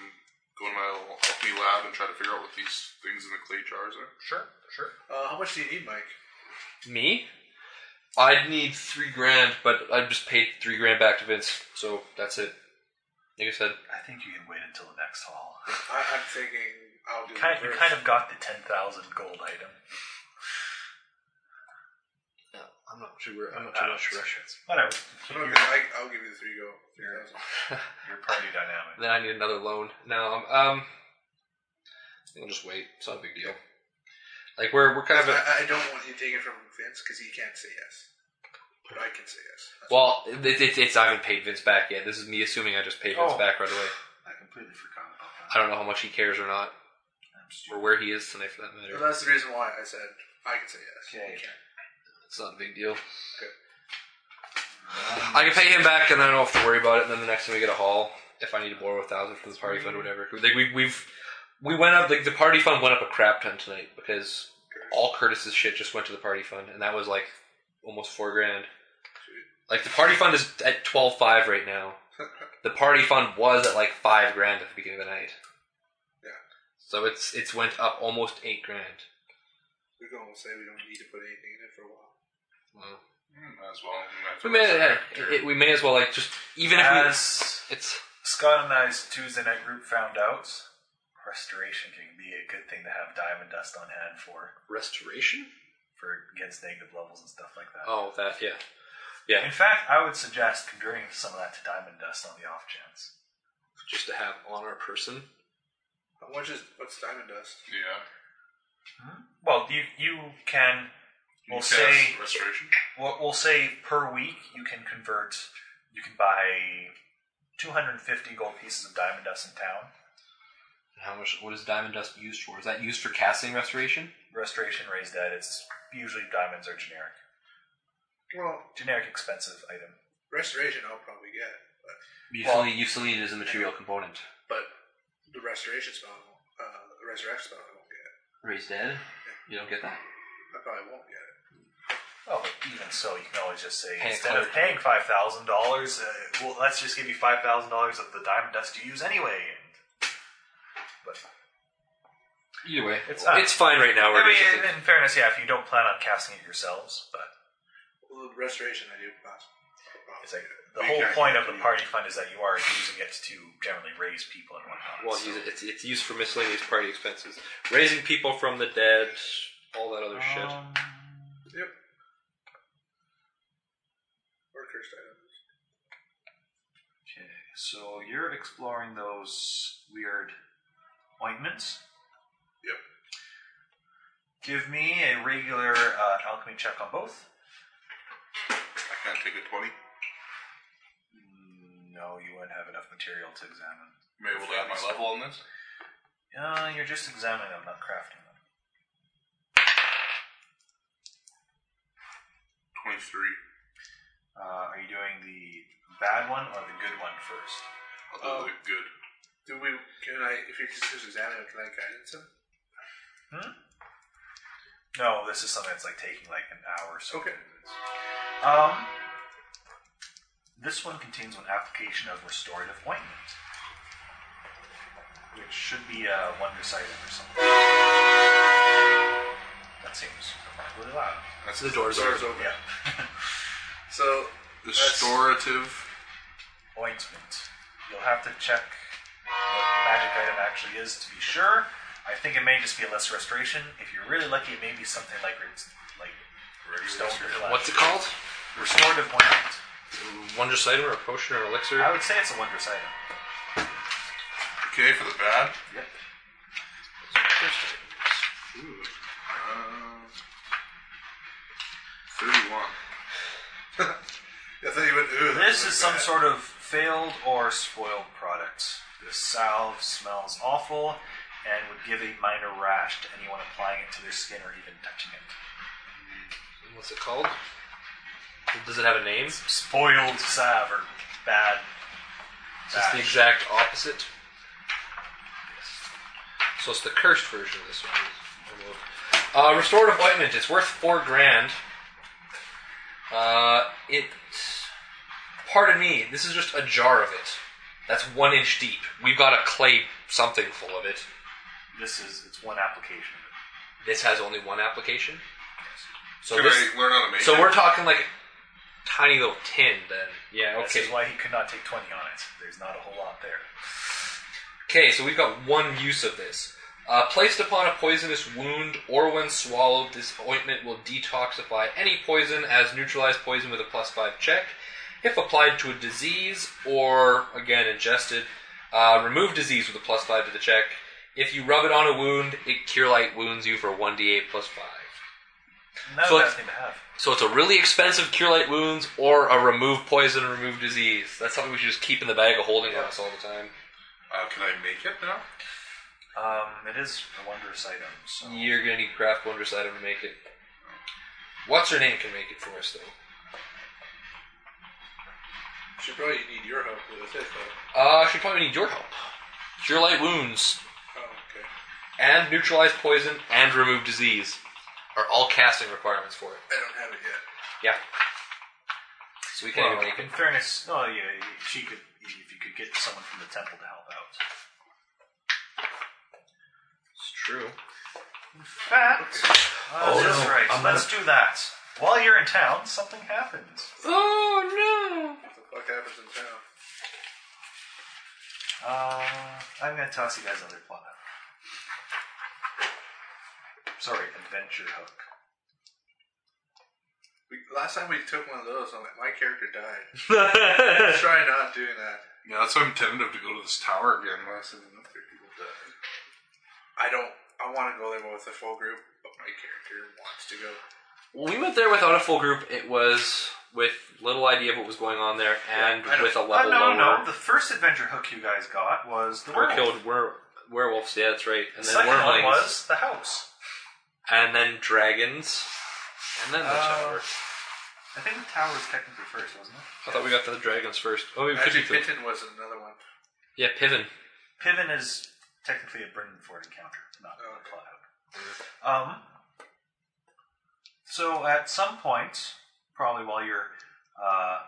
Speaker 5: go in my little alchemy lab and try to figure out what these things in the clay jars are?
Speaker 3: Sure, sure.
Speaker 4: Uh, how much do you need, Mike?
Speaker 3: Me? I'd need three grand, but I just paid three grand back to Vince, so that's it. Like I said,
Speaker 2: I think you can wait until the next haul.
Speaker 4: I, I'm thinking I'll do.
Speaker 13: Kind you
Speaker 4: reverse.
Speaker 13: kind of got the ten thousand gold item.
Speaker 3: no, I'm not sure. I'm not too much rush.
Speaker 13: Whatever.
Speaker 4: Okay, I, I'll give you the three go. Three thousand.
Speaker 13: Your party dynamic.
Speaker 3: Then I need another loan. No, um, um, I'll just wait. It's not a big deal. Like we're we're kind of a,
Speaker 4: I, I don't want you taking it from Vince because he can't say yes, but I can say yes.
Speaker 3: well. It, it, it's I haven't paid Vince back yet. This is me assuming I just paid Vince
Speaker 2: Oh.
Speaker 3: back right away.
Speaker 2: I completely forgot about that.
Speaker 3: I don't know how much he cares or not,
Speaker 2: I'm
Speaker 3: or
Speaker 2: stupid.
Speaker 3: where he is tonight for that
Speaker 4: But
Speaker 3: matter.
Speaker 4: that's the reason why I said I can say yes.
Speaker 2: Okay.
Speaker 3: It's not a big deal. I can pay him back, and I don't have to worry about it. And then the next time we get a haul, if I need to borrow a thousand from this party fund or whatever, like we we've we went up. Like the party fund went up a crap ton tonight because all Curtis's shit just went to the party fund, and that was like almost four grand. Like the party fund is at twelve five right now. The party fund was at like five grand at the beginning of the night.
Speaker 4: Yeah.
Speaker 3: So it's it's went up almost eight grand.
Speaker 4: We're going to say we don't need to put anything in it for a while.
Speaker 3: Wow.
Speaker 5: Hmm, might as well.
Speaker 3: We may yeah, it- it- we may as well like just even if
Speaker 2: As
Speaker 3: we, it's
Speaker 2: Scott and I's Tuesday night group found out, restoration can be a good thing to have diamond dust on hand for
Speaker 3: restoration.
Speaker 2: for against negative levels and stuff like that.
Speaker 3: Oh, that yeah, yeah.
Speaker 2: In fact, I would suggest converting some of that to diamond dust on the off chance.
Speaker 3: Just to have on our person.
Speaker 4: How much is what's diamond dust?
Speaker 5: Yeah.
Speaker 13: Well, you you can we'll
Speaker 5: Cast
Speaker 13: say
Speaker 5: restoration.
Speaker 13: we'll, we'll say per week you can convert you can buy 250 gold pieces of diamond dust in town
Speaker 3: How much? What is diamond dust used for? Is that used for casting restoration?
Speaker 14: restoration raised dead. It's usually diamonds are generic,
Speaker 4: Well,
Speaker 14: generic expensive item.
Speaker 4: restoration I'll probably get, but,
Speaker 3: You
Speaker 4: Well-
Speaker 3: still need, you still need it as a material component.
Speaker 4: but the restoration spell, I won't- uh, the resurrection spell I won't get.
Speaker 3: Raised dead. You don't get that.
Speaker 4: I probably won't get it.
Speaker 14: Oh, but even so, you can always just say
Speaker 3: Pay a
Speaker 14: instead of
Speaker 3: clerk.
Speaker 14: paying five thousand dollars, uh, well, let's just give you five thousand dollars of the diamond dust you use anyway. And, but
Speaker 3: Either way,
Speaker 14: It's
Speaker 3: it's,
Speaker 14: not-
Speaker 3: fine right now. Where
Speaker 14: I
Speaker 3: it is, I
Speaker 14: mean,
Speaker 3: think.
Speaker 14: in, in fairness, yeah, if you don't plan on casting it yourselves, but
Speaker 4: Well, the restoration I do pass.
Speaker 14: it's like the whole point of the party fund is that you are using it to generally raise people and whatnot.
Speaker 3: Well,
Speaker 14: so-
Speaker 3: use it- it's, it's used for miscellaneous party expenses, raising people from the dead, all that other shit.
Speaker 2: Oh.
Speaker 14: Um,
Speaker 4: Yep. Or cursed items.
Speaker 2: Okay, so you're exploring those weird ointments.
Speaker 4: Yep.
Speaker 2: Give me a regular uh, alchemy check on both.
Speaker 5: I can't take a 20.
Speaker 2: Mm, No, you wouldn't have enough material to examine.
Speaker 5: Am I able to add my level on this?
Speaker 2: Uh, you're just examining them, not crafting them.
Speaker 5: 23.
Speaker 2: Uh, are you doing the bad one or the good one first?
Speaker 5: I'll do
Speaker 4: Oh.
Speaker 5: the good.
Speaker 4: Do we? Can I? If you just use examine, can I guidance him?
Speaker 2: No, this is something that's like taking like an hour or so.
Speaker 4: Okay.
Speaker 2: Um, this one contains an application of restorative ointment, which should be a wonder item or something. That seems really loud.
Speaker 5: That's
Speaker 3: So the doors are
Speaker 4: Doors open.
Speaker 2: Yeah.
Speaker 4: So
Speaker 5: Restorative.
Speaker 2: ointment. You'll have to check what the magic item actually is to be sure. I think it may just be a less restoration. If you're really lucky, it may be something like it's like stone or flesh.
Speaker 3: What's it called?
Speaker 2: restorative ointment?
Speaker 3: Wondrous item or a potion or an elixir?
Speaker 2: I would say it's a wondrous item.
Speaker 5: Okay, for the bad.
Speaker 2: Yep.
Speaker 5: Uh, 31.
Speaker 4: I thought you went. Ooh,
Speaker 2: This is some sort of failed or spoiled product. The salve smells awful and would give a minor rash to anyone applying it to their skin or even touching it.
Speaker 3: What's it called? Does it have a name? It's
Speaker 2: Spoiled salve or bad.
Speaker 3: just the
Speaker 2: Ash.
Speaker 3: exact opposite. So it's the cursed version of this one. Uh, restorative ointment. It's worth four grand. Uh, it. Pardon me. This is just a jar of it. That's one inch deep. We've got a clay something full of it.
Speaker 2: This is it's one application of it.
Speaker 3: This has only one application. So
Speaker 5: Can
Speaker 3: this.
Speaker 5: I learn how to make
Speaker 3: So
Speaker 5: it?
Speaker 3: we're talking like a tiny little tin then. Yeah, okay.
Speaker 2: This is why he could not take 20 on it. There's not a whole lot there.
Speaker 3: Okay, so we've got one use of this. Uh, placed upon a poisonous wound or when swallowed, this ointment will detoxify any poison as neutralized poison with a plus five check. If applied to a disease or, again, ingested, uh, remove disease with a plus five to the check. If you rub it on a wound, it cure light wounds you for 1d8 plus five.
Speaker 2: Not
Speaker 3: So
Speaker 2: a bad
Speaker 3: it's-
Speaker 2: thing to have.
Speaker 3: So it's a really expensive cure light wounds or a remove poison, remove disease. That's something we should just keep in the bag of holding on us all the time.
Speaker 5: Uh, can I make it now?
Speaker 2: Um, it is a wondrous item. So
Speaker 3: You're gonna need craft wondrous item to make it. What's her name can make it for us though?
Speaker 4: Should probably need your help with it, though.
Speaker 3: Uh, she probably need your help. Cure light wounds
Speaker 4: Oh, okay.
Speaker 3: and neutralize poison and remove disease are all casting requirements for it.
Speaker 4: I don't have it yet.
Speaker 3: Yeah. So we can't
Speaker 2: Well,
Speaker 3: even make
Speaker 2: in
Speaker 3: it.
Speaker 2: fairness, no, yeah, she could. If you could get someone from the temple to help out.
Speaker 3: It's true.
Speaker 2: In fact, uh,
Speaker 3: Oh,
Speaker 2: that's
Speaker 3: no.
Speaker 2: right.
Speaker 3: I'm
Speaker 2: Let's do that. While you're in town, something happens.
Speaker 3: Oh no!
Speaker 4: What the fuck happens in town?
Speaker 2: Uh, I'm gonna toss you guys another plot. hook. Sorry, adventure hook.
Speaker 4: We, last time we took one of those, I'm like, my character died. Try not doing that.
Speaker 5: Yeah, that's why I'm tentative to go to this tower again. Last time enough there, people died.
Speaker 4: I don't. I want to go there with a full group, but my character wants to go.
Speaker 3: When we went there without a full group, it was with little idea of what was going on there and
Speaker 4: Yeah, I know.
Speaker 3: with a
Speaker 2: Uh,
Speaker 3: level
Speaker 2: no,
Speaker 3: lower.
Speaker 2: no. The first adventure hook you guys got was the
Speaker 3: Or
Speaker 2: werewolf.
Speaker 3: killed were- werewolves. Yeah, that's right. And
Speaker 2: The
Speaker 3: then
Speaker 2: second one
Speaker 3: wormlings.
Speaker 2: was the house.
Speaker 3: and then dragons, and then the
Speaker 4: Uh,
Speaker 3: tower.
Speaker 2: I think the tower was technically first, wasn't it?
Speaker 3: I thought we got the dragons first. Oh, we could be
Speaker 4: Actually,
Speaker 3: Piven.
Speaker 4: Pitten was another one.
Speaker 3: Yeah, Piven.
Speaker 2: Piven is technically a Brindenford encounter, not a plot out. Um, so at some point, probably while you're uh,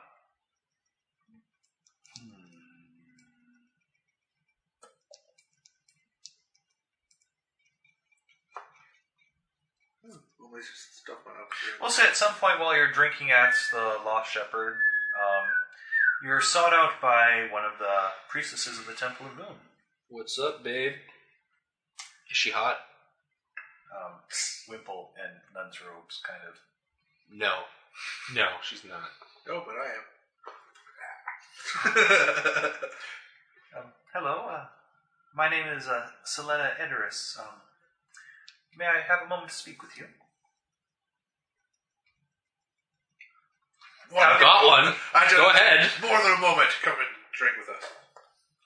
Speaker 4: Well, there's just stuff went up here.
Speaker 2: We'll say at some point while you're drinking at the Lost Shepherd, um, you're sought out by one of the priestesses of the Temple of Moon.
Speaker 3: What's up, babe? Is she hot?
Speaker 2: Um, wimple and nun's robes, kind of.
Speaker 3: No. No, she's not.
Speaker 4: No, but I am.
Speaker 2: Um, hello, uh, my name is uh, Selena Ederis. Um, may I have a moment to speak with you?
Speaker 3: I've got one.
Speaker 4: I just,
Speaker 3: Go ahead.
Speaker 4: More than a moment. Come and drink with us.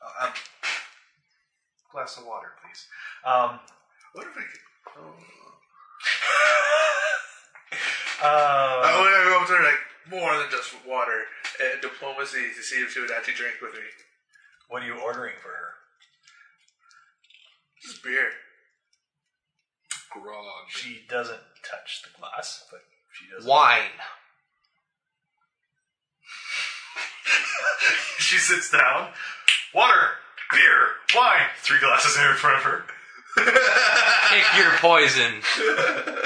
Speaker 2: Uh, um, glass of water, please. Um,
Speaker 4: What if we could... Oh.
Speaker 2: uh,
Speaker 15: Oh.
Speaker 4: I want to go up there like more than just water and diplomacy to see if she would actually drink with me.
Speaker 2: what are you ordering for her?
Speaker 4: Just beer.
Speaker 3: Grog.
Speaker 2: She doesn't touch the glass, but she does.
Speaker 3: Wine.
Speaker 2: She sits down.
Speaker 15: Water, beer, wine. Three glasses in front of her.
Speaker 3: Pick your poison.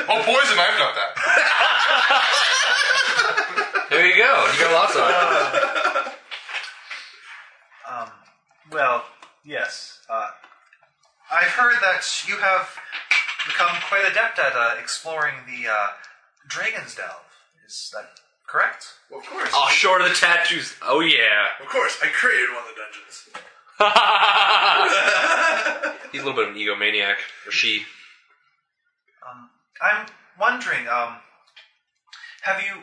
Speaker 5: Oh, poison! I've got that.
Speaker 3: There you go. You got lots of it.
Speaker 2: Um, well, yes. Uh, I've heard that you have become quite adept at uh, exploring the uh, Dragon's Delve. Is that correct?
Speaker 4: Well, of course.
Speaker 3: Oh, short of the tattoos. Oh, yeah.
Speaker 4: Of course. I created one of the dungeons.
Speaker 3: He's a little bit of an egomaniac. Or she.
Speaker 2: Um, I'm wondering, um, have you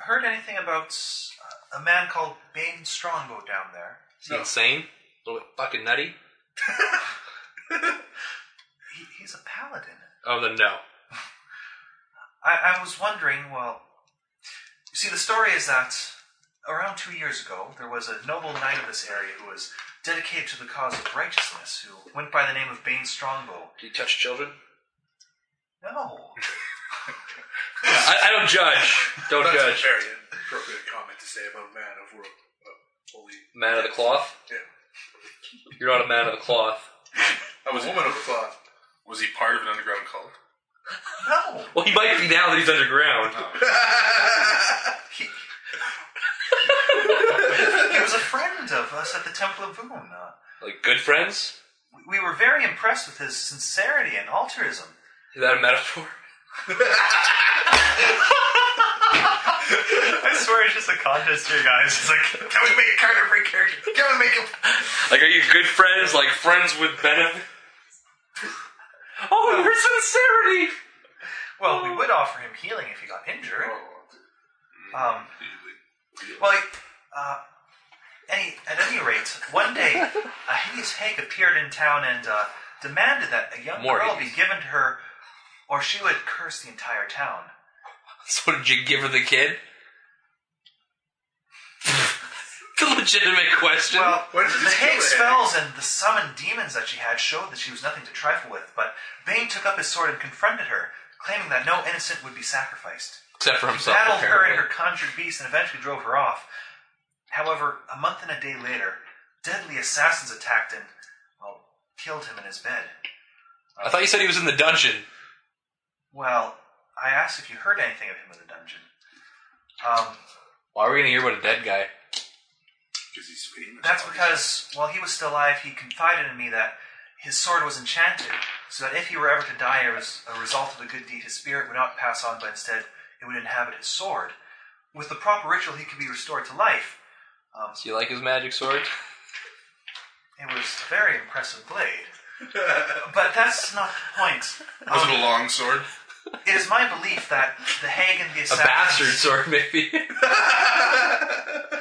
Speaker 2: heard anything about uh, a man called Bane Strongo down there?
Speaker 3: Is he insane? A little bit fucking nutty?
Speaker 2: He, he's a paladin.
Speaker 3: Oh, then no.
Speaker 2: I, I was wondering, well, you see, the story is that around two years ago, there was a noble knight of this area who was dedicated to the cause of righteousness, who went by the name of Bane Strongbow.
Speaker 3: Do you touch children?
Speaker 2: No.
Speaker 3: I, I don't judge. Don't
Speaker 4: That's a
Speaker 3: judge.
Speaker 4: very inappropriate comment to say about a man of world. Of holy.
Speaker 3: Man of the cloth?
Speaker 4: Yeah.
Speaker 3: You're not a man of the cloth.
Speaker 4: I was a woman of the cloth.
Speaker 5: Was he part of an underground cult?
Speaker 2: No.
Speaker 3: Well, he might be now that he's underground.
Speaker 2: He, he was a friend of us at the Temple of Voon. Uh,
Speaker 3: Like, good friends?
Speaker 2: we- we were very impressed with his sincerity and altruism.
Speaker 3: Is that a metaphor?
Speaker 15: I swear it's just a contest here, guys. It's like, can we make a card every character? Can we make a
Speaker 3: Like, are you good friends? Like, friends with benefit? Oh, your sincerity!
Speaker 2: Well, we would offer him healing if he got injured.
Speaker 15: Oh.
Speaker 2: Um, well, uh, any, at any rate, one day, a hideous hag appeared in town and uh, demanded that a young
Speaker 3: More
Speaker 2: girl
Speaker 3: hideous.
Speaker 2: be given to her, or she would curse the entire town.
Speaker 3: So did you give her the kid? it's a legitimate question.
Speaker 2: Well,
Speaker 4: Why did you
Speaker 2: the
Speaker 4: just kill
Speaker 2: hag
Speaker 4: the
Speaker 2: spells and the summoned demons that she had showed that she was nothing to trifle with, but Bane took up his sword and confronted her, claiming that no innocent would be sacrificed.
Speaker 3: Except for himself,
Speaker 2: battled her and
Speaker 3: apparently.
Speaker 2: her conjured beast and eventually drove her off. However, a month and a day later, deadly assassins attacked and, well, killed him in his bed.
Speaker 3: I thought you said he was in the dungeon.
Speaker 2: Well, I asked if you heard anything of him in the dungeon. Um,
Speaker 3: Why are we gonna hear about a dead guy?
Speaker 5: Because he's famous.
Speaker 2: that's because while he was still alive, he confided in me that his sword was enchanted, so that if he were ever to die as a result of a good deed, his spirit would not pass on, but instead it would inhabit his sword. With the proper ritual, he could be restored to life. Um,
Speaker 3: Do you like his magic sword?
Speaker 2: It was a very impressive blade. but that's not the point.
Speaker 5: Was
Speaker 2: Um,
Speaker 5: it a long sword?
Speaker 2: it is my belief that the Hague and the
Speaker 3: A
Speaker 2: assassins.
Speaker 3: bastard sword, maybe.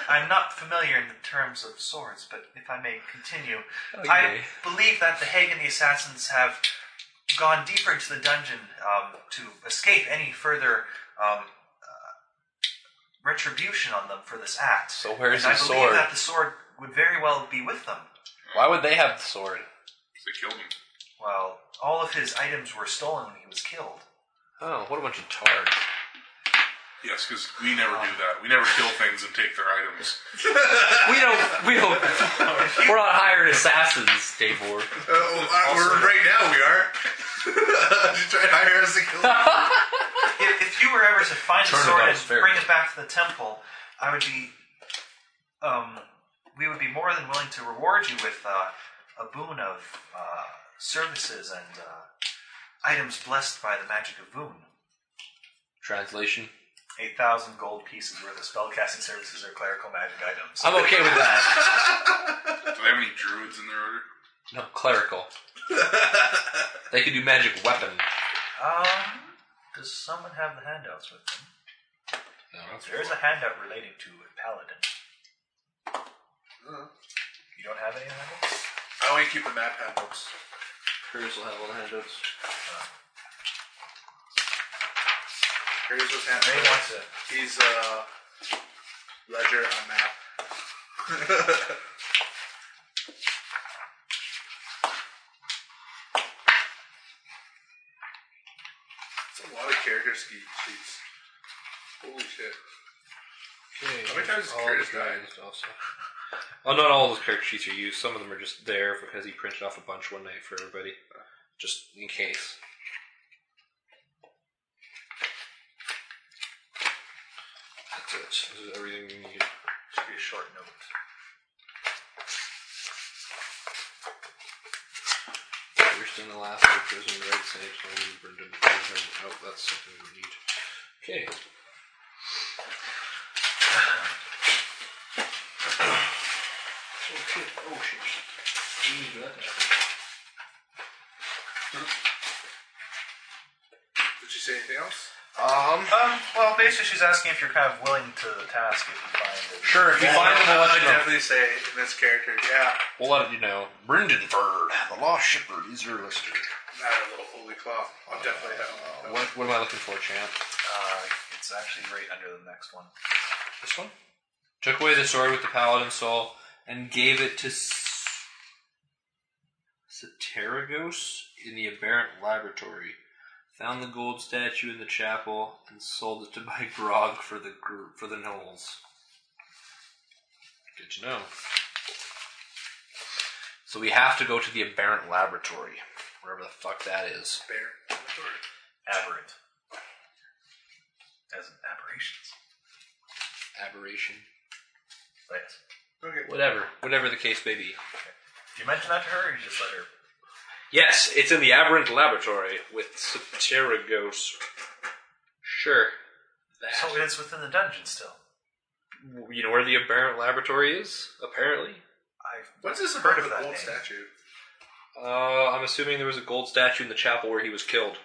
Speaker 2: I'm not familiar in the terms of swords, but if I may continue,
Speaker 3: you
Speaker 2: I
Speaker 3: may.
Speaker 2: believe that the Hague and the assassins have gone deeper into the dungeon um, to escape any further um, uh, retribution on them for this act.
Speaker 3: So where is
Speaker 2: and
Speaker 3: his
Speaker 2: I believe
Speaker 3: sword?
Speaker 2: that the sword would very well be with them.
Speaker 3: Why would they have the sword?
Speaker 5: They killed him.
Speaker 2: Well, all of his items were stolen when he was killed.
Speaker 3: Oh, what a bunch of tards.
Speaker 5: Yes, because we never do that. We never kill things and take their items.
Speaker 3: We don't. We don't. We're not hired assassins, Dave Ward.
Speaker 4: Uh, uh, we're right now. We are. Just trying to hire us to kill. him.
Speaker 2: If, if you were ever to find the
Speaker 3: Turnabout
Speaker 2: sword
Speaker 3: is fair.
Speaker 2: and bring it back to the temple, I would be. Um, we would be more than willing to reward you with uh, a boon of uh, services and uh, items blessed by the magic of boon.
Speaker 3: Translation.
Speaker 2: 8,000 gold pieces worth of spellcasting services or clerical magic items.
Speaker 3: I'm okay with that.
Speaker 5: Do they have any druids in their order?
Speaker 3: No, clerical. They could do magic weapon.
Speaker 2: Um, does someone have the handouts with them?
Speaker 3: No, that's
Speaker 2: There is a handout relating to a paladin. You don't have any handouts?
Speaker 4: I only keep the map handbooks.
Speaker 3: Curtis will have all the handouts.
Speaker 4: Here's what's
Speaker 2: They
Speaker 4: happening.
Speaker 2: want to.
Speaker 4: He's uh, ledger on map. It's a lot of character ski sheets. Holy shit!
Speaker 3: Okay.
Speaker 4: How many times has
Speaker 3: all
Speaker 4: Curtis
Speaker 3: the dragons also. Well, not all those character sheets are used. Some of them are just there because he printed off a bunch one night for everybody, just in case. That's it. This is everything we need.
Speaker 2: Should be a short note.
Speaker 3: First and the last of the prison red sage land burned into prison. Oh, that's something we need. Okay. Okay. Oh shit. We need to do that now.
Speaker 4: Did you say anything else?
Speaker 2: Um, well, basically, she's asking if you're kind of willing to the task if you find it.
Speaker 3: Sure, if you find them, we'll
Speaker 4: I
Speaker 3: let
Speaker 4: would
Speaker 3: you know.
Speaker 4: definitely say in this character, yeah,
Speaker 3: We'll let you know. Brindenford, the lost shepherd, is your lister.
Speaker 4: not a little holy claw. I'll definitely have.
Speaker 3: Uh, what, what am I looking for, champ?
Speaker 2: Uh, it's actually right under the next one.
Speaker 3: This one? Took away the sword with the paladin soul and gave it to S- Sateragos in the aberrant laboratory. Found the gold statue in the chapel and sold it to buy grog for the group for the gnolls. Good to know. So we have to go to the aberrant laboratory, wherever the fuck that is.
Speaker 2: Aberrant. As in aberrations.
Speaker 3: Aberration.
Speaker 2: Yes.
Speaker 3: Whatever, whatever the case may be.
Speaker 2: Did you mention that to her, or you just let her?
Speaker 3: Yes, it's in the Aberrant Laboratory with Sapteragos. Sure.
Speaker 2: So it's within the dungeon still.
Speaker 3: You know where the Aberrant Laboratory is, apparently?
Speaker 2: I've
Speaker 4: What's this
Speaker 2: heard
Speaker 4: about
Speaker 2: of
Speaker 4: the
Speaker 2: that
Speaker 4: gold
Speaker 2: name.
Speaker 4: statue?
Speaker 3: Uh, I'm assuming there was a gold statue in the chapel where he was killed.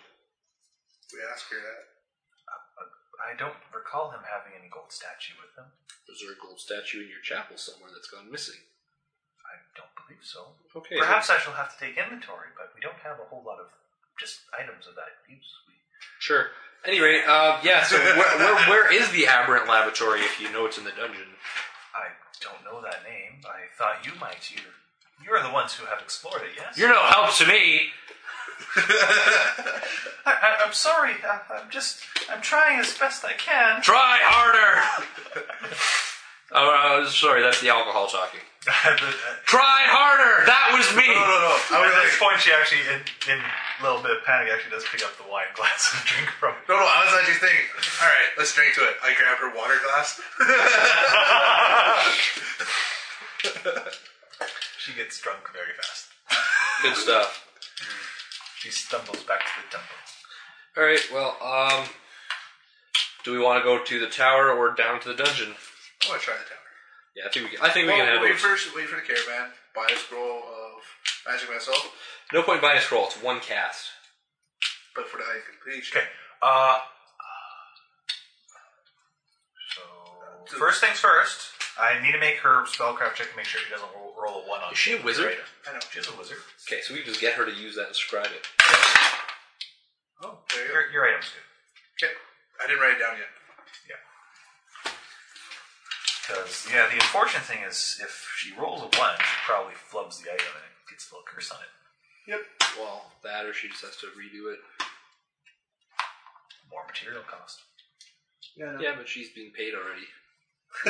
Speaker 4: We asked her that.
Speaker 2: I don't recall him having any gold statue with him.
Speaker 3: Was there a gold statue in your chapel somewhere that's gone missing?
Speaker 2: I don't believe so.
Speaker 3: Okay.
Speaker 2: Perhaps I shall have to take inventory, but we don't have a whole lot of just items of that use. We,
Speaker 3: Sure. Anyway, uh, yeah, so where, where, where is the Aberrant Laboratory if you know it's in the dungeon?
Speaker 2: I don't know that name. I thought you might. You, you're the ones who have explored it, yes?
Speaker 3: You're no help to me!
Speaker 2: I, I, I'm sorry. I, I'm just. I'm trying as best I can.
Speaker 3: Try harder! Oh, uh, sorry, that's the alcohol talking.
Speaker 2: At
Speaker 3: Try harder! That was me!
Speaker 4: No, no. I was like,
Speaker 2: this point, she actually, in, in a little bit of panic, actually does pick up the wine glass and drink from it.
Speaker 4: no, no. I was actually thinking. All right, let's drink to it. I grabbed her water glass.
Speaker 2: She gets drunk very fast.
Speaker 3: Good stuff.
Speaker 2: She stumbles back to the temple.
Speaker 3: All right. Well, um, do we want to go to the tower or down to the dungeon?
Speaker 4: I want to try the tower.
Speaker 3: Yeah, I think we. Can, I think we can
Speaker 4: Well,
Speaker 3: handle
Speaker 4: wait
Speaker 3: it.
Speaker 4: first. Wait for the caravan. Buy a scroll of magic myself,
Speaker 3: No point buying a scroll. It's one cast.
Speaker 4: but for the high completion.
Speaker 2: Okay. Uh, Uh, so first things first, I need to make her spellcraft check to make sure she doesn't roll, roll a one on.
Speaker 3: Is she a wizard?
Speaker 2: Right. I know she's a wizard.
Speaker 3: Okay, so we can just get her to use that and scribe it.
Speaker 4: Oh, there you go.
Speaker 2: Your, your item's good
Speaker 4: Okay. I didn't write it down yet.
Speaker 2: because yeah, the unfortunate thing is if she rolls a one, she probably flubs the item and it gets a little curse on it.
Speaker 3: Well, that or she just has to redo it.
Speaker 2: More material cost.
Speaker 3: Yeah, but she's being paid already.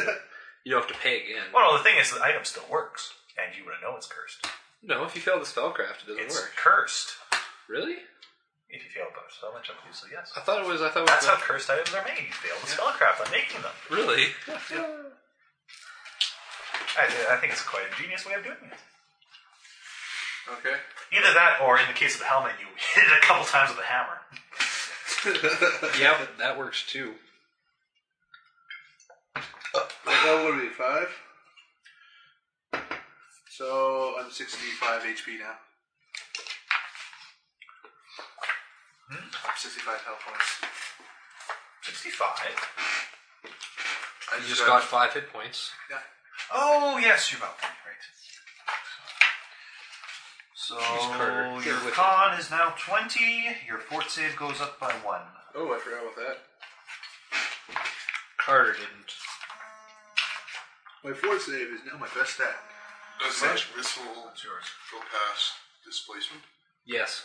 Speaker 3: you don't have to pay again.
Speaker 2: Well, no, the thing is, the item still works, and you would know it's cursed.
Speaker 3: No, if you fail the spellcraft, it doesn't
Speaker 2: It's
Speaker 3: work.
Speaker 2: cursed.
Speaker 3: Really?
Speaker 2: If you fail the spell and check you, so yes.
Speaker 3: I thought it was. I thought it
Speaker 2: That's
Speaker 3: was.
Speaker 2: how cursed items are made. You fail the spellcraft on making them.
Speaker 3: really?
Speaker 2: I, I think it's quite an ingenious way of doing it.
Speaker 4: Okay.
Speaker 2: Either that, or in the case of the helmet, you hit it a couple times with a hammer.
Speaker 3: yeah, but that works too.
Speaker 4: My level would be five. So I'm 65 HP now. I'm 65 health points.
Speaker 2: 65.
Speaker 4: I
Speaker 3: You just got five hit points.
Speaker 2: Oh, yes, you're about that, right.
Speaker 16: So
Speaker 3: Carter, get
Speaker 16: your
Speaker 3: with it.
Speaker 16: con is now 20. Your fort save goes up by 1.
Speaker 4: Oh, I forgot about that.
Speaker 3: Carter didn't.
Speaker 4: My fort save is now my best stat.
Speaker 5: Does that missile go past displacement?
Speaker 3: Yes.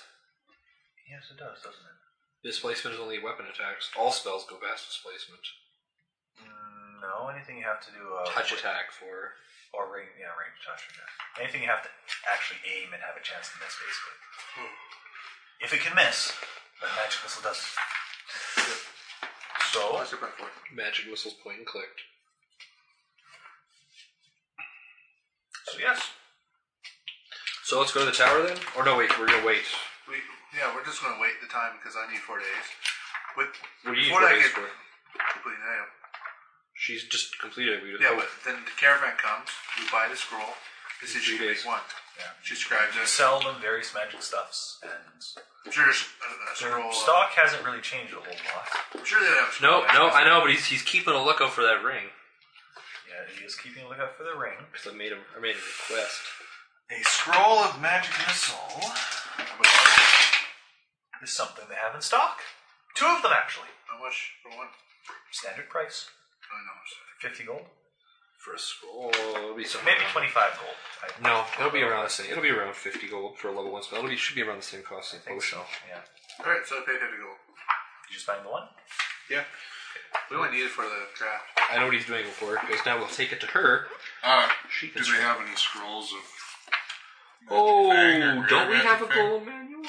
Speaker 2: Yes, it does, doesn't it?
Speaker 3: Displacement is only weapon attacks. All spells go past displacement.
Speaker 2: Mm, No, anything you have to do.
Speaker 4: Oh,
Speaker 2: Uh,
Speaker 3: Touch
Speaker 2: with-
Speaker 3: attack for.
Speaker 2: Or ring, yeah, range touch attack. Anything you have to actually aim and have a chance to miss, basically.
Speaker 3: Hmm.
Speaker 2: If it can miss, but magic missile does.
Speaker 3: Oh,
Speaker 2: So,
Speaker 4: That's my fort.
Speaker 3: Magic whistles point and clicked.
Speaker 2: so yes,
Speaker 3: So let's go to the tower then? Or no, wait, we're gonna wait.
Speaker 4: We, yeah, we're just going to wait the time because I need four days. With
Speaker 3: What do you
Speaker 4: What
Speaker 3: what
Speaker 4: I
Speaker 3: days
Speaker 4: get-
Speaker 3: for?
Speaker 4: completing an item.
Speaker 3: She's just completed it. We
Speaker 4: Yeah, but then the caravan comes, we buy the scroll. This is
Speaker 3: Two
Speaker 4: you
Speaker 3: days.
Speaker 4: make one.
Speaker 2: Yeah.
Speaker 4: She scribes
Speaker 2: you
Speaker 4: it.
Speaker 2: sell them various magic stuffs, and
Speaker 4: I'm sure there's a, a
Speaker 2: their
Speaker 4: scroll. uh,
Speaker 2: stock hasn't really changed a whole lot.
Speaker 4: I'm sure they have a
Speaker 3: No,
Speaker 4: scroll.
Speaker 3: no, I know, but he's, he's keeping a lookout for that ring.
Speaker 2: Yeah, he is keeping a lookout for the ring.
Speaker 3: Because I made him I made a request.
Speaker 16: A scroll of magic missile.
Speaker 2: Is something they have in stock. Two of them, actually.
Speaker 4: How much for one?
Speaker 2: Standard price,
Speaker 4: I don't know.
Speaker 2: 50 gold.
Speaker 3: For a scroll Oh, it'll be something.
Speaker 2: Maybe 25 gold. I
Speaker 3: No, it'll be around the same. It'll be around fifty gold for a level one spell. It'll be should be around the same cost as a
Speaker 2: think
Speaker 3: potion.
Speaker 2: so, yeah.
Speaker 4: All right, so I paid fifty gold.
Speaker 2: You just buying the one?
Speaker 4: Yeah. We only need it for the craft.
Speaker 3: I know what he's doing before because now we'll take it to her.
Speaker 5: Uh,
Speaker 3: She
Speaker 5: do
Speaker 3: can.
Speaker 5: they have any scrolls of? magic
Speaker 3: oh,
Speaker 5: fang or greater
Speaker 3: don't we
Speaker 5: magic
Speaker 3: have a
Speaker 5: fang?
Speaker 3: golem manual?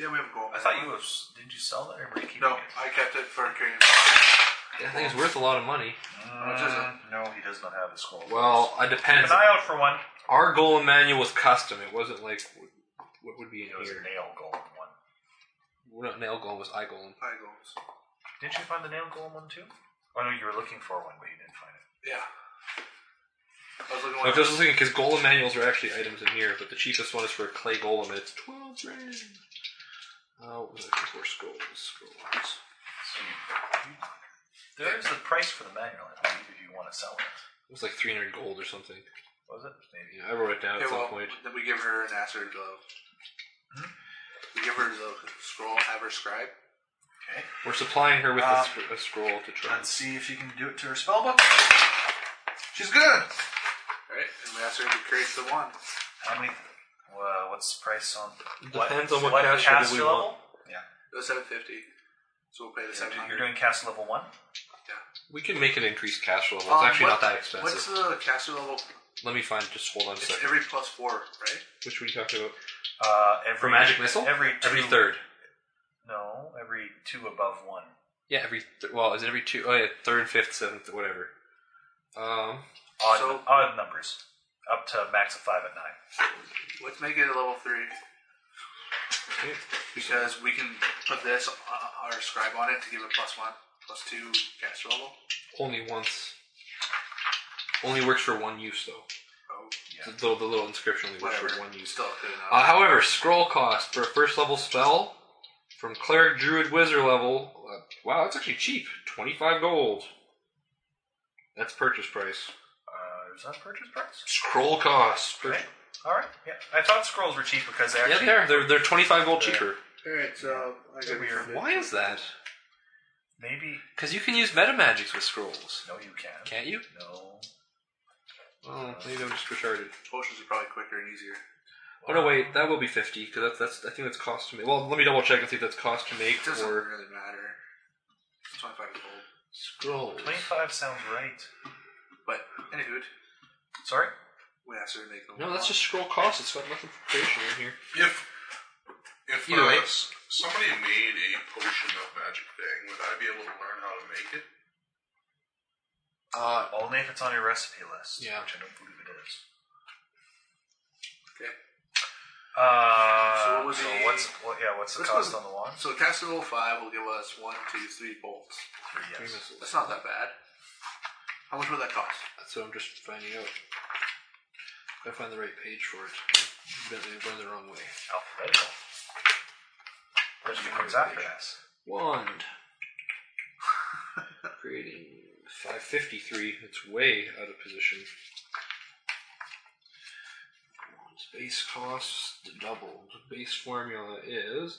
Speaker 4: Yeah, we have a gold.
Speaker 2: I thought you was. Did you sell that or were you keeping
Speaker 4: No,
Speaker 2: it?
Speaker 4: I kept it for carrying.
Speaker 3: Uh, That thing's worth a lot of money.
Speaker 4: How much is it?
Speaker 2: Mm, No, he does not have a scroll.
Speaker 3: Well, it
Speaker 2: keep
Speaker 3: depends.
Speaker 2: an eye out for one.
Speaker 3: Our golem manual was custom. It wasn't like what would be in
Speaker 2: It was a
Speaker 3: here.
Speaker 2: nail golem one.
Speaker 3: Not nail golem was eye golem.
Speaker 4: High golds.
Speaker 2: Didn't you find the nail golem one too? Oh no, you were looking for one, but you didn't find it.
Speaker 4: Yeah. I was looking
Speaker 3: I was
Speaker 4: one.
Speaker 3: just thinking because golem manuals are actually items in here, but the cheapest one is for a clay golem, and it's twelve grand. Oh, what was it for scrolls? Scrolls.
Speaker 2: There is the price for the manual, I believe, if you want to sell it.
Speaker 3: It was like three hundred gold or something.
Speaker 2: Was it? Maybe.
Speaker 3: Yeah, I wrote it down
Speaker 4: Okay,
Speaker 3: at some
Speaker 4: well,
Speaker 3: point. Hmm?
Speaker 4: then we give her an Acer glove. We give her the scroll, have her scribe.
Speaker 16: Okay.
Speaker 3: We're supplying her with
Speaker 16: Uh,
Speaker 3: a, sc- a scroll to try.
Speaker 16: Let's see if you can do it to her spellbook.
Speaker 4: She's good. All right, and we ask her to create the wand.
Speaker 2: How many? Uh, what's the price on?
Speaker 3: Depends on what caster do we
Speaker 2: level.
Speaker 4: It was seven fifty, so we'll pay the seven
Speaker 2: You're
Speaker 4: hundred.
Speaker 2: doing cast level one.
Speaker 3: We can make an increased cash level. It's
Speaker 4: Um,
Speaker 3: actually not
Speaker 4: what's-
Speaker 3: that
Speaker 4: What's
Speaker 3: expensive.
Speaker 4: the caster level?
Speaker 3: Let me find. Just hold on a
Speaker 4: It's
Speaker 3: second.
Speaker 4: every plus four, right?
Speaker 3: Which were you talking about?
Speaker 2: Uh, every
Speaker 3: For magic missile?
Speaker 2: Every two,
Speaker 3: Every third.
Speaker 2: No, every two above one.
Speaker 3: Yeah, every th- well, is it every two? Oh yeah, third, fifth, seventh, whatever. Um,
Speaker 2: Odd,
Speaker 4: So-
Speaker 2: odd numbers, up to a max of five at nine.
Speaker 4: Let's make it a level three
Speaker 3: okay.
Speaker 4: because we can put this uh, our scribe on it to give it plus one, plus two caster level.
Speaker 3: only once. Only works for one use though.
Speaker 4: Oh,
Speaker 3: The, little, the little inscription only works
Speaker 4: whatever.
Speaker 3: for one use.
Speaker 4: Still good enough.
Speaker 3: Uh, however, scroll cost for a first level spell from cleric, druid, wizard level. Uh, wow, that's actually cheap. Twenty five gold. That's purchase price.
Speaker 2: Uh, dollars on purchase price.
Speaker 3: Scroll cost.
Speaker 2: Right? All right. Yeah, I thought scrolls were cheap because they
Speaker 3: Yeah,
Speaker 2: actually
Speaker 3: they are. They're, they're 25 gold cheaper.
Speaker 6: Alright, so I got
Speaker 2: Weird.
Speaker 6: weird.
Speaker 3: Uh, Why is that?
Speaker 2: maybe
Speaker 3: Because you can use meta magics with scrolls,
Speaker 2: no, you can't.
Speaker 3: can't you?
Speaker 2: No.
Speaker 3: Oh, maybe I'm just retarded.
Speaker 6: Potions are probably quicker and easier.
Speaker 3: Oh no, wait, that will be 50 because that's that's I think that's cost to make. Well, let me double check and see if that's cost to make
Speaker 6: It doesn't
Speaker 3: or
Speaker 6: really matter. Twenty-five is gold,
Speaker 3: scrolls.
Speaker 2: Twenty-five sounds right.
Speaker 6: but anywho,
Speaker 2: Sorry.
Speaker 6: we have to make them.
Speaker 3: No, that's just scroll cost. It's got nothing creation in here.
Speaker 5: If if
Speaker 3: Either
Speaker 5: uh,
Speaker 3: way.
Speaker 5: s- somebody made a potion of magic thing, would I be able to learn how to make it?
Speaker 3: Uh,
Speaker 2: Only if it's on your recipe list.
Speaker 3: Yeah.
Speaker 2: Which I don't believe it is.
Speaker 6: Okay.
Speaker 2: Uh,
Speaker 6: So
Speaker 2: so
Speaker 6: what was the-
Speaker 2: what's what, yeah? What's the
Speaker 6: This
Speaker 2: cost
Speaker 6: was-
Speaker 2: on the wand?
Speaker 6: So cast level five will give us one, two, three bolts.
Speaker 2: Three, yes.
Speaker 6: That's not that bad. How much would that cost?
Speaker 3: that's what I'm just finding out. If I find the right page for it, I'm going the wrong way.
Speaker 2: Alphabetical. There's the cards after us.
Speaker 3: Wand. Creating 553. It's way out of position. Wand's base cost doubled. Base formula is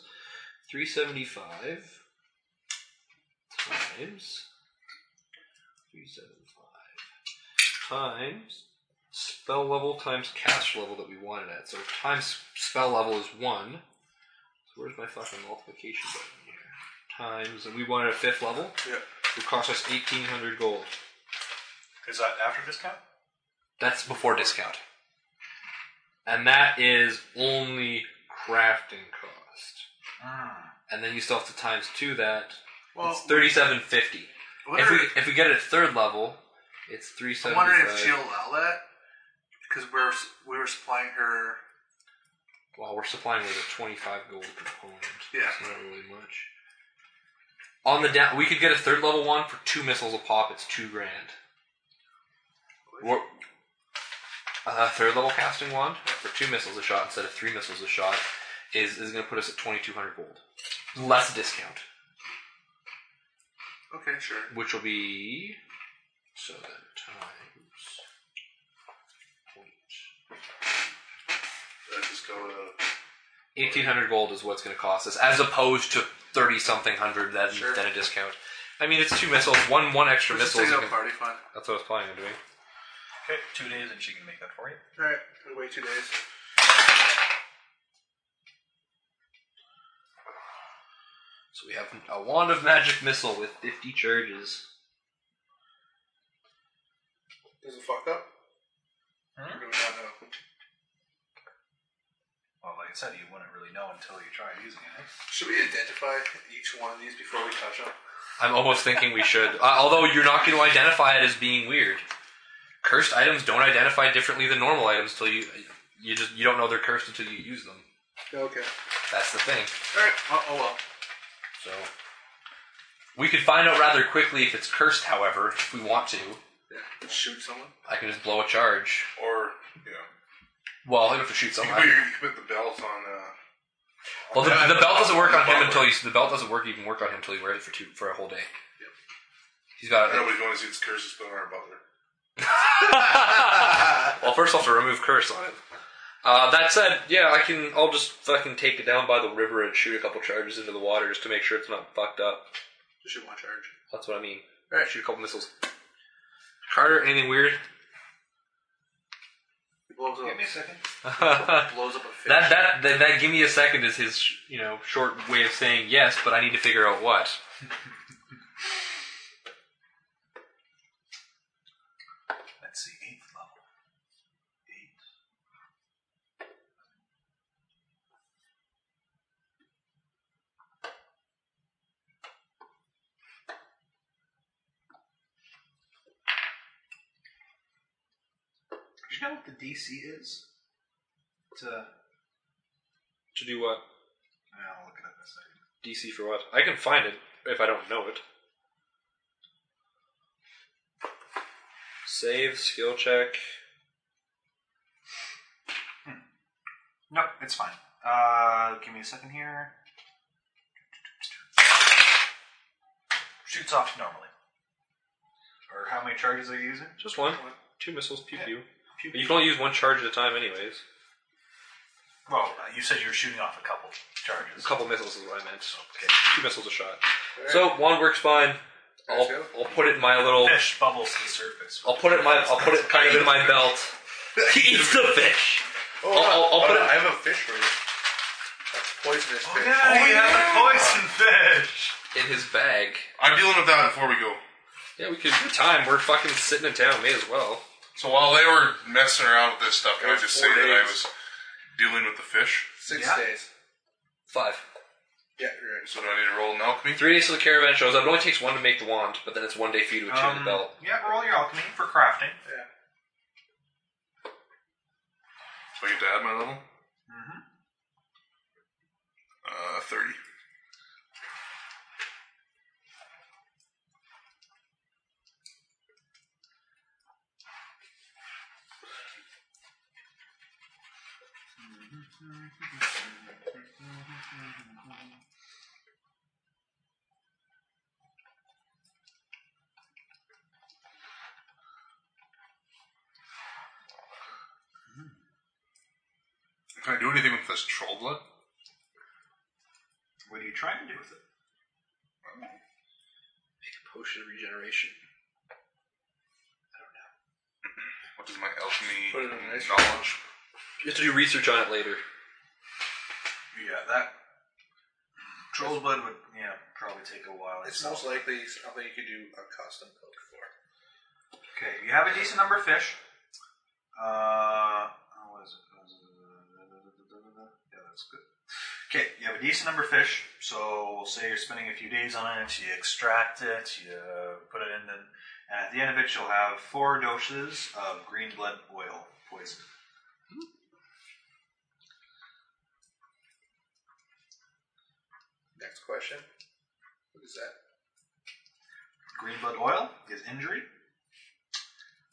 Speaker 3: 375 times 375 times spell level times cast level that we wanted at. So times spell level is 1. So where's my fucking multiplication button here? times, and we wanted a fifth level. Yeah. It would cost us eighteen hundred gold.
Speaker 2: Is that after discount?
Speaker 3: That's before discount. And that is only crafting cost. And then you still have to times two that.
Speaker 6: Hmm. Well,
Speaker 3: it's thirty-seven fifty.
Speaker 6: What
Speaker 3: If
Speaker 6: are-
Speaker 3: we if we get it at third level, it's three
Speaker 6: I'm
Speaker 3: seventy-five.
Speaker 6: wondering if she'll allow that because we're we were supplying her.
Speaker 3: Well, we're supplying with a 25 gold component.
Speaker 6: Yeah.
Speaker 3: It's not really much. On the down, we could get a third level one for two missiles a pop. It's two grand. Or, uh, third level casting wand for two missiles a shot instead of three missiles a shot is, is going to put us at 2200 gold. Less discount,
Speaker 6: Okay, sure.
Speaker 3: which will be. So then times. Point.
Speaker 5: Did I just go to
Speaker 3: 1800 gold is what's going to cost us, as opposed to 30 something hundred that,
Speaker 6: Sure.
Speaker 3: than a discount. I mean, it's two missiles, one one extra
Speaker 6: Let's
Speaker 3: missile.
Speaker 6: take
Speaker 3: is
Speaker 6: out
Speaker 3: gonna-
Speaker 6: party fun.
Speaker 3: That's what I was planning on doing.
Speaker 2: Okay, two days and she can make that for you.
Speaker 6: All right, we'll wait two days.
Speaker 3: So we have a wand of magic missile with 50 charges.
Speaker 6: Is it fucked up?
Speaker 2: Hmm?
Speaker 6: Or do we not know?
Speaker 2: Well, like I said, you wouldn't really know until you try using it. eh?
Speaker 6: Should we identify each one of these before we touch them?
Speaker 3: I'm almost thinking we should, uh, although you're not going to identify it as being weird. Cursed items don't identify differently than normal items till you you just you don't know they're cursed until you use them.
Speaker 6: Okay.
Speaker 3: That's the thing.
Speaker 6: All right. Oh, oh well.
Speaker 3: So we could find out rather quickly if it's cursed. However, if we want to,
Speaker 6: Yeah. Shoot someone.
Speaker 3: I can just blow a charge.
Speaker 5: or yeah?
Speaker 3: Well, I would have to shoot
Speaker 5: You can
Speaker 3: someone.
Speaker 5: put, your, you can put the belt on. Uh,
Speaker 3: Well, the,
Speaker 5: Yeah,
Speaker 3: the
Speaker 5: the
Speaker 3: belt doesn't work
Speaker 5: the
Speaker 3: on him
Speaker 5: belt
Speaker 3: until you. The belt doesn't work even work on him until you wear it for two for a whole day. He's
Speaker 5: I
Speaker 3: got.
Speaker 5: know, but if you want to see this curse, just put on our butler.
Speaker 3: well, first I'll have to remove curse on it. Uh, that said, yeah, I can. I'll just fucking take it down by the river and shoot a couple charges into the water just to make sure it's not fucked up.
Speaker 6: Just shoot one charge.
Speaker 3: That's what I mean.
Speaker 6: All right.
Speaker 3: Shoot a couple missiles. Carter, anything weird?
Speaker 6: He blows up.
Speaker 2: Give me a second.
Speaker 3: that,
Speaker 6: blows up a fish.
Speaker 3: that that that give me a second is his you know short way of saying yes, but I need to figure out what.
Speaker 2: Let's see, eighth level. Eight.
Speaker 8: Do you know what the DC is? To
Speaker 3: To do what?
Speaker 8: I'll look it up in a second.
Speaker 3: DC for what? I can find it if I don't know it. Save, skill check.
Speaker 8: No, it's fine. Uh, give me a second here. Shoots off normally. Or how many charges are you using?
Speaker 3: Just one. two missiles, pew pew. But you can only use one charge at a time, anyways.
Speaker 2: Well, uh, you said you were shooting off a couple
Speaker 3: A
Speaker 2: charges.
Speaker 3: couple missiles is what I meant.
Speaker 2: Okay.
Speaker 3: Two missiles a shot. So wand works fine. I'll,
Speaker 4: Let's go.
Speaker 3: I'll put it in my little.
Speaker 2: Fish bubbles to the surface.
Speaker 3: I'll put it in my. I'll put it kind of in my belt. He eats the fish.
Speaker 4: Oh,
Speaker 3: I'll- I'll- I'll
Speaker 4: oh,
Speaker 3: put
Speaker 4: no,
Speaker 3: it-
Speaker 4: I have a fish for you. That's poisonous
Speaker 6: Oh,
Speaker 4: fish.
Speaker 2: Yeah, you have a poison fish.
Speaker 3: in his bag.
Speaker 5: I'm dealing with that before we go.
Speaker 3: Yeah, we could good time. We're fucking sitting in town. May as well.
Speaker 5: So while they were messing around with this stuff, can I
Speaker 4: was
Speaker 5: just say
Speaker 4: four
Speaker 5: that I
Speaker 4: days.
Speaker 5: was dealing with the fish?
Speaker 4: Six
Speaker 2: Yeah.
Speaker 4: days.
Speaker 3: Five.
Speaker 4: Yeah, you're right.
Speaker 5: So do I need to roll an alchemy?
Speaker 3: Three days till the caravan shows up. It only takes one to make the wand, but then it's one day for you to attune the belt.
Speaker 2: Um, yeah, roll your alchemy for crafting.
Speaker 5: So I get to add my level? Mm-hmm. Uh, 30. Can I do anything with this troll blood?
Speaker 2: What are you trying to do with it?
Speaker 17: Potion of regeneration.
Speaker 5: What does my alchemy
Speaker 4: Put it in ice.
Speaker 5: knowledge?
Speaker 3: You have to do research on it later.
Speaker 2: Yeah, that. Troll's blood would, yeah, probably take a while.
Speaker 4: It's most likely something you could do a custom build for.
Speaker 2: Okay, you have a decent number of fish. Uh, what is it? Yeah, that's good. Okay, you have a decent number of fish, so we'll say you're spending a few days on it, you extract it, you put it in, the, and at the end of it, you'll have four doses of green blood oil poison.
Speaker 4: Next question. What is that?
Speaker 2: Green blood oil is injury.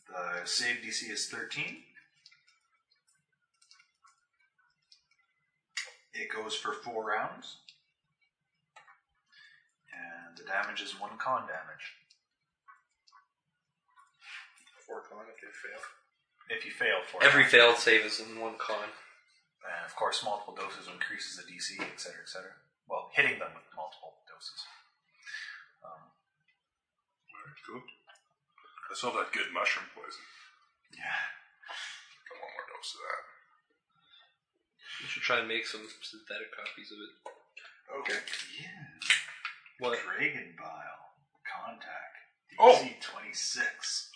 Speaker 2: The save DC is 13. It goes for four rounds. And the damage is one con damage.
Speaker 4: Four con if they fail.
Speaker 2: If you fail for
Speaker 3: Every failed save is in one con.
Speaker 2: And of course, multiple doses increases the DC, etc., etc. Well, hitting them with multiple doses. Um,
Speaker 5: Very good. I still have that good mushroom poison.
Speaker 2: yeah.
Speaker 5: Got one more dose of that.
Speaker 3: You should try and make some synthetic copies of it.
Speaker 4: Okay.
Speaker 2: Yeah.
Speaker 3: What?
Speaker 2: Dragon Bile. Contact. DC
Speaker 5: Oh.
Speaker 2: 26.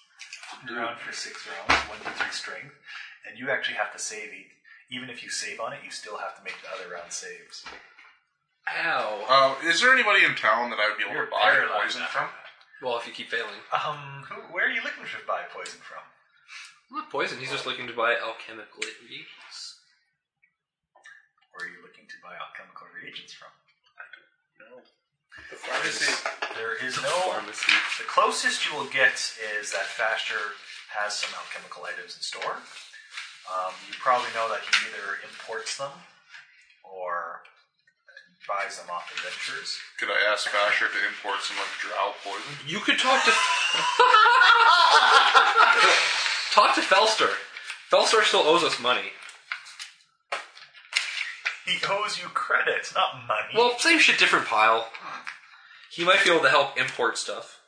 Speaker 2: You're on for six rounds, one to three strength, and you actually have to save it. Even if you save on it, you still have to make the other round saves.
Speaker 3: Ow.
Speaker 5: Uh, is there anybody in town that I would be able
Speaker 2: You're
Speaker 5: to buy
Speaker 2: paralyzed
Speaker 5: poison
Speaker 2: after
Speaker 5: from?
Speaker 3: Well, if you keep failing.
Speaker 2: Um, who, where are you looking to buy poison from?
Speaker 3: I'm not poison. He's just looking to buy alchemical ingredients.
Speaker 2: Where are you looking to buy alchemical reagents from?
Speaker 4: The pharmacy.
Speaker 2: There is
Speaker 3: The
Speaker 2: no
Speaker 3: pharmacy.
Speaker 2: The closest you will get is that Faster has some alchemical items in store. Um, you probably know that he either imports them or buys them off adventurers.
Speaker 5: Could I ask Basher to import some like drow poison?
Speaker 3: You could talk to. talk to Felster. Felster still owes us money.
Speaker 2: He owes you credits, not money.
Speaker 3: Well, same shit, different pile. He might be able to help import stuff.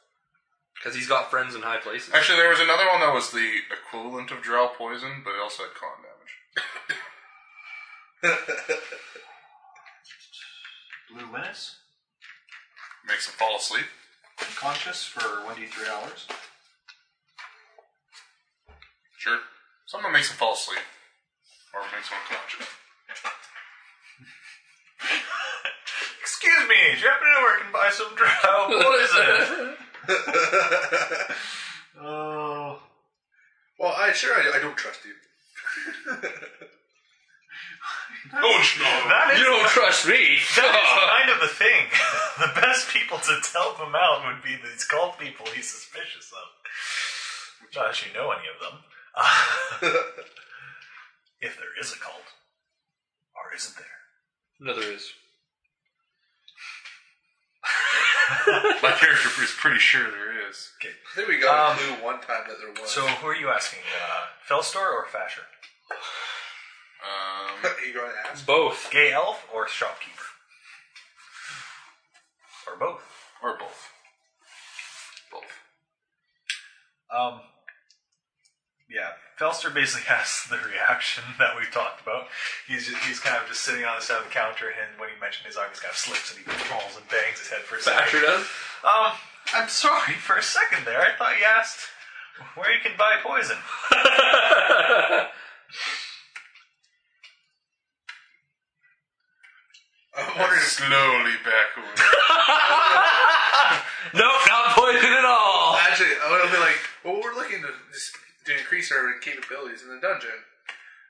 Speaker 3: Because he's got friends in high places.
Speaker 5: Actually, there was another one that was the equivalent of drow poison, but it also had con damage.
Speaker 2: Blue Linus,
Speaker 5: Makes them fall asleep.
Speaker 2: unconscious for 1d3 hours.
Speaker 5: Sure. Someone makes them fall asleep, or makes them unconscious.
Speaker 2: Excuse me, do you happen to work and buy some drow poison? oh.
Speaker 4: well, I sure I, I don't trust you.
Speaker 2: That is
Speaker 3: Oh, You don't trust me!
Speaker 2: kind of the thing. the best people to help him out would be these cult people he's suspicious of. Not that you know any of them. if there is a cult. Or isn't there?
Speaker 3: no, there is.
Speaker 5: My character is pretty sure there is. is.
Speaker 2: Okay.
Speaker 6: I think we got
Speaker 2: Um,
Speaker 6: a clue one time that there was.
Speaker 2: So who are you asking? Uh, Felstor or Fasher?
Speaker 5: Um,
Speaker 6: are you going to ask?
Speaker 3: Both.
Speaker 2: Gay elf or shopkeeper? Or both?
Speaker 5: or both. Both.
Speaker 2: Um, yeah, Felster basically has the reaction that we've talked about. He's just, he's kind of just sitting on the side of the counter, and when he mentioned his arm, he kind of slips and he falls and bangs his head for a
Speaker 3: Thatcher
Speaker 2: second.
Speaker 3: does.
Speaker 2: Um, I'm sorry for a second there. I thought you asked where you can buy poison.
Speaker 6: I'm wondering if
Speaker 5: Slowly back away.
Speaker 3: Nope, not poison at all.
Speaker 6: Actually, I would have been like, well, we're looking to just to increase our capabilities in the dungeon.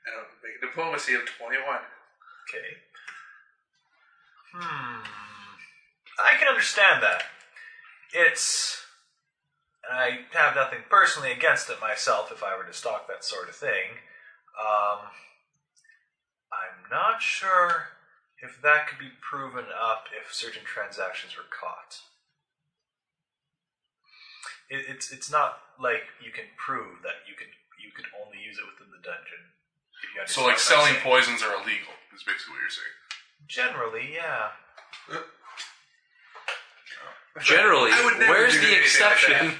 Speaker 6: And I'll make a diplomacy of 21.
Speaker 2: Okay. Hmm. I can understand that. It's. And I have nothing personally against it myself if I were to stock that sort of thing. Um, I'm not sure if that could be proven up if certain transactions were caught. It, it's it's not like you can prove that you could you could only use it within the dungeon. if you understand
Speaker 5: So, like,
Speaker 2: what I'm
Speaker 5: selling
Speaker 2: saying.
Speaker 5: poisons are illegal, is basically what you're saying.
Speaker 2: Generally, yeah.
Speaker 3: Generally,
Speaker 6: I would never
Speaker 3: where's
Speaker 6: do
Speaker 3: the
Speaker 6: anything like that.
Speaker 3: exception?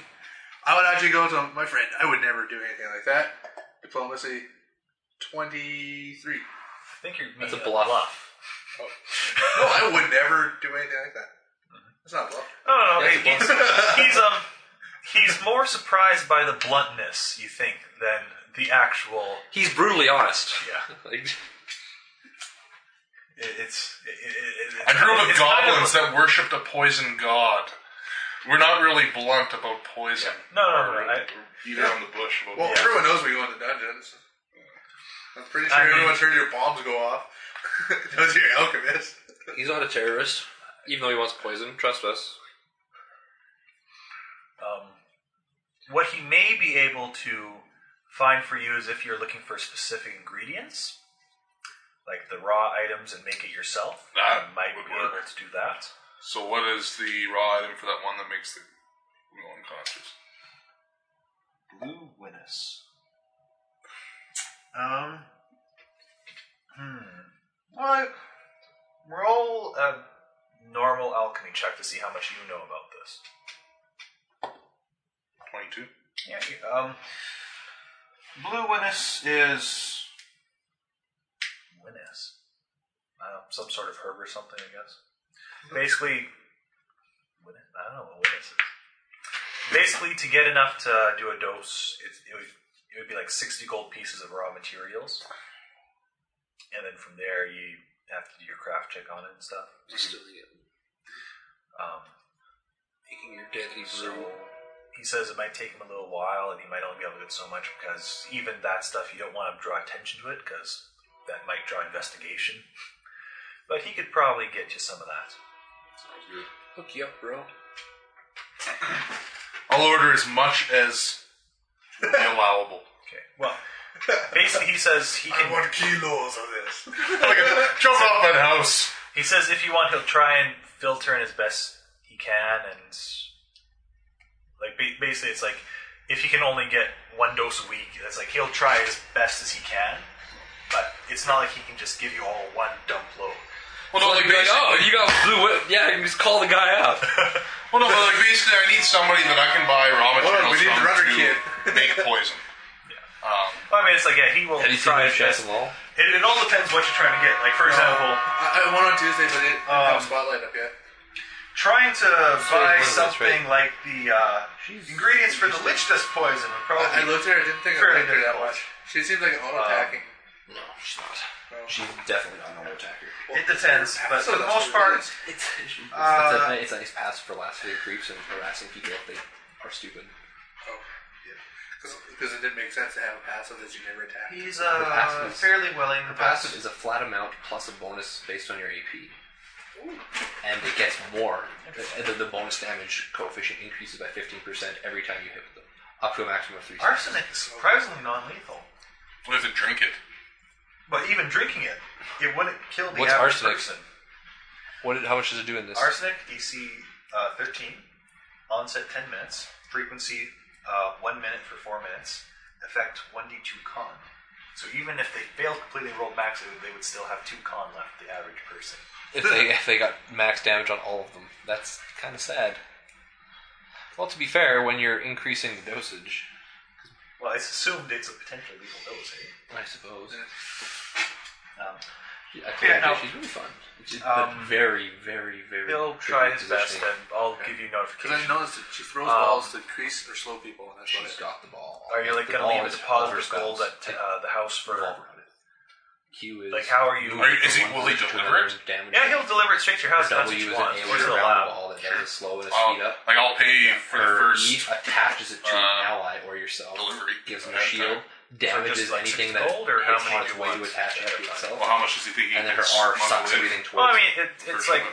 Speaker 6: I would actually go to my friend. I would never do anything like that. Diplomacy 23.
Speaker 2: I think you're
Speaker 3: That's a
Speaker 2: meaning
Speaker 3: bluff.
Speaker 6: No, I would never do anything like that. That's not love.
Speaker 2: No, no, no.
Speaker 3: That's a
Speaker 2: he- He's, he's um he's more surprised by the bluntness you think than the actual.
Speaker 3: He's brutally honest.
Speaker 2: Yeah,
Speaker 3: Like,
Speaker 2: it, it's. It, it, it's
Speaker 5: I drew with
Speaker 2: it's
Speaker 5: goblins
Speaker 2: Kind of,
Speaker 5: that worshipped a poison god. We're not really blunt about poison.
Speaker 2: no, no, no. no I,
Speaker 5: Either on the bush. About
Speaker 6: Well, everyone knows we go into dungeons. I'm pretty sure
Speaker 2: I mean-
Speaker 6: everyone's heard your bombs go off. Those are your alchemists.
Speaker 3: he's not a terrorist, even though he wants poison. Trust us.
Speaker 2: um, what he may be able to find for you is if you're looking for specific ingredients, like the raw items, and make it yourself.
Speaker 5: That
Speaker 2: you might
Speaker 5: would
Speaker 2: be
Speaker 5: work.
Speaker 2: able to do that.
Speaker 5: So, what is the raw item for that one that makes the go unconscious?
Speaker 2: Blue Winnis. Um. Hmm. What? Roll a normal alchemy check to see how much you know about this.
Speaker 5: Twenty-two.
Speaker 2: Yeah. you- Um. Blue Winnis is. Winnis. Uh, some sort of herb or something, I guess. Basically, Winnis, I don't know what Winnis is. Basically, to get enough to do a dose, it, it, would, it would be like 60 gold pieces of raw materials. And then from there, you have to do your craft check on it and stuff. Um,
Speaker 3: Making your deadly
Speaker 2: so he says it might take him a little while, and he might only be able to get so much because even that stuff you don't want to draw attention to it because that might draw investigation. But he could probably get you some of that.
Speaker 3: Hook you up, bro.
Speaker 5: I'll order as much as will be allowable.
Speaker 2: Okay. Well, basically, he says he can.
Speaker 6: kilos of this.
Speaker 5: like a, jump off that house.
Speaker 2: He says if you want, he'll try and filter in as best he can, and like ba- basically, it's like if he can only get one dose a week, it's like he'll try as best as he can, but it's not like he can just give you all one dump load.
Speaker 5: Well, no, like,
Speaker 3: Be like,
Speaker 5: basically,
Speaker 3: oh, you got blue whip. Yeah, you can just call the guy up.
Speaker 5: well, no, but like basically, I need somebody that I can buy raw
Speaker 6: on,
Speaker 5: materials
Speaker 6: we need
Speaker 5: from
Speaker 6: Runner
Speaker 5: to
Speaker 6: Kid.
Speaker 5: make poison. Um,
Speaker 2: Well, I mean, it's like yeah, he will
Speaker 3: Have you seen
Speaker 2: try
Speaker 3: my
Speaker 2: his best.
Speaker 3: chest and all?
Speaker 2: It, it all depends what you're trying to get. Like for example,
Speaker 6: I, I went on Tuesday, but it didn't
Speaker 2: Um,
Speaker 6: have Spotlight up yet.
Speaker 2: trying to buy
Speaker 3: one of those,
Speaker 2: something like the uh, ingredients for the lich dust poison would probably.
Speaker 6: I, I looked at her. I didn't think I
Speaker 2: Fairly
Speaker 6: liked her that
Speaker 2: difficult.
Speaker 6: much. She seemed like an
Speaker 2: Um,
Speaker 6: auto-attacking.
Speaker 3: No, she's not. She's definitely not an attacker.
Speaker 2: it depends, but
Speaker 6: So
Speaker 2: for the
Speaker 6: that's
Speaker 2: most
Speaker 6: what it
Speaker 2: part,
Speaker 6: is.
Speaker 3: It's, it's,
Speaker 2: Uh,
Speaker 3: a, it's a nice pass for laughing at creeps and harassing people if they are stupid.
Speaker 4: Oh,
Speaker 6: because it didn't make sense to have a passive that you never attack.
Speaker 2: he's
Speaker 3: Her
Speaker 2: uh,
Speaker 3: passive is-
Speaker 2: fairly willing.
Speaker 3: Her passive is a flat amount plus a bonus based on your AP. And it gets more. The, the, the bonus damage coefficient increases by 15% every time you hit with them, up to a maximum of 3
Speaker 2: Arsenic is surprisingly non-lethal,
Speaker 5: we have to drink it.
Speaker 2: but even drinking it, it wouldn't kill the
Speaker 3: What's
Speaker 2: average
Speaker 3: arsenic?
Speaker 2: person.
Speaker 3: What did, how much does it do in this?
Speaker 2: Arsenic DC uh, 13. Onset 10 minutes. Frequency uh, 1 minute for 4 minutes. Effect 1d2 con. So even if they failed completely and rolled max, they would, they would still have 2 con left, the average person.
Speaker 3: If they if they got max damage on all of them, that's kind of sad. Well, to be fair, when you're increasing the dosage,
Speaker 2: Well, it's assumed it's a potentially lethal dose, eh?
Speaker 3: I suppose.
Speaker 2: Um,
Speaker 3: Yeah,
Speaker 2: Yeah, no.
Speaker 3: she's really fun. It's
Speaker 2: Um,
Speaker 3: very, very, very.
Speaker 2: he'll
Speaker 3: tricky
Speaker 2: try his best,
Speaker 3: positioning.
Speaker 2: and I'll give you
Speaker 4: Because I
Speaker 2: notification.
Speaker 4: noticed that she throws
Speaker 2: Um,
Speaker 4: balls to crease or slow people, and that's what
Speaker 3: She's
Speaker 4: it
Speaker 3: got the ball.
Speaker 2: Are you like
Speaker 3: The
Speaker 2: going to
Speaker 3: ball
Speaker 2: leave a
Speaker 3: is
Speaker 2: deposit
Speaker 3: Oliver's
Speaker 2: gold
Speaker 3: balls.
Speaker 2: at uh, the house for?
Speaker 3: Revolver. Q is
Speaker 2: Like, how are you-
Speaker 3: moving
Speaker 5: Are you- is
Speaker 3: from
Speaker 5: he-
Speaker 3: one
Speaker 5: will he
Speaker 3: position to
Speaker 5: deliver
Speaker 3: another
Speaker 5: it?
Speaker 3: and damage
Speaker 2: Yeah,
Speaker 3: it.
Speaker 2: he'll deliver it straight to your house.
Speaker 3: Or
Speaker 2: if That's
Speaker 3: W
Speaker 2: what
Speaker 3: is
Speaker 2: you
Speaker 3: an
Speaker 2: want.
Speaker 3: A
Speaker 2: It's
Speaker 3: with a round
Speaker 2: allowed. Oh,
Speaker 3: ball that does a slow and a
Speaker 5: I'll,
Speaker 3: speed up.
Speaker 5: Um, like I'll pay for the
Speaker 3: Her
Speaker 5: first.
Speaker 3: E attaches it to
Speaker 5: uh,
Speaker 3: an ally or yourself,
Speaker 5: delivery
Speaker 3: gives them
Speaker 5: at
Speaker 3: a
Speaker 5: that
Speaker 3: shield,
Speaker 5: time.
Speaker 3: damages
Speaker 2: just, like,
Speaker 3: anything
Speaker 2: six
Speaker 3: that
Speaker 2: gold, or how
Speaker 3: is
Speaker 2: many do
Speaker 3: on its
Speaker 2: you
Speaker 3: way
Speaker 2: want
Speaker 3: to attach
Speaker 2: at a
Speaker 3: it
Speaker 2: time?
Speaker 3: itself.
Speaker 5: Well, how much does he think he
Speaker 3: and then her
Speaker 5: gets
Speaker 3: R
Speaker 5: smuggled
Speaker 3: sucks
Speaker 5: in?
Speaker 3: everything
Speaker 2: Well,
Speaker 3: towards,
Speaker 2: I mean, it, it's like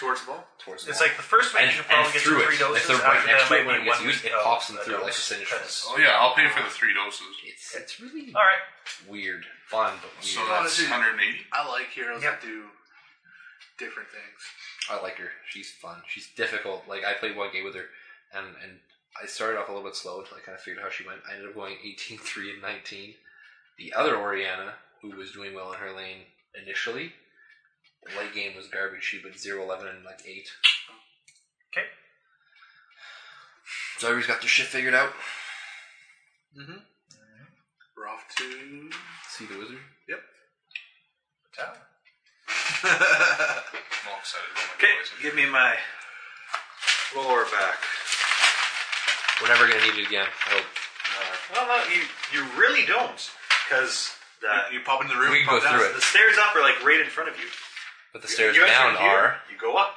Speaker 4: towards the ball.
Speaker 3: towards the
Speaker 2: it's
Speaker 3: wall.
Speaker 2: like the first one
Speaker 3: and,
Speaker 2: you should
Speaker 3: and
Speaker 2: probably get
Speaker 3: through
Speaker 2: three
Speaker 3: it.
Speaker 2: doses.
Speaker 3: If they're right
Speaker 2: After
Speaker 3: next
Speaker 2: that, might
Speaker 3: to it when
Speaker 2: be
Speaker 3: it gets
Speaker 2: one
Speaker 3: used, it
Speaker 2: of
Speaker 3: pops them
Speaker 2: the
Speaker 3: through like a
Speaker 2: dose.
Speaker 3: singe
Speaker 2: Because-
Speaker 5: Oh yeah, I'll pay for the three doses.
Speaker 3: It's, it's really
Speaker 2: All right.
Speaker 3: weird, fun, but weird.
Speaker 5: So that's
Speaker 4: Honestly.
Speaker 5: 180.
Speaker 4: I like heroes
Speaker 2: Yep.
Speaker 4: that do different things.
Speaker 3: I like her. She's fun. She's difficult. Like I played one game with her, and and I started off a little bit slow until I kind of figured out how she went. I ended up going 18, 3, and 19. The other Oriana, who was doing well in her lane initially, the late game was garbage. She but 0, 11, and like 8.
Speaker 2: Okay.
Speaker 3: So everybody's got their shit figured out.
Speaker 4: We're off to
Speaker 3: See the wizard?
Speaker 4: yep.
Speaker 5: I'm all excited about my
Speaker 8: Okay,
Speaker 5: boys.
Speaker 8: give me my lower back.
Speaker 3: We're never going to need it again. I hope.
Speaker 8: Well, no, you you really don't, because the,
Speaker 4: You pop into the room.
Speaker 3: We can
Speaker 4: pop
Speaker 3: go
Speaker 4: down.
Speaker 3: through
Speaker 8: the
Speaker 3: it.
Speaker 8: stairs up are like right in front of you.
Speaker 3: But the stairs
Speaker 8: you guys
Speaker 3: down
Speaker 8: are here,
Speaker 3: are.
Speaker 8: You go up.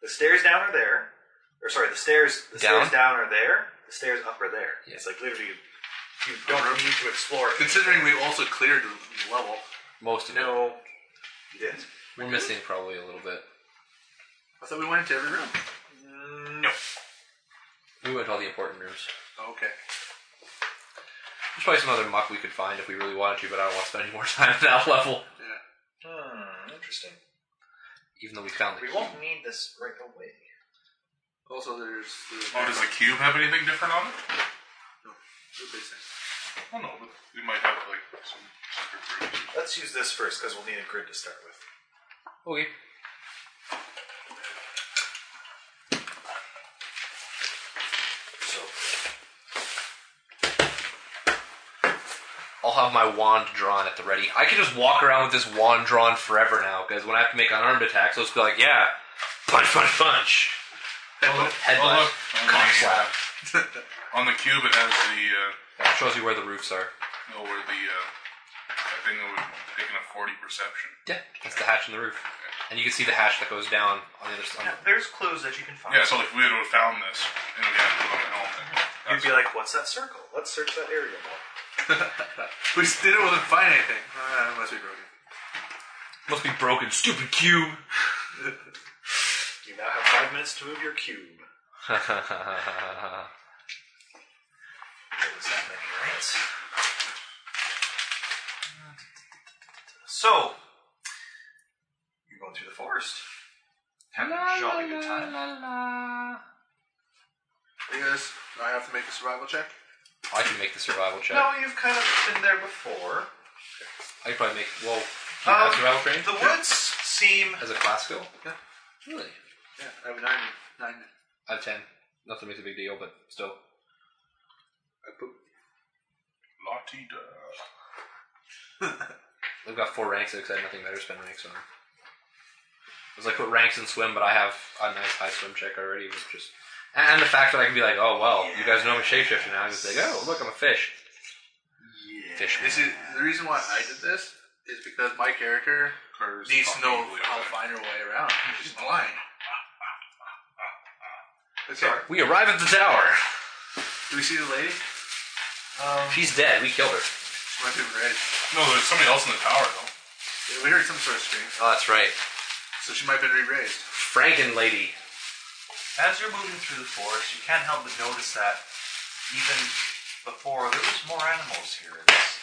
Speaker 8: The stairs down are there, or sorry, the stairs the
Speaker 3: Down?
Speaker 8: stairs down are there. The stairs up are there.
Speaker 3: Yeah.
Speaker 8: It's like literally you don't need to explore. it.
Speaker 4: Considering we also cleared the level,
Speaker 3: Most of it.
Speaker 8: No, you did.
Speaker 3: We're missing probably a little bit.
Speaker 4: I thought we went into every room.
Speaker 8: No.
Speaker 3: We went to all the important rooms.
Speaker 4: Oh, okay.
Speaker 3: There's probably some other muck we could find if we really wanted to, but I don't want to spend any more time at that level.
Speaker 4: Yeah.
Speaker 8: Hmm, interesting.
Speaker 3: Even though we found the
Speaker 8: We
Speaker 3: key.
Speaker 8: won't need this right away.
Speaker 4: Also, there's the, Oh,
Speaker 5: Oh, does the cube have anything different on it?
Speaker 4: the business.
Speaker 5: I don't know, but we might have like some secret rooms.
Speaker 8: Let's use this first because we'll need a grid to start with.
Speaker 3: Okay.
Speaker 8: So
Speaker 3: I'll have my wand drawn at the ready. I can just walk around with this wand drawn forever now, because when I have to make unarmed attacks, I'll just be like, yeah, punch, punch, punch.
Speaker 8: Oh,
Speaker 3: Headbutt.
Speaker 5: look, on
Speaker 3: Cock
Speaker 5: the,
Speaker 3: slap.
Speaker 5: uh, on the cube, it has the uh,
Speaker 3: That shows you where the roofs are.
Speaker 5: oh, where the uh, that thing that was taking a 40 perception.
Speaker 3: Yeah, that's the hatch in the roof. And you can see the hatch that goes down on the other side.
Speaker 8: there's clues that you can find.
Speaker 5: Yeah, so like we would have found this, and we had to put on a helmet.
Speaker 8: You'd be like, what's that circle? Let's search that area more.
Speaker 4: We still didn't find anything. Uh, unless we broke it.
Speaker 3: Must be broken, stupid cube.
Speaker 8: You now have five minutes to move your cube.
Speaker 3: That's
Speaker 8: What was that many, right? So, you're going through the forest. Having a jolly good time.
Speaker 4: You guys, I have to make a survival check.
Speaker 3: I can make the survival check.
Speaker 8: No, you've kind of been there before.
Speaker 3: I could probably make. Well, do you have
Speaker 8: Um,
Speaker 3: survival training
Speaker 8: The woods seem.
Speaker 3: as a class skill.
Speaker 4: Yeah.
Speaker 3: Really?
Speaker 4: Yeah, I have nine. Nine.
Speaker 3: I have ten. Nothing makes a big deal, but still.
Speaker 4: I poop.
Speaker 5: Lottie da.
Speaker 3: I've got four ranks because I had nothing better to spend ranks on. I was like, put ranks in swim, but I have a nice high swim check already. Which just and the fact that I can be like, oh well, you guys know I'm a shapeshifter now. I'm just like, oh look, I'm a fish. Yeah. Fish
Speaker 4: You see,
Speaker 3: man.
Speaker 4: the reason why I did this is because my character
Speaker 5: Carter's
Speaker 4: needs to know
Speaker 5: talking evilly
Speaker 4: how to find
Speaker 5: about it.
Speaker 4: her way around. She's blind. Okay.
Speaker 3: We arrive at the tower.
Speaker 4: Do we see the lady?
Speaker 3: She's dead. We killed her.
Speaker 4: She might be red.
Speaker 5: No, there's somebody else in the tower though.
Speaker 4: Yeah, we heard some sort of scream,
Speaker 3: Oh, that's right.
Speaker 4: so she might have been re-raised.
Speaker 3: Franken lady.
Speaker 2: As you're moving through the forest, you can't help but notice that even before there was more animals here. It's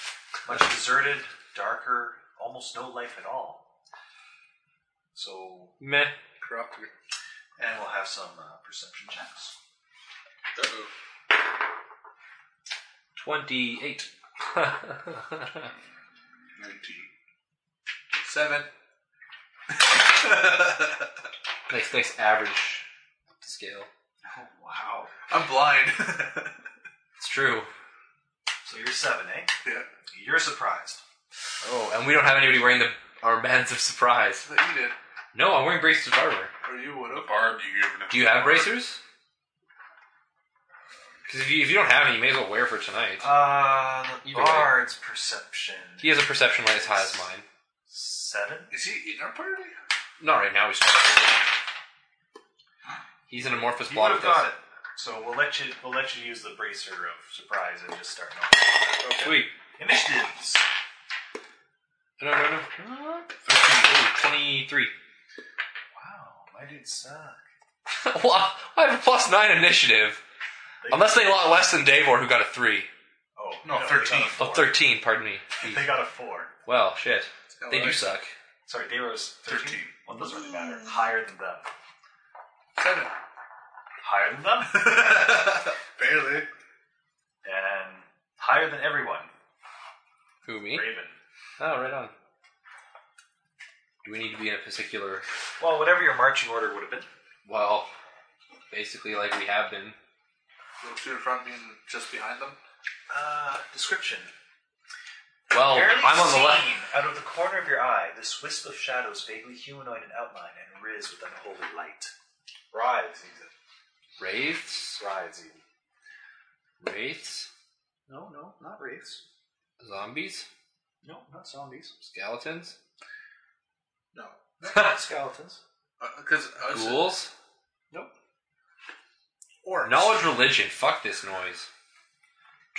Speaker 2: much deserted, darker, almost no life at all. So
Speaker 3: Meh.
Speaker 4: Corrupt.
Speaker 2: and we'll have some uh, perception checks.
Speaker 3: 28.
Speaker 5: Nineteen.
Speaker 4: Seven.
Speaker 3: nice, nice average up to scale.
Speaker 2: Oh wow!
Speaker 4: I'm blind.
Speaker 3: It's true.
Speaker 2: So you're seven, eh?
Speaker 4: Yeah.
Speaker 2: You're surprised.
Speaker 3: Oh, and we don't have anybody wearing the armbands of surprise.
Speaker 4: But you did.
Speaker 3: No, I'm wearing braces of armor.
Speaker 4: Or you would
Speaker 5: The
Speaker 4: have.
Speaker 5: barb you give it
Speaker 3: Do you have bracers? Because if you, if you don't have any, you may as well wear for tonight.
Speaker 2: Uh, the
Speaker 3: Either way.
Speaker 2: bard's perception
Speaker 3: He has a perception light as high as mine.
Speaker 2: seven.
Speaker 4: Is he in our party?
Speaker 3: Not right now, he's not. He's an amorphous
Speaker 2: You
Speaker 3: blob
Speaker 2: would've
Speaker 3: with us.
Speaker 2: got it. So we'll let you we'll let you use the bracer of surprise and just start knocking.
Speaker 3: Sweet.
Speaker 2: Initiatives.
Speaker 3: No, no, oh, no. 23.
Speaker 2: Wow, my dudes suck.
Speaker 3: well, I have a plus 9 initiative.
Speaker 2: They-
Speaker 3: Unless they lot less than Davor, who got a 3.
Speaker 2: Oh
Speaker 5: No,
Speaker 2: they got a
Speaker 5: 13.
Speaker 2: four.
Speaker 3: Oh, 13, pardon me.
Speaker 2: They got a four.
Speaker 3: Well, shit. They do suck.
Speaker 2: Sorry, they was 13.
Speaker 5: 13.
Speaker 2: Well, it doesn't really matter. Higher than them.
Speaker 4: Seven.
Speaker 2: Higher than them?
Speaker 4: Barely.
Speaker 2: and higher than everyone.
Speaker 3: Who, me?
Speaker 2: Raven.
Speaker 3: Oh, right on. Do we need to be in a particular.
Speaker 2: Well, whatever your marching order would have been.
Speaker 3: Well, basically, like we have been.
Speaker 4: Those two in front of me and just behind them.
Speaker 2: Uh, description.
Speaker 3: Well,
Speaker 2: Barely
Speaker 3: I'm on the
Speaker 2: seen,
Speaker 3: left.
Speaker 2: Out of Oh, the corner of your eye, this wisp of shadows, vaguely humanoid in outline, and riz with unholy light. Writhes, even.
Speaker 3: Wraiths?
Speaker 2: Writhes, even.
Speaker 3: Wraiths?
Speaker 2: No, no, not wraiths.
Speaker 3: Zombies?
Speaker 2: No, not zombies.
Speaker 3: Skeletons?
Speaker 4: No. Uh,
Speaker 2: Not skeletons.
Speaker 4: Because I was.
Speaker 3: Ghouls?
Speaker 2: Nope.
Speaker 4: Orcs.
Speaker 3: Knowledge religion. Fuck this noise.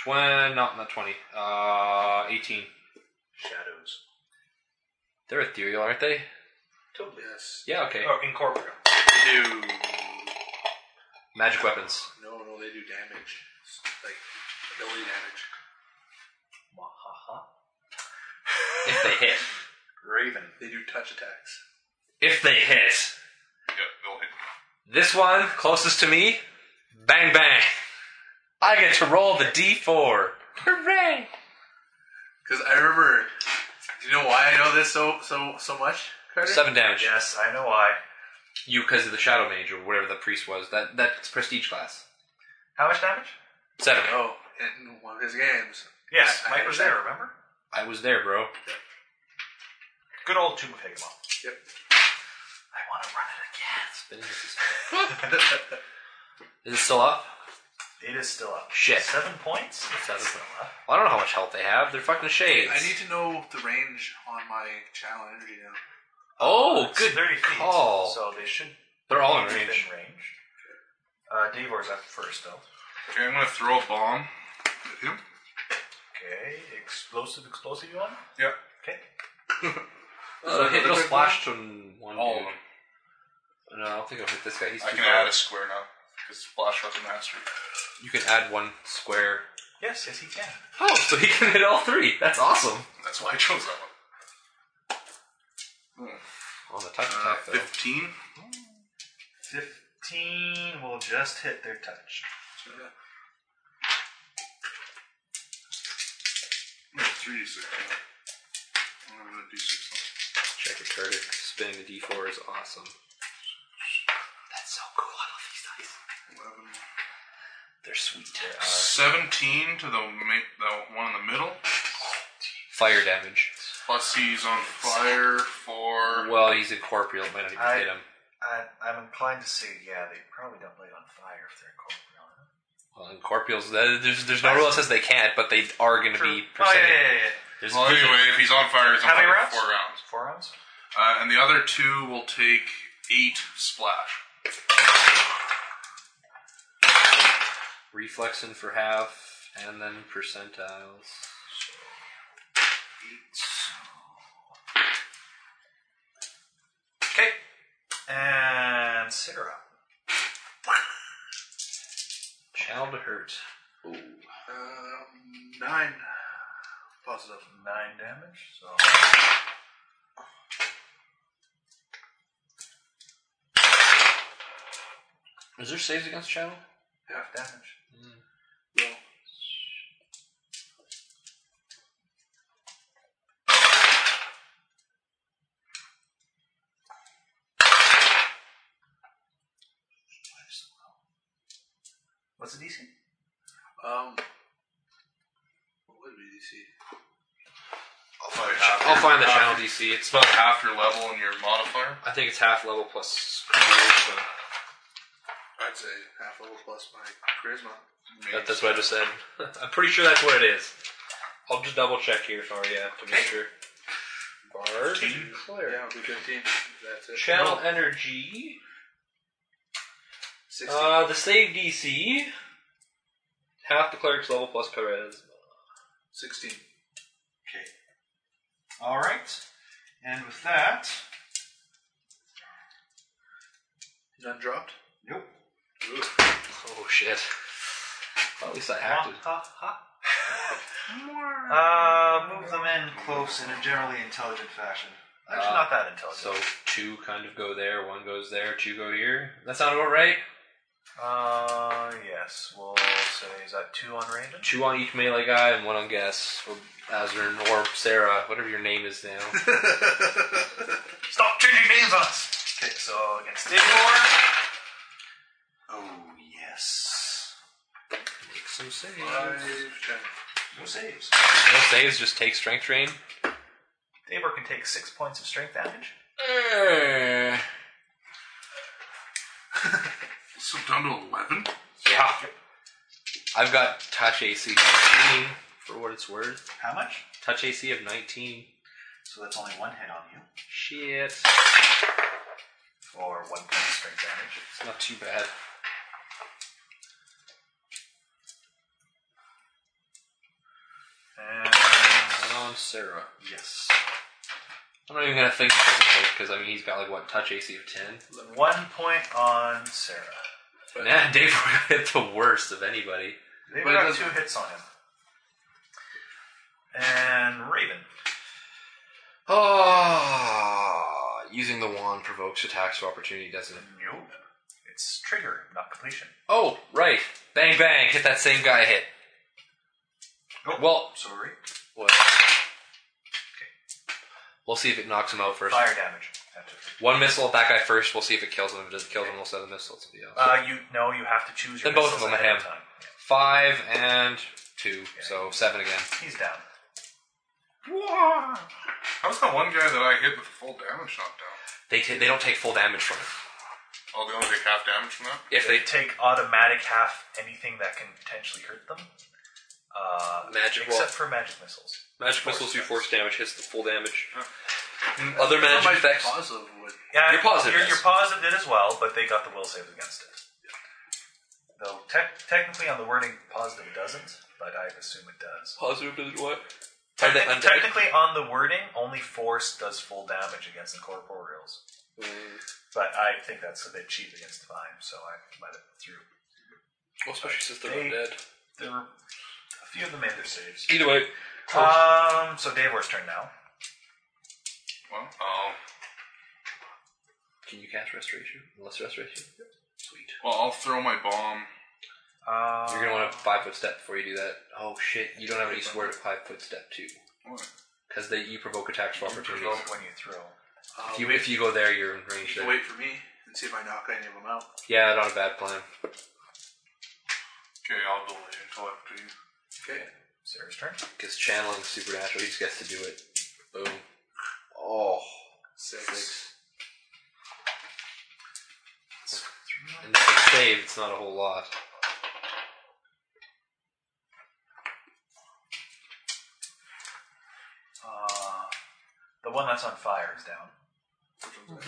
Speaker 3: Twen not not twenty. Uh, eighteen.
Speaker 2: Shadows.
Speaker 3: They're ethereal, aren't they?
Speaker 2: Totally.
Speaker 4: Yes.
Speaker 3: Yeah. Okay.
Speaker 2: Oh, incorporeal.
Speaker 4: They do.
Speaker 3: Magic weapons.
Speaker 4: No, no, they do damage. Like, ability damage.
Speaker 2: Wahaha.
Speaker 3: If they hit.
Speaker 2: Raven.
Speaker 4: They do touch attacks.
Speaker 3: If they hit.
Speaker 5: Yeah, they'll hit.
Speaker 3: This one closest to me. Bang bang. I get to roll the d4. Hooray!
Speaker 4: Because I remember. Do you know why I know this so so so much, Carter?
Speaker 3: Seven damage.
Speaker 2: Yes, I know why.
Speaker 3: You because of the shadow mage or whatever the priest was. That that's prestige class.
Speaker 2: How much damage?
Speaker 3: Seven.
Speaker 4: Oh, in one of his games.
Speaker 2: Yes,
Speaker 4: I- I
Speaker 2: Mike was
Speaker 4: understand.
Speaker 2: there, remember?
Speaker 3: I was there, bro.
Speaker 2: Good old Tomb of Hagamon.
Speaker 4: Yep.
Speaker 2: I want to run it
Speaker 3: It's been- Is it still up?
Speaker 2: again. It is still up.
Speaker 3: Shit.
Speaker 2: Seven points?
Speaker 3: Seven
Speaker 2: It's still up.
Speaker 3: I don't know how much health they have. They're fucking shades.
Speaker 4: I need to know the range on my channel energy now.
Speaker 3: Oh,
Speaker 2: It's
Speaker 3: good Oh.
Speaker 2: 30 feet,
Speaker 3: call.
Speaker 2: So they should
Speaker 3: They're all in
Speaker 2: be
Speaker 3: range.
Speaker 2: within range. Uh, Davor's up first, though.
Speaker 5: Okay, I'm gonna throw a bomb at him.
Speaker 2: Okay. Explosive, explosive one?
Speaker 5: Yeah.
Speaker 2: Okay.
Speaker 3: So hit no
Speaker 5: Another
Speaker 3: splash to n- one
Speaker 5: All of
Speaker 3: dude. No, I don't think I'll hit this guy. He's
Speaker 5: Oh, I
Speaker 3: too
Speaker 5: can
Speaker 3: far.
Speaker 5: add a square now because Splash was a master.
Speaker 3: You can add one square.
Speaker 2: Yes, yes, he can.
Speaker 3: Oh, so he can hit all three. That's awesome.
Speaker 5: That's why I chose that one.
Speaker 3: On the touch
Speaker 5: Uh,
Speaker 3: attack, though.
Speaker 5: Fifteen.
Speaker 2: 15 will just hit their touch.
Speaker 5: No, Three d six. I'm gonna do six.
Speaker 3: Check it, Carter. Spinning the d4 is awesome. That's so cool. I love these dice. They're sweet.
Speaker 5: Seventeen to the ma- the one in the middle.
Speaker 3: Fire damage.
Speaker 5: Plus he's on fire for.
Speaker 3: Well, he's incorporeal. It might not even
Speaker 2: I-
Speaker 3: hit him.
Speaker 2: I, I'm inclined to say, yeah, they probably don't light on fire if they're incorporeal.
Speaker 3: Well, incorporeals. that- There's, there's no rule that says they can't, but they are going to
Speaker 2: True. Oh,
Speaker 3: be
Speaker 2: yeah, yeah,
Speaker 3: percentage.
Speaker 2: yeah, yeah.
Speaker 3: There's
Speaker 5: Well, anyway, if he's on fire, he's on
Speaker 2: How
Speaker 5: fire
Speaker 2: many
Speaker 5: for
Speaker 2: rounds?
Speaker 5: four rounds.
Speaker 2: Four rounds?
Speaker 5: Uh, and the other two will take eight splash.
Speaker 3: reflex in for half, and then percentiles.
Speaker 2: Okay. And Sarah.
Speaker 3: Child hurt.
Speaker 4: Um, nine. Positive.
Speaker 2: Nine damage. So.
Speaker 3: Is there saves against shadow?
Speaker 18: Half damage.
Speaker 3: Mm.
Speaker 18: What's the DC?
Speaker 4: Um, what would be DC?
Speaker 5: I'll find, half
Speaker 3: I'll
Speaker 5: your-
Speaker 3: find the
Speaker 5: half
Speaker 3: channel
Speaker 5: your-
Speaker 3: DC. It's about half.
Speaker 5: Half your level and your modifier.
Speaker 3: I think it's half level plus. charisma.
Speaker 4: I'd say half level plus my charisma.
Speaker 3: That, that's what I just said. I'm pretty sure that's what it is. I'll just double check here. Sorry, yeah, to make sure. Bard.
Speaker 4: Yeah, it would be 15. That's it.
Speaker 3: Channel energy.
Speaker 4: 16.
Speaker 3: Uh, the save DC. Half the cleric's level plus Perez.
Speaker 4: 16.
Speaker 2: Okay. All right. And with that,
Speaker 4: None dropped?
Speaker 2: nope.
Speaker 3: Oh shit. Well, at least I hacked it.
Speaker 2: Uh, move them in close in a generally intelligent fashion. Actually,
Speaker 3: Uh,
Speaker 2: not that intelligent.
Speaker 3: So two kind of go there, one goes there, two go here. That sound about right?
Speaker 2: uh, yes. We'll say is that two on Raven?
Speaker 3: Two on each melee guy and one on guess. Or Azrin or Sarah, whatever your name is now.
Speaker 2: Stop changing names on us. Okay, so against Digor. Oh yes.
Speaker 3: Make some saves.
Speaker 2: No saves.
Speaker 3: No saves, just take strength drain.
Speaker 2: Davor can take six points of strength damage.
Speaker 3: Eh.
Speaker 5: So down to 11?
Speaker 3: Yeah. I've got touch AC 19 for what it's worth.
Speaker 2: How much?
Speaker 3: Touch AC of 19.
Speaker 2: So that's only one hit on you
Speaker 3: Shit. It's
Speaker 2: for one point of strength damage.
Speaker 3: not too bad.
Speaker 2: And
Speaker 3: One on Sarah.
Speaker 2: yes,
Speaker 3: I'm not even gonna think he doesn't hit because I mean he's got like what touch AC of 10.
Speaker 2: one point on Sarah.
Speaker 3: Man, Dave hit the worst of anybody.
Speaker 2: They've
Speaker 4: But it
Speaker 2: got
Speaker 4: doesn't-
Speaker 2: two hits on him. And Raven.
Speaker 3: Oh, using the wand provokes attacks of opportunity, doesn't it?
Speaker 2: Nope. It's trigger, not completion.
Speaker 3: Oh, right. Bang bang, hit that same guy hit.
Speaker 2: Oh,
Speaker 3: Well-
Speaker 2: sorry.
Speaker 3: What? We'll see if it knocks him out first.
Speaker 2: Fire damage. That's it.
Speaker 3: One missile at that guy first. We'll see if it kills him. If it doesn't kill him, we'll send the missile to the other.
Speaker 2: Uh, you no, you have to choose. Your
Speaker 3: Then both of
Speaker 2: missiles
Speaker 3: them
Speaker 2: ahead
Speaker 3: hit.
Speaker 2: time.
Speaker 3: Five and two, so seven again.
Speaker 2: He's down.
Speaker 5: How's that one guy that I hit with the full damage knockdown?
Speaker 3: They ta they don't take full damage from it.
Speaker 5: Oh, they only take half damage from that?
Speaker 3: If they
Speaker 2: They take automatic half anything that can potentially hurt them. Uh,
Speaker 3: Magic
Speaker 2: except for
Speaker 3: wall.
Speaker 2: magic missiles.
Speaker 3: magic missiles do force damage, hits the full damage.
Speaker 5: Huh.
Speaker 3: Other magic
Speaker 4: Might be
Speaker 3: effects.
Speaker 4: positive would.
Speaker 2: Yeah,
Speaker 3: You're positive,
Speaker 2: You're,
Speaker 3: yes.
Speaker 2: you're positive it as well, but they got the will saves against it. Though tec- technically on the wording, positive doesn't, but I assume it does.
Speaker 3: Positive does what? Are they
Speaker 2: Technic-
Speaker 3: undead?
Speaker 2: technically on the wording, only force does full damage against incorporeals.
Speaker 3: Mm.
Speaker 2: But I think that's a bit cheap against divine, so I let it through.
Speaker 3: Well, especially since they're
Speaker 2: They-
Speaker 3: undead.
Speaker 2: There were a few of them made their saves.
Speaker 3: Either way,
Speaker 2: Um, so Davor's turn now.
Speaker 5: Well, oh.
Speaker 3: can you cast restoration? Unless restoration. Sweet.
Speaker 5: Well, I'll throw my bomb.
Speaker 2: Um,
Speaker 3: You're gonna want a five foot step before you do that. Oh shit! You don't have any swear to five foot step too,
Speaker 5: What?
Speaker 3: because they you provoke attacks for opportunities.
Speaker 2: provoke when you throw.
Speaker 4: Uh,
Speaker 3: If you if you go there, you're in range
Speaker 4: you
Speaker 3: there.
Speaker 4: wait for me and see if I knock any of them out.
Speaker 3: Yeah, not a bad plan.
Speaker 5: Okay, I'll delay until after you.
Speaker 4: Okay.
Speaker 2: Sarah's turn.
Speaker 3: Because channeling supernatural, he just gets to do it. Boom. Oh.
Speaker 4: Six.
Speaker 3: Six. And if it's save, it's not a whole lot.
Speaker 2: Uh, the one that's on fire is down.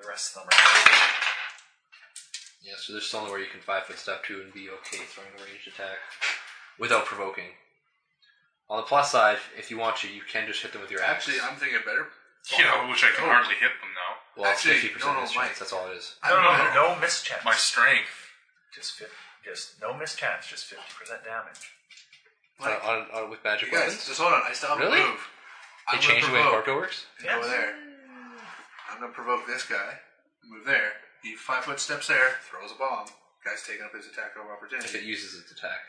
Speaker 2: The rest of them are.
Speaker 3: Yeah, so there's somewhere where you can five foot step to and be okay throwing a ranged attack without provoking. On the plus side, if you want to, you can just hit them with your axe.
Speaker 4: Actually, I'm thinking a better.
Speaker 5: Yeah, which I can hardly hit them now.
Speaker 3: well, it's
Speaker 4: actually,
Speaker 3: 50%
Speaker 4: no, no,
Speaker 3: miss
Speaker 4: Mike.
Speaker 3: chance, that's all it is.
Speaker 4: I
Speaker 2: No,
Speaker 4: don't know.
Speaker 2: no, no, no mischance.
Speaker 5: My strength.
Speaker 2: Just fif- just no mischance. Just fifty percent damage.
Speaker 4: Mike,
Speaker 3: Uh, on, on, on- with magic
Speaker 4: you guys,
Speaker 3: weapons?
Speaker 4: just hold on. I still have
Speaker 3: Really?
Speaker 4: a move.
Speaker 3: They
Speaker 4: I
Speaker 3: changed the way
Speaker 4: provoke
Speaker 3: Corto works?
Speaker 4: and Go there. I'm gonna provoke this guy. Move there. He five foot steps there. Throws a bomb. Guy's taking up his attack of
Speaker 3: If it
Speaker 4: opportunity.
Speaker 3: uses its attack,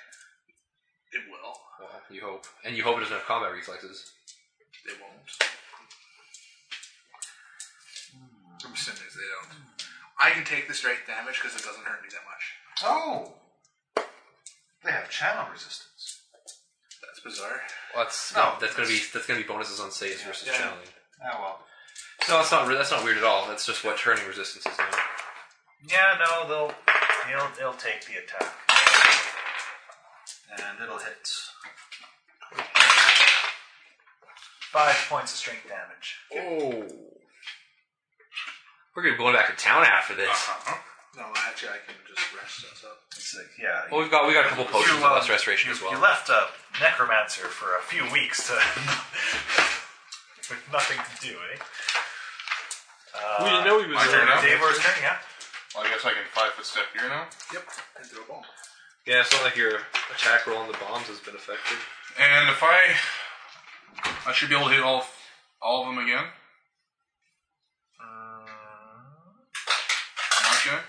Speaker 4: It will.
Speaker 3: well, you hope, and you hope it doesn't have combat reflexes.
Speaker 4: They won't. I'm assuming they don't. I can take the straight damage because it doesn't hurt me that much.
Speaker 19: Oh! They have channel resistance.
Speaker 4: That's bizarre.
Speaker 3: Well, that's
Speaker 19: No,
Speaker 3: that's gonna be that's gonna be bonuses on saves versus
Speaker 4: yeah.
Speaker 3: channeling.
Speaker 19: Ah, well.
Speaker 3: No, that's not re- that's not weird at all. That's just what turning resistance is now.
Speaker 2: Yeah, no, they'll they'll they'll take the attack.
Speaker 19: And it'll hit.
Speaker 2: Five points of strength damage.
Speaker 3: Oh, we're gonna be going back to town after this.
Speaker 4: No, actually, I can just rest us up.
Speaker 2: It's like yeah.
Speaker 3: Well, we've got we got a couple potions
Speaker 2: You,
Speaker 3: of
Speaker 2: um,
Speaker 3: less restoration
Speaker 2: you,
Speaker 3: as well.
Speaker 2: you left a necromancer for a few weeks to with nothing to do, eh?
Speaker 5: we didn't know he was
Speaker 2: Turn, Davor's turn, yeah.
Speaker 5: Well, I guess I can five foot step here now.
Speaker 4: Yep. And throw a bomb.
Speaker 3: Yeah, it's not like your attack roll on the bombs has been affected.
Speaker 5: And if I, I should be able to hit all, all of them again. Uh, I'm not gonna.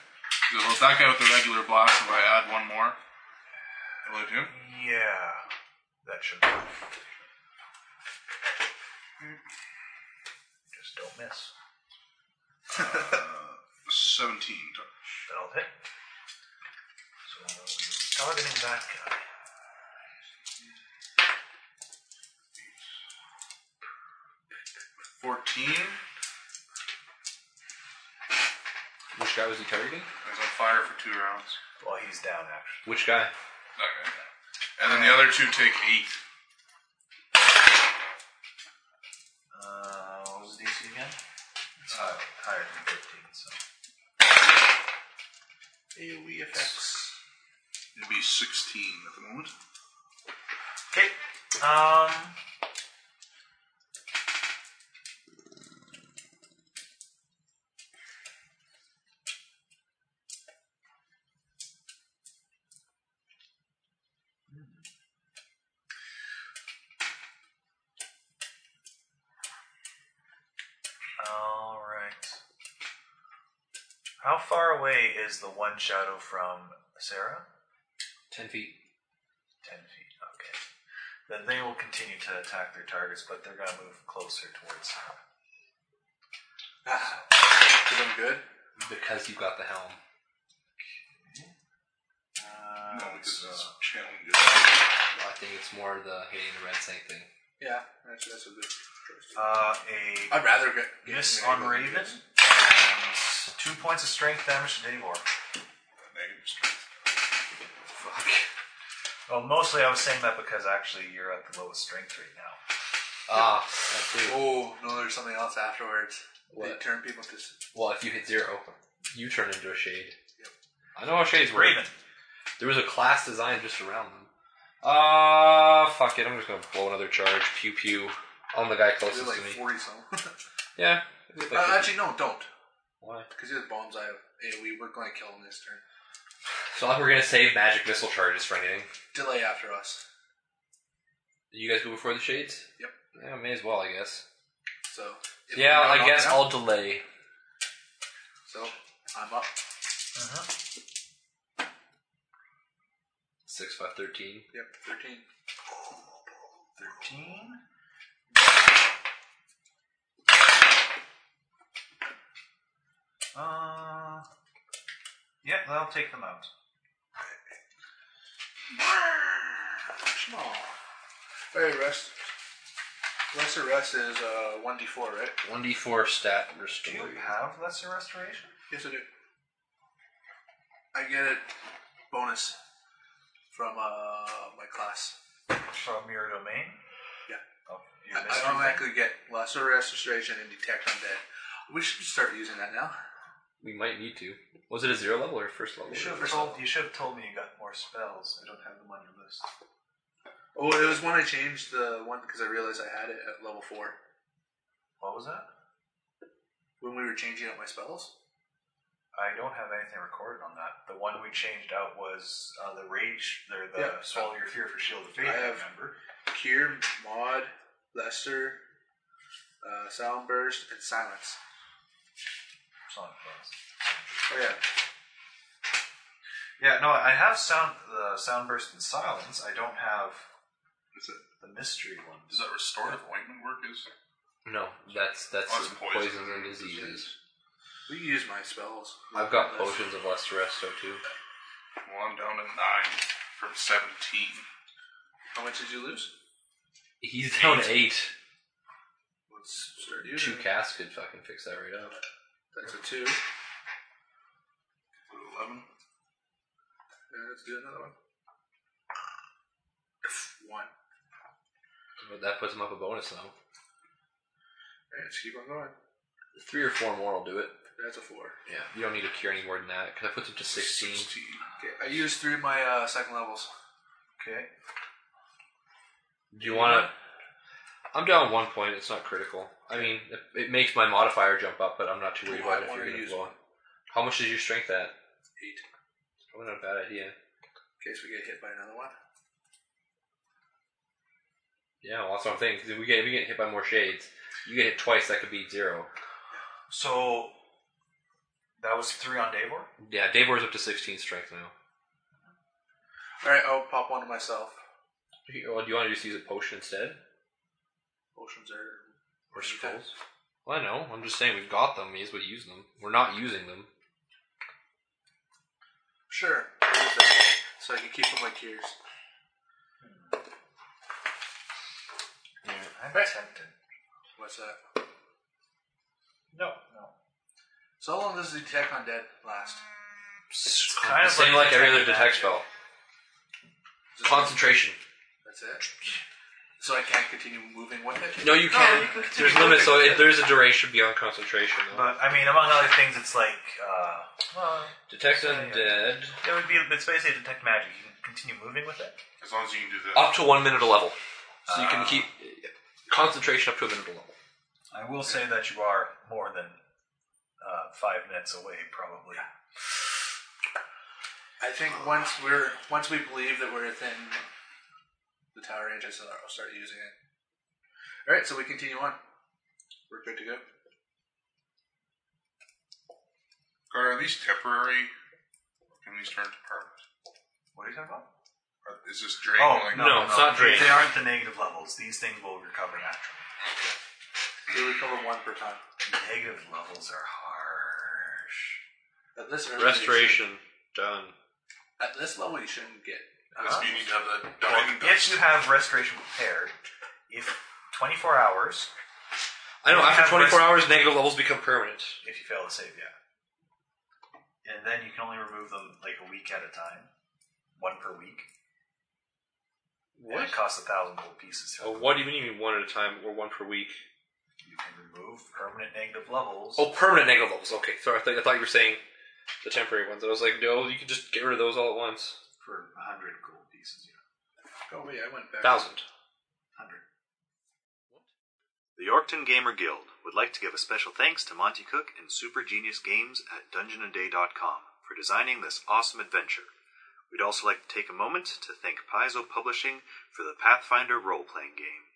Speaker 5: Because I'll hit that guy with the regular blast. If I add one more, will I do?
Speaker 2: Yeah, that should. Work. Just don't miss.
Speaker 5: Seventeen. to-
Speaker 2: That'll hit. So targeting that guy.
Speaker 5: Fourteen.
Speaker 3: Which guy was he targeting?
Speaker 5: I was on fire for two rounds.
Speaker 2: Well, Oh, he's down actually.
Speaker 3: Which guy?
Speaker 5: That guy. And then the other two take eight.
Speaker 2: Uh, what was the DC again? Uh, higher than fifteen. So
Speaker 4: AoE effects.
Speaker 5: It'd be sixteen at the moment.
Speaker 2: okay. Um. All right. How far away is the one shadow from Sarah?
Speaker 3: Ten feet.
Speaker 2: 10 feet, okay. Then they will continue to attack their targets, but they're going to move closer towards her.
Speaker 4: Ah. Did them good.
Speaker 3: Because you got the helm.
Speaker 2: Uh,
Speaker 5: No,
Speaker 2: it's,
Speaker 5: because
Speaker 2: uh,
Speaker 5: it's channeling. distance.
Speaker 3: Well, I think it's more the hitting the red saint thing.
Speaker 4: Yeah. Actually, that's a good choice.
Speaker 2: uh, a
Speaker 4: I'd rather get
Speaker 2: miss
Speaker 4: get-
Speaker 2: on
Speaker 4: get-
Speaker 2: Raven, and two points of strength damage to Davor.
Speaker 5: Negative strength.
Speaker 3: Fuck.
Speaker 2: Well, mostly I was saying that because actually you're at the lowest strength right now.
Speaker 3: Ah, that too.
Speaker 4: Oh no, there's something else afterwards. They
Speaker 3: What?
Speaker 4: turn people to. s-
Speaker 3: Well, if you hit zero, you turn into a shade. I know how shades work.
Speaker 2: Raven.
Speaker 3: There was a class designed just around them. Ah, fuck it. I'm just gonna blow another charge. Pew pew. On the guy
Speaker 4: They're
Speaker 3: closest
Speaker 4: like
Speaker 3: to me.
Speaker 4: forty something.
Speaker 3: Yeah. It looked like
Speaker 4: uh,
Speaker 3: it.
Speaker 4: actually, no, don't.
Speaker 3: Why?
Speaker 4: Because he has bombs. I have AoE. We're going to kill him this turn.
Speaker 3: So like we're gonna save magic missile charges for anything.
Speaker 4: Delay after us.
Speaker 3: You guys go before the shades.
Speaker 4: Yep.
Speaker 3: Yeah, may as well, I guess.
Speaker 4: So if we
Speaker 3: yeah,
Speaker 4: don't
Speaker 3: I
Speaker 4: knock
Speaker 3: guess
Speaker 4: him out-
Speaker 3: I'll delay.
Speaker 4: So I'm up.
Speaker 3: Six five thirteen.
Speaker 4: Yep, thirteen.
Speaker 2: 13. Uh, yeah, that'll take them out.
Speaker 4: Small. Hey, rest. Lesser rest is uh one d four, right?
Speaker 3: One d four stat
Speaker 2: Do you
Speaker 3: restore.
Speaker 2: have lesser restoration?
Speaker 4: Yes, I do. I get it. Bonus from uh my class.
Speaker 2: From your domain?
Speaker 4: Yeah.
Speaker 2: Oh, your
Speaker 4: I
Speaker 2: mystery
Speaker 4: I automatically get lesser restoration and detect undead. We should start using that now.
Speaker 3: We might need to. Was it a zero level or first level?
Speaker 2: You should, have told, you should have told me you got more spells. I don't have them on your list.
Speaker 4: Oh, it was when I changed the one because I realized I had it at level four
Speaker 2: What was that?
Speaker 4: when we were changing up my spells.
Speaker 2: I don't have anything recorded on that. The one we changed out was uh, the rage, or the
Speaker 4: Yeah.
Speaker 2: swallow your fear for shield of faith.
Speaker 4: I
Speaker 2: I,
Speaker 4: have-
Speaker 2: remember.
Speaker 4: Cure, Mod, Lester, uh, Sound Burst, and Silence.
Speaker 2: Sonic Blast.
Speaker 4: Oh yeah.
Speaker 2: Yeah, no, I have sound the sound burst and silence. I don't have
Speaker 5: Is it?
Speaker 2: the mystery one.
Speaker 5: Does that restorative ointment work? Is
Speaker 3: No, that's that's
Speaker 5: Oh, it's
Speaker 3: poisons
Speaker 5: poison.
Speaker 3: and diseases.
Speaker 4: We use my spells.
Speaker 3: I've got potions of less resto too.
Speaker 5: well, I'm down to nine from seventeen.
Speaker 4: How much did you lose?
Speaker 3: He's down eight.
Speaker 4: Let's start
Speaker 3: Two
Speaker 4: using. it.
Speaker 3: casts could fucking fix that right up.
Speaker 4: That's a two.
Speaker 5: Go to Eleven.
Speaker 4: Yeah, let's do another one. One.
Speaker 3: But that puts him up a bonus now.
Speaker 4: Alright, let's keep on going.
Speaker 3: Three or four more will do it.
Speaker 4: That's a four.
Speaker 3: Yeah, you don't need to cure any more than that because that puts him to sixteen.
Speaker 4: Okay, I used three of my uh, second levels.
Speaker 2: Okay.
Speaker 3: Do you want to? I'm down one point. It's not critical. I mean, it, it makes my modifier jump up, but I'm not too worried
Speaker 4: Do I
Speaker 3: about it if
Speaker 4: wanna
Speaker 3: you're going
Speaker 4: use
Speaker 3: to blow.
Speaker 4: one?
Speaker 3: it. How much is your strength at?
Speaker 4: Eight.
Speaker 3: It's probably not a bad idea.
Speaker 4: In case we get hit by another one.
Speaker 3: Yeah, well, that's what I'm thinking. 'cause If we get if we get hit by more shades, you get hit twice. That could be zero.
Speaker 2: So that was three on Davor?
Speaker 3: Yeah, Davor's up to sixteen strength now.
Speaker 4: Alright, I'll pop one to myself.
Speaker 3: He- Well, do you want to just use a potion instead
Speaker 4: Potions are.
Speaker 3: or scrolls? Well, I know. I'm just saying we've got them. We just would use them. We're not using them.
Speaker 4: Sure. I'll use that one, So I can keep them like yours.
Speaker 2: I'm tempted.
Speaker 4: What's that?
Speaker 2: No, no.
Speaker 4: So how long does the detect on dead last?
Speaker 2: It's
Speaker 3: Kind the same like every other detect spell. Concentration.
Speaker 4: That's it. So I can't continue moving with it.
Speaker 3: No, you can.
Speaker 4: you can
Speaker 3: There's limits, so it, there is a duration beyond concentration. Though.
Speaker 2: But I mean, among other things, it's like uh, well,
Speaker 3: Detect
Speaker 2: Yeah, yeah.
Speaker 3: undead.
Speaker 2: it would be it's basically a detect magic. You can continue moving with it.
Speaker 5: As long as you can do the
Speaker 3: Up to one minute a level. So you can keep concentration up to a minute a level.
Speaker 2: I will say that you are more than uh, five minutes away, probably.
Speaker 4: I think once we're once we believe that we're within the tower range, I said I'll start using it. All right, so we continue on. We're good to go.
Speaker 5: God, are these temporary? Can these turn to permanent?
Speaker 2: What are you talking about?
Speaker 5: Or Is this drain?
Speaker 2: Oh
Speaker 5: like-
Speaker 2: no,
Speaker 3: No, it's not
Speaker 2: they,
Speaker 3: drain.
Speaker 2: they aren't the negative levels. These things will recover naturally.
Speaker 4: We recover one per time.
Speaker 2: Negative levels are harsh.
Speaker 4: At this early,
Speaker 3: Restoration done.
Speaker 4: At this level, you shouldn't get.
Speaker 5: That's- You need to have the diamond
Speaker 2: Well, if
Speaker 5: dust.
Speaker 2: you have restoration prepared, if 24 hours,
Speaker 3: I know.
Speaker 2: You
Speaker 3: After
Speaker 2: have
Speaker 3: 24
Speaker 2: rest-
Speaker 3: hours, negative levels become permanent.
Speaker 2: if you fail to save, yeah. And then you can only remove them like a week at a time, one per week. And
Speaker 3: What?
Speaker 2: it costs a thousand gold pieces to
Speaker 3: Oh, what do you mean? You mean one at a time or one per week?
Speaker 2: You can remove permanent negative levels.
Speaker 3: Oh, permanent negative levels. Okay, sorry. I, thought I thought you were saying the temporary ones. I was like, no, you can just get rid of those all at once.
Speaker 2: for a hundred gold pieces. You know,
Speaker 4: Oh wait, I went back.
Speaker 3: Thousand.
Speaker 2: hundred.
Speaker 20: The Yorkton Gamer Guild would like to give a special thanks to Monty Cook and Super Genius Games at DungeonAday.com for designing this awesome adventure. We'd also like to take a moment to thank Paizo Publishing for the Pathfinder role playing game.